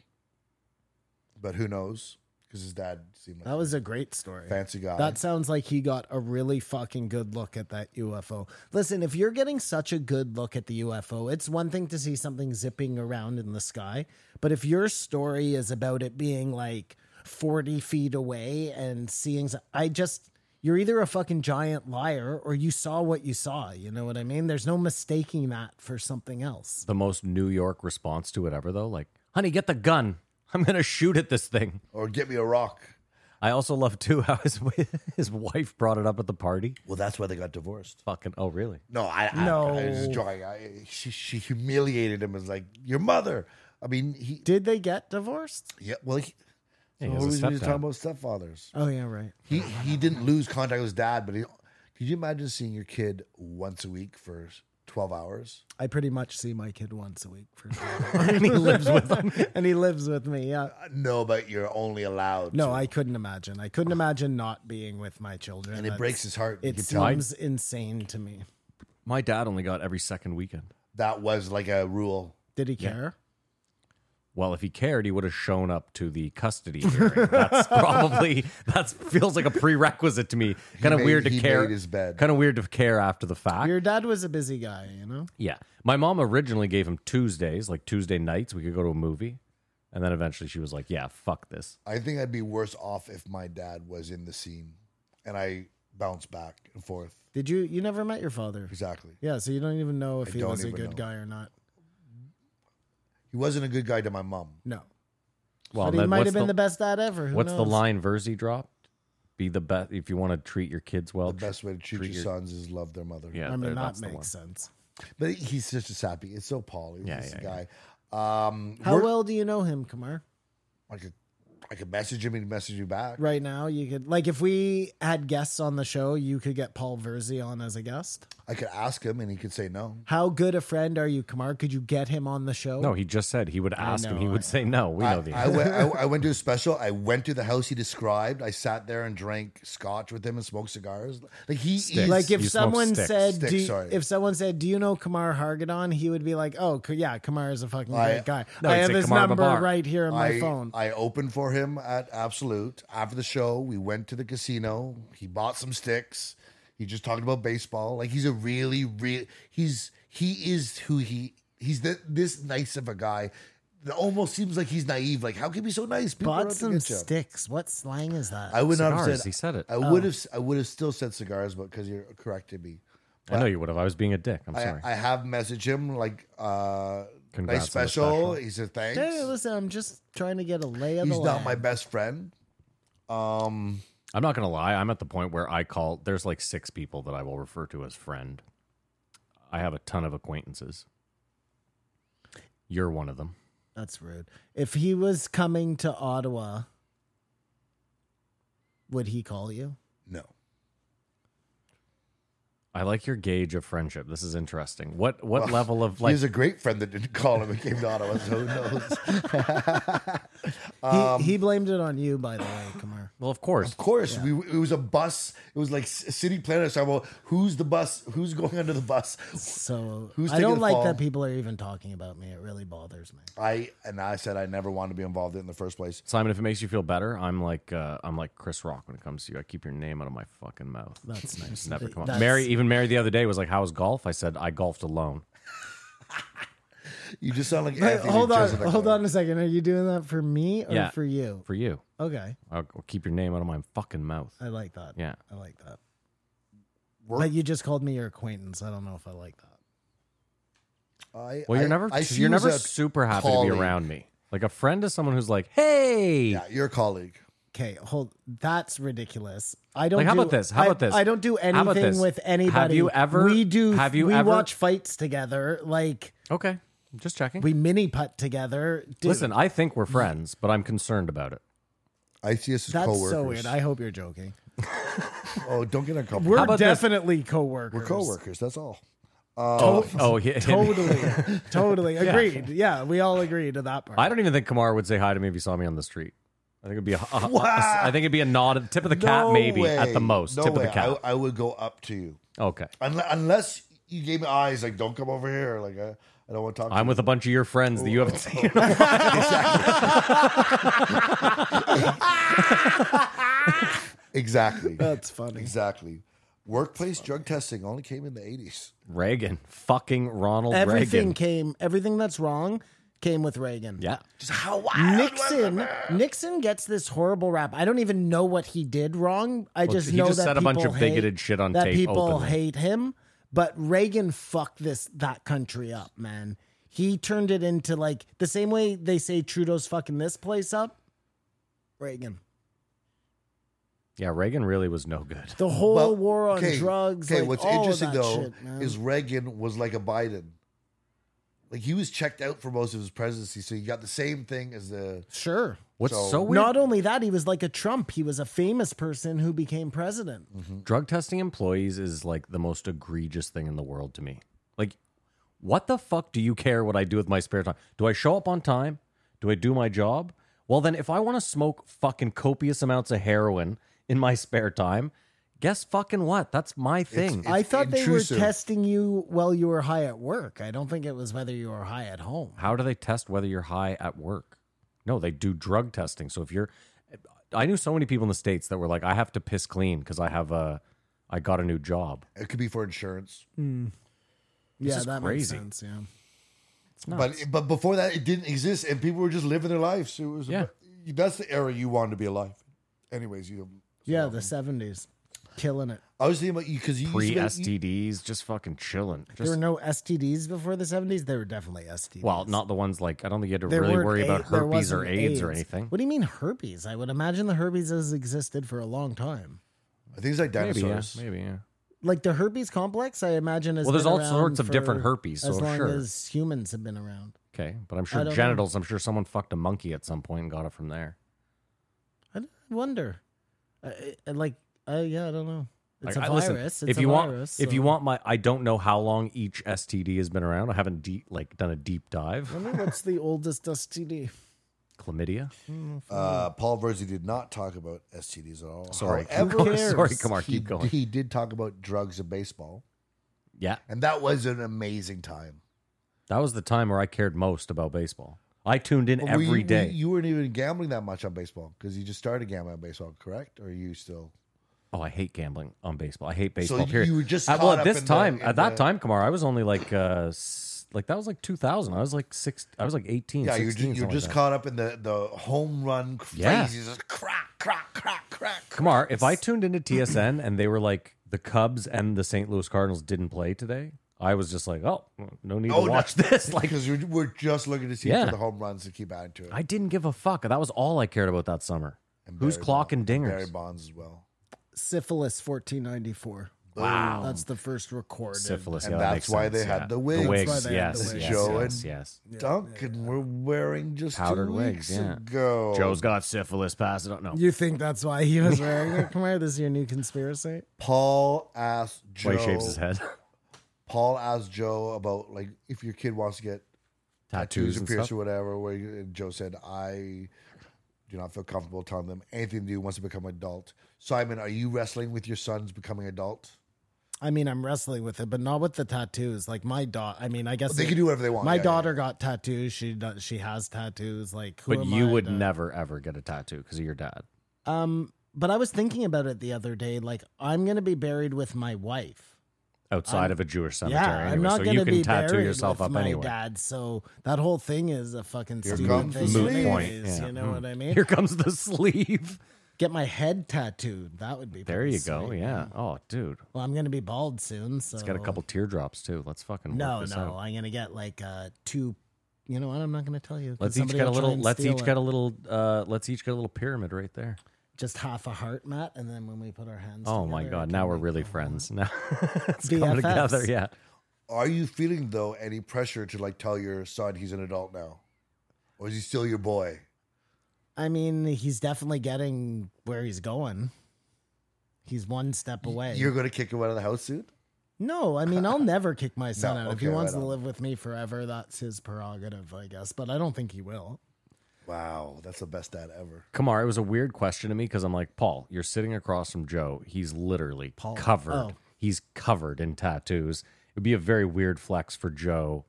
[SPEAKER 5] but who knows? Because his dad seemed like
[SPEAKER 7] That was a great story.
[SPEAKER 5] a fancy guy.
[SPEAKER 7] That sounds like he got a really fucking good look at that UFO. Listen, if you're getting such a good look at the UFO, it's one thing to see something zipping around in the sky, but if your story is about it being like 40 feet away and seeing, s- I just, you're either a fucking giant liar or you saw what you saw. You know what I mean? There's no mistaking that for something
[SPEAKER 6] you.
[SPEAKER 7] else.
[SPEAKER 6] The most New York response to it ever, though. Like, honey, get the gun. I'm gonna shoot at this thing.
[SPEAKER 5] or get me a rock.
[SPEAKER 6] I also love too how his his wife brought it up at the party.
[SPEAKER 5] Well, that's why they got divorced.
[SPEAKER 6] Fucking. Oh really?
[SPEAKER 5] No, I, I
[SPEAKER 7] No.
[SPEAKER 5] I was drawing. I, she, she humiliated him as like your mother. I mean, he
[SPEAKER 7] Did they get divorced?
[SPEAKER 5] yeah. Well, he, So
[SPEAKER 6] Hey, he has a
[SPEAKER 5] always we need to
[SPEAKER 6] stepdad.
[SPEAKER 5] talk about stepfathers.
[SPEAKER 7] Oh yeah, right.
[SPEAKER 5] He he didn't lose contact with his dad, but he, could you imagine seeing your kid once a week for twelve hours?
[SPEAKER 7] I pretty much see my kid once a week for sure. and he lives with him. and he lives with me. Yeah.
[SPEAKER 5] No, but you're only allowed.
[SPEAKER 7] No,
[SPEAKER 5] to.
[SPEAKER 7] I couldn't imagine. I couldn't imagine not being with my children.
[SPEAKER 5] and it breaks his heart. you
[SPEAKER 7] It
[SPEAKER 5] can tell.
[SPEAKER 7] seems insane to me.
[SPEAKER 6] My dad only got every second weekend.
[SPEAKER 5] that was like a rule.
[SPEAKER 7] Did he care?
[SPEAKER 6] Well, if he cared, he would have shown up to the custody hearing. That's probably that feels like a prerequisite to me. Kind of
[SPEAKER 5] made-
[SPEAKER 6] weird to
[SPEAKER 5] he
[SPEAKER 6] care.
[SPEAKER 5] made his bed.
[SPEAKER 6] Kind of weird to care after the fact.
[SPEAKER 7] Your dad was a busy guy, you know?
[SPEAKER 6] Yeah, my mom originally gave him Tuesdays, like Tuesday nights. We could go to a movie, and then eventually she was like, "Yeah, fuck this."
[SPEAKER 5] I think I'd be worse off if my dad was in the scene, and I bounced back and forth.
[SPEAKER 7] Did you you never met your father?
[SPEAKER 5] Exactly.
[SPEAKER 7] Yeah, so you don't even know if
[SPEAKER 5] I
[SPEAKER 7] he
[SPEAKER 5] don't
[SPEAKER 7] was a
[SPEAKER 5] even
[SPEAKER 7] good
[SPEAKER 5] know.
[SPEAKER 7] guy or not.
[SPEAKER 5] He wasn't a good guy to my mom.
[SPEAKER 7] No.
[SPEAKER 6] Well,
[SPEAKER 7] but he
[SPEAKER 6] then
[SPEAKER 7] might
[SPEAKER 6] what's
[SPEAKER 7] have been
[SPEAKER 6] the,
[SPEAKER 7] the best dad ever. Who
[SPEAKER 6] What's the
[SPEAKER 7] knows?
[SPEAKER 6] line Verzi dropped? Be the best if you want to treat your kids well.
[SPEAKER 5] The best way to treat,
[SPEAKER 6] treat
[SPEAKER 5] your
[SPEAKER 6] your-
[SPEAKER 5] sons is love their mother.
[SPEAKER 6] Yeah,
[SPEAKER 7] I
[SPEAKER 6] there-
[SPEAKER 7] mean,
[SPEAKER 6] that's
[SPEAKER 7] that
[SPEAKER 6] the one.
[SPEAKER 7] makes sense.
[SPEAKER 5] But he's such a sappy. It's so Paul. He's
[SPEAKER 6] Yeah,
[SPEAKER 5] just a
[SPEAKER 6] yeah,
[SPEAKER 5] guy. Um,
[SPEAKER 7] How
[SPEAKER 5] we're-
[SPEAKER 7] well do you know him, Kamar?
[SPEAKER 5] I could, I could message him and he'd message you back.
[SPEAKER 7] Right now, you could like if we had guests on the show, you could get Paul Verzi on as a guest.
[SPEAKER 5] I could ask him and he could say no.
[SPEAKER 7] How good a friend are you, Kamar? Could you get him on the show?
[SPEAKER 6] No, he just said he would ask him.
[SPEAKER 7] know,
[SPEAKER 6] He would
[SPEAKER 7] I-
[SPEAKER 6] say no. We know the
[SPEAKER 5] I, I, went, I, I went to his special. I went to the house he described. I sat there and drank scotch with him and smoked cigars. Like he,
[SPEAKER 6] Sticks.
[SPEAKER 5] eats-
[SPEAKER 7] Like if
[SPEAKER 6] You smoke
[SPEAKER 7] someone
[SPEAKER 6] sticks.
[SPEAKER 7] said,
[SPEAKER 5] Sticks,
[SPEAKER 7] do you-
[SPEAKER 5] sorry.
[SPEAKER 7] if someone said, "Do you know Kamar Hargadon?" He would be like, "Oh, k- yeah, Kamar is a fucking
[SPEAKER 5] I-
[SPEAKER 7] great guy.
[SPEAKER 6] No,
[SPEAKER 7] I
[SPEAKER 6] he'd
[SPEAKER 7] have
[SPEAKER 6] say
[SPEAKER 7] his
[SPEAKER 6] Kamar
[SPEAKER 7] number
[SPEAKER 6] Babar.
[SPEAKER 7] right here on my
[SPEAKER 5] I,
[SPEAKER 7] phone."
[SPEAKER 5] I opened for him at Absolute. After the show, we went to the casino. He bought some sticks. He just talked about baseball. Like he's a really, real. He's he is who he. He's the, this nice of a guy. It almost seems like he's naive. Like how can he be so nice? People are out
[SPEAKER 7] Bought
[SPEAKER 5] to
[SPEAKER 7] some
[SPEAKER 5] get you.
[SPEAKER 7] sticks. Oh. What slang is that?
[SPEAKER 5] I would not have
[SPEAKER 6] Cigars,
[SPEAKER 5] said.
[SPEAKER 6] he said it.
[SPEAKER 5] I would have. s- I would have still said cigars, but because you're correcting me.
[SPEAKER 6] I know you would have. I was being a dick. I'm
[SPEAKER 5] I,
[SPEAKER 6] sorry.
[SPEAKER 5] I have messaged him like uh
[SPEAKER 6] Congrats
[SPEAKER 5] nice
[SPEAKER 6] on the
[SPEAKER 5] special.
[SPEAKER 6] special.
[SPEAKER 5] He said thanks.
[SPEAKER 7] Hey, listen, I'm just trying to get a lay of
[SPEAKER 5] He's
[SPEAKER 7] the
[SPEAKER 5] not
[SPEAKER 7] land.
[SPEAKER 5] my best friend. Um
[SPEAKER 6] I'm not gonna lie. I'm at the point where I call. There's like six people that I will refer to as friend. I have a ton of acquaintances. You're one of them.
[SPEAKER 7] That's rude. If he was coming to Ottawa, would he call you?
[SPEAKER 5] no.
[SPEAKER 6] I like your gauge of friendship. This is interesting. What what
[SPEAKER 5] Well,
[SPEAKER 6] level of
[SPEAKER 5] he
[SPEAKER 6] like?
[SPEAKER 5] has a great friend that didn't call him and came to Ottawa, so who knows? Um,
[SPEAKER 7] he, he blamed it on you, by the way, Kamar.
[SPEAKER 6] well, of course.
[SPEAKER 5] Of course, we it was a bus. It was like c- city planners talking about who's the bus, who's going under the bus.
[SPEAKER 7] So
[SPEAKER 5] Who's
[SPEAKER 7] I
[SPEAKER 5] taking
[SPEAKER 7] don't
[SPEAKER 5] the
[SPEAKER 7] like
[SPEAKER 5] fall?
[SPEAKER 7] that people are even talking about me. It really bothers me.
[SPEAKER 5] I and I said I never wanted to be involved in it in the first place.
[SPEAKER 6] Simon, if it makes you feel better, I'm like uh, I'm like Chris Rock when it comes to you. I keep your name out of my fucking mouth.
[SPEAKER 7] That's nice.
[SPEAKER 6] Never come on.
[SPEAKER 7] That's-
[SPEAKER 6] Mary, even Mary the other day was like, "How's golf?" I said, "I golfed alone."
[SPEAKER 5] You just sound like
[SPEAKER 7] Wait,
[SPEAKER 5] Anthony
[SPEAKER 7] hold on,
[SPEAKER 5] Jeselnik.
[SPEAKER 7] hold on a second. Are you doing that for me or
[SPEAKER 6] Yeah.
[SPEAKER 7] for you?
[SPEAKER 6] For you,
[SPEAKER 7] Okay,
[SPEAKER 6] I'll, I'll keep your name out of my fucking mouth.
[SPEAKER 7] I like that.
[SPEAKER 6] Yeah.
[SPEAKER 7] I like that.
[SPEAKER 5] We're-
[SPEAKER 7] But you just called me your acquaintance. I don't know if I like that.
[SPEAKER 5] I,
[SPEAKER 6] Well, you're
[SPEAKER 5] I-
[SPEAKER 6] never
[SPEAKER 5] I see
[SPEAKER 6] you're
[SPEAKER 5] you as
[SPEAKER 6] never
[SPEAKER 5] a
[SPEAKER 6] super happy to
[SPEAKER 5] colleague.
[SPEAKER 6] be around me. Like a friend is someone who's like, "Hey,
[SPEAKER 5] Yeah, your colleague.
[SPEAKER 7] Okay, hold. That's ridiculous. I don't.
[SPEAKER 6] Like, how
[SPEAKER 7] do-
[SPEAKER 6] about this? How
[SPEAKER 7] I-
[SPEAKER 6] about this?
[SPEAKER 7] I don't do
[SPEAKER 6] How about
[SPEAKER 7] anything
[SPEAKER 6] this?
[SPEAKER 7] with
[SPEAKER 6] Have
[SPEAKER 7] anybody.
[SPEAKER 6] you ever-
[SPEAKER 7] We do.
[SPEAKER 6] have you
[SPEAKER 7] we
[SPEAKER 6] ever-
[SPEAKER 7] watch fights together? Like
[SPEAKER 6] okay, just checking."
[SPEAKER 7] we mini putt together. Dude,
[SPEAKER 6] Listen, I think we're friends, but I'm concerned about it.
[SPEAKER 5] I see us as
[SPEAKER 7] that's
[SPEAKER 5] coworkers.
[SPEAKER 7] so weird. I hope you're joking.
[SPEAKER 5] oh, don't get uncomfortable.
[SPEAKER 7] We're
[SPEAKER 6] about this?
[SPEAKER 7] definitely coworkers.
[SPEAKER 5] We're coworkers. That's all.
[SPEAKER 6] Oh, oh, hi- him-
[SPEAKER 7] Totally, totally agreed. Yeah, we all agreed to that part.
[SPEAKER 6] I don't even think Kamar would say hi to me if he saw me on the street. I think it'd be a, a- a- I think it'd be a nod, a tip of the cat,
[SPEAKER 5] No
[SPEAKER 6] maybe at the
[SPEAKER 5] way.
[SPEAKER 6] most,
[SPEAKER 5] No
[SPEAKER 6] tip
[SPEAKER 5] way.
[SPEAKER 6] of the cat.
[SPEAKER 5] I, I would go up to you
[SPEAKER 6] okay,
[SPEAKER 5] unless, unless you gave me eyes like, "Don't come over here." Like, I, I don't want to talk.
[SPEAKER 6] I'm
[SPEAKER 5] to
[SPEAKER 6] with a bunch of your friends that you haven't seen.
[SPEAKER 5] you. exactly,
[SPEAKER 7] That's funny.
[SPEAKER 5] exactly. Workplace drug testing only came in the '80s.
[SPEAKER 6] Reagan, fucking Ronald
[SPEAKER 7] Everything
[SPEAKER 6] Reagan.
[SPEAKER 7] came. Everything that's wrong came with Reagan.
[SPEAKER 6] yeah,
[SPEAKER 7] Nixon Nixon gets this horrible rap. I don't even know what he did wrong. I just
[SPEAKER 6] he
[SPEAKER 7] know
[SPEAKER 6] just
[SPEAKER 7] that
[SPEAKER 6] said a
[SPEAKER 7] people
[SPEAKER 6] bunch of
[SPEAKER 7] hate-
[SPEAKER 6] bigoted shit on
[SPEAKER 7] that
[SPEAKER 6] tape
[SPEAKER 7] people
[SPEAKER 6] openly.
[SPEAKER 7] hate him. But Reagan fucked this that country up, man. He turned it into like the same way they say Trudeau's fucking this place up. Reagan,
[SPEAKER 6] yeah. Reagan really was no good.
[SPEAKER 7] the whole
[SPEAKER 5] Well,
[SPEAKER 7] war on
[SPEAKER 5] okay,
[SPEAKER 7] drugs.
[SPEAKER 5] Okay,
[SPEAKER 7] like,
[SPEAKER 5] what's
[SPEAKER 7] all of
[SPEAKER 5] interesting
[SPEAKER 7] that
[SPEAKER 5] though
[SPEAKER 7] shit, man.
[SPEAKER 5] is Reagan was like a Biden. like he was checked out for most of his presidency, so he got the same thing as the
[SPEAKER 7] Sure.
[SPEAKER 6] What's
[SPEAKER 5] So-
[SPEAKER 6] so, weird?
[SPEAKER 7] Not only that, he was like a Trump. He was a famous person who became president.
[SPEAKER 6] drug testing employees is like the most egregious thing in the world to me. Like, what the fuck do you care what I do with my spare time? Do I show up on time? Do I do my job? Well, then, if I want to smoke fucking copious amounts of heroin in my spare time, guess fucking what? That's my thing.
[SPEAKER 5] it's-
[SPEAKER 7] I thought
[SPEAKER 5] intrusive.
[SPEAKER 7] they were testing you while you were high at work. I don't think it was whether you were high at home.
[SPEAKER 6] How do they test whether you're high at work? No, they do drug testing. So if you're, I knew so many people in the states that were like, I have to piss clean because I have a, I got a new job.
[SPEAKER 5] it could be for insurance.
[SPEAKER 7] yeah,
[SPEAKER 6] is
[SPEAKER 7] that
[SPEAKER 6] crazy.
[SPEAKER 7] makes sense. Yeah.
[SPEAKER 5] But but before that, it didn't exist, and people were just living their lives. It was
[SPEAKER 6] Yeah.
[SPEAKER 5] that's the era you wanted to be alive. Anyways, you.
[SPEAKER 7] Yeah, the 70s. Killing it.
[SPEAKER 5] I was thinking about you because you
[SPEAKER 6] Pre
[SPEAKER 5] used to make-
[SPEAKER 6] STDs, just fucking chilling.
[SPEAKER 7] there
[SPEAKER 6] Just
[SPEAKER 7] were no STDs before the 70s. There were definitely STDs.
[SPEAKER 6] Well, not the ones like I don't think you had to
[SPEAKER 7] There
[SPEAKER 6] really
[SPEAKER 7] weren't
[SPEAKER 6] worry about
[SPEAKER 7] A- there
[SPEAKER 6] herpes or
[SPEAKER 7] wasn't
[SPEAKER 6] AIDS, or anything.
[SPEAKER 7] What do you mean herpes? I would imagine the herpes has existed for a long time.
[SPEAKER 5] I think it's like
[SPEAKER 6] Maybe, yeah.
[SPEAKER 5] dinosaurs.
[SPEAKER 6] Maybe, yeah.
[SPEAKER 7] Like the herpes complex, I imagine is
[SPEAKER 6] Well, there's all sorts of different herpes,
[SPEAKER 7] as
[SPEAKER 6] so
[SPEAKER 7] long
[SPEAKER 6] sure.
[SPEAKER 7] as humans have been around.
[SPEAKER 6] Okay, but I'm
[SPEAKER 7] I
[SPEAKER 6] sure
[SPEAKER 7] don't know.
[SPEAKER 6] genitals. I'm sure someone fucked a monkey at some point and got it from there.
[SPEAKER 7] I d- wonder. I, I- like, I, yeah, I don't know. It's a
[SPEAKER 6] Like, I-
[SPEAKER 7] virus.
[SPEAKER 6] listen,
[SPEAKER 7] it's
[SPEAKER 6] if
[SPEAKER 7] a
[SPEAKER 6] you want,
[SPEAKER 7] virus,
[SPEAKER 6] if
[SPEAKER 7] so-
[SPEAKER 6] you want my, I don't know how long each STD has been around. I haven't deep like done a deep dive.
[SPEAKER 7] I wonder what's the oldest STD.
[SPEAKER 6] Chlamydia.
[SPEAKER 5] Uh, Paul Verzi did not talk about STDs at all.
[SPEAKER 6] Sorry, keep
[SPEAKER 5] However,
[SPEAKER 6] going. Sorry, Kumar,
[SPEAKER 5] he,
[SPEAKER 6] keep going.
[SPEAKER 5] He did talk about drugs and baseball,
[SPEAKER 6] Yeah,
[SPEAKER 5] and that was an amazing time.
[SPEAKER 6] that was the time where I cared most about baseball. I tuned in
[SPEAKER 5] But were you- were
[SPEAKER 6] every
[SPEAKER 5] you,
[SPEAKER 6] day.
[SPEAKER 5] you weren't even gambling that much on baseball because you just started gambling on baseball, correct? Or are you still?
[SPEAKER 6] Oh, I hate gambling on baseball. I hate baseball.
[SPEAKER 5] you
[SPEAKER 6] period.
[SPEAKER 5] were just
[SPEAKER 6] Uh,
[SPEAKER 5] caught
[SPEAKER 6] well at
[SPEAKER 5] up
[SPEAKER 6] this
[SPEAKER 5] in the-
[SPEAKER 6] time.
[SPEAKER 5] in
[SPEAKER 6] at that
[SPEAKER 5] the-
[SPEAKER 6] time, Kamar, I was only like uh, s- like that was like 2000. I was like six. I was like 18.
[SPEAKER 5] Yeah, you're,
[SPEAKER 6] 16,
[SPEAKER 5] ju- you're
[SPEAKER 6] something
[SPEAKER 5] just
[SPEAKER 6] like that.
[SPEAKER 5] caught up in the the home run crazies.
[SPEAKER 6] Yeah.
[SPEAKER 5] just crack, crack, crack, crack.
[SPEAKER 6] Kamar, if I tuned into TSN and they were like the Cubs and the St. Louis Cardinals didn't play today, I was just like, oh, no need to watch this. Like,
[SPEAKER 5] because we're, we're just looking to see
[SPEAKER 6] Yeah.
[SPEAKER 5] for the home runs to keep adding to it.
[SPEAKER 6] I didn't give a fuck. That was all I cared about that summer.
[SPEAKER 5] And
[SPEAKER 6] Who's
[SPEAKER 5] Barry
[SPEAKER 6] clocking
[SPEAKER 5] Bonds- Barry
[SPEAKER 6] dingers?
[SPEAKER 5] Bonds as well.
[SPEAKER 7] Syphilis, 1494.
[SPEAKER 6] Wow.
[SPEAKER 7] That's the first recorded.
[SPEAKER 6] Um, Syphilis.
[SPEAKER 5] And
[SPEAKER 6] yeah, that
[SPEAKER 5] that's
[SPEAKER 6] makes
[SPEAKER 5] why
[SPEAKER 6] sense,
[SPEAKER 5] they
[SPEAKER 6] yeah.
[SPEAKER 5] had the wigs.
[SPEAKER 6] The wigs.
[SPEAKER 7] That's why they had the
[SPEAKER 6] yes,
[SPEAKER 7] wigs.
[SPEAKER 6] yes,
[SPEAKER 5] Joe
[SPEAKER 6] yes,
[SPEAKER 5] and
[SPEAKER 6] yes.
[SPEAKER 5] Duncan were wearing just
[SPEAKER 6] Powdered
[SPEAKER 5] two
[SPEAKER 6] wigs,
[SPEAKER 5] weeks
[SPEAKER 6] yeah.
[SPEAKER 5] ago.
[SPEAKER 6] Joe's got syphilis. Pass it on. No.
[SPEAKER 7] You think that's why he was wearing it? Come here, this is your new conspiracy.
[SPEAKER 5] Paul asked
[SPEAKER 6] Why he
[SPEAKER 5] Joe.
[SPEAKER 6] shaves his head.
[SPEAKER 5] Paul asked Joe about like if your kid wants to get tattoos,
[SPEAKER 6] Tattoos
[SPEAKER 5] or
[SPEAKER 6] and
[SPEAKER 5] pierce
[SPEAKER 6] stuff.
[SPEAKER 5] or whatever. Where you, and Joe said, "I do not feel comfortable telling them anything to do once they become an adult." Simon, are you wrestling with your sons becoming adult?
[SPEAKER 7] I mean, I'm wrestling with it, but not with the tattoos. Like my daughter. I mean, I guess
[SPEAKER 5] They can do whatever they want.
[SPEAKER 7] My
[SPEAKER 5] Yeah, yeah,
[SPEAKER 7] daughter got tattoos. She does, she has tattoos. Like, who
[SPEAKER 6] But
[SPEAKER 7] am
[SPEAKER 6] you
[SPEAKER 7] I
[SPEAKER 6] would
[SPEAKER 7] to-
[SPEAKER 6] never ever get a tattoo because of your dad.
[SPEAKER 7] Um, but I was thinking about it the other day. Like, I'm gonna be buried with my wife.
[SPEAKER 6] outside of a Jewish cemetery.
[SPEAKER 7] yeah,
[SPEAKER 6] anyway,
[SPEAKER 7] I'm not
[SPEAKER 6] so
[SPEAKER 7] gonna
[SPEAKER 6] you can
[SPEAKER 7] be
[SPEAKER 6] tattoo
[SPEAKER 7] buried
[SPEAKER 6] yourself
[SPEAKER 7] with
[SPEAKER 6] up
[SPEAKER 7] my
[SPEAKER 6] anyway.
[SPEAKER 7] dad. So that whole thing is a fucking
[SPEAKER 5] Here
[SPEAKER 7] stupid
[SPEAKER 5] comes
[SPEAKER 7] thing.
[SPEAKER 5] the sleeve.
[SPEAKER 7] anyways,
[SPEAKER 6] Yeah.
[SPEAKER 7] You know
[SPEAKER 6] Hmm.
[SPEAKER 7] what I mean?
[SPEAKER 6] Here comes the sleeve.
[SPEAKER 7] Get my head tattooed. That would be
[SPEAKER 6] There
[SPEAKER 7] pretty
[SPEAKER 6] you go.
[SPEAKER 7] sweet.
[SPEAKER 6] Yeah. Oh, dude,
[SPEAKER 7] Well, I'm gonna be bald soon. So
[SPEAKER 6] it's got a couple teardrops too. Let's fucking
[SPEAKER 7] No,
[SPEAKER 6] work this
[SPEAKER 7] no,
[SPEAKER 6] out.
[SPEAKER 7] I'm gonna get like uh two. You know what? I'm not gonna tell you. 'cause
[SPEAKER 6] Let's each
[SPEAKER 7] somebody
[SPEAKER 6] get a
[SPEAKER 7] will try
[SPEAKER 6] little.
[SPEAKER 7] and
[SPEAKER 6] Let's
[SPEAKER 7] steal
[SPEAKER 6] each
[SPEAKER 7] it.
[SPEAKER 6] get a little. uh Let's each get a little pyramid right there.
[SPEAKER 7] just half a heart, Matt, and then when we put our hands.
[SPEAKER 6] Oh my
[SPEAKER 7] together,
[SPEAKER 6] god!
[SPEAKER 7] it
[SPEAKER 6] Now
[SPEAKER 7] can
[SPEAKER 6] we're
[SPEAKER 7] make
[SPEAKER 6] really
[SPEAKER 7] a-
[SPEAKER 6] friends. Now it's
[SPEAKER 7] BFFs.
[SPEAKER 6] coming together. Yeah.
[SPEAKER 5] Are you feeling though any pressure to like tell your son he's an adult now, or is he still your boy?
[SPEAKER 7] I mean, he's definitely getting where he's going. He's one step away.
[SPEAKER 5] You're gonna kick him out of the house soon.
[SPEAKER 7] no, I mean, I'll never kick my son out. If he
[SPEAKER 5] okay,
[SPEAKER 7] wants
[SPEAKER 5] right
[SPEAKER 7] to
[SPEAKER 5] on.
[SPEAKER 7] live with me forever, that's his prerogative, I guess. But I don't think he will.
[SPEAKER 5] Wow, that's the best dad ever.
[SPEAKER 6] Kamar, it was a weird question to me because I'm like, Paul, you're sitting across from Joe. He's literally covered.
[SPEAKER 7] Oh.
[SPEAKER 6] He's covered in tattoos. It would be a very weird flex for Joe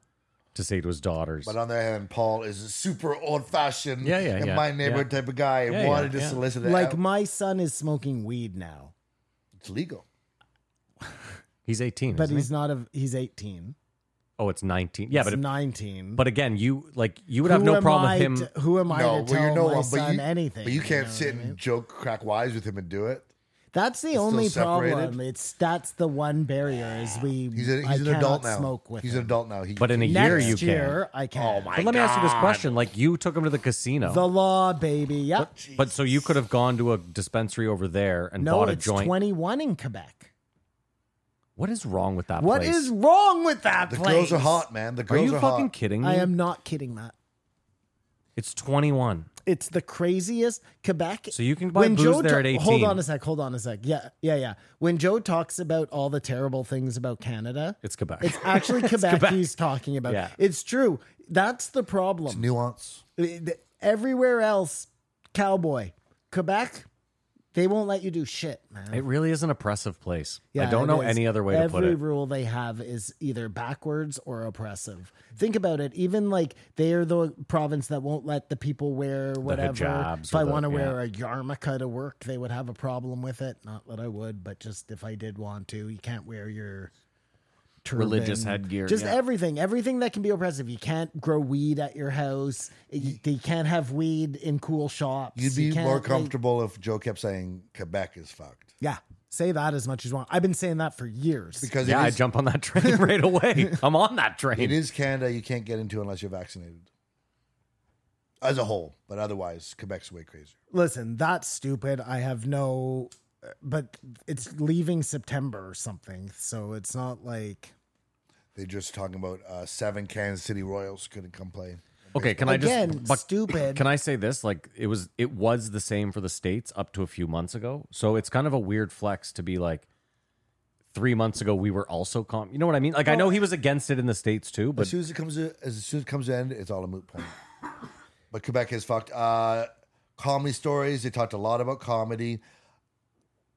[SPEAKER 6] to say to his daughters.
[SPEAKER 5] But uh, on the other hand, Paul is a super old fashioned,
[SPEAKER 6] Yeah, yeah,
[SPEAKER 5] and
[SPEAKER 6] yeah,
[SPEAKER 5] my neighborhood
[SPEAKER 6] yeah.
[SPEAKER 5] type of guy, and
[SPEAKER 6] Yeah, yeah,
[SPEAKER 5] wanted to
[SPEAKER 6] yeah.
[SPEAKER 5] solicit it.
[SPEAKER 7] Like
[SPEAKER 5] out.
[SPEAKER 7] my son is smoking weed now,
[SPEAKER 5] it's legal.
[SPEAKER 6] he's 18.
[SPEAKER 7] but
[SPEAKER 6] isn't he?
[SPEAKER 7] he's not a. He's 18.
[SPEAKER 6] Oh, it's 19. Yeah, but
[SPEAKER 7] He's
[SPEAKER 6] it,
[SPEAKER 7] 19.
[SPEAKER 6] but again, you like you would have
[SPEAKER 7] Who
[SPEAKER 6] no
[SPEAKER 7] am
[SPEAKER 6] problem
[SPEAKER 7] I
[SPEAKER 6] with him.
[SPEAKER 7] to- who am I
[SPEAKER 5] No,
[SPEAKER 7] to
[SPEAKER 5] well,
[SPEAKER 7] tell
[SPEAKER 5] you know
[SPEAKER 7] my
[SPEAKER 5] what? But
[SPEAKER 7] son
[SPEAKER 5] you,
[SPEAKER 7] anything?
[SPEAKER 5] but you
[SPEAKER 7] know
[SPEAKER 5] can't
[SPEAKER 7] what
[SPEAKER 5] sit
[SPEAKER 7] I mean?
[SPEAKER 5] and joke crack wise with him and do it.
[SPEAKER 7] That's the
[SPEAKER 5] still
[SPEAKER 7] only
[SPEAKER 5] separated.
[SPEAKER 7] problem. It's that's the one barrier is we.
[SPEAKER 5] He's, a,
[SPEAKER 7] I
[SPEAKER 5] he's an adult
[SPEAKER 7] cannot
[SPEAKER 5] now.
[SPEAKER 7] Smoke with
[SPEAKER 5] he's
[SPEAKER 7] him.
[SPEAKER 5] an adult Oh now. He,
[SPEAKER 6] But in a year,
[SPEAKER 7] Next
[SPEAKER 6] you
[SPEAKER 7] year,
[SPEAKER 6] can.
[SPEAKER 7] I can.
[SPEAKER 6] But let me ask you this question: Like you took him to the casino,
[SPEAKER 7] The law, baby. Yep.
[SPEAKER 6] but so you could have gone to a dispensary over there and
[SPEAKER 7] No,
[SPEAKER 6] bought a
[SPEAKER 7] it's
[SPEAKER 6] joint.
[SPEAKER 7] 21 in Quebec.
[SPEAKER 6] What is wrong with that
[SPEAKER 7] What
[SPEAKER 6] place?
[SPEAKER 7] is wrong with that
[SPEAKER 5] The
[SPEAKER 7] place?
[SPEAKER 5] girls are hot, man. The
[SPEAKER 6] Are
[SPEAKER 5] girls
[SPEAKER 6] you
[SPEAKER 5] are
[SPEAKER 6] fucking
[SPEAKER 5] hot.
[SPEAKER 6] kidding me?
[SPEAKER 7] I am not kidding, Matt.
[SPEAKER 6] It's 21.
[SPEAKER 7] It's the craziest Quebec.
[SPEAKER 6] So you can buy booze there
[SPEAKER 7] ta-
[SPEAKER 6] at 18.
[SPEAKER 7] Hold on a sec. Hold on a sec. Yeah, yeah, yeah. When Joe talks about all the terrible things about Canada,
[SPEAKER 6] It's Quebec.
[SPEAKER 7] it's actually Quebec, he's talking about.
[SPEAKER 6] Yeah.
[SPEAKER 7] It's true. That's the problem.
[SPEAKER 5] Nuance.
[SPEAKER 7] Th- Everywhere else, cowboy. Quebec, they won't let you do shit, man.
[SPEAKER 6] it really is an oppressive place.
[SPEAKER 7] Yeah,
[SPEAKER 6] I don't
[SPEAKER 7] it
[SPEAKER 6] know
[SPEAKER 7] is.
[SPEAKER 6] any other way
[SPEAKER 7] Every
[SPEAKER 6] to put it.
[SPEAKER 7] rule they have is either backwards or oppressive. Think about it. Even like they are the province that won't let the people wear whatever.
[SPEAKER 6] hijabs
[SPEAKER 7] if
[SPEAKER 6] or
[SPEAKER 7] I
[SPEAKER 6] the-
[SPEAKER 7] want to
[SPEAKER 6] yeah.
[SPEAKER 7] wear a yarmulke to work, they would have a problem with it. Not that I would, but just if I did want to, you can't wear your turban.
[SPEAKER 6] Religious headgear,
[SPEAKER 7] Just
[SPEAKER 6] yeah.
[SPEAKER 7] everything, everything that can be oppressive. You can't grow weed at your house. You, you can't have weed in cool shops.
[SPEAKER 5] You'd
[SPEAKER 7] You
[SPEAKER 5] be more
[SPEAKER 7] can't, like-
[SPEAKER 5] comfortable if Joe kept saying Quebec is fucked.
[SPEAKER 7] yeah. Say that as much as you want. I've been saying that for years.
[SPEAKER 5] Because
[SPEAKER 6] Yeah,
[SPEAKER 5] it,
[SPEAKER 6] I
[SPEAKER 5] is,
[SPEAKER 6] jump on that train right away. I'm on that train.
[SPEAKER 5] it is Canada you can't get into unless you're vaccinated. As a whole, but otherwise, Quebec's way crazier.
[SPEAKER 7] listen, that's stupid. I have no, but it's leaving September or something, so it's not like
[SPEAKER 5] They're just talking about uh, seven Kansas City Royals couldn't come play.
[SPEAKER 6] Okay, can I
[SPEAKER 7] again
[SPEAKER 6] just but
[SPEAKER 7] stupid.
[SPEAKER 6] Can I say this? Like it was it was the same for the states up to a few months ago. So it's kind of a weird flex to be like three months ago we were also com you know what I mean? Like I know he was against it in the states too,
[SPEAKER 5] As
[SPEAKER 6] but
[SPEAKER 5] soon as it comes to, as soon as it comes to end, it's all a moot point. But Quebec is fucked. Uh, comedy stories. They talked a lot about comedy.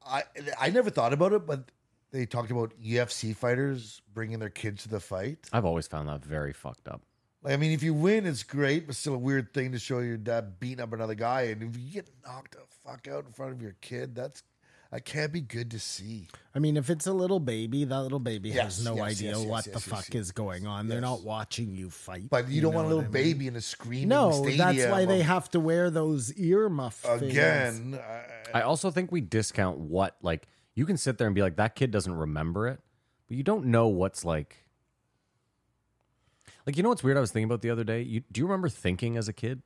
[SPEAKER 5] I I never thought about it, but they talked about UFC fighters bringing their kids to the fight.
[SPEAKER 6] I've always found that very fucked up.
[SPEAKER 5] Like, I mean, if you win, it's great, but still a weird thing to show your dad beating up another guy. And if you get knocked the fuck out in front of your kid, that's that can't be good to see.
[SPEAKER 7] I mean, if it's a little baby, that little baby
[SPEAKER 5] Yes,
[SPEAKER 7] has no
[SPEAKER 5] yes,
[SPEAKER 7] idea
[SPEAKER 5] yes, yes,
[SPEAKER 7] what
[SPEAKER 5] yes,
[SPEAKER 7] the
[SPEAKER 5] yes,
[SPEAKER 7] fuck
[SPEAKER 5] yes,
[SPEAKER 7] is going on. They're not watching you fight.
[SPEAKER 5] But you, don't want a
[SPEAKER 7] know
[SPEAKER 5] little
[SPEAKER 7] what I mean?
[SPEAKER 5] baby in a screaming
[SPEAKER 7] No,
[SPEAKER 5] stadium.
[SPEAKER 7] that's why they
[SPEAKER 5] of-
[SPEAKER 7] have to wear those earmuff things.
[SPEAKER 5] again. I-
[SPEAKER 6] I also think we discount what like you can sit there and be like that kid doesn't remember it, but you don't know what's like. Like you know what's weird? I was thinking about the other day. You do you remember thinking as a kid?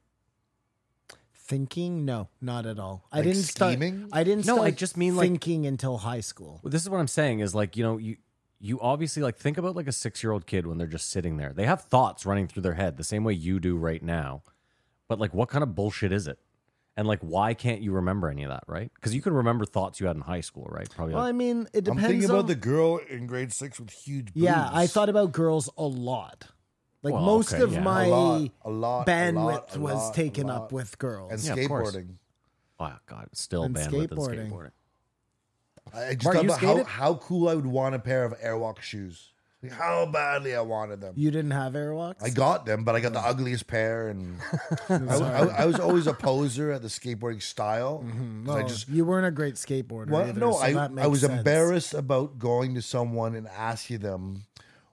[SPEAKER 7] Thinking? No, not at all. I
[SPEAKER 5] Like
[SPEAKER 7] didn't
[SPEAKER 5] scheming?
[SPEAKER 7] start. I didn't.
[SPEAKER 6] No, I
[SPEAKER 7] start
[SPEAKER 6] just mean, like-
[SPEAKER 7] thinking until high school.
[SPEAKER 6] Well, this is what I'm saying is like, you know, you you obviously like think about like a 6-year-old kid when they're just sitting there. They have thoughts running through their head the same way you do right now. But like what kind of bullshit is it? And like why can't you remember any of that, right? Cuz you can remember thoughts you had in high school, right? Probably
[SPEAKER 7] Well, I
[SPEAKER 6] like,
[SPEAKER 7] mean, it
[SPEAKER 5] I'm
[SPEAKER 7] depends.
[SPEAKER 5] thinking
[SPEAKER 7] on-
[SPEAKER 5] about the girl in grade six with huge boobs.
[SPEAKER 7] Yeah, I thought about girls a lot. Like
[SPEAKER 6] Well,
[SPEAKER 7] most
[SPEAKER 6] okay,
[SPEAKER 7] of
[SPEAKER 6] yeah. A
[SPEAKER 7] my
[SPEAKER 5] lot, a lot, a
[SPEAKER 7] bandwidth
[SPEAKER 5] lot, a
[SPEAKER 7] was
[SPEAKER 5] lot, a
[SPEAKER 7] taken
[SPEAKER 5] lot.
[SPEAKER 7] up with girls.
[SPEAKER 5] and
[SPEAKER 6] Yeah, of course.
[SPEAKER 5] skateboarding.
[SPEAKER 6] oh god, still
[SPEAKER 7] And
[SPEAKER 6] bandwidth
[SPEAKER 7] skateboarding.
[SPEAKER 6] and skateboarding.
[SPEAKER 5] I I just
[SPEAKER 6] Mark,
[SPEAKER 5] thought
[SPEAKER 6] you
[SPEAKER 5] about how,
[SPEAKER 6] skated?
[SPEAKER 5] how cool I would want a pair of Airwalk shoes. Like, how badly I wanted them.
[SPEAKER 7] you didn't have airwalks?
[SPEAKER 5] I got them, but I got the ugliest pair, and I, I- I was always a poser at the skateboarding style. 'cause I
[SPEAKER 7] Oh,
[SPEAKER 5] just
[SPEAKER 7] you weren't a great skateboarder.
[SPEAKER 5] Well,
[SPEAKER 7] either,
[SPEAKER 5] no,
[SPEAKER 7] so
[SPEAKER 5] I,
[SPEAKER 7] that makes
[SPEAKER 5] I was
[SPEAKER 7] sense.
[SPEAKER 5] embarrassed about going to someone and asking them,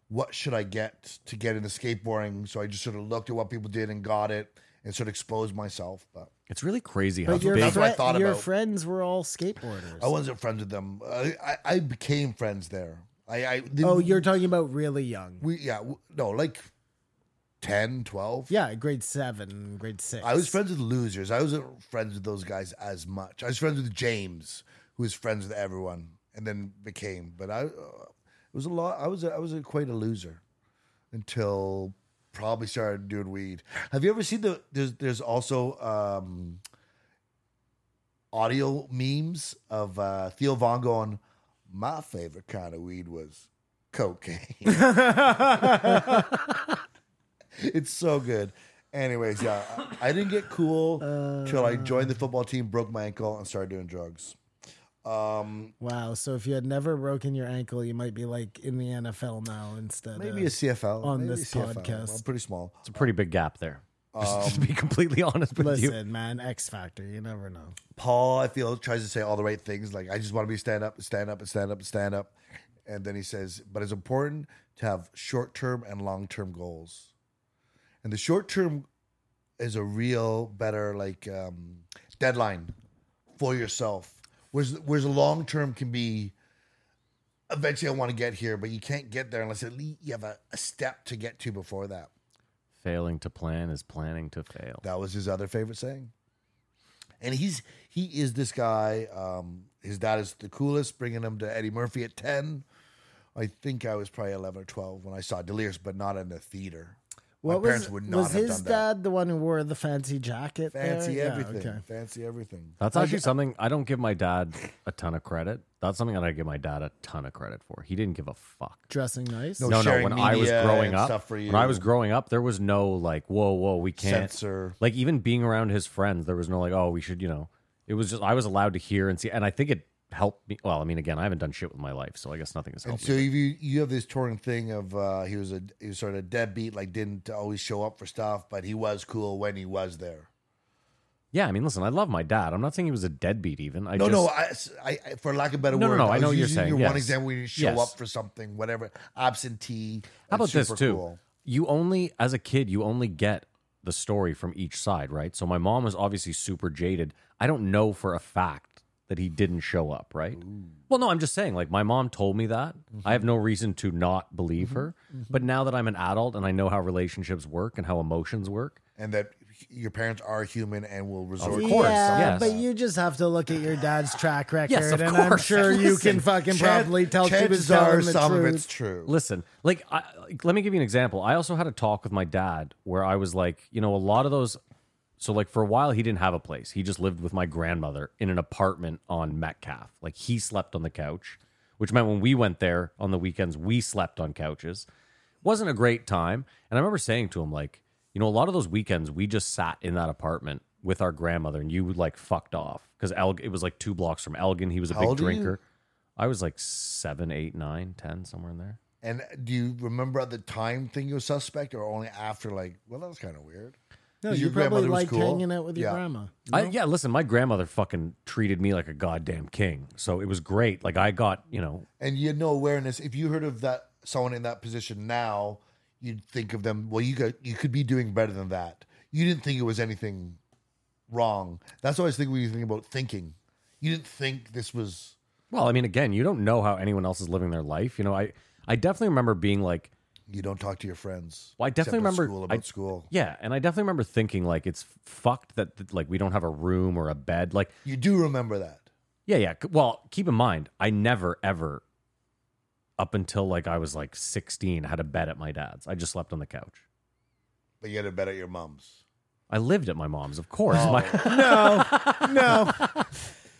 [SPEAKER 5] what should I get to get into skateboarding? So I just sort of looked at what people did and got it and sort of exposed myself. But
[SPEAKER 6] It's really crazy how
[SPEAKER 7] But your,
[SPEAKER 6] big
[SPEAKER 5] That's what I
[SPEAKER 7] fri-
[SPEAKER 5] thought
[SPEAKER 7] your
[SPEAKER 5] about.
[SPEAKER 7] friends were all skateboarders.
[SPEAKER 5] I wasn't friends with them. I, I, I became friends there. I, I didn't,
[SPEAKER 7] oh, you're talking about really young.
[SPEAKER 5] we, yeah, w- no, like 10, 12.
[SPEAKER 7] Yeah, grade seven, grade six.
[SPEAKER 5] I was friends with losers. I wasn't friends with those guys as much. I was friends with James, who was friends with everyone, and then became. But I, uh, it was a lot. I was a, I was a, quite a loser until probably started doing weed. Have you ever seen the? There's there's also um, audio memes of uh, Theo Von going. My favorite kind of weed was cocaine. It's so good. Anyways, yeah, I I didn't get cool till I joined the football team, broke my ankle, and started doing drugs. Um,
[SPEAKER 7] Wow. So if you had never broken your ankle, you might be like in the NFL now instead.
[SPEAKER 5] Maybe
[SPEAKER 7] of,
[SPEAKER 5] a CFL
[SPEAKER 7] on
[SPEAKER 5] maybe a
[SPEAKER 7] this
[SPEAKER 5] CFL.
[SPEAKER 7] podcast.
[SPEAKER 5] I'm pretty small.
[SPEAKER 6] It's a pretty big gap there. Just
[SPEAKER 5] Um,
[SPEAKER 6] to be completely honest with you.
[SPEAKER 7] Listen, man, X Factor. You never know.
[SPEAKER 5] Paul, I feel tries to say all the right things, like I just want to be stand up, stand up, and stand up, and stand up, and then he says, but it's important to have short term and long term goals, and the short term is a real better like um, deadline for yourself. Whereas whereas long term can be eventually I want to get here, but you can't get there unless at least you have a, a step to get to before that.
[SPEAKER 6] Failing to plan is planning to fail.
[SPEAKER 5] That was his other favorite saying. And he's he is this guy. Um, his dad is the coolest, bringing him to Eddie Murphy at ten. I think I was probably 11 or 12 when I saw Delirious, but not in the theater.
[SPEAKER 7] What
[SPEAKER 5] My parents
[SPEAKER 7] was,
[SPEAKER 5] would not
[SPEAKER 7] was
[SPEAKER 5] have
[SPEAKER 7] his
[SPEAKER 5] done that.
[SPEAKER 7] dad the one who wore the fancy jacket? there?
[SPEAKER 5] Fancy
[SPEAKER 7] Yeah,
[SPEAKER 5] everything.
[SPEAKER 7] okay.
[SPEAKER 5] Fancy everything.
[SPEAKER 6] That's actually something I don't give my dad a ton of credit. That's something that I give my dad a ton of credit for. He didn't give a fuck.
[SPEAKER 7] Dressing nice.
[SPEAKER 5] No,
[SPEAKER 6] No, no.
[SPEAKER 5] sharing
[SPEAKER 6] When I was
[SPEAKER 5] media
[SPEAKER 6] growing
[SPEAKER 5] and
[SPEAKER 6] up,
[SPEAKER 5] stuff for
[SPEAKER 6] when I was
[SPEAKER 5] you.
[SPEAKER 6] growing up, there was no like, whoa, whoa, we can't.
[SPEAKER 5] Censor.
[SPEAKER 6] Like even being around his friends, there was no like, oh, we should, you know. It was just I was allowed to hear and see, and I think it helped me. Well, I mean, again, I haven't done shit with my life, so I guess nothing has
[SPEAKER 5] And
[SPEAKER 6] helped.
[SPEAKER 5] so
[SPEAKER 6] me.
[SPEAKER 5] if you you have this touring thing of uh, he was a he was sort of deadbeat, like didn't always show up for stuff, but he was cool when he was there.
[SPEAKER 6] Yeah, I mean, listen, I love my dad. I'm not saying he was a deadbeat, even. I
[SPEAKER 5] no,
[SPEAKER 6] just,
[SPEAKER 5] no, I, I, I- for lack of better
[SPEAKER 6] No, no,
[SPEAKER 5] word,
[SPEAKER 6] no, I
[SPEAKER 5] was
[SPEAKER 6] know what you're
[SPEAKER 5] using
[SPEAKER 6] saying,
[SPEAKER 5] Your
[SPEAKER 6] yes.
[SPEAKER 5] one example where you show
[SPEAKER 6] Yes.
[SPEAKER 5] up for something, whatever, absentee. and
[SPEAKER 6] How about this
[SPEAKER 5] super
[SPEAKER 6] too?
[SPEAKER 5] cool.
[SPEAKER 6] You only, as a kid, you only get the story from each side, right? So my mom was obviously super jaded. I don't know for a fact that he didn't show up, right? Well, no, I'm just saying, like my mom told me that.
[SPEAKER 5] Mm-hmm.
[SPEAKER 6] I have no reason to not believe her. But now that I'm an adult and I know how relationships work and how emotions work,
[SPEAKER 5] and that your parents are human and will resort.
[SPEAKER 6] Of course,
[SPEAKER 7] yeah,
[SPEAKER 6] yes.
[SPEAKER 7] but you just have to look at your dad's track record,
[SPEAKER 6] Yes, of
[SPEAKER 7] and I'm
[SPEAKER 6] course.
[SPEAKER 7] sure you
[SPEAKER 6] Listen,
[SPEAKER 7] can fucking
[SPEAKER 5] Chan-
[SPEAKER 7] probably tell she was
[SPEAKER 5] chances are
[SPEAKER 7] telling the
[SPEAKER 5] some
[SPEAKER 7] truth.
[SPEAKER 5] of it's true.
[SPEAKER 6] Listen, like, I, like, let me give you an example. I also had a talk with my dad where I was like, you know, a lot of those. So, like, for a while, he didn't have a place. He just lived with my grandmother in an apartment on Metcalf. Like, he slept on the couch, which meant when we went there on the weekends, we slept on couches. Wasn't a great time. And I remember saying to him, like, you know, a lot of those weekends, we just sat in that apartment with our grandmother and you like fucked off because El- it was like two blocks from Elgin. He was a
[SPEAKER 5] How
[SPEAKER 6] big
[SPEAKER 5] old were you?
[SPEAKER 6] drinker. I was like seven, eight, nine, ten, somewhere in there.
[SPEAKER 5] And do you remember at the time thinking it was suspect, or only after? Like, well, that was kind of weird.
[SPEAKER 7] No,
[SPEAKER 5] Your
[SPEAKER 7] you probably
[SPEAKER 5] grandmother was
[SPEAKER 7] liked
[SPEAKER 5] cool.
[SPEAKER 7] hanging out with your
[SPEAKER 5] Yeah.
[SPEAKER 7] grandma.
[SPEAKER 6] I, yeah, listen, my grandmother fucking treated me like a goddamn king. So it was great. Like I got, you know,
[SPEAKER 5] And you had no awareness. If you heard of that someone in that position now, you'd think of them. Well, you got you could be doing better than that. You didn't think it was anything wrong. That's always think when you think about thinking. You didn't think this was.
[SPEAKER 6] well, I mean, again, you don't know how anyone else is living their life. You know, I, I definitely remember being like,
[SPEAKER 5] You don't talk to your friends.
[SPEAKER 6] well, I definitely
[SPEAKER 5] except at
[SPEAKER 6] remember
[SPEAKER 5] school
[SPEAKER 6] I-
[SPEAKER 5] about school.
[SPEAKER 6] Yeah, and I definitely remember thinking like it's fucked that that, like we don't have a room or a bed. Like,
[SPEAKER 5] You do remember that.
[SPEAKER 6] yeah, yeah. c- Well, keep in mind, I never ever, up until like I was like sixteen, had a bed at my dad's. I just slept on the couch.
[SPEAKER 5] But you had a bet at your mom's.
[SPEAKER 6] I lived at my mom's, of course. My,
[SPEAKER 7] No, no,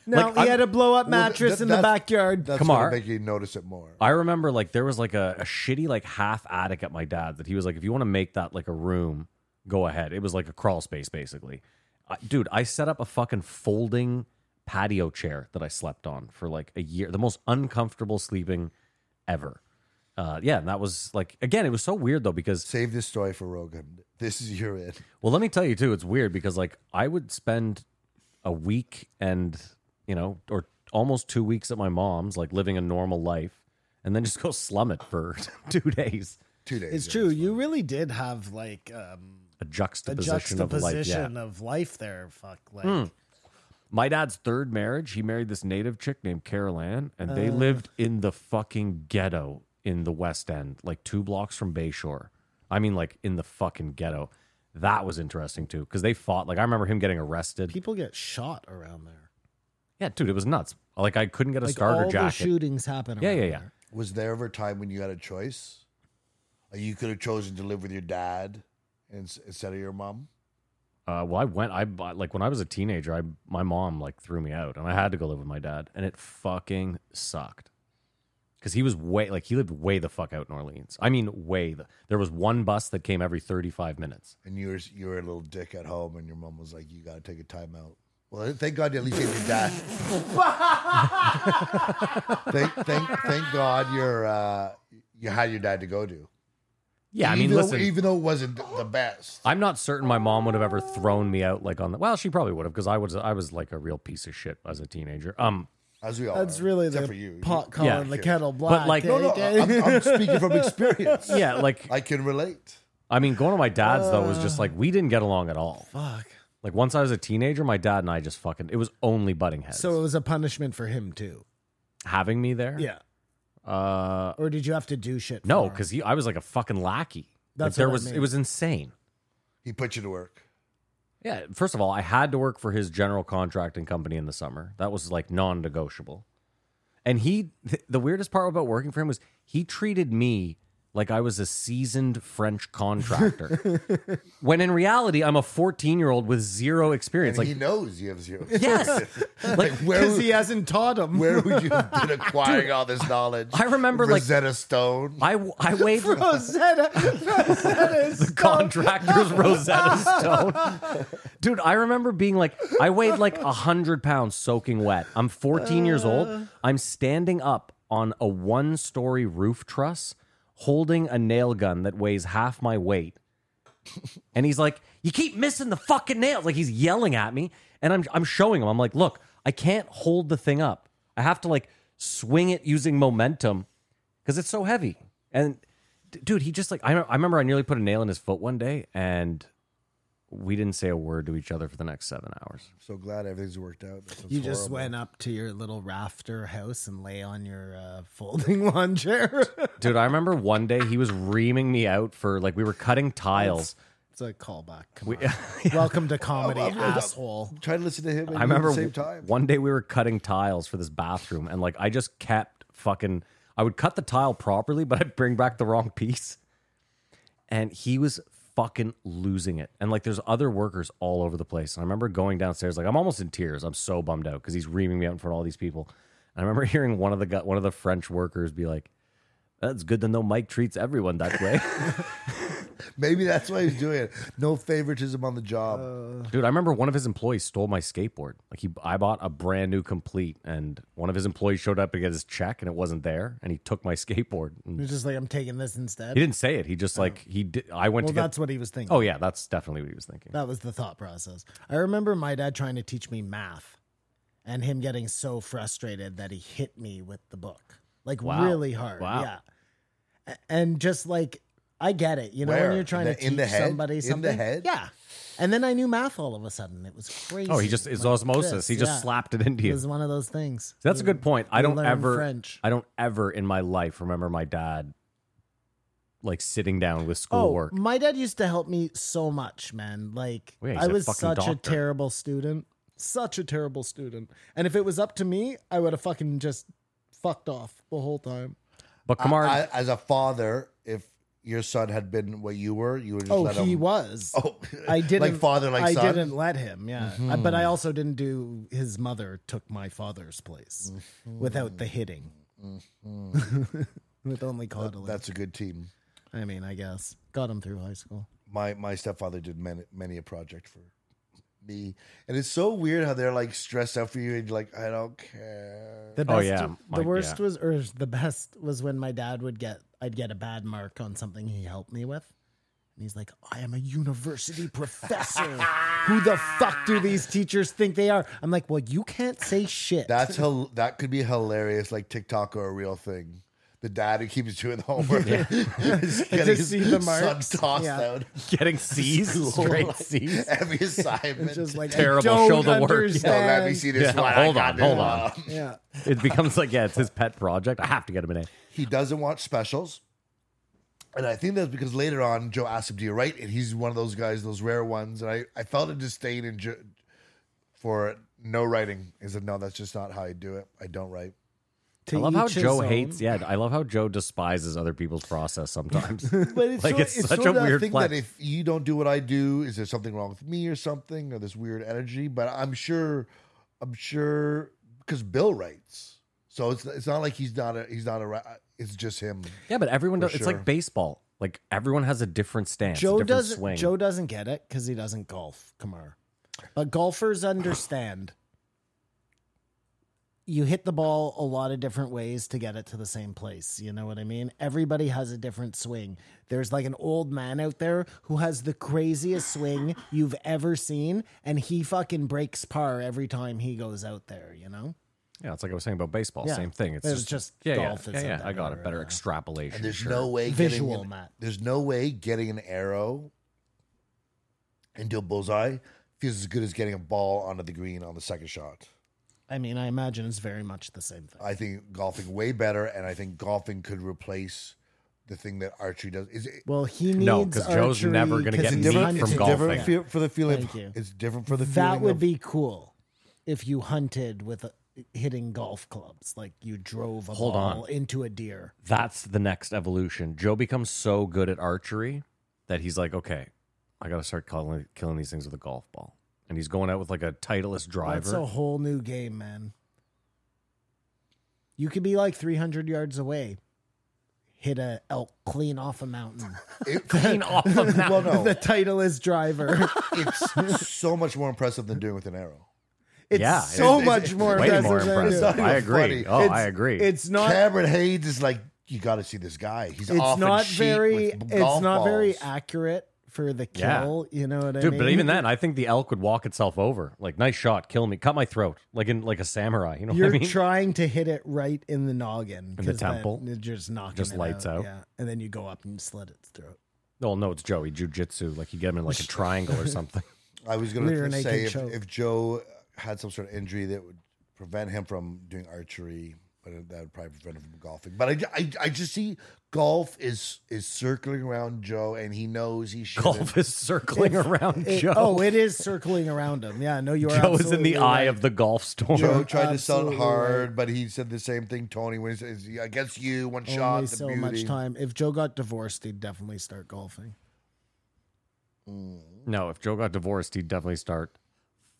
[SPEAKER 7] no.
[SPEAKER 6] Like,
[SPEAKER 7] he
[SPEAKER 6] I'm-
[SPEAKER 7] had a blow up
[SPEAKER 5] Well,
[SPEAKER 7] mattress
[SPEAKER 5] that-
[SPEAKER 7] in the
[SPEAKER 5] that's-
[SPEAKER 7] backyard.
[SPEAKER 5] That's
[SPEAKER 6] Kumar.
[SPEAKER 5] gonna make you notice it more.
[SPEAKER 6] I remember like there was like a, a shitty like half attic at my dad's that he was like, if you want to make that like a room, go ahead. It was like a crawl space basically. I, dude, I set up a fucking folding patio chair that I slept on for like a year. The most uncomfortable sleeping ever. Uh, yeah, and that was like again, it was so weird though because
[SPEAKER 5] Save this story for Rogan. This is your end.
[SPEAKER 6] well, let me tell you too. It's weird because like I would spend a week and you know, or almost two weeks at my mom's, like living a normal life, and then just go slum it for two days.
[SPEAKER 5] Two days.
[SPEAKER 7] it's
[SPEAKER 5] yeah.
[SPEAKER 7] true. You really did have like um,
[SPEAKER 6] A
[SPEAKER 7] a
[SPEAKER 6] juxtaposition, of life. Yeah. Hmm.
[SPEAKER 7] juxtaposition of life there. Fuck, like
[SPEAKER 6] My dad's third marriage, he married this native chick named Carol Ann, and
[SPEAKER 7] Uh.
[SPEAKER 6] they lived in the fucking ghetto in the West End, like two blocks from Bayshore. I mean, like in the fucking ghetto. That was interesting too, because they fought. Like I remember him getting arrested.
[SPEAKER 7] people get shot around there.
[SPEAKER 6] yeah, dude, it was nuts. Like I couldn't get a
[SPEAKER 7] Like
[SPEAKER 6] starter
[SPEAKER 7] all the
[SPEAKER 6] jacket.
[SPEAKER 7] shootings happen.
[SPEAKER 6] yeah,
[SPEAKER 7] around
[SPEAKER 6] yeah, yeah.
[SPEAKER 7] there.
[SPEAKER 5] Was there ever a time when you had a choice? Uh, You could have chosen to live with your dad ins- instead of your mom.
[SPEAKER 6] Uh, well, I went. I bought- like when I was a teenager. I my mom like threw me out, and I had to go live with my dad, and it fucking sucked. Because he was way like he lived way the fuck out in Orleans. I mean, way the. There was one bus that came every thirty five minutes.
[SPEAKER 5] and you were you were a little dick at home, and your mom was like, "You got to take a time out." Well, thank God you at least have your dad. thank, thank, thank God you're uh, you had your dad to go to.
[SPEAKER 6] Yeah, I mean,
[SPEAKER 5] even though,
[SPEAKER 6] listen,
[SPEAKER 5] even though it wasn't the best,
[SPEAKER 6] I'm not certain my mom would have ever thrown me out like on the. Well, she probably would have because I was I was like a real piece of shit as a teenager. Um,
[SPEAKER 5] as we all
[SPEAKER 7] That's
[SPEAKER 5] are,
[SPEAKER 7] really
[SPEAKER 5] except
[SPEAKER 7] the
[SPEAKER 5] for you.
[SPEAKER 7] pot
[SPEAKER 5] You-
[SPEAKER 7] calling
[SPEAKER 6] Yeah.
[SPEAKER 7] the
[SPEAKER 5] Sure.
[SPEAKER 7] kettle black.
[SPEAKER 6] like- No,
[SPEAKER 5] No, no,
[SPEAKER 7] eh,
[SPEAKER 5] I'm, I'm speaking from experience.
[SPEAKER 6] yeah, like
[SPEAKER 5] I can relate.
[SPEAKER 6] I mean, going to my dad's though was just like we didn't get along at all.
[SPEAKER 7] Fuck.
[SPEAKER 6] Like once I was a teenager, my dad and I just fucking it was only butting heads.
[SPEAKER 7] So it was a punishment for him too.
[SPEAKER 6] having me there, Uh,
[SPEAKER 7] Or did you have to do shit?
[SPEAKER 6] no,
[SPEAKER 7] for him?
[SPEAKER 6] because he, I was like a fucking lackey.
[SPEAKER 7] That's
[SPEAKER 6] like there
[SPEAKER 7] what I
[SPEAKER 6] was,
[SPEAKER 7] mean.
[SPEAKER 6] it was insane.
[SPEAKER 5] He put you to work.
[SPEAKER 6] Yeah. First of all, I had to work for his general contracting company in the summer. That was like non-negotiable. And he, th- the weirdest part about working for him was he treated me like I was a seasoned French contractor, when in reality I'm a 14 year old with zero experience.
[SPEAKER 5] Like,
[SPEAKER 6] Like,
[SPEAKER 5] he knows you have zero.
[SPEAKER 6] yes, like
[SPEAKER 5] Where,
[SPEAKER 7] he hasn't taught him.
[SPEAKER 5] where would you have been acquiring all this knowledge?
[SPEAKER 6] I remember, like-
[SPEAKER 5] Rosetta Stone.
[SPEAKER 6] I I weighed
[SPEAKER 7] Rosetta, Rosetta is
[SPEAKER 6] the contractor's Rosetta Stone. Dude, I remember being like, I weighed like a hundred pounds soaking wet. I'm 14 years old. I'm standing up on a one-story roof truss, holding a nail gun that weighs half my weight. And he's like, "You keep missing the fucking nails!" Like he's yelling at me, and I'm I'm showing him. I'm like, "Look, I can't hold the thing up. I have to like swing it using momentum because it's so heavy." And d- dude, he just like I, I remember I nearly put a nail in his foot one day, and we didn't say a word to each other for the next seven hours.
[SPEAKER 5] so glad everything's worked out. That sounds
[SPEAKER 7] You just
[SPEAKER 5] horrible.
[SPEAKER 7] went up to your little rafter house and lay on your uh, folding lawn chair.
[SPEAKER 6] Dude, I remember one day he was reaming me out for like we were cutting tiles.
[SPEAKER 7] it's a callback. Come on. Welcome
[SPEAKER 5] Oh,
[SPEAKER 7] to comedy, asshole.
[SPEAKER 5] Try to listen to him. And
[SPEAKER 6] I remember
[SPEAKER 5] at the same time.
[SPEAKER 6] one day we were cutting tiles for this bathroom, and like I just kept fucking. I would cut the tile properly, but I'd bring back the wrong piece. And he was fucking losing it. And like there's other workers all over the place. And I remember going downstairs, like I'm almost in tears. I'm so bummed out because he's reaming me out in front of all these people. And I remember hearing one of the gu- one of the French workers be like, "That's good to know Mike treats everyone that way."
[SPEAKER 5] Maybe that's why he's doing it. No favoritism on the job.
[SPEAKER 6] Dude, I remember one of his employees stole my skateboard. Like he, I bought a brand new complete, and one of his employees showed up to get his check, and it wasn't there, and he took my skateboard. And
[SPEAKER 7] You're just like, I'm taking this instead.
[SPEAKER 6] he didn't say it. He just like he did. I went
[SPEAKER 7] Oh. Well,
[SPEAKER 6] to get.
[SPEAKER 7] that's what he was thinking.
[SPEAKER 6] oh yeah, that's definitely what he was thinking.
[SPEAKER 7] That was the thought process. I remember my dad trying to teach me math and him getting so frustrated that he hit me with the book. Like
[SPEAKER 6] Wow.
[SPEAKER 7] really hard.
[SPEAKER 6] Wow.
[SPEAKER 7] Yeah. A- And just like I get it, you know,
[SPEAKER 5] Where?
[SPEAKER 7] when you're trying
[SPEAKER 5] In
[SPEAKER 7] to
[SPEAKER 5] the-
[SPEAKER 7] teach
[SPEAKER 5] in the head?
[SPEAKER 7] somebody
[SPEAKER 5] In the
[SPEAKER 7] something.
[SPEAKER 5] head?
[SPEAKER 7] Yeah. And then I knew math all of a sudden. It was crazy.
[SPEAKER 6] oh, he just it's
[SPEAKER 7] Like
[SPEAKER 6] osmosis.
[SPEAKER 7] this,
[SPEAKER 6] he just
[SPEAKER 7] yeah.
[SPEAKER 6] slapped it into
[SPEAKER 7] It
[SPEAKER 6] you.
[SPEAKER 7] was one of those things.
[SPEAKER 6] that's a good point. I
[SPEAKER 7] you
[SPEAKER 6] don't
[SPEAKER 7] learn
[SPEAKER 6] ever.
[SPEAKER 7] French.
[SPEAKER 6] I don't ever in my life remember my dad like sitting down with school
[SPEAKER 7] oh,
[SPEAKER 6] work.
[SPEAKER 7] my dad used to help me so much, man. Like
[SPEAKER 6] Well, yeah, he's
[SPEAKER 7] I
[SPEAKER 6] a
[SPEAKER 7] was
[SPEAKER 6] fucking
[SPEAKER 7] such a
[SPEAKER 6] doctor.
[SPEAKER 7] terrible student, such a terrible student. And if it was up to me, I would have fucking just fucked off the whole time.
[SPEAKER 6] But
[SPEAKER 5] I-
[SPEAKER 6] Kamar,
[SPEAKER 5] I- as a father, if your son had been what you were, you would just
[SPEAKER 7] Oh,
[SPEAKER 5] let
[SPEAKER 7] he
[SPEAKER 5] him.
[SPEAKER 7] was.
[SPEAKER 5] Oh,
[SPEAKER 7] I didn't
[SPEAKER 5] like father, like
[SPEAKER 7] I
[SPEAKER 5] son. Mm-hmm.
[SPEAKER 7] didn't let him. Yeah, I- but I also didn't do. His mother took my father's place
[SPEAKER 5] Mm-hmm.
[SPEAKER 7] without the hitting, with only coddling.
[SPEAKER 5] Hmm. That's a good team.
[SPEAKER 7] I mean, I guess got him through high school.
[SPEAKER 5] my my stepfather did many many a project for me, and it's so weird how they're like stressed out for you, and you're like, I don't care.
[SPEAKER 7] The
[SPEAKER 6] Oh,
[SPEAKER 7] best,
[SPEAKER 6] yeah,
[SPEAKER 7] the
[SPEAKER 6] Mike,
[SPEAKER 7] worst
[SPEAKER 6] yeah.
[SPEAKER 7] was, or the best was when my dad would get, I'd get a bad mark on something he helped me with, and he's like, "I am a university professor. Who the fuck do these teachers think they are?" I'm like, "Well, you can't say shit."
[SPEAKER 5] That's hel- that could be hilarious, like TikTok or a real thing. The dad who keeps doing the homework, is getting
[SPEAKER 7] Just see the
[SPEAKER 5] son
[SPEAKER 7] marks.
[SPEAKER 5] tossed
[SPEAKER 7] Yeah.
[SPEAKER 5] out
[SPEAKER 6] getting C's, straight C's.
[SPEAKER 5] every assignment.
[SPEAKER 7] It's just like I
[SPEAKER 6] Terrible.
[SPEAKER 7] don't
[SPEAKER 6] Show the work.
[SPEAKER 5] Don't let me
[SPEAKER 7] understand.
[SPEAKER 5] see this
[SPEAKER 6] Yeah,
[SPEAKER 5] one.
[SPEAKER 6] hold
[SPEAKER 5] I
[SPEAKER 6] on,
[SPEAKER 5] got
[SPEAKER 6] hold
[SPEAKER 5] it.
[SPEAKER 6] on.
[SPEAKER 7] Yeah,
[SPEAKER 6] It becomes like yeah, it's his pet project. I have to get him an A.
[SPEAKER 5] He doesn't watch specials. And I think that's because later on, Joe asked him, Do you write? And he's one of those guys, those rare ones. And I, I felt a disdain in Joe for no writing. He said, No, that's just not how I do it. I don't write.
[SPEAKER 7] To
[SPEAKER 6] I love how
[SPEAKER 7] each his
[SPEAKER 6] Joe
[SPEAKER 7] own.
[SPEAKER 6] hates. Yeah, I love how Joe despises other people's process sometimes.
[SPEAKER 5] But it's,
[SPEAKER 6] Like, it's such a
[SPEAKER 5] sorta
[SPEAKER 6] weird
[SPEAKER 5] thing
[SPEAKER 6] flex.
[SPEAKER 5] that if you don't do what I do, is there something wrong with me or something or this weird energy? But I'm sure, I'm sure because Bill writes. So it's, it's not like he's not a, he's not a, ri- it's just him.
[SPEAKER 6] yeah, but everyone
[SPEAKER 5] For
[SPEAKER 6] does. It's like
[SPEAKER 5] sure.
[SPEAKER 6] baseball. Like everyone has a different stance, a
[SPEAKER 7] Joe
[SPEAKER 6] different
[SPEAKER 7] doesn't.
[SPEAKER 6] swing.
[SPEAKER 7] Joe doesn't get it because he doesn't golf, Kamar. But golfers understand. You hit the ball a lot of different ways to get it to the same place. You know what I mean? Everybody has a different swing. There's like an old man out there who has the craziest swing you've ever seen, and he fucking breaks par every time he goes out there, you know?
[SPEAKER 6] yeah, it's like I was saying about baseball.
[SPEAKER 7] Yeah.
[SPEAKER 6] Same thing. It's
[SPEAKER 7] There's
[SPEAKER 6] just,
[SPEAKER 7] just
[SPEAKER 6] yeah,
[SPEAKER 7] golf
[SPEAKER 6] yeah,
[SPEAKER 7] is
[SPEAKER 6] yeah.
[SPEAKER 7] a
[SPEAKER 6] yeah. I got a
[SPEAKER 7] better,
[SPEAKER 6] better
[SPEAKER 7] uh,
[SPEAKER 6] extrapolation.
[SPEAKER 5] And there's
[SPEAKER 6] sure.
[SPEAKER 5] no way
[SPEAKER 7] Visual,
[SPEAKER 5] getting,
[SPEAKER 7] Matt.
[SPEAKER 5] There's no way getting an arrow into a bullseye feels as good as getting a ball onto the green on the second shot.
[SPEAKER 7] I mean, I imagine it's very much the same thing.
[SPEAKER 5] I think golfing way better, and I think golfing could replace the thing that archery does. Is it,
[SPEAKER 7] Well, he needs
[SPEAKER 6] No, 'cause Joe's
[SPEAKER 7] archery
[SPEAKER 6] never gonna
[SPEAKER 7] 'cause
[SPEAKER 6] get
[SPEAKER 7] he's
[SPEAKER 6] meat
[SPEAKER 7] hunting.
[SPEAKER 6] from
[SPEAKER 5] it's
[SPEAKER 6] golfing.
[SPEAKER 5] different feel, for the feeling.
[SPEAKER 7] Thank you.
[SPEAKER 5] It's different for the
[SPEAKER 7] that
[SPEAKER 5] feeling
[SPEAKER 7] would
[SPEAKER 5] of-
[SPEAKER 7] be cool if you hunted with a, hitting golf clubs, like you drove a
[SPEAKER 6] Hold on.
[SPEAKER 7] ball into a deer.
[SPEAKER 6] That's the next evolution. Joe becomes so good at archery that he's like, okay, I got to start calling, killing these things with a golf ball. And he's going out with like a titleist driver.
[SPEAKER 7] That's a whole new game, man. You could be like 300 yards away, hit a elk clean off a mountain.
[SPEAKER 6] Clean off a
[SPEAKER 5] well, no,
[SPEAKER 7] the title is driver.
[SPEAKER 5] it's so much more impressive than doing with an arrow.
[SPEAKER 7] It's
[SPEAKER 6] Yeah, it
[SPEAKER 7] so
[SPEAKER 6] is-
[SPEAKER 7] much more
[SPEAKER 6] Way
[SPEAKER 7] impressive.
[SPEAKER 6] more
[SPEAKER 7] than
[SPEAKER 6] impressive.
[SPEAKER 7] you.
[SPEAKER 5] not
[SPEAKER 6] I
[SPEAKER 5] even
[SPEAKER 6] agree.
[SPEAKER 5] funny.
[SPEAKER 6] Oh,
[SPEAKER 7] It's-
[SPEAKER 6] I agree.
[SPEAKER 7] It's not.
[SPEAKER 5] Cameron Hayes is like, you got to see this guy. He's off
[SPEAKER 7] it's not
[SPEAKER 5] and sheet
[SPEAKER 7] very.
[SPEAKER 5] with
[SPEAKER 7] It's
[SPEAKER 5] golf
[SPEAKER 7] not very
[SPEAKER 5] balls.
[SPEAKER 7] accurate for the
[SPEAKER 6] Yeah.
[SPEAKER 7] kill. You know what I
[SPEAKER 6] Dude,
[SPEAKER 7] mean?
[SPEAKER 6] but even then, I think the elk would walk itself over. Like, nice shot, kill me, cut my throat, like in like a samurai. You know
[SPEAKER 7] You're
[SPEAKER 6] what I mean?
[SPEAKER 7] trying to hit it right in the noggin.
[SPEAKER 6] the
[SPEAKER 7] 'cause then
[SPEAKER 6] temple.
[SPEAKER 7] It just knocking
[SPEAKER 6] Just
[SPEAKER 7] it
[SPEAKER 6] lights out.
[SPEAKER 7] Yeah. And then you go up and slit its throat.
[SPEAKER 6] no, Oh, no, it's Joey jujitsu. Like you get him in like a triangle or something.
[SPEAKER 5] I was going
[SPEAKER 7] Rear
[SPEAKER 5] to
[SPEAKER 7] naked
[SPEAKER 5] say if,
[SPEAKER 7] choke.
[SPEAKER 5] if Joe had some sort of injury that would prevent him from doing archery, but that would probably prevent him from golfing. But I, ju- I, I just see golf is is circling around Joe, and he knows he should.
[SPEAKER 6] Golf is circling around
[SPEAKER 7] It-
[SPEAKER 6] Joe.
[SPEAKER 7] Oh, it is circling around him. Yeah. No, you're.
[SPEAKER 6] Joe is in the
[SPEAKER 7] absolutely
[SPEAKER 6] eye
[SPEAKER 7] right.
[SPEAKER 6] of the golf storm.
[SPEAKER 5] Joe tried to sell it
[SPEAKER 7] Oh, absolutely
[SPEAKER 5] hard, but he said the same thing. Tony wins is against you one shot.
[SPEAKER 7] Only
[SPEAKER 5] The
[SPEAKER 7] so
[SPEAKER 5] beauty.
[SPEAKER 7] much time. If Joe got divorced, he'd definitely start golfing.
[SPEAKER 6] No, if Joe got divorced, he'd definitely start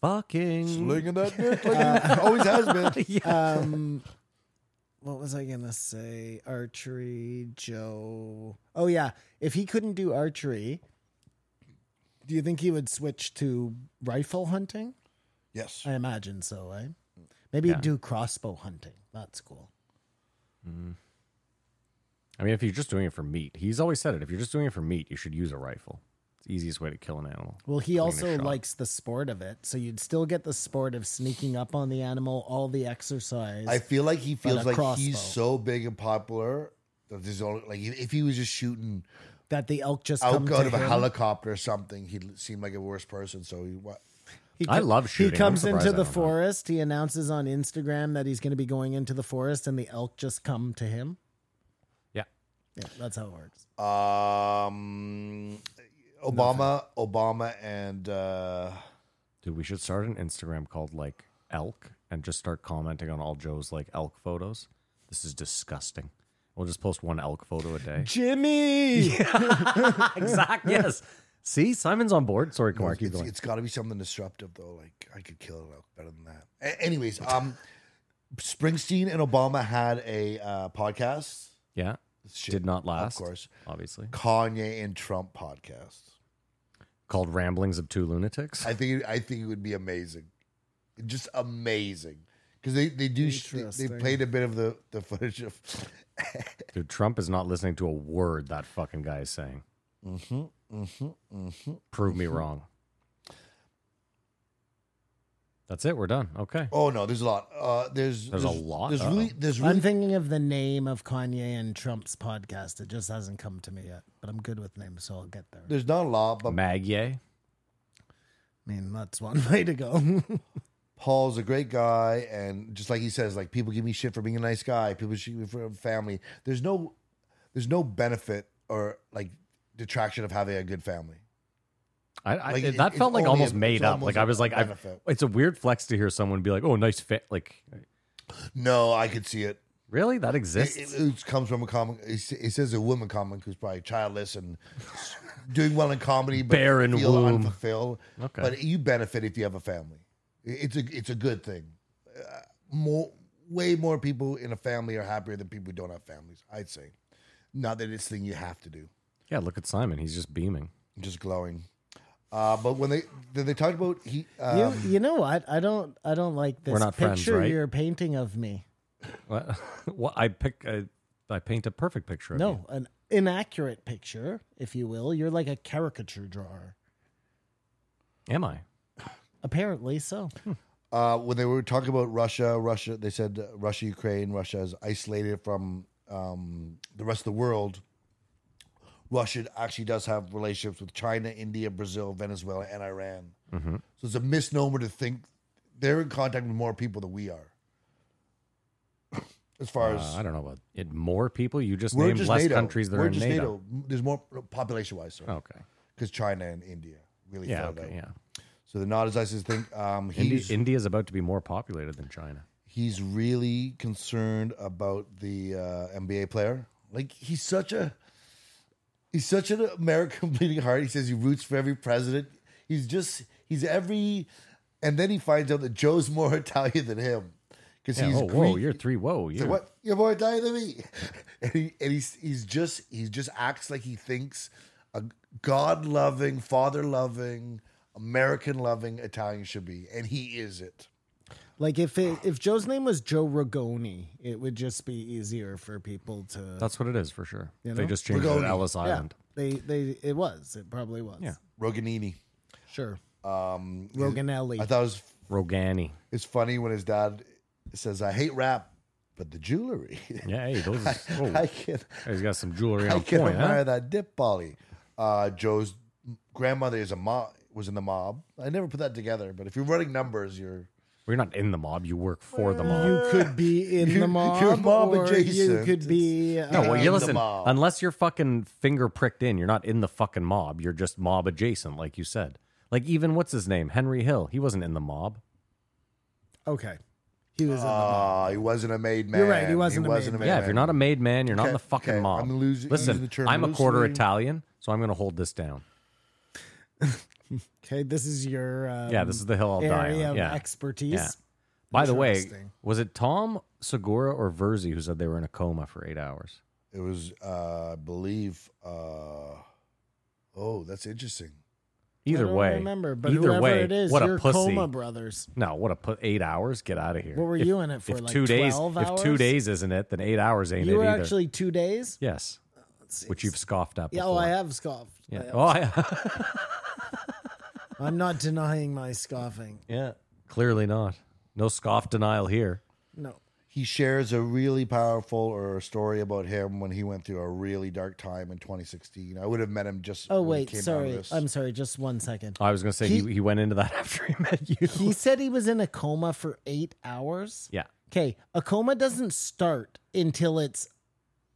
[SPEAKER 6] fucking.
[SPEAKER 5] Slinging that dick like
[SPEAKER 7] Uh,
[SPEAKER 5] he always has been.
[SPEAKER 6] yeah.
[SPEAKER 7] um what was i gonna say archery joe oh yeah if he couldn't do archery do you think he would switch to rifle hunting
[SPEAKER 5] Yes,
[SPEAKER 7] i imagine so eh maybe he'd do crossbow hunting that's cool
[SPEAKER 6] I mean, if you're just doing it for meat, he's always said it. If you're just doing it for meat, you should use a rifle. It's the easiest way to kill an animal.
[SPEAKER 7] well he
[SPEAKER 6] Clean
[SPEAKER 7] also
[SPEAKER 6] as shot.
[SPEAKER 7] likes the sport of it so you'd still get the sport of sneaking up on the animal all the exercise
[SPEAKER 5] I feel like he feels
[SPEAKER 7] a
[SPEAKER 5] like
[SPEAKER 7] crossbow.
[SPEAKER 5] he's so big and popular that there's only like if he was just shooting
[SPEAKER 7] that the elk just come
[SPEAKER 5] out
[SPEAKER 7] to
[SPEAKER 5] out of Oh a
[SPEAKER 7] him.
[SPEAKER 5] helicopter or something, he seemed like a worse person. So he what?
[SPEAKER 7] He
[SPEAKER 6] I love shooting.
[SPEAKER 7] He
[SPEAKER 6] I'm
[SPEAKER 7] comes
[SPEAKER 6] surprised
[SPEAKER 7] into
[SPEAKER 6] I
[SPEAKER 7] the
[SPEAKER 6] don't know.
[SPEAKER 7] forest. He announces on Instagram that he's going to be going into the forest, and the elk just come to him.
[SPEAKER 6] Yeah.
[SPEAKER 7] Yeah, that's how it works.
[SPEAKER 5] Um, Obama, Obama, and uh,
[SPEAKER 6] Dude, we should start an Instagram called like elk and just start commenting on all Joe's like elk photos. This is disgusting. We'll just post one elk photo a day.
[SPEAKER 7] Jimmy.
[SPEAKER 6] exactly. Yes. See, Simon's on board. Sorry, Kumar. Keep
[SPEAKER 5] it's,
[SPEAKER 6] going.
[SPEAKER 5] it's got to be something disruptive though. Like I could kill it out better than that. A- anyways, um, Springsteen and Obama had a uh, podcast.
[SPEAKER 6] yeah.
[SPEAKER 5] Shit,
[SPEAKER 6] Did not last.
[SPEAKER 5] of course.
[SPEAKER 6] Obviously.
[SPEAKER 5] Kanye and Trump podcast.
[SPEAKER 6] Called Ramblings of Two Lunatics.
[SPEAKER 5] I think I think it would be amazing, just amazing, because they they do sh- they, they
[SPEAKER 7] Interesting.
[SPEAKER 5] played a bit of the the footage of.
[SPEAKER 6] Dude, Trump is not listening to a word that fucking guy is saying.
[SPEAKER 5] mm-hmm, mm-hmm, mm-hmm.
[SPEAKER 6] Prove me wrong. That's it. We're done. Okay.
[SPEAKER 5] Oh no, there's a lot. Uh, there's
[SPEAKER 6] There's a lot?
[SPEAKER 5] There's
[SPEAKER 6] Uh-oh.
[SPEAKER 5] really there's really
[SPEAKER 7] I'm thinking of the name of Kanye and Trump's podcast. It just hasn't come to me yet, but I'm good with names, so I'll get there. I
[SPEAKER 5] there's not a lot, but
[SPEAKER 6] Magye.
[SPEAKER 7] mean, that's one way to go.
[SPEAKER 5] Paul's a great guy, and just like he says, like people give me shit for being a nice guy. People shoot me for family. There's no there's no benefit or like detraction of having a good family.
[SPEAKER 6] I, I,
[SPEAKER 5] Like,
[SPEAKER 6] it-
[SPEAKER 5] it-
[SPEAKER 6] that
[SPEAKER 5] it's
[SPEAKER 6] felt like
[SPEAKER 5] only-
[SPEAKER 6] almost
[SPEAKER 5] it's
[SPEAKER 6] made up.
[SPEAKER 5] almost
[SPEAKER 6] Like I
[SPEAKER 5] a
[SPEAKER 6] was like, I,
[SPEAKER 5] benefit.
[SPEAKER 6] it's a weird flex to hear someone be like, "Oh, nice fit." Like,
[SPEAKER 5] No, I could see it.
[SPEAKER 6] really, that
[SPEAKER 5] It,
[SPEAKER 6] exists?
[SPEAKER 5] it- it comes from a comic. It s- it says a woman comic who's probably childless and s- doing well in comedy, but
[SPEAKER 6] Barren
[SPEAKER 5] feel
[SPEAKER 6] womb.
[SPEAKER 5] unfulfilled.
[SPEAKER 6] Okay.
[SPEAKER 5] But you benefit if you have a family. I- It's a it's a good thing. Uh, more way more people in a family are happier than people who don't have families. I'd say. Not that it's a thing you have to do.
[SPEAKER 6] yeah, look at Simon; he's just beaming.
[SPEAKER 5] just glowing. Uh, but when they they, they talked about he, um,
[SPEAKER 7] you, you know what? I don't. I don't like this
[SPEAKER 6] We're not
[SPEAKER 7] picture
[SPEAKER 6] friends, right?
[SPEAKER 7] you're painting of me.
[SPEAKER 6] What? what I pick, I, I paint a perfect picture. Of you.
[SPEAKER 7] No, an inaccurate picture, if you will. You're like a caricature drawer.
[SPEAKER 6] am I?
[SPEAKER 7] Apparently so.
[SPEAKER 6] Hmm.
[SPEAKER 5] uh, when they were talking about Russia, Russia, they said uh, Russia, Ukraine, Russia is isolated from um, the rest of the world. Russia actually does have relationships with China, India, Brazil, Venezuela, and Iran.
[SPEAKER 6] Mm-hmm.
[SPEAKER 5] So it's a misnomer to think they're in contact with more people than we are. As far
[SPEAKER 6] Uh,
[SPEAKER 5] as
[SPEAKER 6] I don't know about it. More people you just
[SPEAKER 5] we're
[SPEAKER 6] named
[SPEAKER 5] just
[SPEAKER 6] less
[SPEAKER 5] NATO.
[SPEAKER 6] countries that
[SPEAKER 5] we're
[SPEAKER 6] are in
[SPEAKER 5] just
[SPEAKER 6] NATO.
[SPEAKER 5] There's more population wise, sorry,
[SPEAKER 6] Okay.
[SPEAKER 5] because China and India really
[SPEAKER 6] Yeah.
[SPEAKER 5] fell out.
[SPEAKER 6] Okay. Yeah.
[SPEAKER 5] So they're not as nice as think. Um,
[SPEAKER 6] Indi-
[SPEAKER 5] he's,
[SPEAKER 6] India is about to be more populated than China.
[SPEAKER 5] He's really concerned about the uh, NBA player. Like he's such a he's such an American bleeding heart. He says he roots for every president. He's just he's every, and then he finds out that Joe's more Italian than him because
[SPEAKER 6] Yeah,
[SPEAKER 5] he's
[SPEAKER 6] oh, whoa,
[SPEAKER 5] Greek.
[SPEAKER 6] you're three. Whoa,
[SPEAKER 5] So
[SPEAKER 6] you're
[SPEAKER 5] what? You're more Italian than me. And he and he's he's just he just acts like he thinks a God loving, father loving, American loving Italian should be, and he is it.
[SPEAKER 7] Like if it, if Joe's name was Joe Ragoni, it would just be easier for people to.
[SPEAKER 6] That's what it is for sure.
[SPEAKER 7] You
[SPEAKER 6] They
[SPEAKER 7] know?
[SPEAKER 6] just changed it
[SPEAKER 5] Rigoni.
[SPEAKER 6] to Ellis
[SPEAKER 7] yeah,
[SPEAKER 6] Island.
[SPEAKER 7] they they it was it probably was.
[SPEAKER 6] Yeah.
[SPEAKER 5] Roganini.
[SPEAKER 7] sure.
[SPEAKER 5] Um,
[SPEAKER 7] Roganelli.
[SPEAKER 5] I thought it was
[SPEAKER 6] Rogani.
[SPEAKER 5] it's funny when his dad says, "I hate rap, but the jewelry."
[SPEAKER 6] Yeah, hey, those. Is,
[SPEAKER 7] Oh.
[SPEAKER 6] whoa.
[SPEAKER 5] I can't.
[SPEAKER 6] he's got some jewelry
[SPEAKER 5] I
[SPEAKER 6] on
[SPEAKER 5] can
[SPEAKER 6] point,
[SPEAKER 5] admire
[SPEAKER 6] huh?
[SPEAKER 5] that dip, Polly. Uh, Joe's grandmother is a mob. Was in the mob. I never put that together, but if you're running numbers, you're
[SPEAKER 6] We're not in the mob. You work for the mob.
[SPEAKER 7] you could be in
[SPEAKER 5] You-
[SPEAKER 7] the mob,
[SPEAKER 5] you're mob
[SPEAKER 7] or you
[SPEAKER 5] adjacent.
[SPEAKER 7] could be.
[SPEAKER 6] no,
[SPEAKER 7] uh,
[SPEAKER 6] well,
[SPEAKER 5] in
[SPEAKER 6] you
[SPEAKER 5] the
[SPEAKER 6] listen.
[SPEAKER 5] mob.
[SPEAKER 6] Unless you're fucking finger pricked in, you're not in the fucking mob. You're just mob adjacent, like you said. Like even what's his name, Henry Hill. He wasn't in the mob.
[SPEAKER 7] okay. He was in the mob.
[SPEAKER 5] Ah, he wasn't a made man.
[SPEAKER 7] You're right, he wasn't a made
[SPEAKER 6] Yeah, if you're not a made man, you're not in
[SPEAKER 5] Okay,
[SPEAKER 6] the fucking
[SPEAKER 5] okay,
[SPEAKER 6] mob.
[SPEAKER 5] I'm losing- using
[SPEAKER 6] Listen,
[SPEAKER 5] the term
[SPEAKER 6] I'm a quarter
[SPEAKER 5] loosely.
[SPEAKER 6] Italian, so I'm going to hold this down.
[SPEAKER 7] Okay, this is your um,
[SPEAKER 6] Yeah, this is the hill I'll die
[SPEAKER 7] area
[SPEAKER 6] on.
[SPEAKER 7] of
[SPEAKER 6] Yeah.
[SPEAKER 7] expertise.
[SPEAKER 6] Yeah. By the way,
[SPEAKER 7] Interesting.
[SPEAKER 6] was it Tom Segura or Verzi who said they were in a coma for eight hours?
[SPEAKER 5] It was, uh, I believe. Uh, oh, that's interesting.
[SPEAKER 7] I
[SPEAKER 6] Either
[SPEAKER 7] don't
[SPEAKER 6] way,
[SPEAKER 7] remember, but
[SPEAKER 6] either
[SPEAKER 7] whoever
[SPEAKER 6] way,
[SPEAKER 7] it is,
[SPEAKER 6] what
[SPEAKER 7] you're
[SPEAKER 6] a pussy.
[SPEAKER 7] Coma Brothers.
[SPEAKER 6] no, what a put eight hours. Get out of here.
[SPEAKER 7] What were
[SPEAKER 6] If-
[SPEAKER 7] you in it for,
[SPEAKER 6] If
[SPEAKER 7] like
[SPEAKER 6] two days,
[SPEAKER 7] 12
[SPEAKER 6] if two
[SPEAKER 7] hours?
[SPEAKER 6] days isn't it, then eight hours ain't
[SPEAKER 7] You
[SPEAKER 6] it
[SPEAKER 7] were
[SPEAKER 6] either.
[SPEAKER 7] actually two days.
[SPEAKER 6] yes, which you've scoffed at.
[SPEAKER 7] Yeah,
[SPEAKER 6] before.
[SPEAKER 7] oh, I have scoffed.
[SPEAKER 6] Yeah.
[SPEAKER 7] I have-
[SPEAKER 6] Oh, yeah.
[SPEAKER 7] I'm not denying my scoffing.
[SPEAKER 6] yeah. Clearly not. No scoff denial here.
[SPEAKER 7] No.
[SPEAKER 5] He shares a really powerful or a story about him when he went through a really dark time in 2016. I would have met him just. when
[SPEAKER 7] Oh
[SPEAKER 5] he
[SPEAKER 7] wait,
[SPEAKER 5] came out of
[SPEAKER 7] sorry.
[SPEAKER 5] this.
[SPEAKER 7] I'm sorry. Just one second.
[SPEAKER 6] I was going to say he,
[SPEAKER 7] He-
[SPEAKER 6] he went into that after he met you.
[SPEAKER 7] He said he was in a coma for eight hours.
[SPEAKER 6] yeah.
[SPEAKER 7] Okay, a coma doesn't start until it's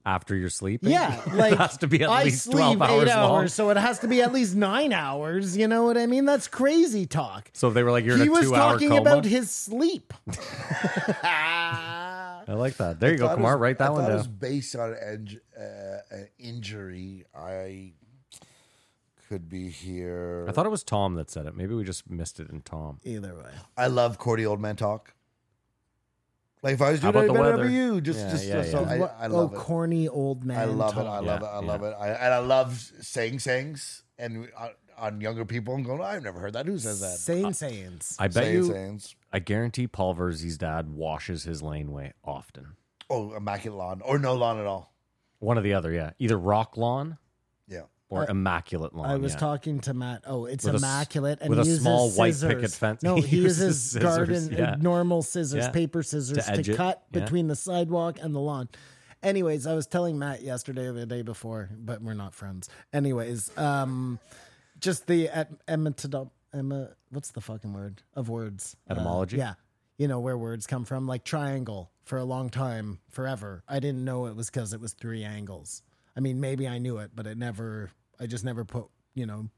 [SPEAKER 6] After you're sleeping.
[SPEAKER 7] yeah, like
[SPEAKER 6] it has to be at
[SPEAKER 7] I
[SPEAKER 6] least
[SPEAKER 7] sleep
[SPEAKER 6] 12
[SPEAKER 7] eight
[SPEAKER 6] hours, long.
[SPEAKER 7] hours, so it has to be at least nine hours. You know what I mean? That's crazy talk.
[SPEAKER 6] So they were like, you're
[SPEAKER 7] he
[SPEAKER 6] in a
[SPEAKER 7] was
[SPEAKER 6] two hour
[SPEAKER 7] talking
[SPEAKER 6] coma.
[SPEAKER 7] about his sleep.
[SPEAKER 6] I like that. There you
[SPEAKER 5] I
[SPEAKER 6] go,
[SPEAKER 5] thought it
[SPEAKER 6] Kumar.
[SPEAKER 5] was-
[SPEAKER 6] Write
[SPEAKER 5] I
[SPEAKER 6] that
[SPEAKER 5] thought
[SPEAKER 6] one
[SPEAKER 5] It
[SPEAKER 6] down.
[SPEAKER 5] was based on an, inj- uh, an injury. I could be here.
[SPEAKER 6] I thought it was Tom that said it. Maybe we just missed it in Tom.
[SPEAKER 7] Either way,
[SPEAKER 5] I love Cordy Oldman talk. Like if I was
[SPEAKER 6] How
[SPEAKER 5] doing it,
[SPEAKER 6] about
[SPEAKER 5] it'd
[SPEAKER 6] the
[SPEAKER 5] better be
[SPEAKER 6] weather?
[SPEAKER 5] you. Just,
[SPEAKER 6] Yeah,
[SPEAKER 5] just,
[SPEAKER 6] yeah,
[SPEAKER 5] so
[SPEAKER 6] yeah.
[SPEAKER 5] I, I
[SPEAKER 7] What-
[SPEAKER 5] love
[SPEAKER 7] oh,
[SPEAKER 5] it.
[SPEAKER 7] corny old man.
[SPEAKER 5] I love it.
[SPEAKER 7] talk.
[SPEAKER 5] I love
[SPEAKER 6] Yeah,
[SPEAKER 5] it. I
[SPEAKER 6] yeah.
[SPEAKER 5] love it. I, and I love saying sayings and on, on younger people. I'm going. I've never heard that. Who says that?
[SPEAKER 7] Sane sayings.
[SPEAKER 6] I bet
[SPEAKER 5] Saying
[SPEAKER 6] you.
[SPEAKER 5] sayings.
[SPEAKER 6] I guarantee Paul Verzi's dad washes his laneway often.
[SPEAKER 5] Oh, immaculate lawn or no lawn at all.
[SPEAKER 6] One or the other, yeah. Either rock lawn
[SPEAKER 5] Yeah.
[SPEAKER 6] or immaculate lawn.
[SPEAKER 7] I was
[SPEAKER 6] yeah.
[SPEAKER 7] talking to Matt. Oh, it's
[SPEAKER 6] With a s-
[SPEAKER 7] immaculate, and
[SPEAKER 6] with
[SPEAKER 7] he
[SPEAKER 6] a
[SPEAKER 7] uses
[SPEAKER 6] small white
[SPEAKER 7] scissors.
[SPEAKER 6] picket fence.
[SPEAKER 7] No,
[SPEAKER 6] He
[SPEAKER 7] he
[SPEAKER 6] uses
[SPEAKER 7] uses
[SPEAKER 6] scissors,
[SPEAKER 7] garden
[SPEAKER 6] yeah.
[SPEAKER 7] uh, normal scissors,
[SPEAKER 6] Yeah.
[SPEAKER 7] paper scissors
[SPEAKER 6] To
[SPEAKER 7] to,
[SPEAKER 6] edge it,
[SPEAKER 7] cut
[SPEAKER 6] yeah.
[SPEAKER 7] between the sidewalk and the lawn. Anyways, I was telling Matt yesterday or the day before, but we're not friends. Anyways, um, just the et- emetodom- ema- what's the fucking word of words? Uh,
[SPEAKER 6] Etymology?
[SPEAKER 7] yeah, you know where words come from, like triangle. For a long time, forever, I didn't know it was because it was three angles. I mean, maybe I knew it, but it never. I just never put you know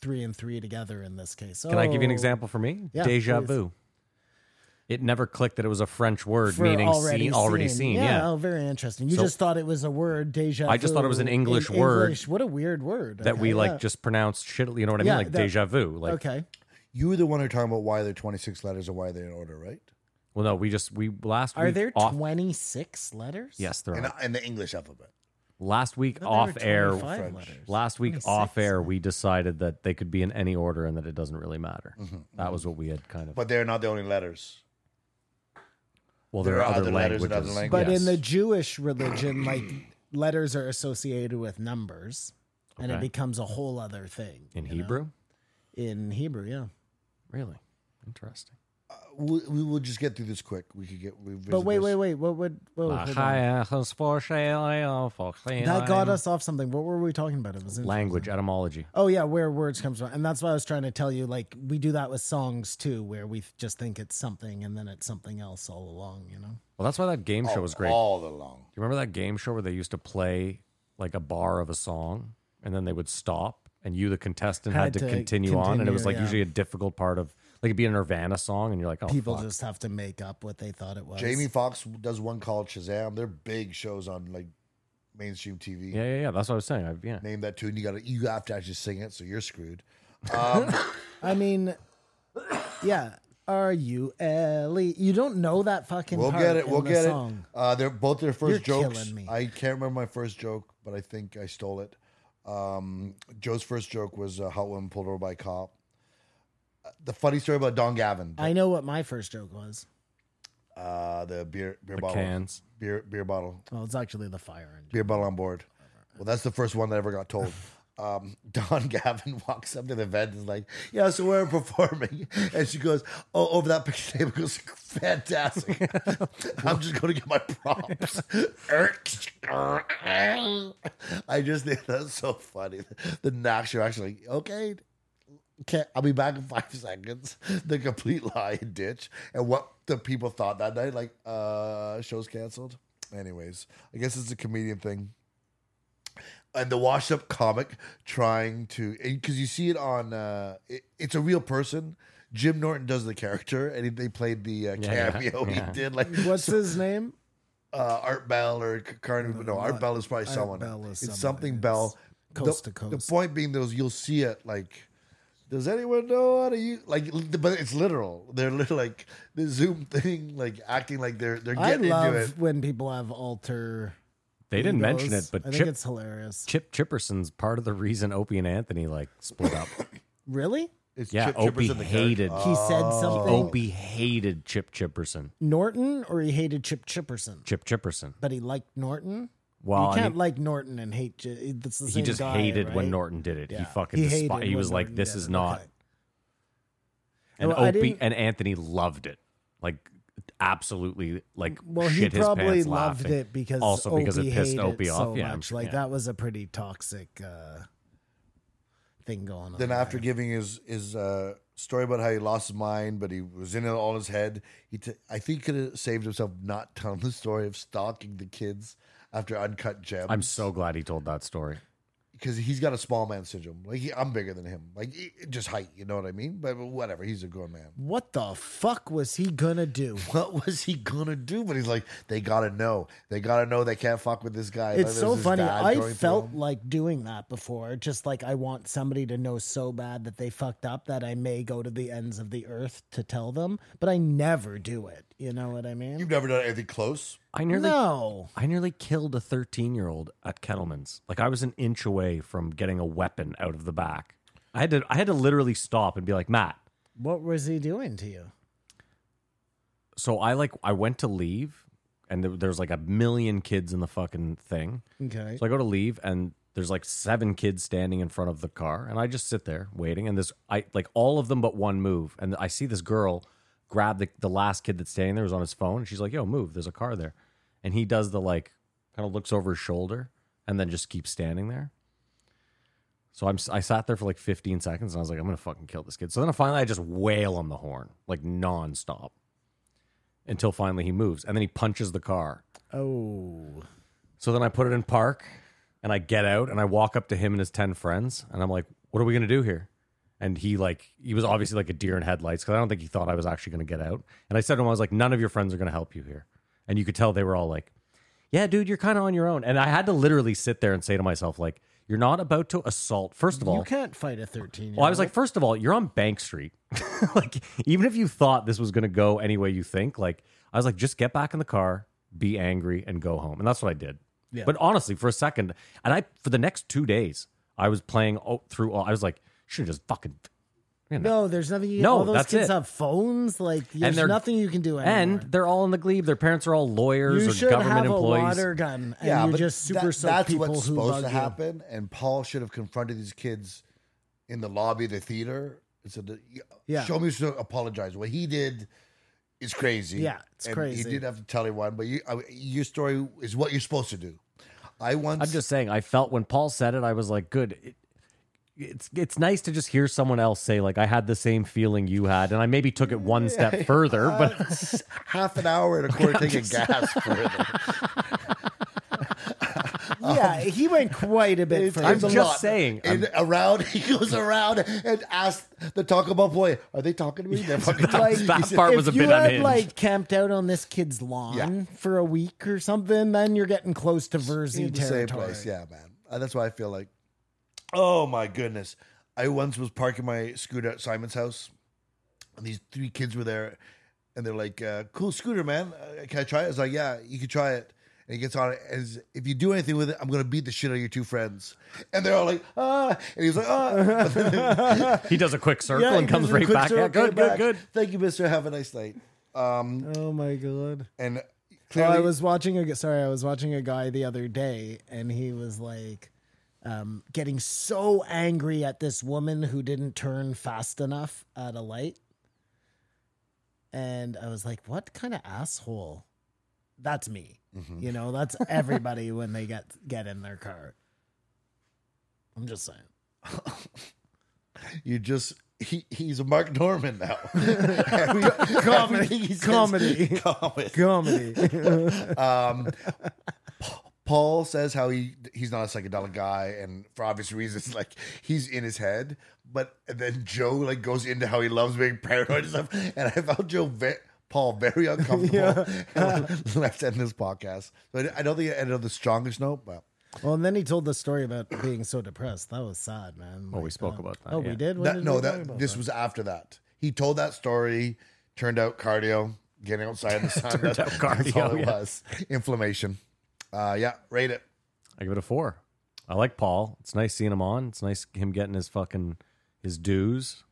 [SPEAKER 7] three and three together in this case.
[SPEAKER 6] Can I give you an
[SPEAKER 7] Oh,
[SPEAKER 6] example for me?
[SPEAKER 7] Yeah,
[SPEAKER 6] Deja
[SPEAKER 7] please.
[SPEAKER 6] vu. It never clicked that it was a French word
[SPEAKER 7] for
[SPEAKER 6] meaning seen, already seen. Yeah.
[SPEAKER 7] Oh, very interesting. You
[SPEAKER 6] So-
[SPEAKER 7] just thought it was a word, deja.
[SPEAKER 6] I just thought it was an
[SPEAKER 7] vu,
[SPEAKER 6] English
[SPEAKER 7] in
[SPEAKER 6] word
[SPEAKER 7] English. What a weird word
[SPEAKER 6] That
[SPEAKER 7] Okay,
[SPEAKER 6] we like
[SPEAKER 7] yeah.
[SPEAKER 6] just pronounced shittily. You know what I mean?
[SPEAKER 7] Yeah,
[SPEAKER 6] Like
[SPEAKER 7] that-
[SPEAKER 6] deja vu. Like,
[SPEAKER 7] okay.
[SPEAKER 5] You were the one who talking about why they're 26 letters and why they're in order, right?
[SPEAKER 6] well, no, we just we last
[SPEAKER 7] Are
[SPEAKER 6] week
[SPEAKER 7] there
[SPEAKER 6] off.
[SPEAKER 7] twenty six letters?
[SPEAKER 6] yes, there
[SPEAKER 5] And
[SPEAKER 6] are.
[SPEAKER 5] in, in the English alphabet.
[SPEAKER 6] Last week
[SPEAKER 7] I thought
[SPEAKER 6] off
[SPEAKER 7] there were
[SPEAKER 6] air,
[SPEAKER 7] 25
[SPEAKER 5] French.
[SPEAKER 7] letters.
[SPEAKER 6] last week
[SPEAKER 7] 26.
[SPEAKER 6] off air, we decided that they could be in any order and that it doesn't really matter. That was what we had kind of.
[SPEAKER 5] But they're not the only letters.
[SPEAKER 6] well, there, are, other
[SPEAKER 5] letters
[SPEAKER 6] languages.
[SPEAKER 5] and other
[SPEAKER 7] But
[SPEAKER 5] Yes.
[SPEAKER 7] in the Jewish religion, like letters are associated with numbers, and it
[SPEAKER 6] Okay.
[SPEAKER 7] becomes a whole other thing
[SPEAKER 6] in
[SPEAKER 7] you know?
[SPEAKER 6] Hebrew,
[SPEAKER 7] In Hebrew, yeah.
[SPEAKER 6] really interesting.
[SPEAKER 5] Uh, We, we will just get through this quick. We could get. We
[SPEAKER 7] But wait, wait, wait. What would? What would Oh, hold on. That
[SPEAKER 6] That
[SPEAKER 7] got us off something. What were we talking about? It was interesting.
[SPEAKER 6] language etymology.
[SPEAKER 7] Oh yeah, where words comes from, and that's why I was trying to tell you. Like we do that with songs too, where we just think it's something and then it's something else all along. You know,
[SPEAKER 6] Well, that's why that game show was great.
[SPEAKER 5] Oh, All along.
[SPEAKER 6] Do you remember that game show where they used to play like a bar of a song and then they would stop and you, the contestant, had,
[SPEAKER 7] Had
[SPEAKER 6] to,
[SPEAKER 7] to
[SPEAKER 6] continue, on? And it
[SPEAKER 7] continue,
[SPEAKER 6] was like
[SPEAKER 7] yeah.
[SPEAKER 6] usually a difficult part of Like it'd be a Nirvana song, and you're like, oh,
[SPEAKER 7] People
[SPEAKER 6] fuck.
[SPEAKER 7] just have to make up what they thought it was.
[SPEAKER 5] Jamie Foxx does one called Shazam. They're big shows on like mainstream TV.
[SPEAKER 6] yeah, yeah, yeah. That's what I was saying. I, yeah,
[SPEAKER 5] Name that tune. You got to you have to actually sing it, so you're screwed. Um,
[SPEAKER 7] I mean, yeah. Are you Ellie? You don't know that fucking.
[SPEAKER 5] we'll
[SPEAKER 7] part
[SPEAKER 5] get it.
[SPEAKER 7] in
[SPEAKER 5] We'll
[SPEAKER 7] the
[SPEAKER 5] get
[SPEAKER 7] song.
[SPEAKER 5] it. Uh, they're both their 1st
[SPEAKER 7] You're
[SPEAKER 5] jokes.
[SPEAKER 7] killing me.
[SPEAKER 5] I can't remember my first joke, but I think I stole it. Um, Joe's first joke was uh, hot woman pulled over by a cop. Uh, The funny story about Don Gavin,
[SPEAKER 7] I know what my first joke was.
[SPEAKER 5] uh, the beer beer
[SPEAKER 6] the
[SPEAKER 5] bottle,
[SPEAKER 6] cans.
[SPEAKER 5] beer beer bottle
[SPEAKER 7] Well, it's actually the fire engine.
[SPEAKER 5] beer bottle on board. Well, that's the first one that ever got told. Um, Don Gavin walks up to the vet and is like, "Yeah, so we're performing," and she goes, "Oh, over that picture table goes fantastic. I'm just going to get my props." I just think that's so funny. The knocks are actually okay. Okay, I'll be back in five seconds. The complete lie and ditch, and what the people thought that night, like, uh, show's canceled. Anyways, I guess it's a comedian thing. And the washed up comic trying to, because you see it on, uh, it, it's a real person. Jim Norton does the character, and he, they played the uh,
[SPEAKER 6] Yeah, yeah,
[SPEAKER 5] cameo
[SPEAKER 6] yeah.
[SPEAKER 5] he did, like
[SPEAKER 7] What's his name?
[SPEAKER 5] uh, Art Bell or C- Carney. No, Art Bell is probably
[SPEAKER 7] Art
[SPEAKER 5] someone.
[SPEAKER 7] Bell
[SPEAKER 5] it's
[SPEAKER 7] is someone,
[SPEAKER 5] something
[SPEAKER 7] yes.
[SPEAKER 5] Bell.
[SPEAKER 7] Coast
[SPEAKER 5] the,
[SPEAKER 7] to coast.
[SPEAKER 5] The point being, those you'll see it like. Does anyone know how to use like? But it's literal. They're literally like the Zoom thing, like acting like they're they're
[SPEAKER 7] I
[SPEAKER 5] getting
[SPEAKER 7] love
[SPEAKER 5] into it.
[SPEAKER 7] when people have alter.
[SPEAKER 6] They didn't
[SPEAKER 7] egos.
[SPEAKER 6] mention it,
[SPEAKER 7] I
[SPEAKER 6] but
[SPEAKER 7] think
[SPEAKER 6] Chip
[SPEAKER 7] it's hilarious.
[SPEAKER 6] Chip Chipperson's part of the reason Opie and Anthony like split up.
[SPEAKER 7] Really?
[SPEAKER 5] It's
[SPEAKER 6] yeah,
[SPEAKER 5] Chip Chipperson,
[SPEAKER 6] Opie
[SPEAKER 5] the character.
[SPEAKER 6] hated.
[SPEAKER 7] He said
[SPEAKER 5] Oh.
[SPEAKER 7] something.
[SPEAKER 6] Opie hated Chip Chipperson.
[SPEAKER 7] Norton, or he hated Chip Chipperson,
[SPEAKER 6] Chip Chipperson.
[SPEAKER 7] but he liked Norton.
[SPEAKER 6] Well,
[SPEAKER 7] you
[SPEAKER 6] and
[SPEAKER 7] can't
[SPEAKER 6] he-
[SPEAKER 7] like Norton and hate. J- It's the
[SPEAKER 6] he,
[SPEAKER 7] same
[SPEAKER 6] just
[SPEAKER 7] guy,
[SPEAKER 6] hated
[SPEAKER 7] right?
[SPEAKER 6] when Norton did it. He
[SPEAKER 7] Yeah.
[SPEAKER 6] fucking
[SPEAKER 7] He
[SPEAKER 6] he
[SPEAKER 7] hated
[SPEAKER 6] He
[SPEAKER 7] when
[SPEAKER 6] was like,
[SPEAKER 7] Norton
[SPEAKER 6] "This
[SPEAKER 7] did
[SPEAKER 6] is
[SPEAKER 7] it."
[SPEAKER 6] not."
[SPEAKER 7] Okay.
[SPEAKER 6] And
[SPEAKER 7] Well, I
[SPEAKER 6] Opie
[SPEAKER 7] didn't-
[SPEAKER 6] and Anthony loved it. Like absolutely. Like
[SPEAKER 7] Well, he
[SPEAKER 6] shit his
[SPEAKER 7] probably
[SPEAKER 6] pants
[SPEAKER 7] loved
[SPEAKER 6] laughing.
[SPEAKER 7] it because
[SPEAKER 6] also because
[SPEAKER 7] Opie
[SPEAKER 6] it pissed
[SPEAKER 7] hated
[SPEAKER 6] Opie
[SPEAKER 7] so
[SPEAKER 6] off. yeah, I'm
[SPEAKER 7] much.
[SPEAKER 6] sure-
[SPEAKER 7] like
[SPEAKER 6] yeah.
[SPEAKER 7] that was a pretty toxic uh, thing going on.
[SPEAKER 5] Then
[SPEAKER 7] there.
[SPEAKER 5] after giving his his uh, story about how he lost his mind, but he was in it all in his head. He t- I think could have saved himself not telling the story of stalking the kids after Uncut Gems.
[SPEAKER 6] I'm so glad he told that story.
[SPEAKER 5] because he's got a small man syndrome. Like he, I'm bigger than him. Like he- just height, you know what I mean? But, but whatever, he's a grown man.
[SPEAKER 7] what the fuck was he gonna do?
[SPEAKER 5] What was he gonna do? But he's like, they gotta know. They gotta know they can't fuck with this guy. Like,
[SPEAKER 7] It's
[SPEAKER 5] there's
[SPEAKER 7] so
[SPEAKER 5] his
[SPEAKER 7] funny.
[SPEAKER 5] dad
[SPEAKER 7] I
[SPEAKER 5] going through
[SPEAKER 7] felt
[SPEAKER 5] him.
[SPEAKER 7] like doing that before. Just like I want somebody to know so bad that they fucked up that I may go to the ends of the earth to tell them, but I never do it. You know what I mean?
[SPEAKER 5] you've never done anything close.
[SPEAKER 6] I nearly
[SPEAKER 7] No.
[SPEAKER 6] I nearly killed a 13 year old at Kettleman's. Like I was an inch away from getting a weapon out of the back. I had to I had to literally stop and be like, Matt.
[SPEAKER 7] What was he doing to you?
[SPEAKER 6] So I like I went to leave and there, there's like a million kids in the fucking thing.
[SPEAKER 7] Okay.
[SPEAKER 6] So I go to leave and there's like seven kids standing in front of the car and I just sit there waiting and this I like all of them but one move and I see this girl grab the, the last kid that's standing there who's on his phone and she's like, "Yo, move, there's a car there." And he does the like kind of looks over his shoulder and then just keeps standing there. So I'm I sat there for like 15 seconds and I was like, I'm gonna fucking kill this kid. So then finally I just wail on the horn like nonstop until finally he moves and then he punches the car.
[SPEAKER 7] oh.
[SPEAKER 6] So then I put it in park and I get out and I walk up to him and his 10 friends and I'm like, what are we going to do here? And he like, he was obviously like a deer in headlights because I don't think he thought I was actually going to get out. And I said to him, I was like, none of your friends are going to help you here. And you could tell they were all like, yeah, dude, you're kind of on your own. And I had to literally sit there and say to myself, like, you're not about to assault. First of all,
[SPEAKER 7] Oh. You can't fight a 13 year
[SPEAKER 6] well, I was like, first of all, you're on Bank Street. like, even if you thought this was going to go any way you think, like, I was like, just get back in the car, be angry, and go home. And that's what I did.
[SPEAKER 7] Yeah.
[SPEAKER 6] But honestly, for a second, and I, for the next two days, I was playing all, through all, I was like, should have just fucking. You know.
[SPEAKER 7] No, there's nothing you can
[SPEAKER 6] No,
[SPEAKER 7] All those
[SPEAKER 6] that's
[SPEAKER 7] kids
[SPEAKER 6] it.
[SPEAKER 7] have phones. Like, there's
[SPEAKER 6] they're-
[SPEAKER 7] nothing you can do anymore.
[SPEAKER 6] And they're all in the glebe. Their parents are all lawyers
[SPEAKER 7] you
[SPEAKER 6] or
[SPEAKER 7] should
[SPEAKER 6] government
[SPEAKER 7] have
[SPEAKER 6] employees.
[SPEAKER 7] a water gun and you just super
[SPEAKER 5] that-
[SPEAKER 7] soak
[SPEAKER 5] that's
[SPEAKER 7] people
[SPEAKER 5] what's
[SPEAKER 7] who
[SPEAKER 5] supposed
[SPEAKER 7] bug
[SPEAKER 5] to
[SPEAKER 7] you.
[SPEAKER 5] happen. And Paul should have confronted these kids in the lobby of the theater and said,
[SPEAKER 7] Yeah.
[SPEAKER 5] "Show me to apologize." What he did is crazy.
[SPEAKER 7] Yeah, it's
[SPEAKER 5] And
[SPEAKER 7] crazy.
[SPEAKER 5] You didn't have to tell anyone, but you, I, your story is what you're supposed to do. I once
[SPEAKER 6] I'm just saying, I felt when Paul said it, I was like, good. It, it's it's nice to just hear someone else say like I had the same feeling you had, and I maybe took it one step further, but
[SPEAKER 5] half an hour and a quarter tank of gas for them.
[SPEAKER 7] yeah, he went quite a bit
[SPEAKER 5] It-
[SPEAKER 7] further.
[SPEAKER 6] I'm
[SPEAKER 5] Oh. it's a
[SPEAKER 6] just
[SPEAKER 5] lot.
[SPEAKER 6] saying,
[SPEAKER 5] And around, he goes around and asks the Taco Bell boy, "Are they talking to me?" They're fucking talking to me."
[SPEAKER 6] that part
[SPEAKER 7] if
[SPEAKER 6] was a
[SPEAKER 7] you
[SPEAKER 6] bit
[SPEAKER 7] had
[SPEAKER 6] unhinged.
[SPEAKER 7] like camped out on this kid's lawn for a week or something, then you're getting close to Verzi
[SPEAKER 5] In the same
[SPEAKER 7] territory.
[SPEAKER 5] place. Yeah, man. Uh, that's why I feel like, oh my goodness. I once was parking my scooter at Simon's house, and these three kids were there, and they're like, uh, "Cool scooter, man. Uh, can I try it?" I was like, "Yeah, you can try it." And he gets on it, and he's, if you do anything with it, I'm gonna beat the shit out of your two friends. And they're all like, "Ah!" And he's like, "Ah!"
[SPEAKER 6] He does a quick circle
[SPEAKER 5] Yeah,
[SPEAKER 6] and comes
[SPEAKER 5] he does a
[SPEAKER 6] right
[SPEAKER 5] quick
[SPEAKER 6] back.
[SPEAKER 5] circle
[SPEAKER 6] Yeah, good, good,
[SPEAKER 5] back.
[SPEAKER 6] good.
[SPEAKER 5] Thank you, Mister. Have a nice night. Um,
[SPEAKER 7] Oh my god.
[SPEAKER 5] and
[SPEAKER 7] Well,
[SPEAKER 5] clearly,
[SPEAKER 7] I was watching a sorry, I was watching a guy the other day, and he was like, um, getting so angry at this woman who didn't turn fast enough at a light, and I was like, what kind of asshole? That's me.
[SPEAKER 5] Mm-hmm.
[SPEAKER 7] You know, that's everybody when they get get in their car. I'm just saying.
[SPEAKER 5] you just. He, he's a Mark Norman now. Every- everything he says-
[SPEAKER 7] comedy.
[SPEAKER 5] comedy.
[SPEAKER 7] Comedy.
[SPEAKER 5] Um, Pa- Paul says how he he's not a psychedelic guy, and for obvious reasons, like he's in his head. But and then Joe like goes into how he loves being paranoid and stuff. And I found Joe ve- Paul very uncomfortable and left in this podcast. So I- I don't think it ended on the strongest note, but
[SPEAKER 7] well, and then he told the story about being so depressed. That was sad, man.
[SPEAKER 6] Well, we
[SPEAKER 7] Like,
[SPEAKER 6] spoke
[SPEAKER 7] uh,
[SPEAKER 6] about that.
[SPEAKER 7] Oh,
[SPEAKER 6] yeah.
[SPEAKER 7] we did. When
[SPEAKER 5] that,
[SPEAKER 7] did
[SPEAKER 5] no,
[SPEAKER 7] we talk
[SPEAKER 5] that
[SPEAKER 7] about
[SPEAKER 5] this was after that. He told that story. Turned out cardio, getting outside in the sun.
[SPEAKER 6] Turned out
[SPEAKER 5] That's all
[SPEAKER 6] cardio,
[SPEAKER 5] it
[SPEAKER 6] yeah.
[SPEAKER 5] was. Inflammation. Uh, yeah, rate it.
[SPEAKER 6] I give it a four. I like Paul. It's nice seeing him on. It's nice him getting his fucking his dues.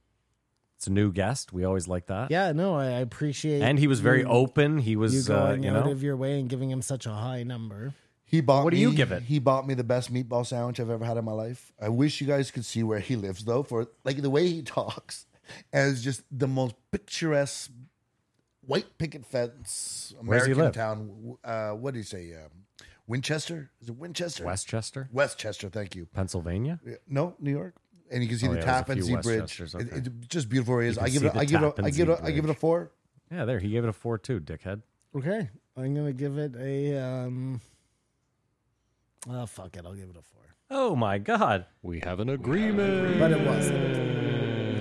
[SPEAKER 6] It's a new guest. We always like that.
[SPEAKER 7] Yeah, no, I I appreciate.
[SPEAKER 6] And he was very
[SPEAKER 7] you-
[SPEAKER 6] open. He
[SPEAKER 7] You
[SPEAKER 6] was, uh,
[SPEAKER 7] going
[SPEAKER 6] you
[SPEAKER 7] out
[SPEAKER 6] know,
[SPEAKER 7] of your way and giving him such a high number.
[SPEAKER 5] He bought.
[SPEAKER 6] What do
[SPEAKER 5] me-
[SPEAKER 6] you give it?
[SPEAKER 5] He bought me the best meatball sandwich I've ever had in my life. I wish you guys could see where he lives, though, for like the way he talks, as just the most picturesque white picket fence American
[SPEAKER 6] Where's he live?
[SPEAKER 5] town. Uh, what do you say? Um, Winchester? Is it Winchester?
[SPEAKER 6] Westchester,
[SPEAKER 5] Westchester. Thank you.
[SPEAKER 6] Pennsylvania.
[SPEAKER 5] No, New York. And you can see
[SPEAKER 6] Oh,
[SPEAKER 5] the
[SPEAKER 6] yeah, there's a
[SPEAKER 5] Tappan
[SPEAKER 6] few
[SPEAKER 5] Zee Bridge.
[SPEAKER 6] Westchesters,
[SPEAKER 5] It-
[SPEAKER 6] okay.
[SPEAKER 5] it's just beautiful areas.
[SPEAKER 6] can
[SPEAKER 5] I give
[SPEAKER 6] see
[SPEAKER 5] it. A,
[SPEAKER 6] the
[SPEAKER 5] I give it. A,
[SPEAKER 6] Tappan
[SPEAKER 5] I give
[SPEAKER 6] Zee
[SPEAKER 5] it. A, I give it a
[SPEAKER 6] Bridge.
[SPEAKER 5] four.
[SPEAKER 6] Yeah, there. He gave it a four too, dickhead.
[SPEAKER 7] Okay, I'm gonna give it a. um Oh fuck it, I'll give it a four.
[SPEAKER 6] Oh my god. We have an agreement.
[SPEAKER 7] But it wasn't.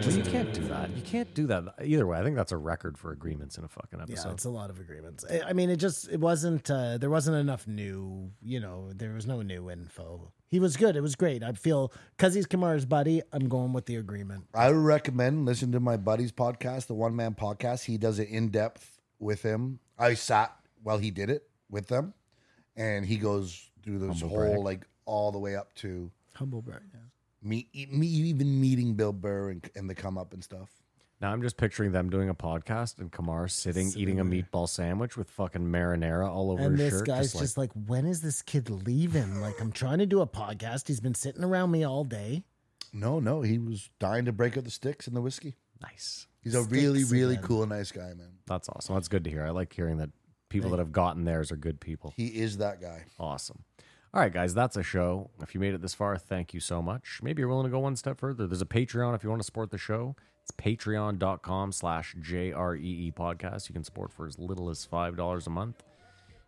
[SPEAKER 6] Well, you can't do that. You can't do that either way. I think that's a record for agreements in a fucking
[SPEAKER 7] Yeah,
[SPEAKER 6] episode.
[SPEAKER 7] it's a lot of agreements. I, I mean, it just it wasn't. uh There wasn't enough new. You know, there was no new info. He was good. It was great. I feel because he's Kamara's buddy. I'm going with the agreement.
[SPEAKER 5] I would recommend listening to my buddy's podcast, the One Man Podcast. He does it in depth with him. I sat while he did it with them, and he goes through this whole like all the way up to
[SPEAKER 7] Humble brag. Yeah.
[SPEAKER 5] me, e, me even meeting Bill Burr and, and the come up and stuff.
[SPEAKER 6] Now I'm just picturing them doing a podcast and Kamar sitting, eating a meatball sandwich with fucking marinara all over
[SPEAKER 7] And
[SPEAKER 6] his
[SPEAKER 7] this
[SPEAKER 6] shirt.
[SPEAKER 7] guy's
[SPEAKER 6] just like-
[SPEAKER 7] just like, when is this kid leaving? Like, I'm trying to do a podcast. He's been sitting around me all day.
[SPEAKER 5] No, no, he was dying to break up the sticks and the whiskey.
[SPEAKER 6] nice.
[SPEAKER 5] He's a really,
[SPEAKER 7] Sticks
[SPEAKER 5] really
[SPEAKER 7] again.
[SPEAKER 5] cool, nice guy, man.
[SPEAKER 6] That's awesome. That's good to hear. I like hearing that people that have gotten theirs are good people.
[SPEAKER 5] He is that guy.
[SPEAKER 6] Awesome. All right, guys, that's a show. If you made it this far, thank you so much. Maybe you're willing to go one step further. There's a Patreon if you want to support the show. It's patreon.com slash JREE E podcast. You can support for as little as $5 a month.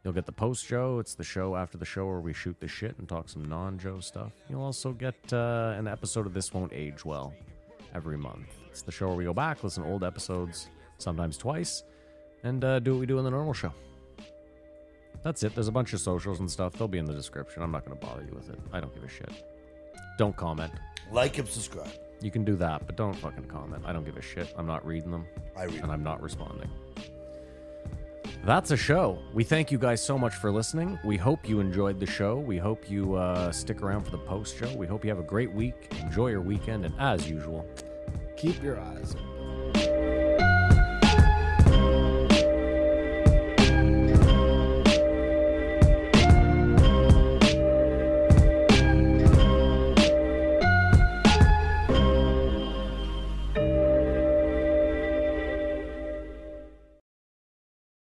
[SPEAKER 6] You'll get the post show. It's the show after the show where we shoot the shit and talk some non Joe stuff. You'll also get uh, an episode of This Won't Age Well every month. It's the show where we go back, listen to old episodes, sometimes twice, and uh, do what we do in the normal show. That's it. There's a bunch of socials and stuff. They'll be in the description. I'm not going to bother you with it. I don't give a shit. Don't comment.
[SPEAKER 5] Like him, subscribe.
[SPEAKER 6] You can do that, but don't fucking comment. I don't give a shit. I'm not reading them
[SPEAKER 5] I read.
[SPEAKER 6] and I'm not responding. That's a show. We thank you guys so much for listening. We hope you enjoyed the show. We hope you uh, stick around for the post show. We hope you have a great week. Enjoy your weekend. And as usual,
[SPEAKER 7] Keep your eyes open.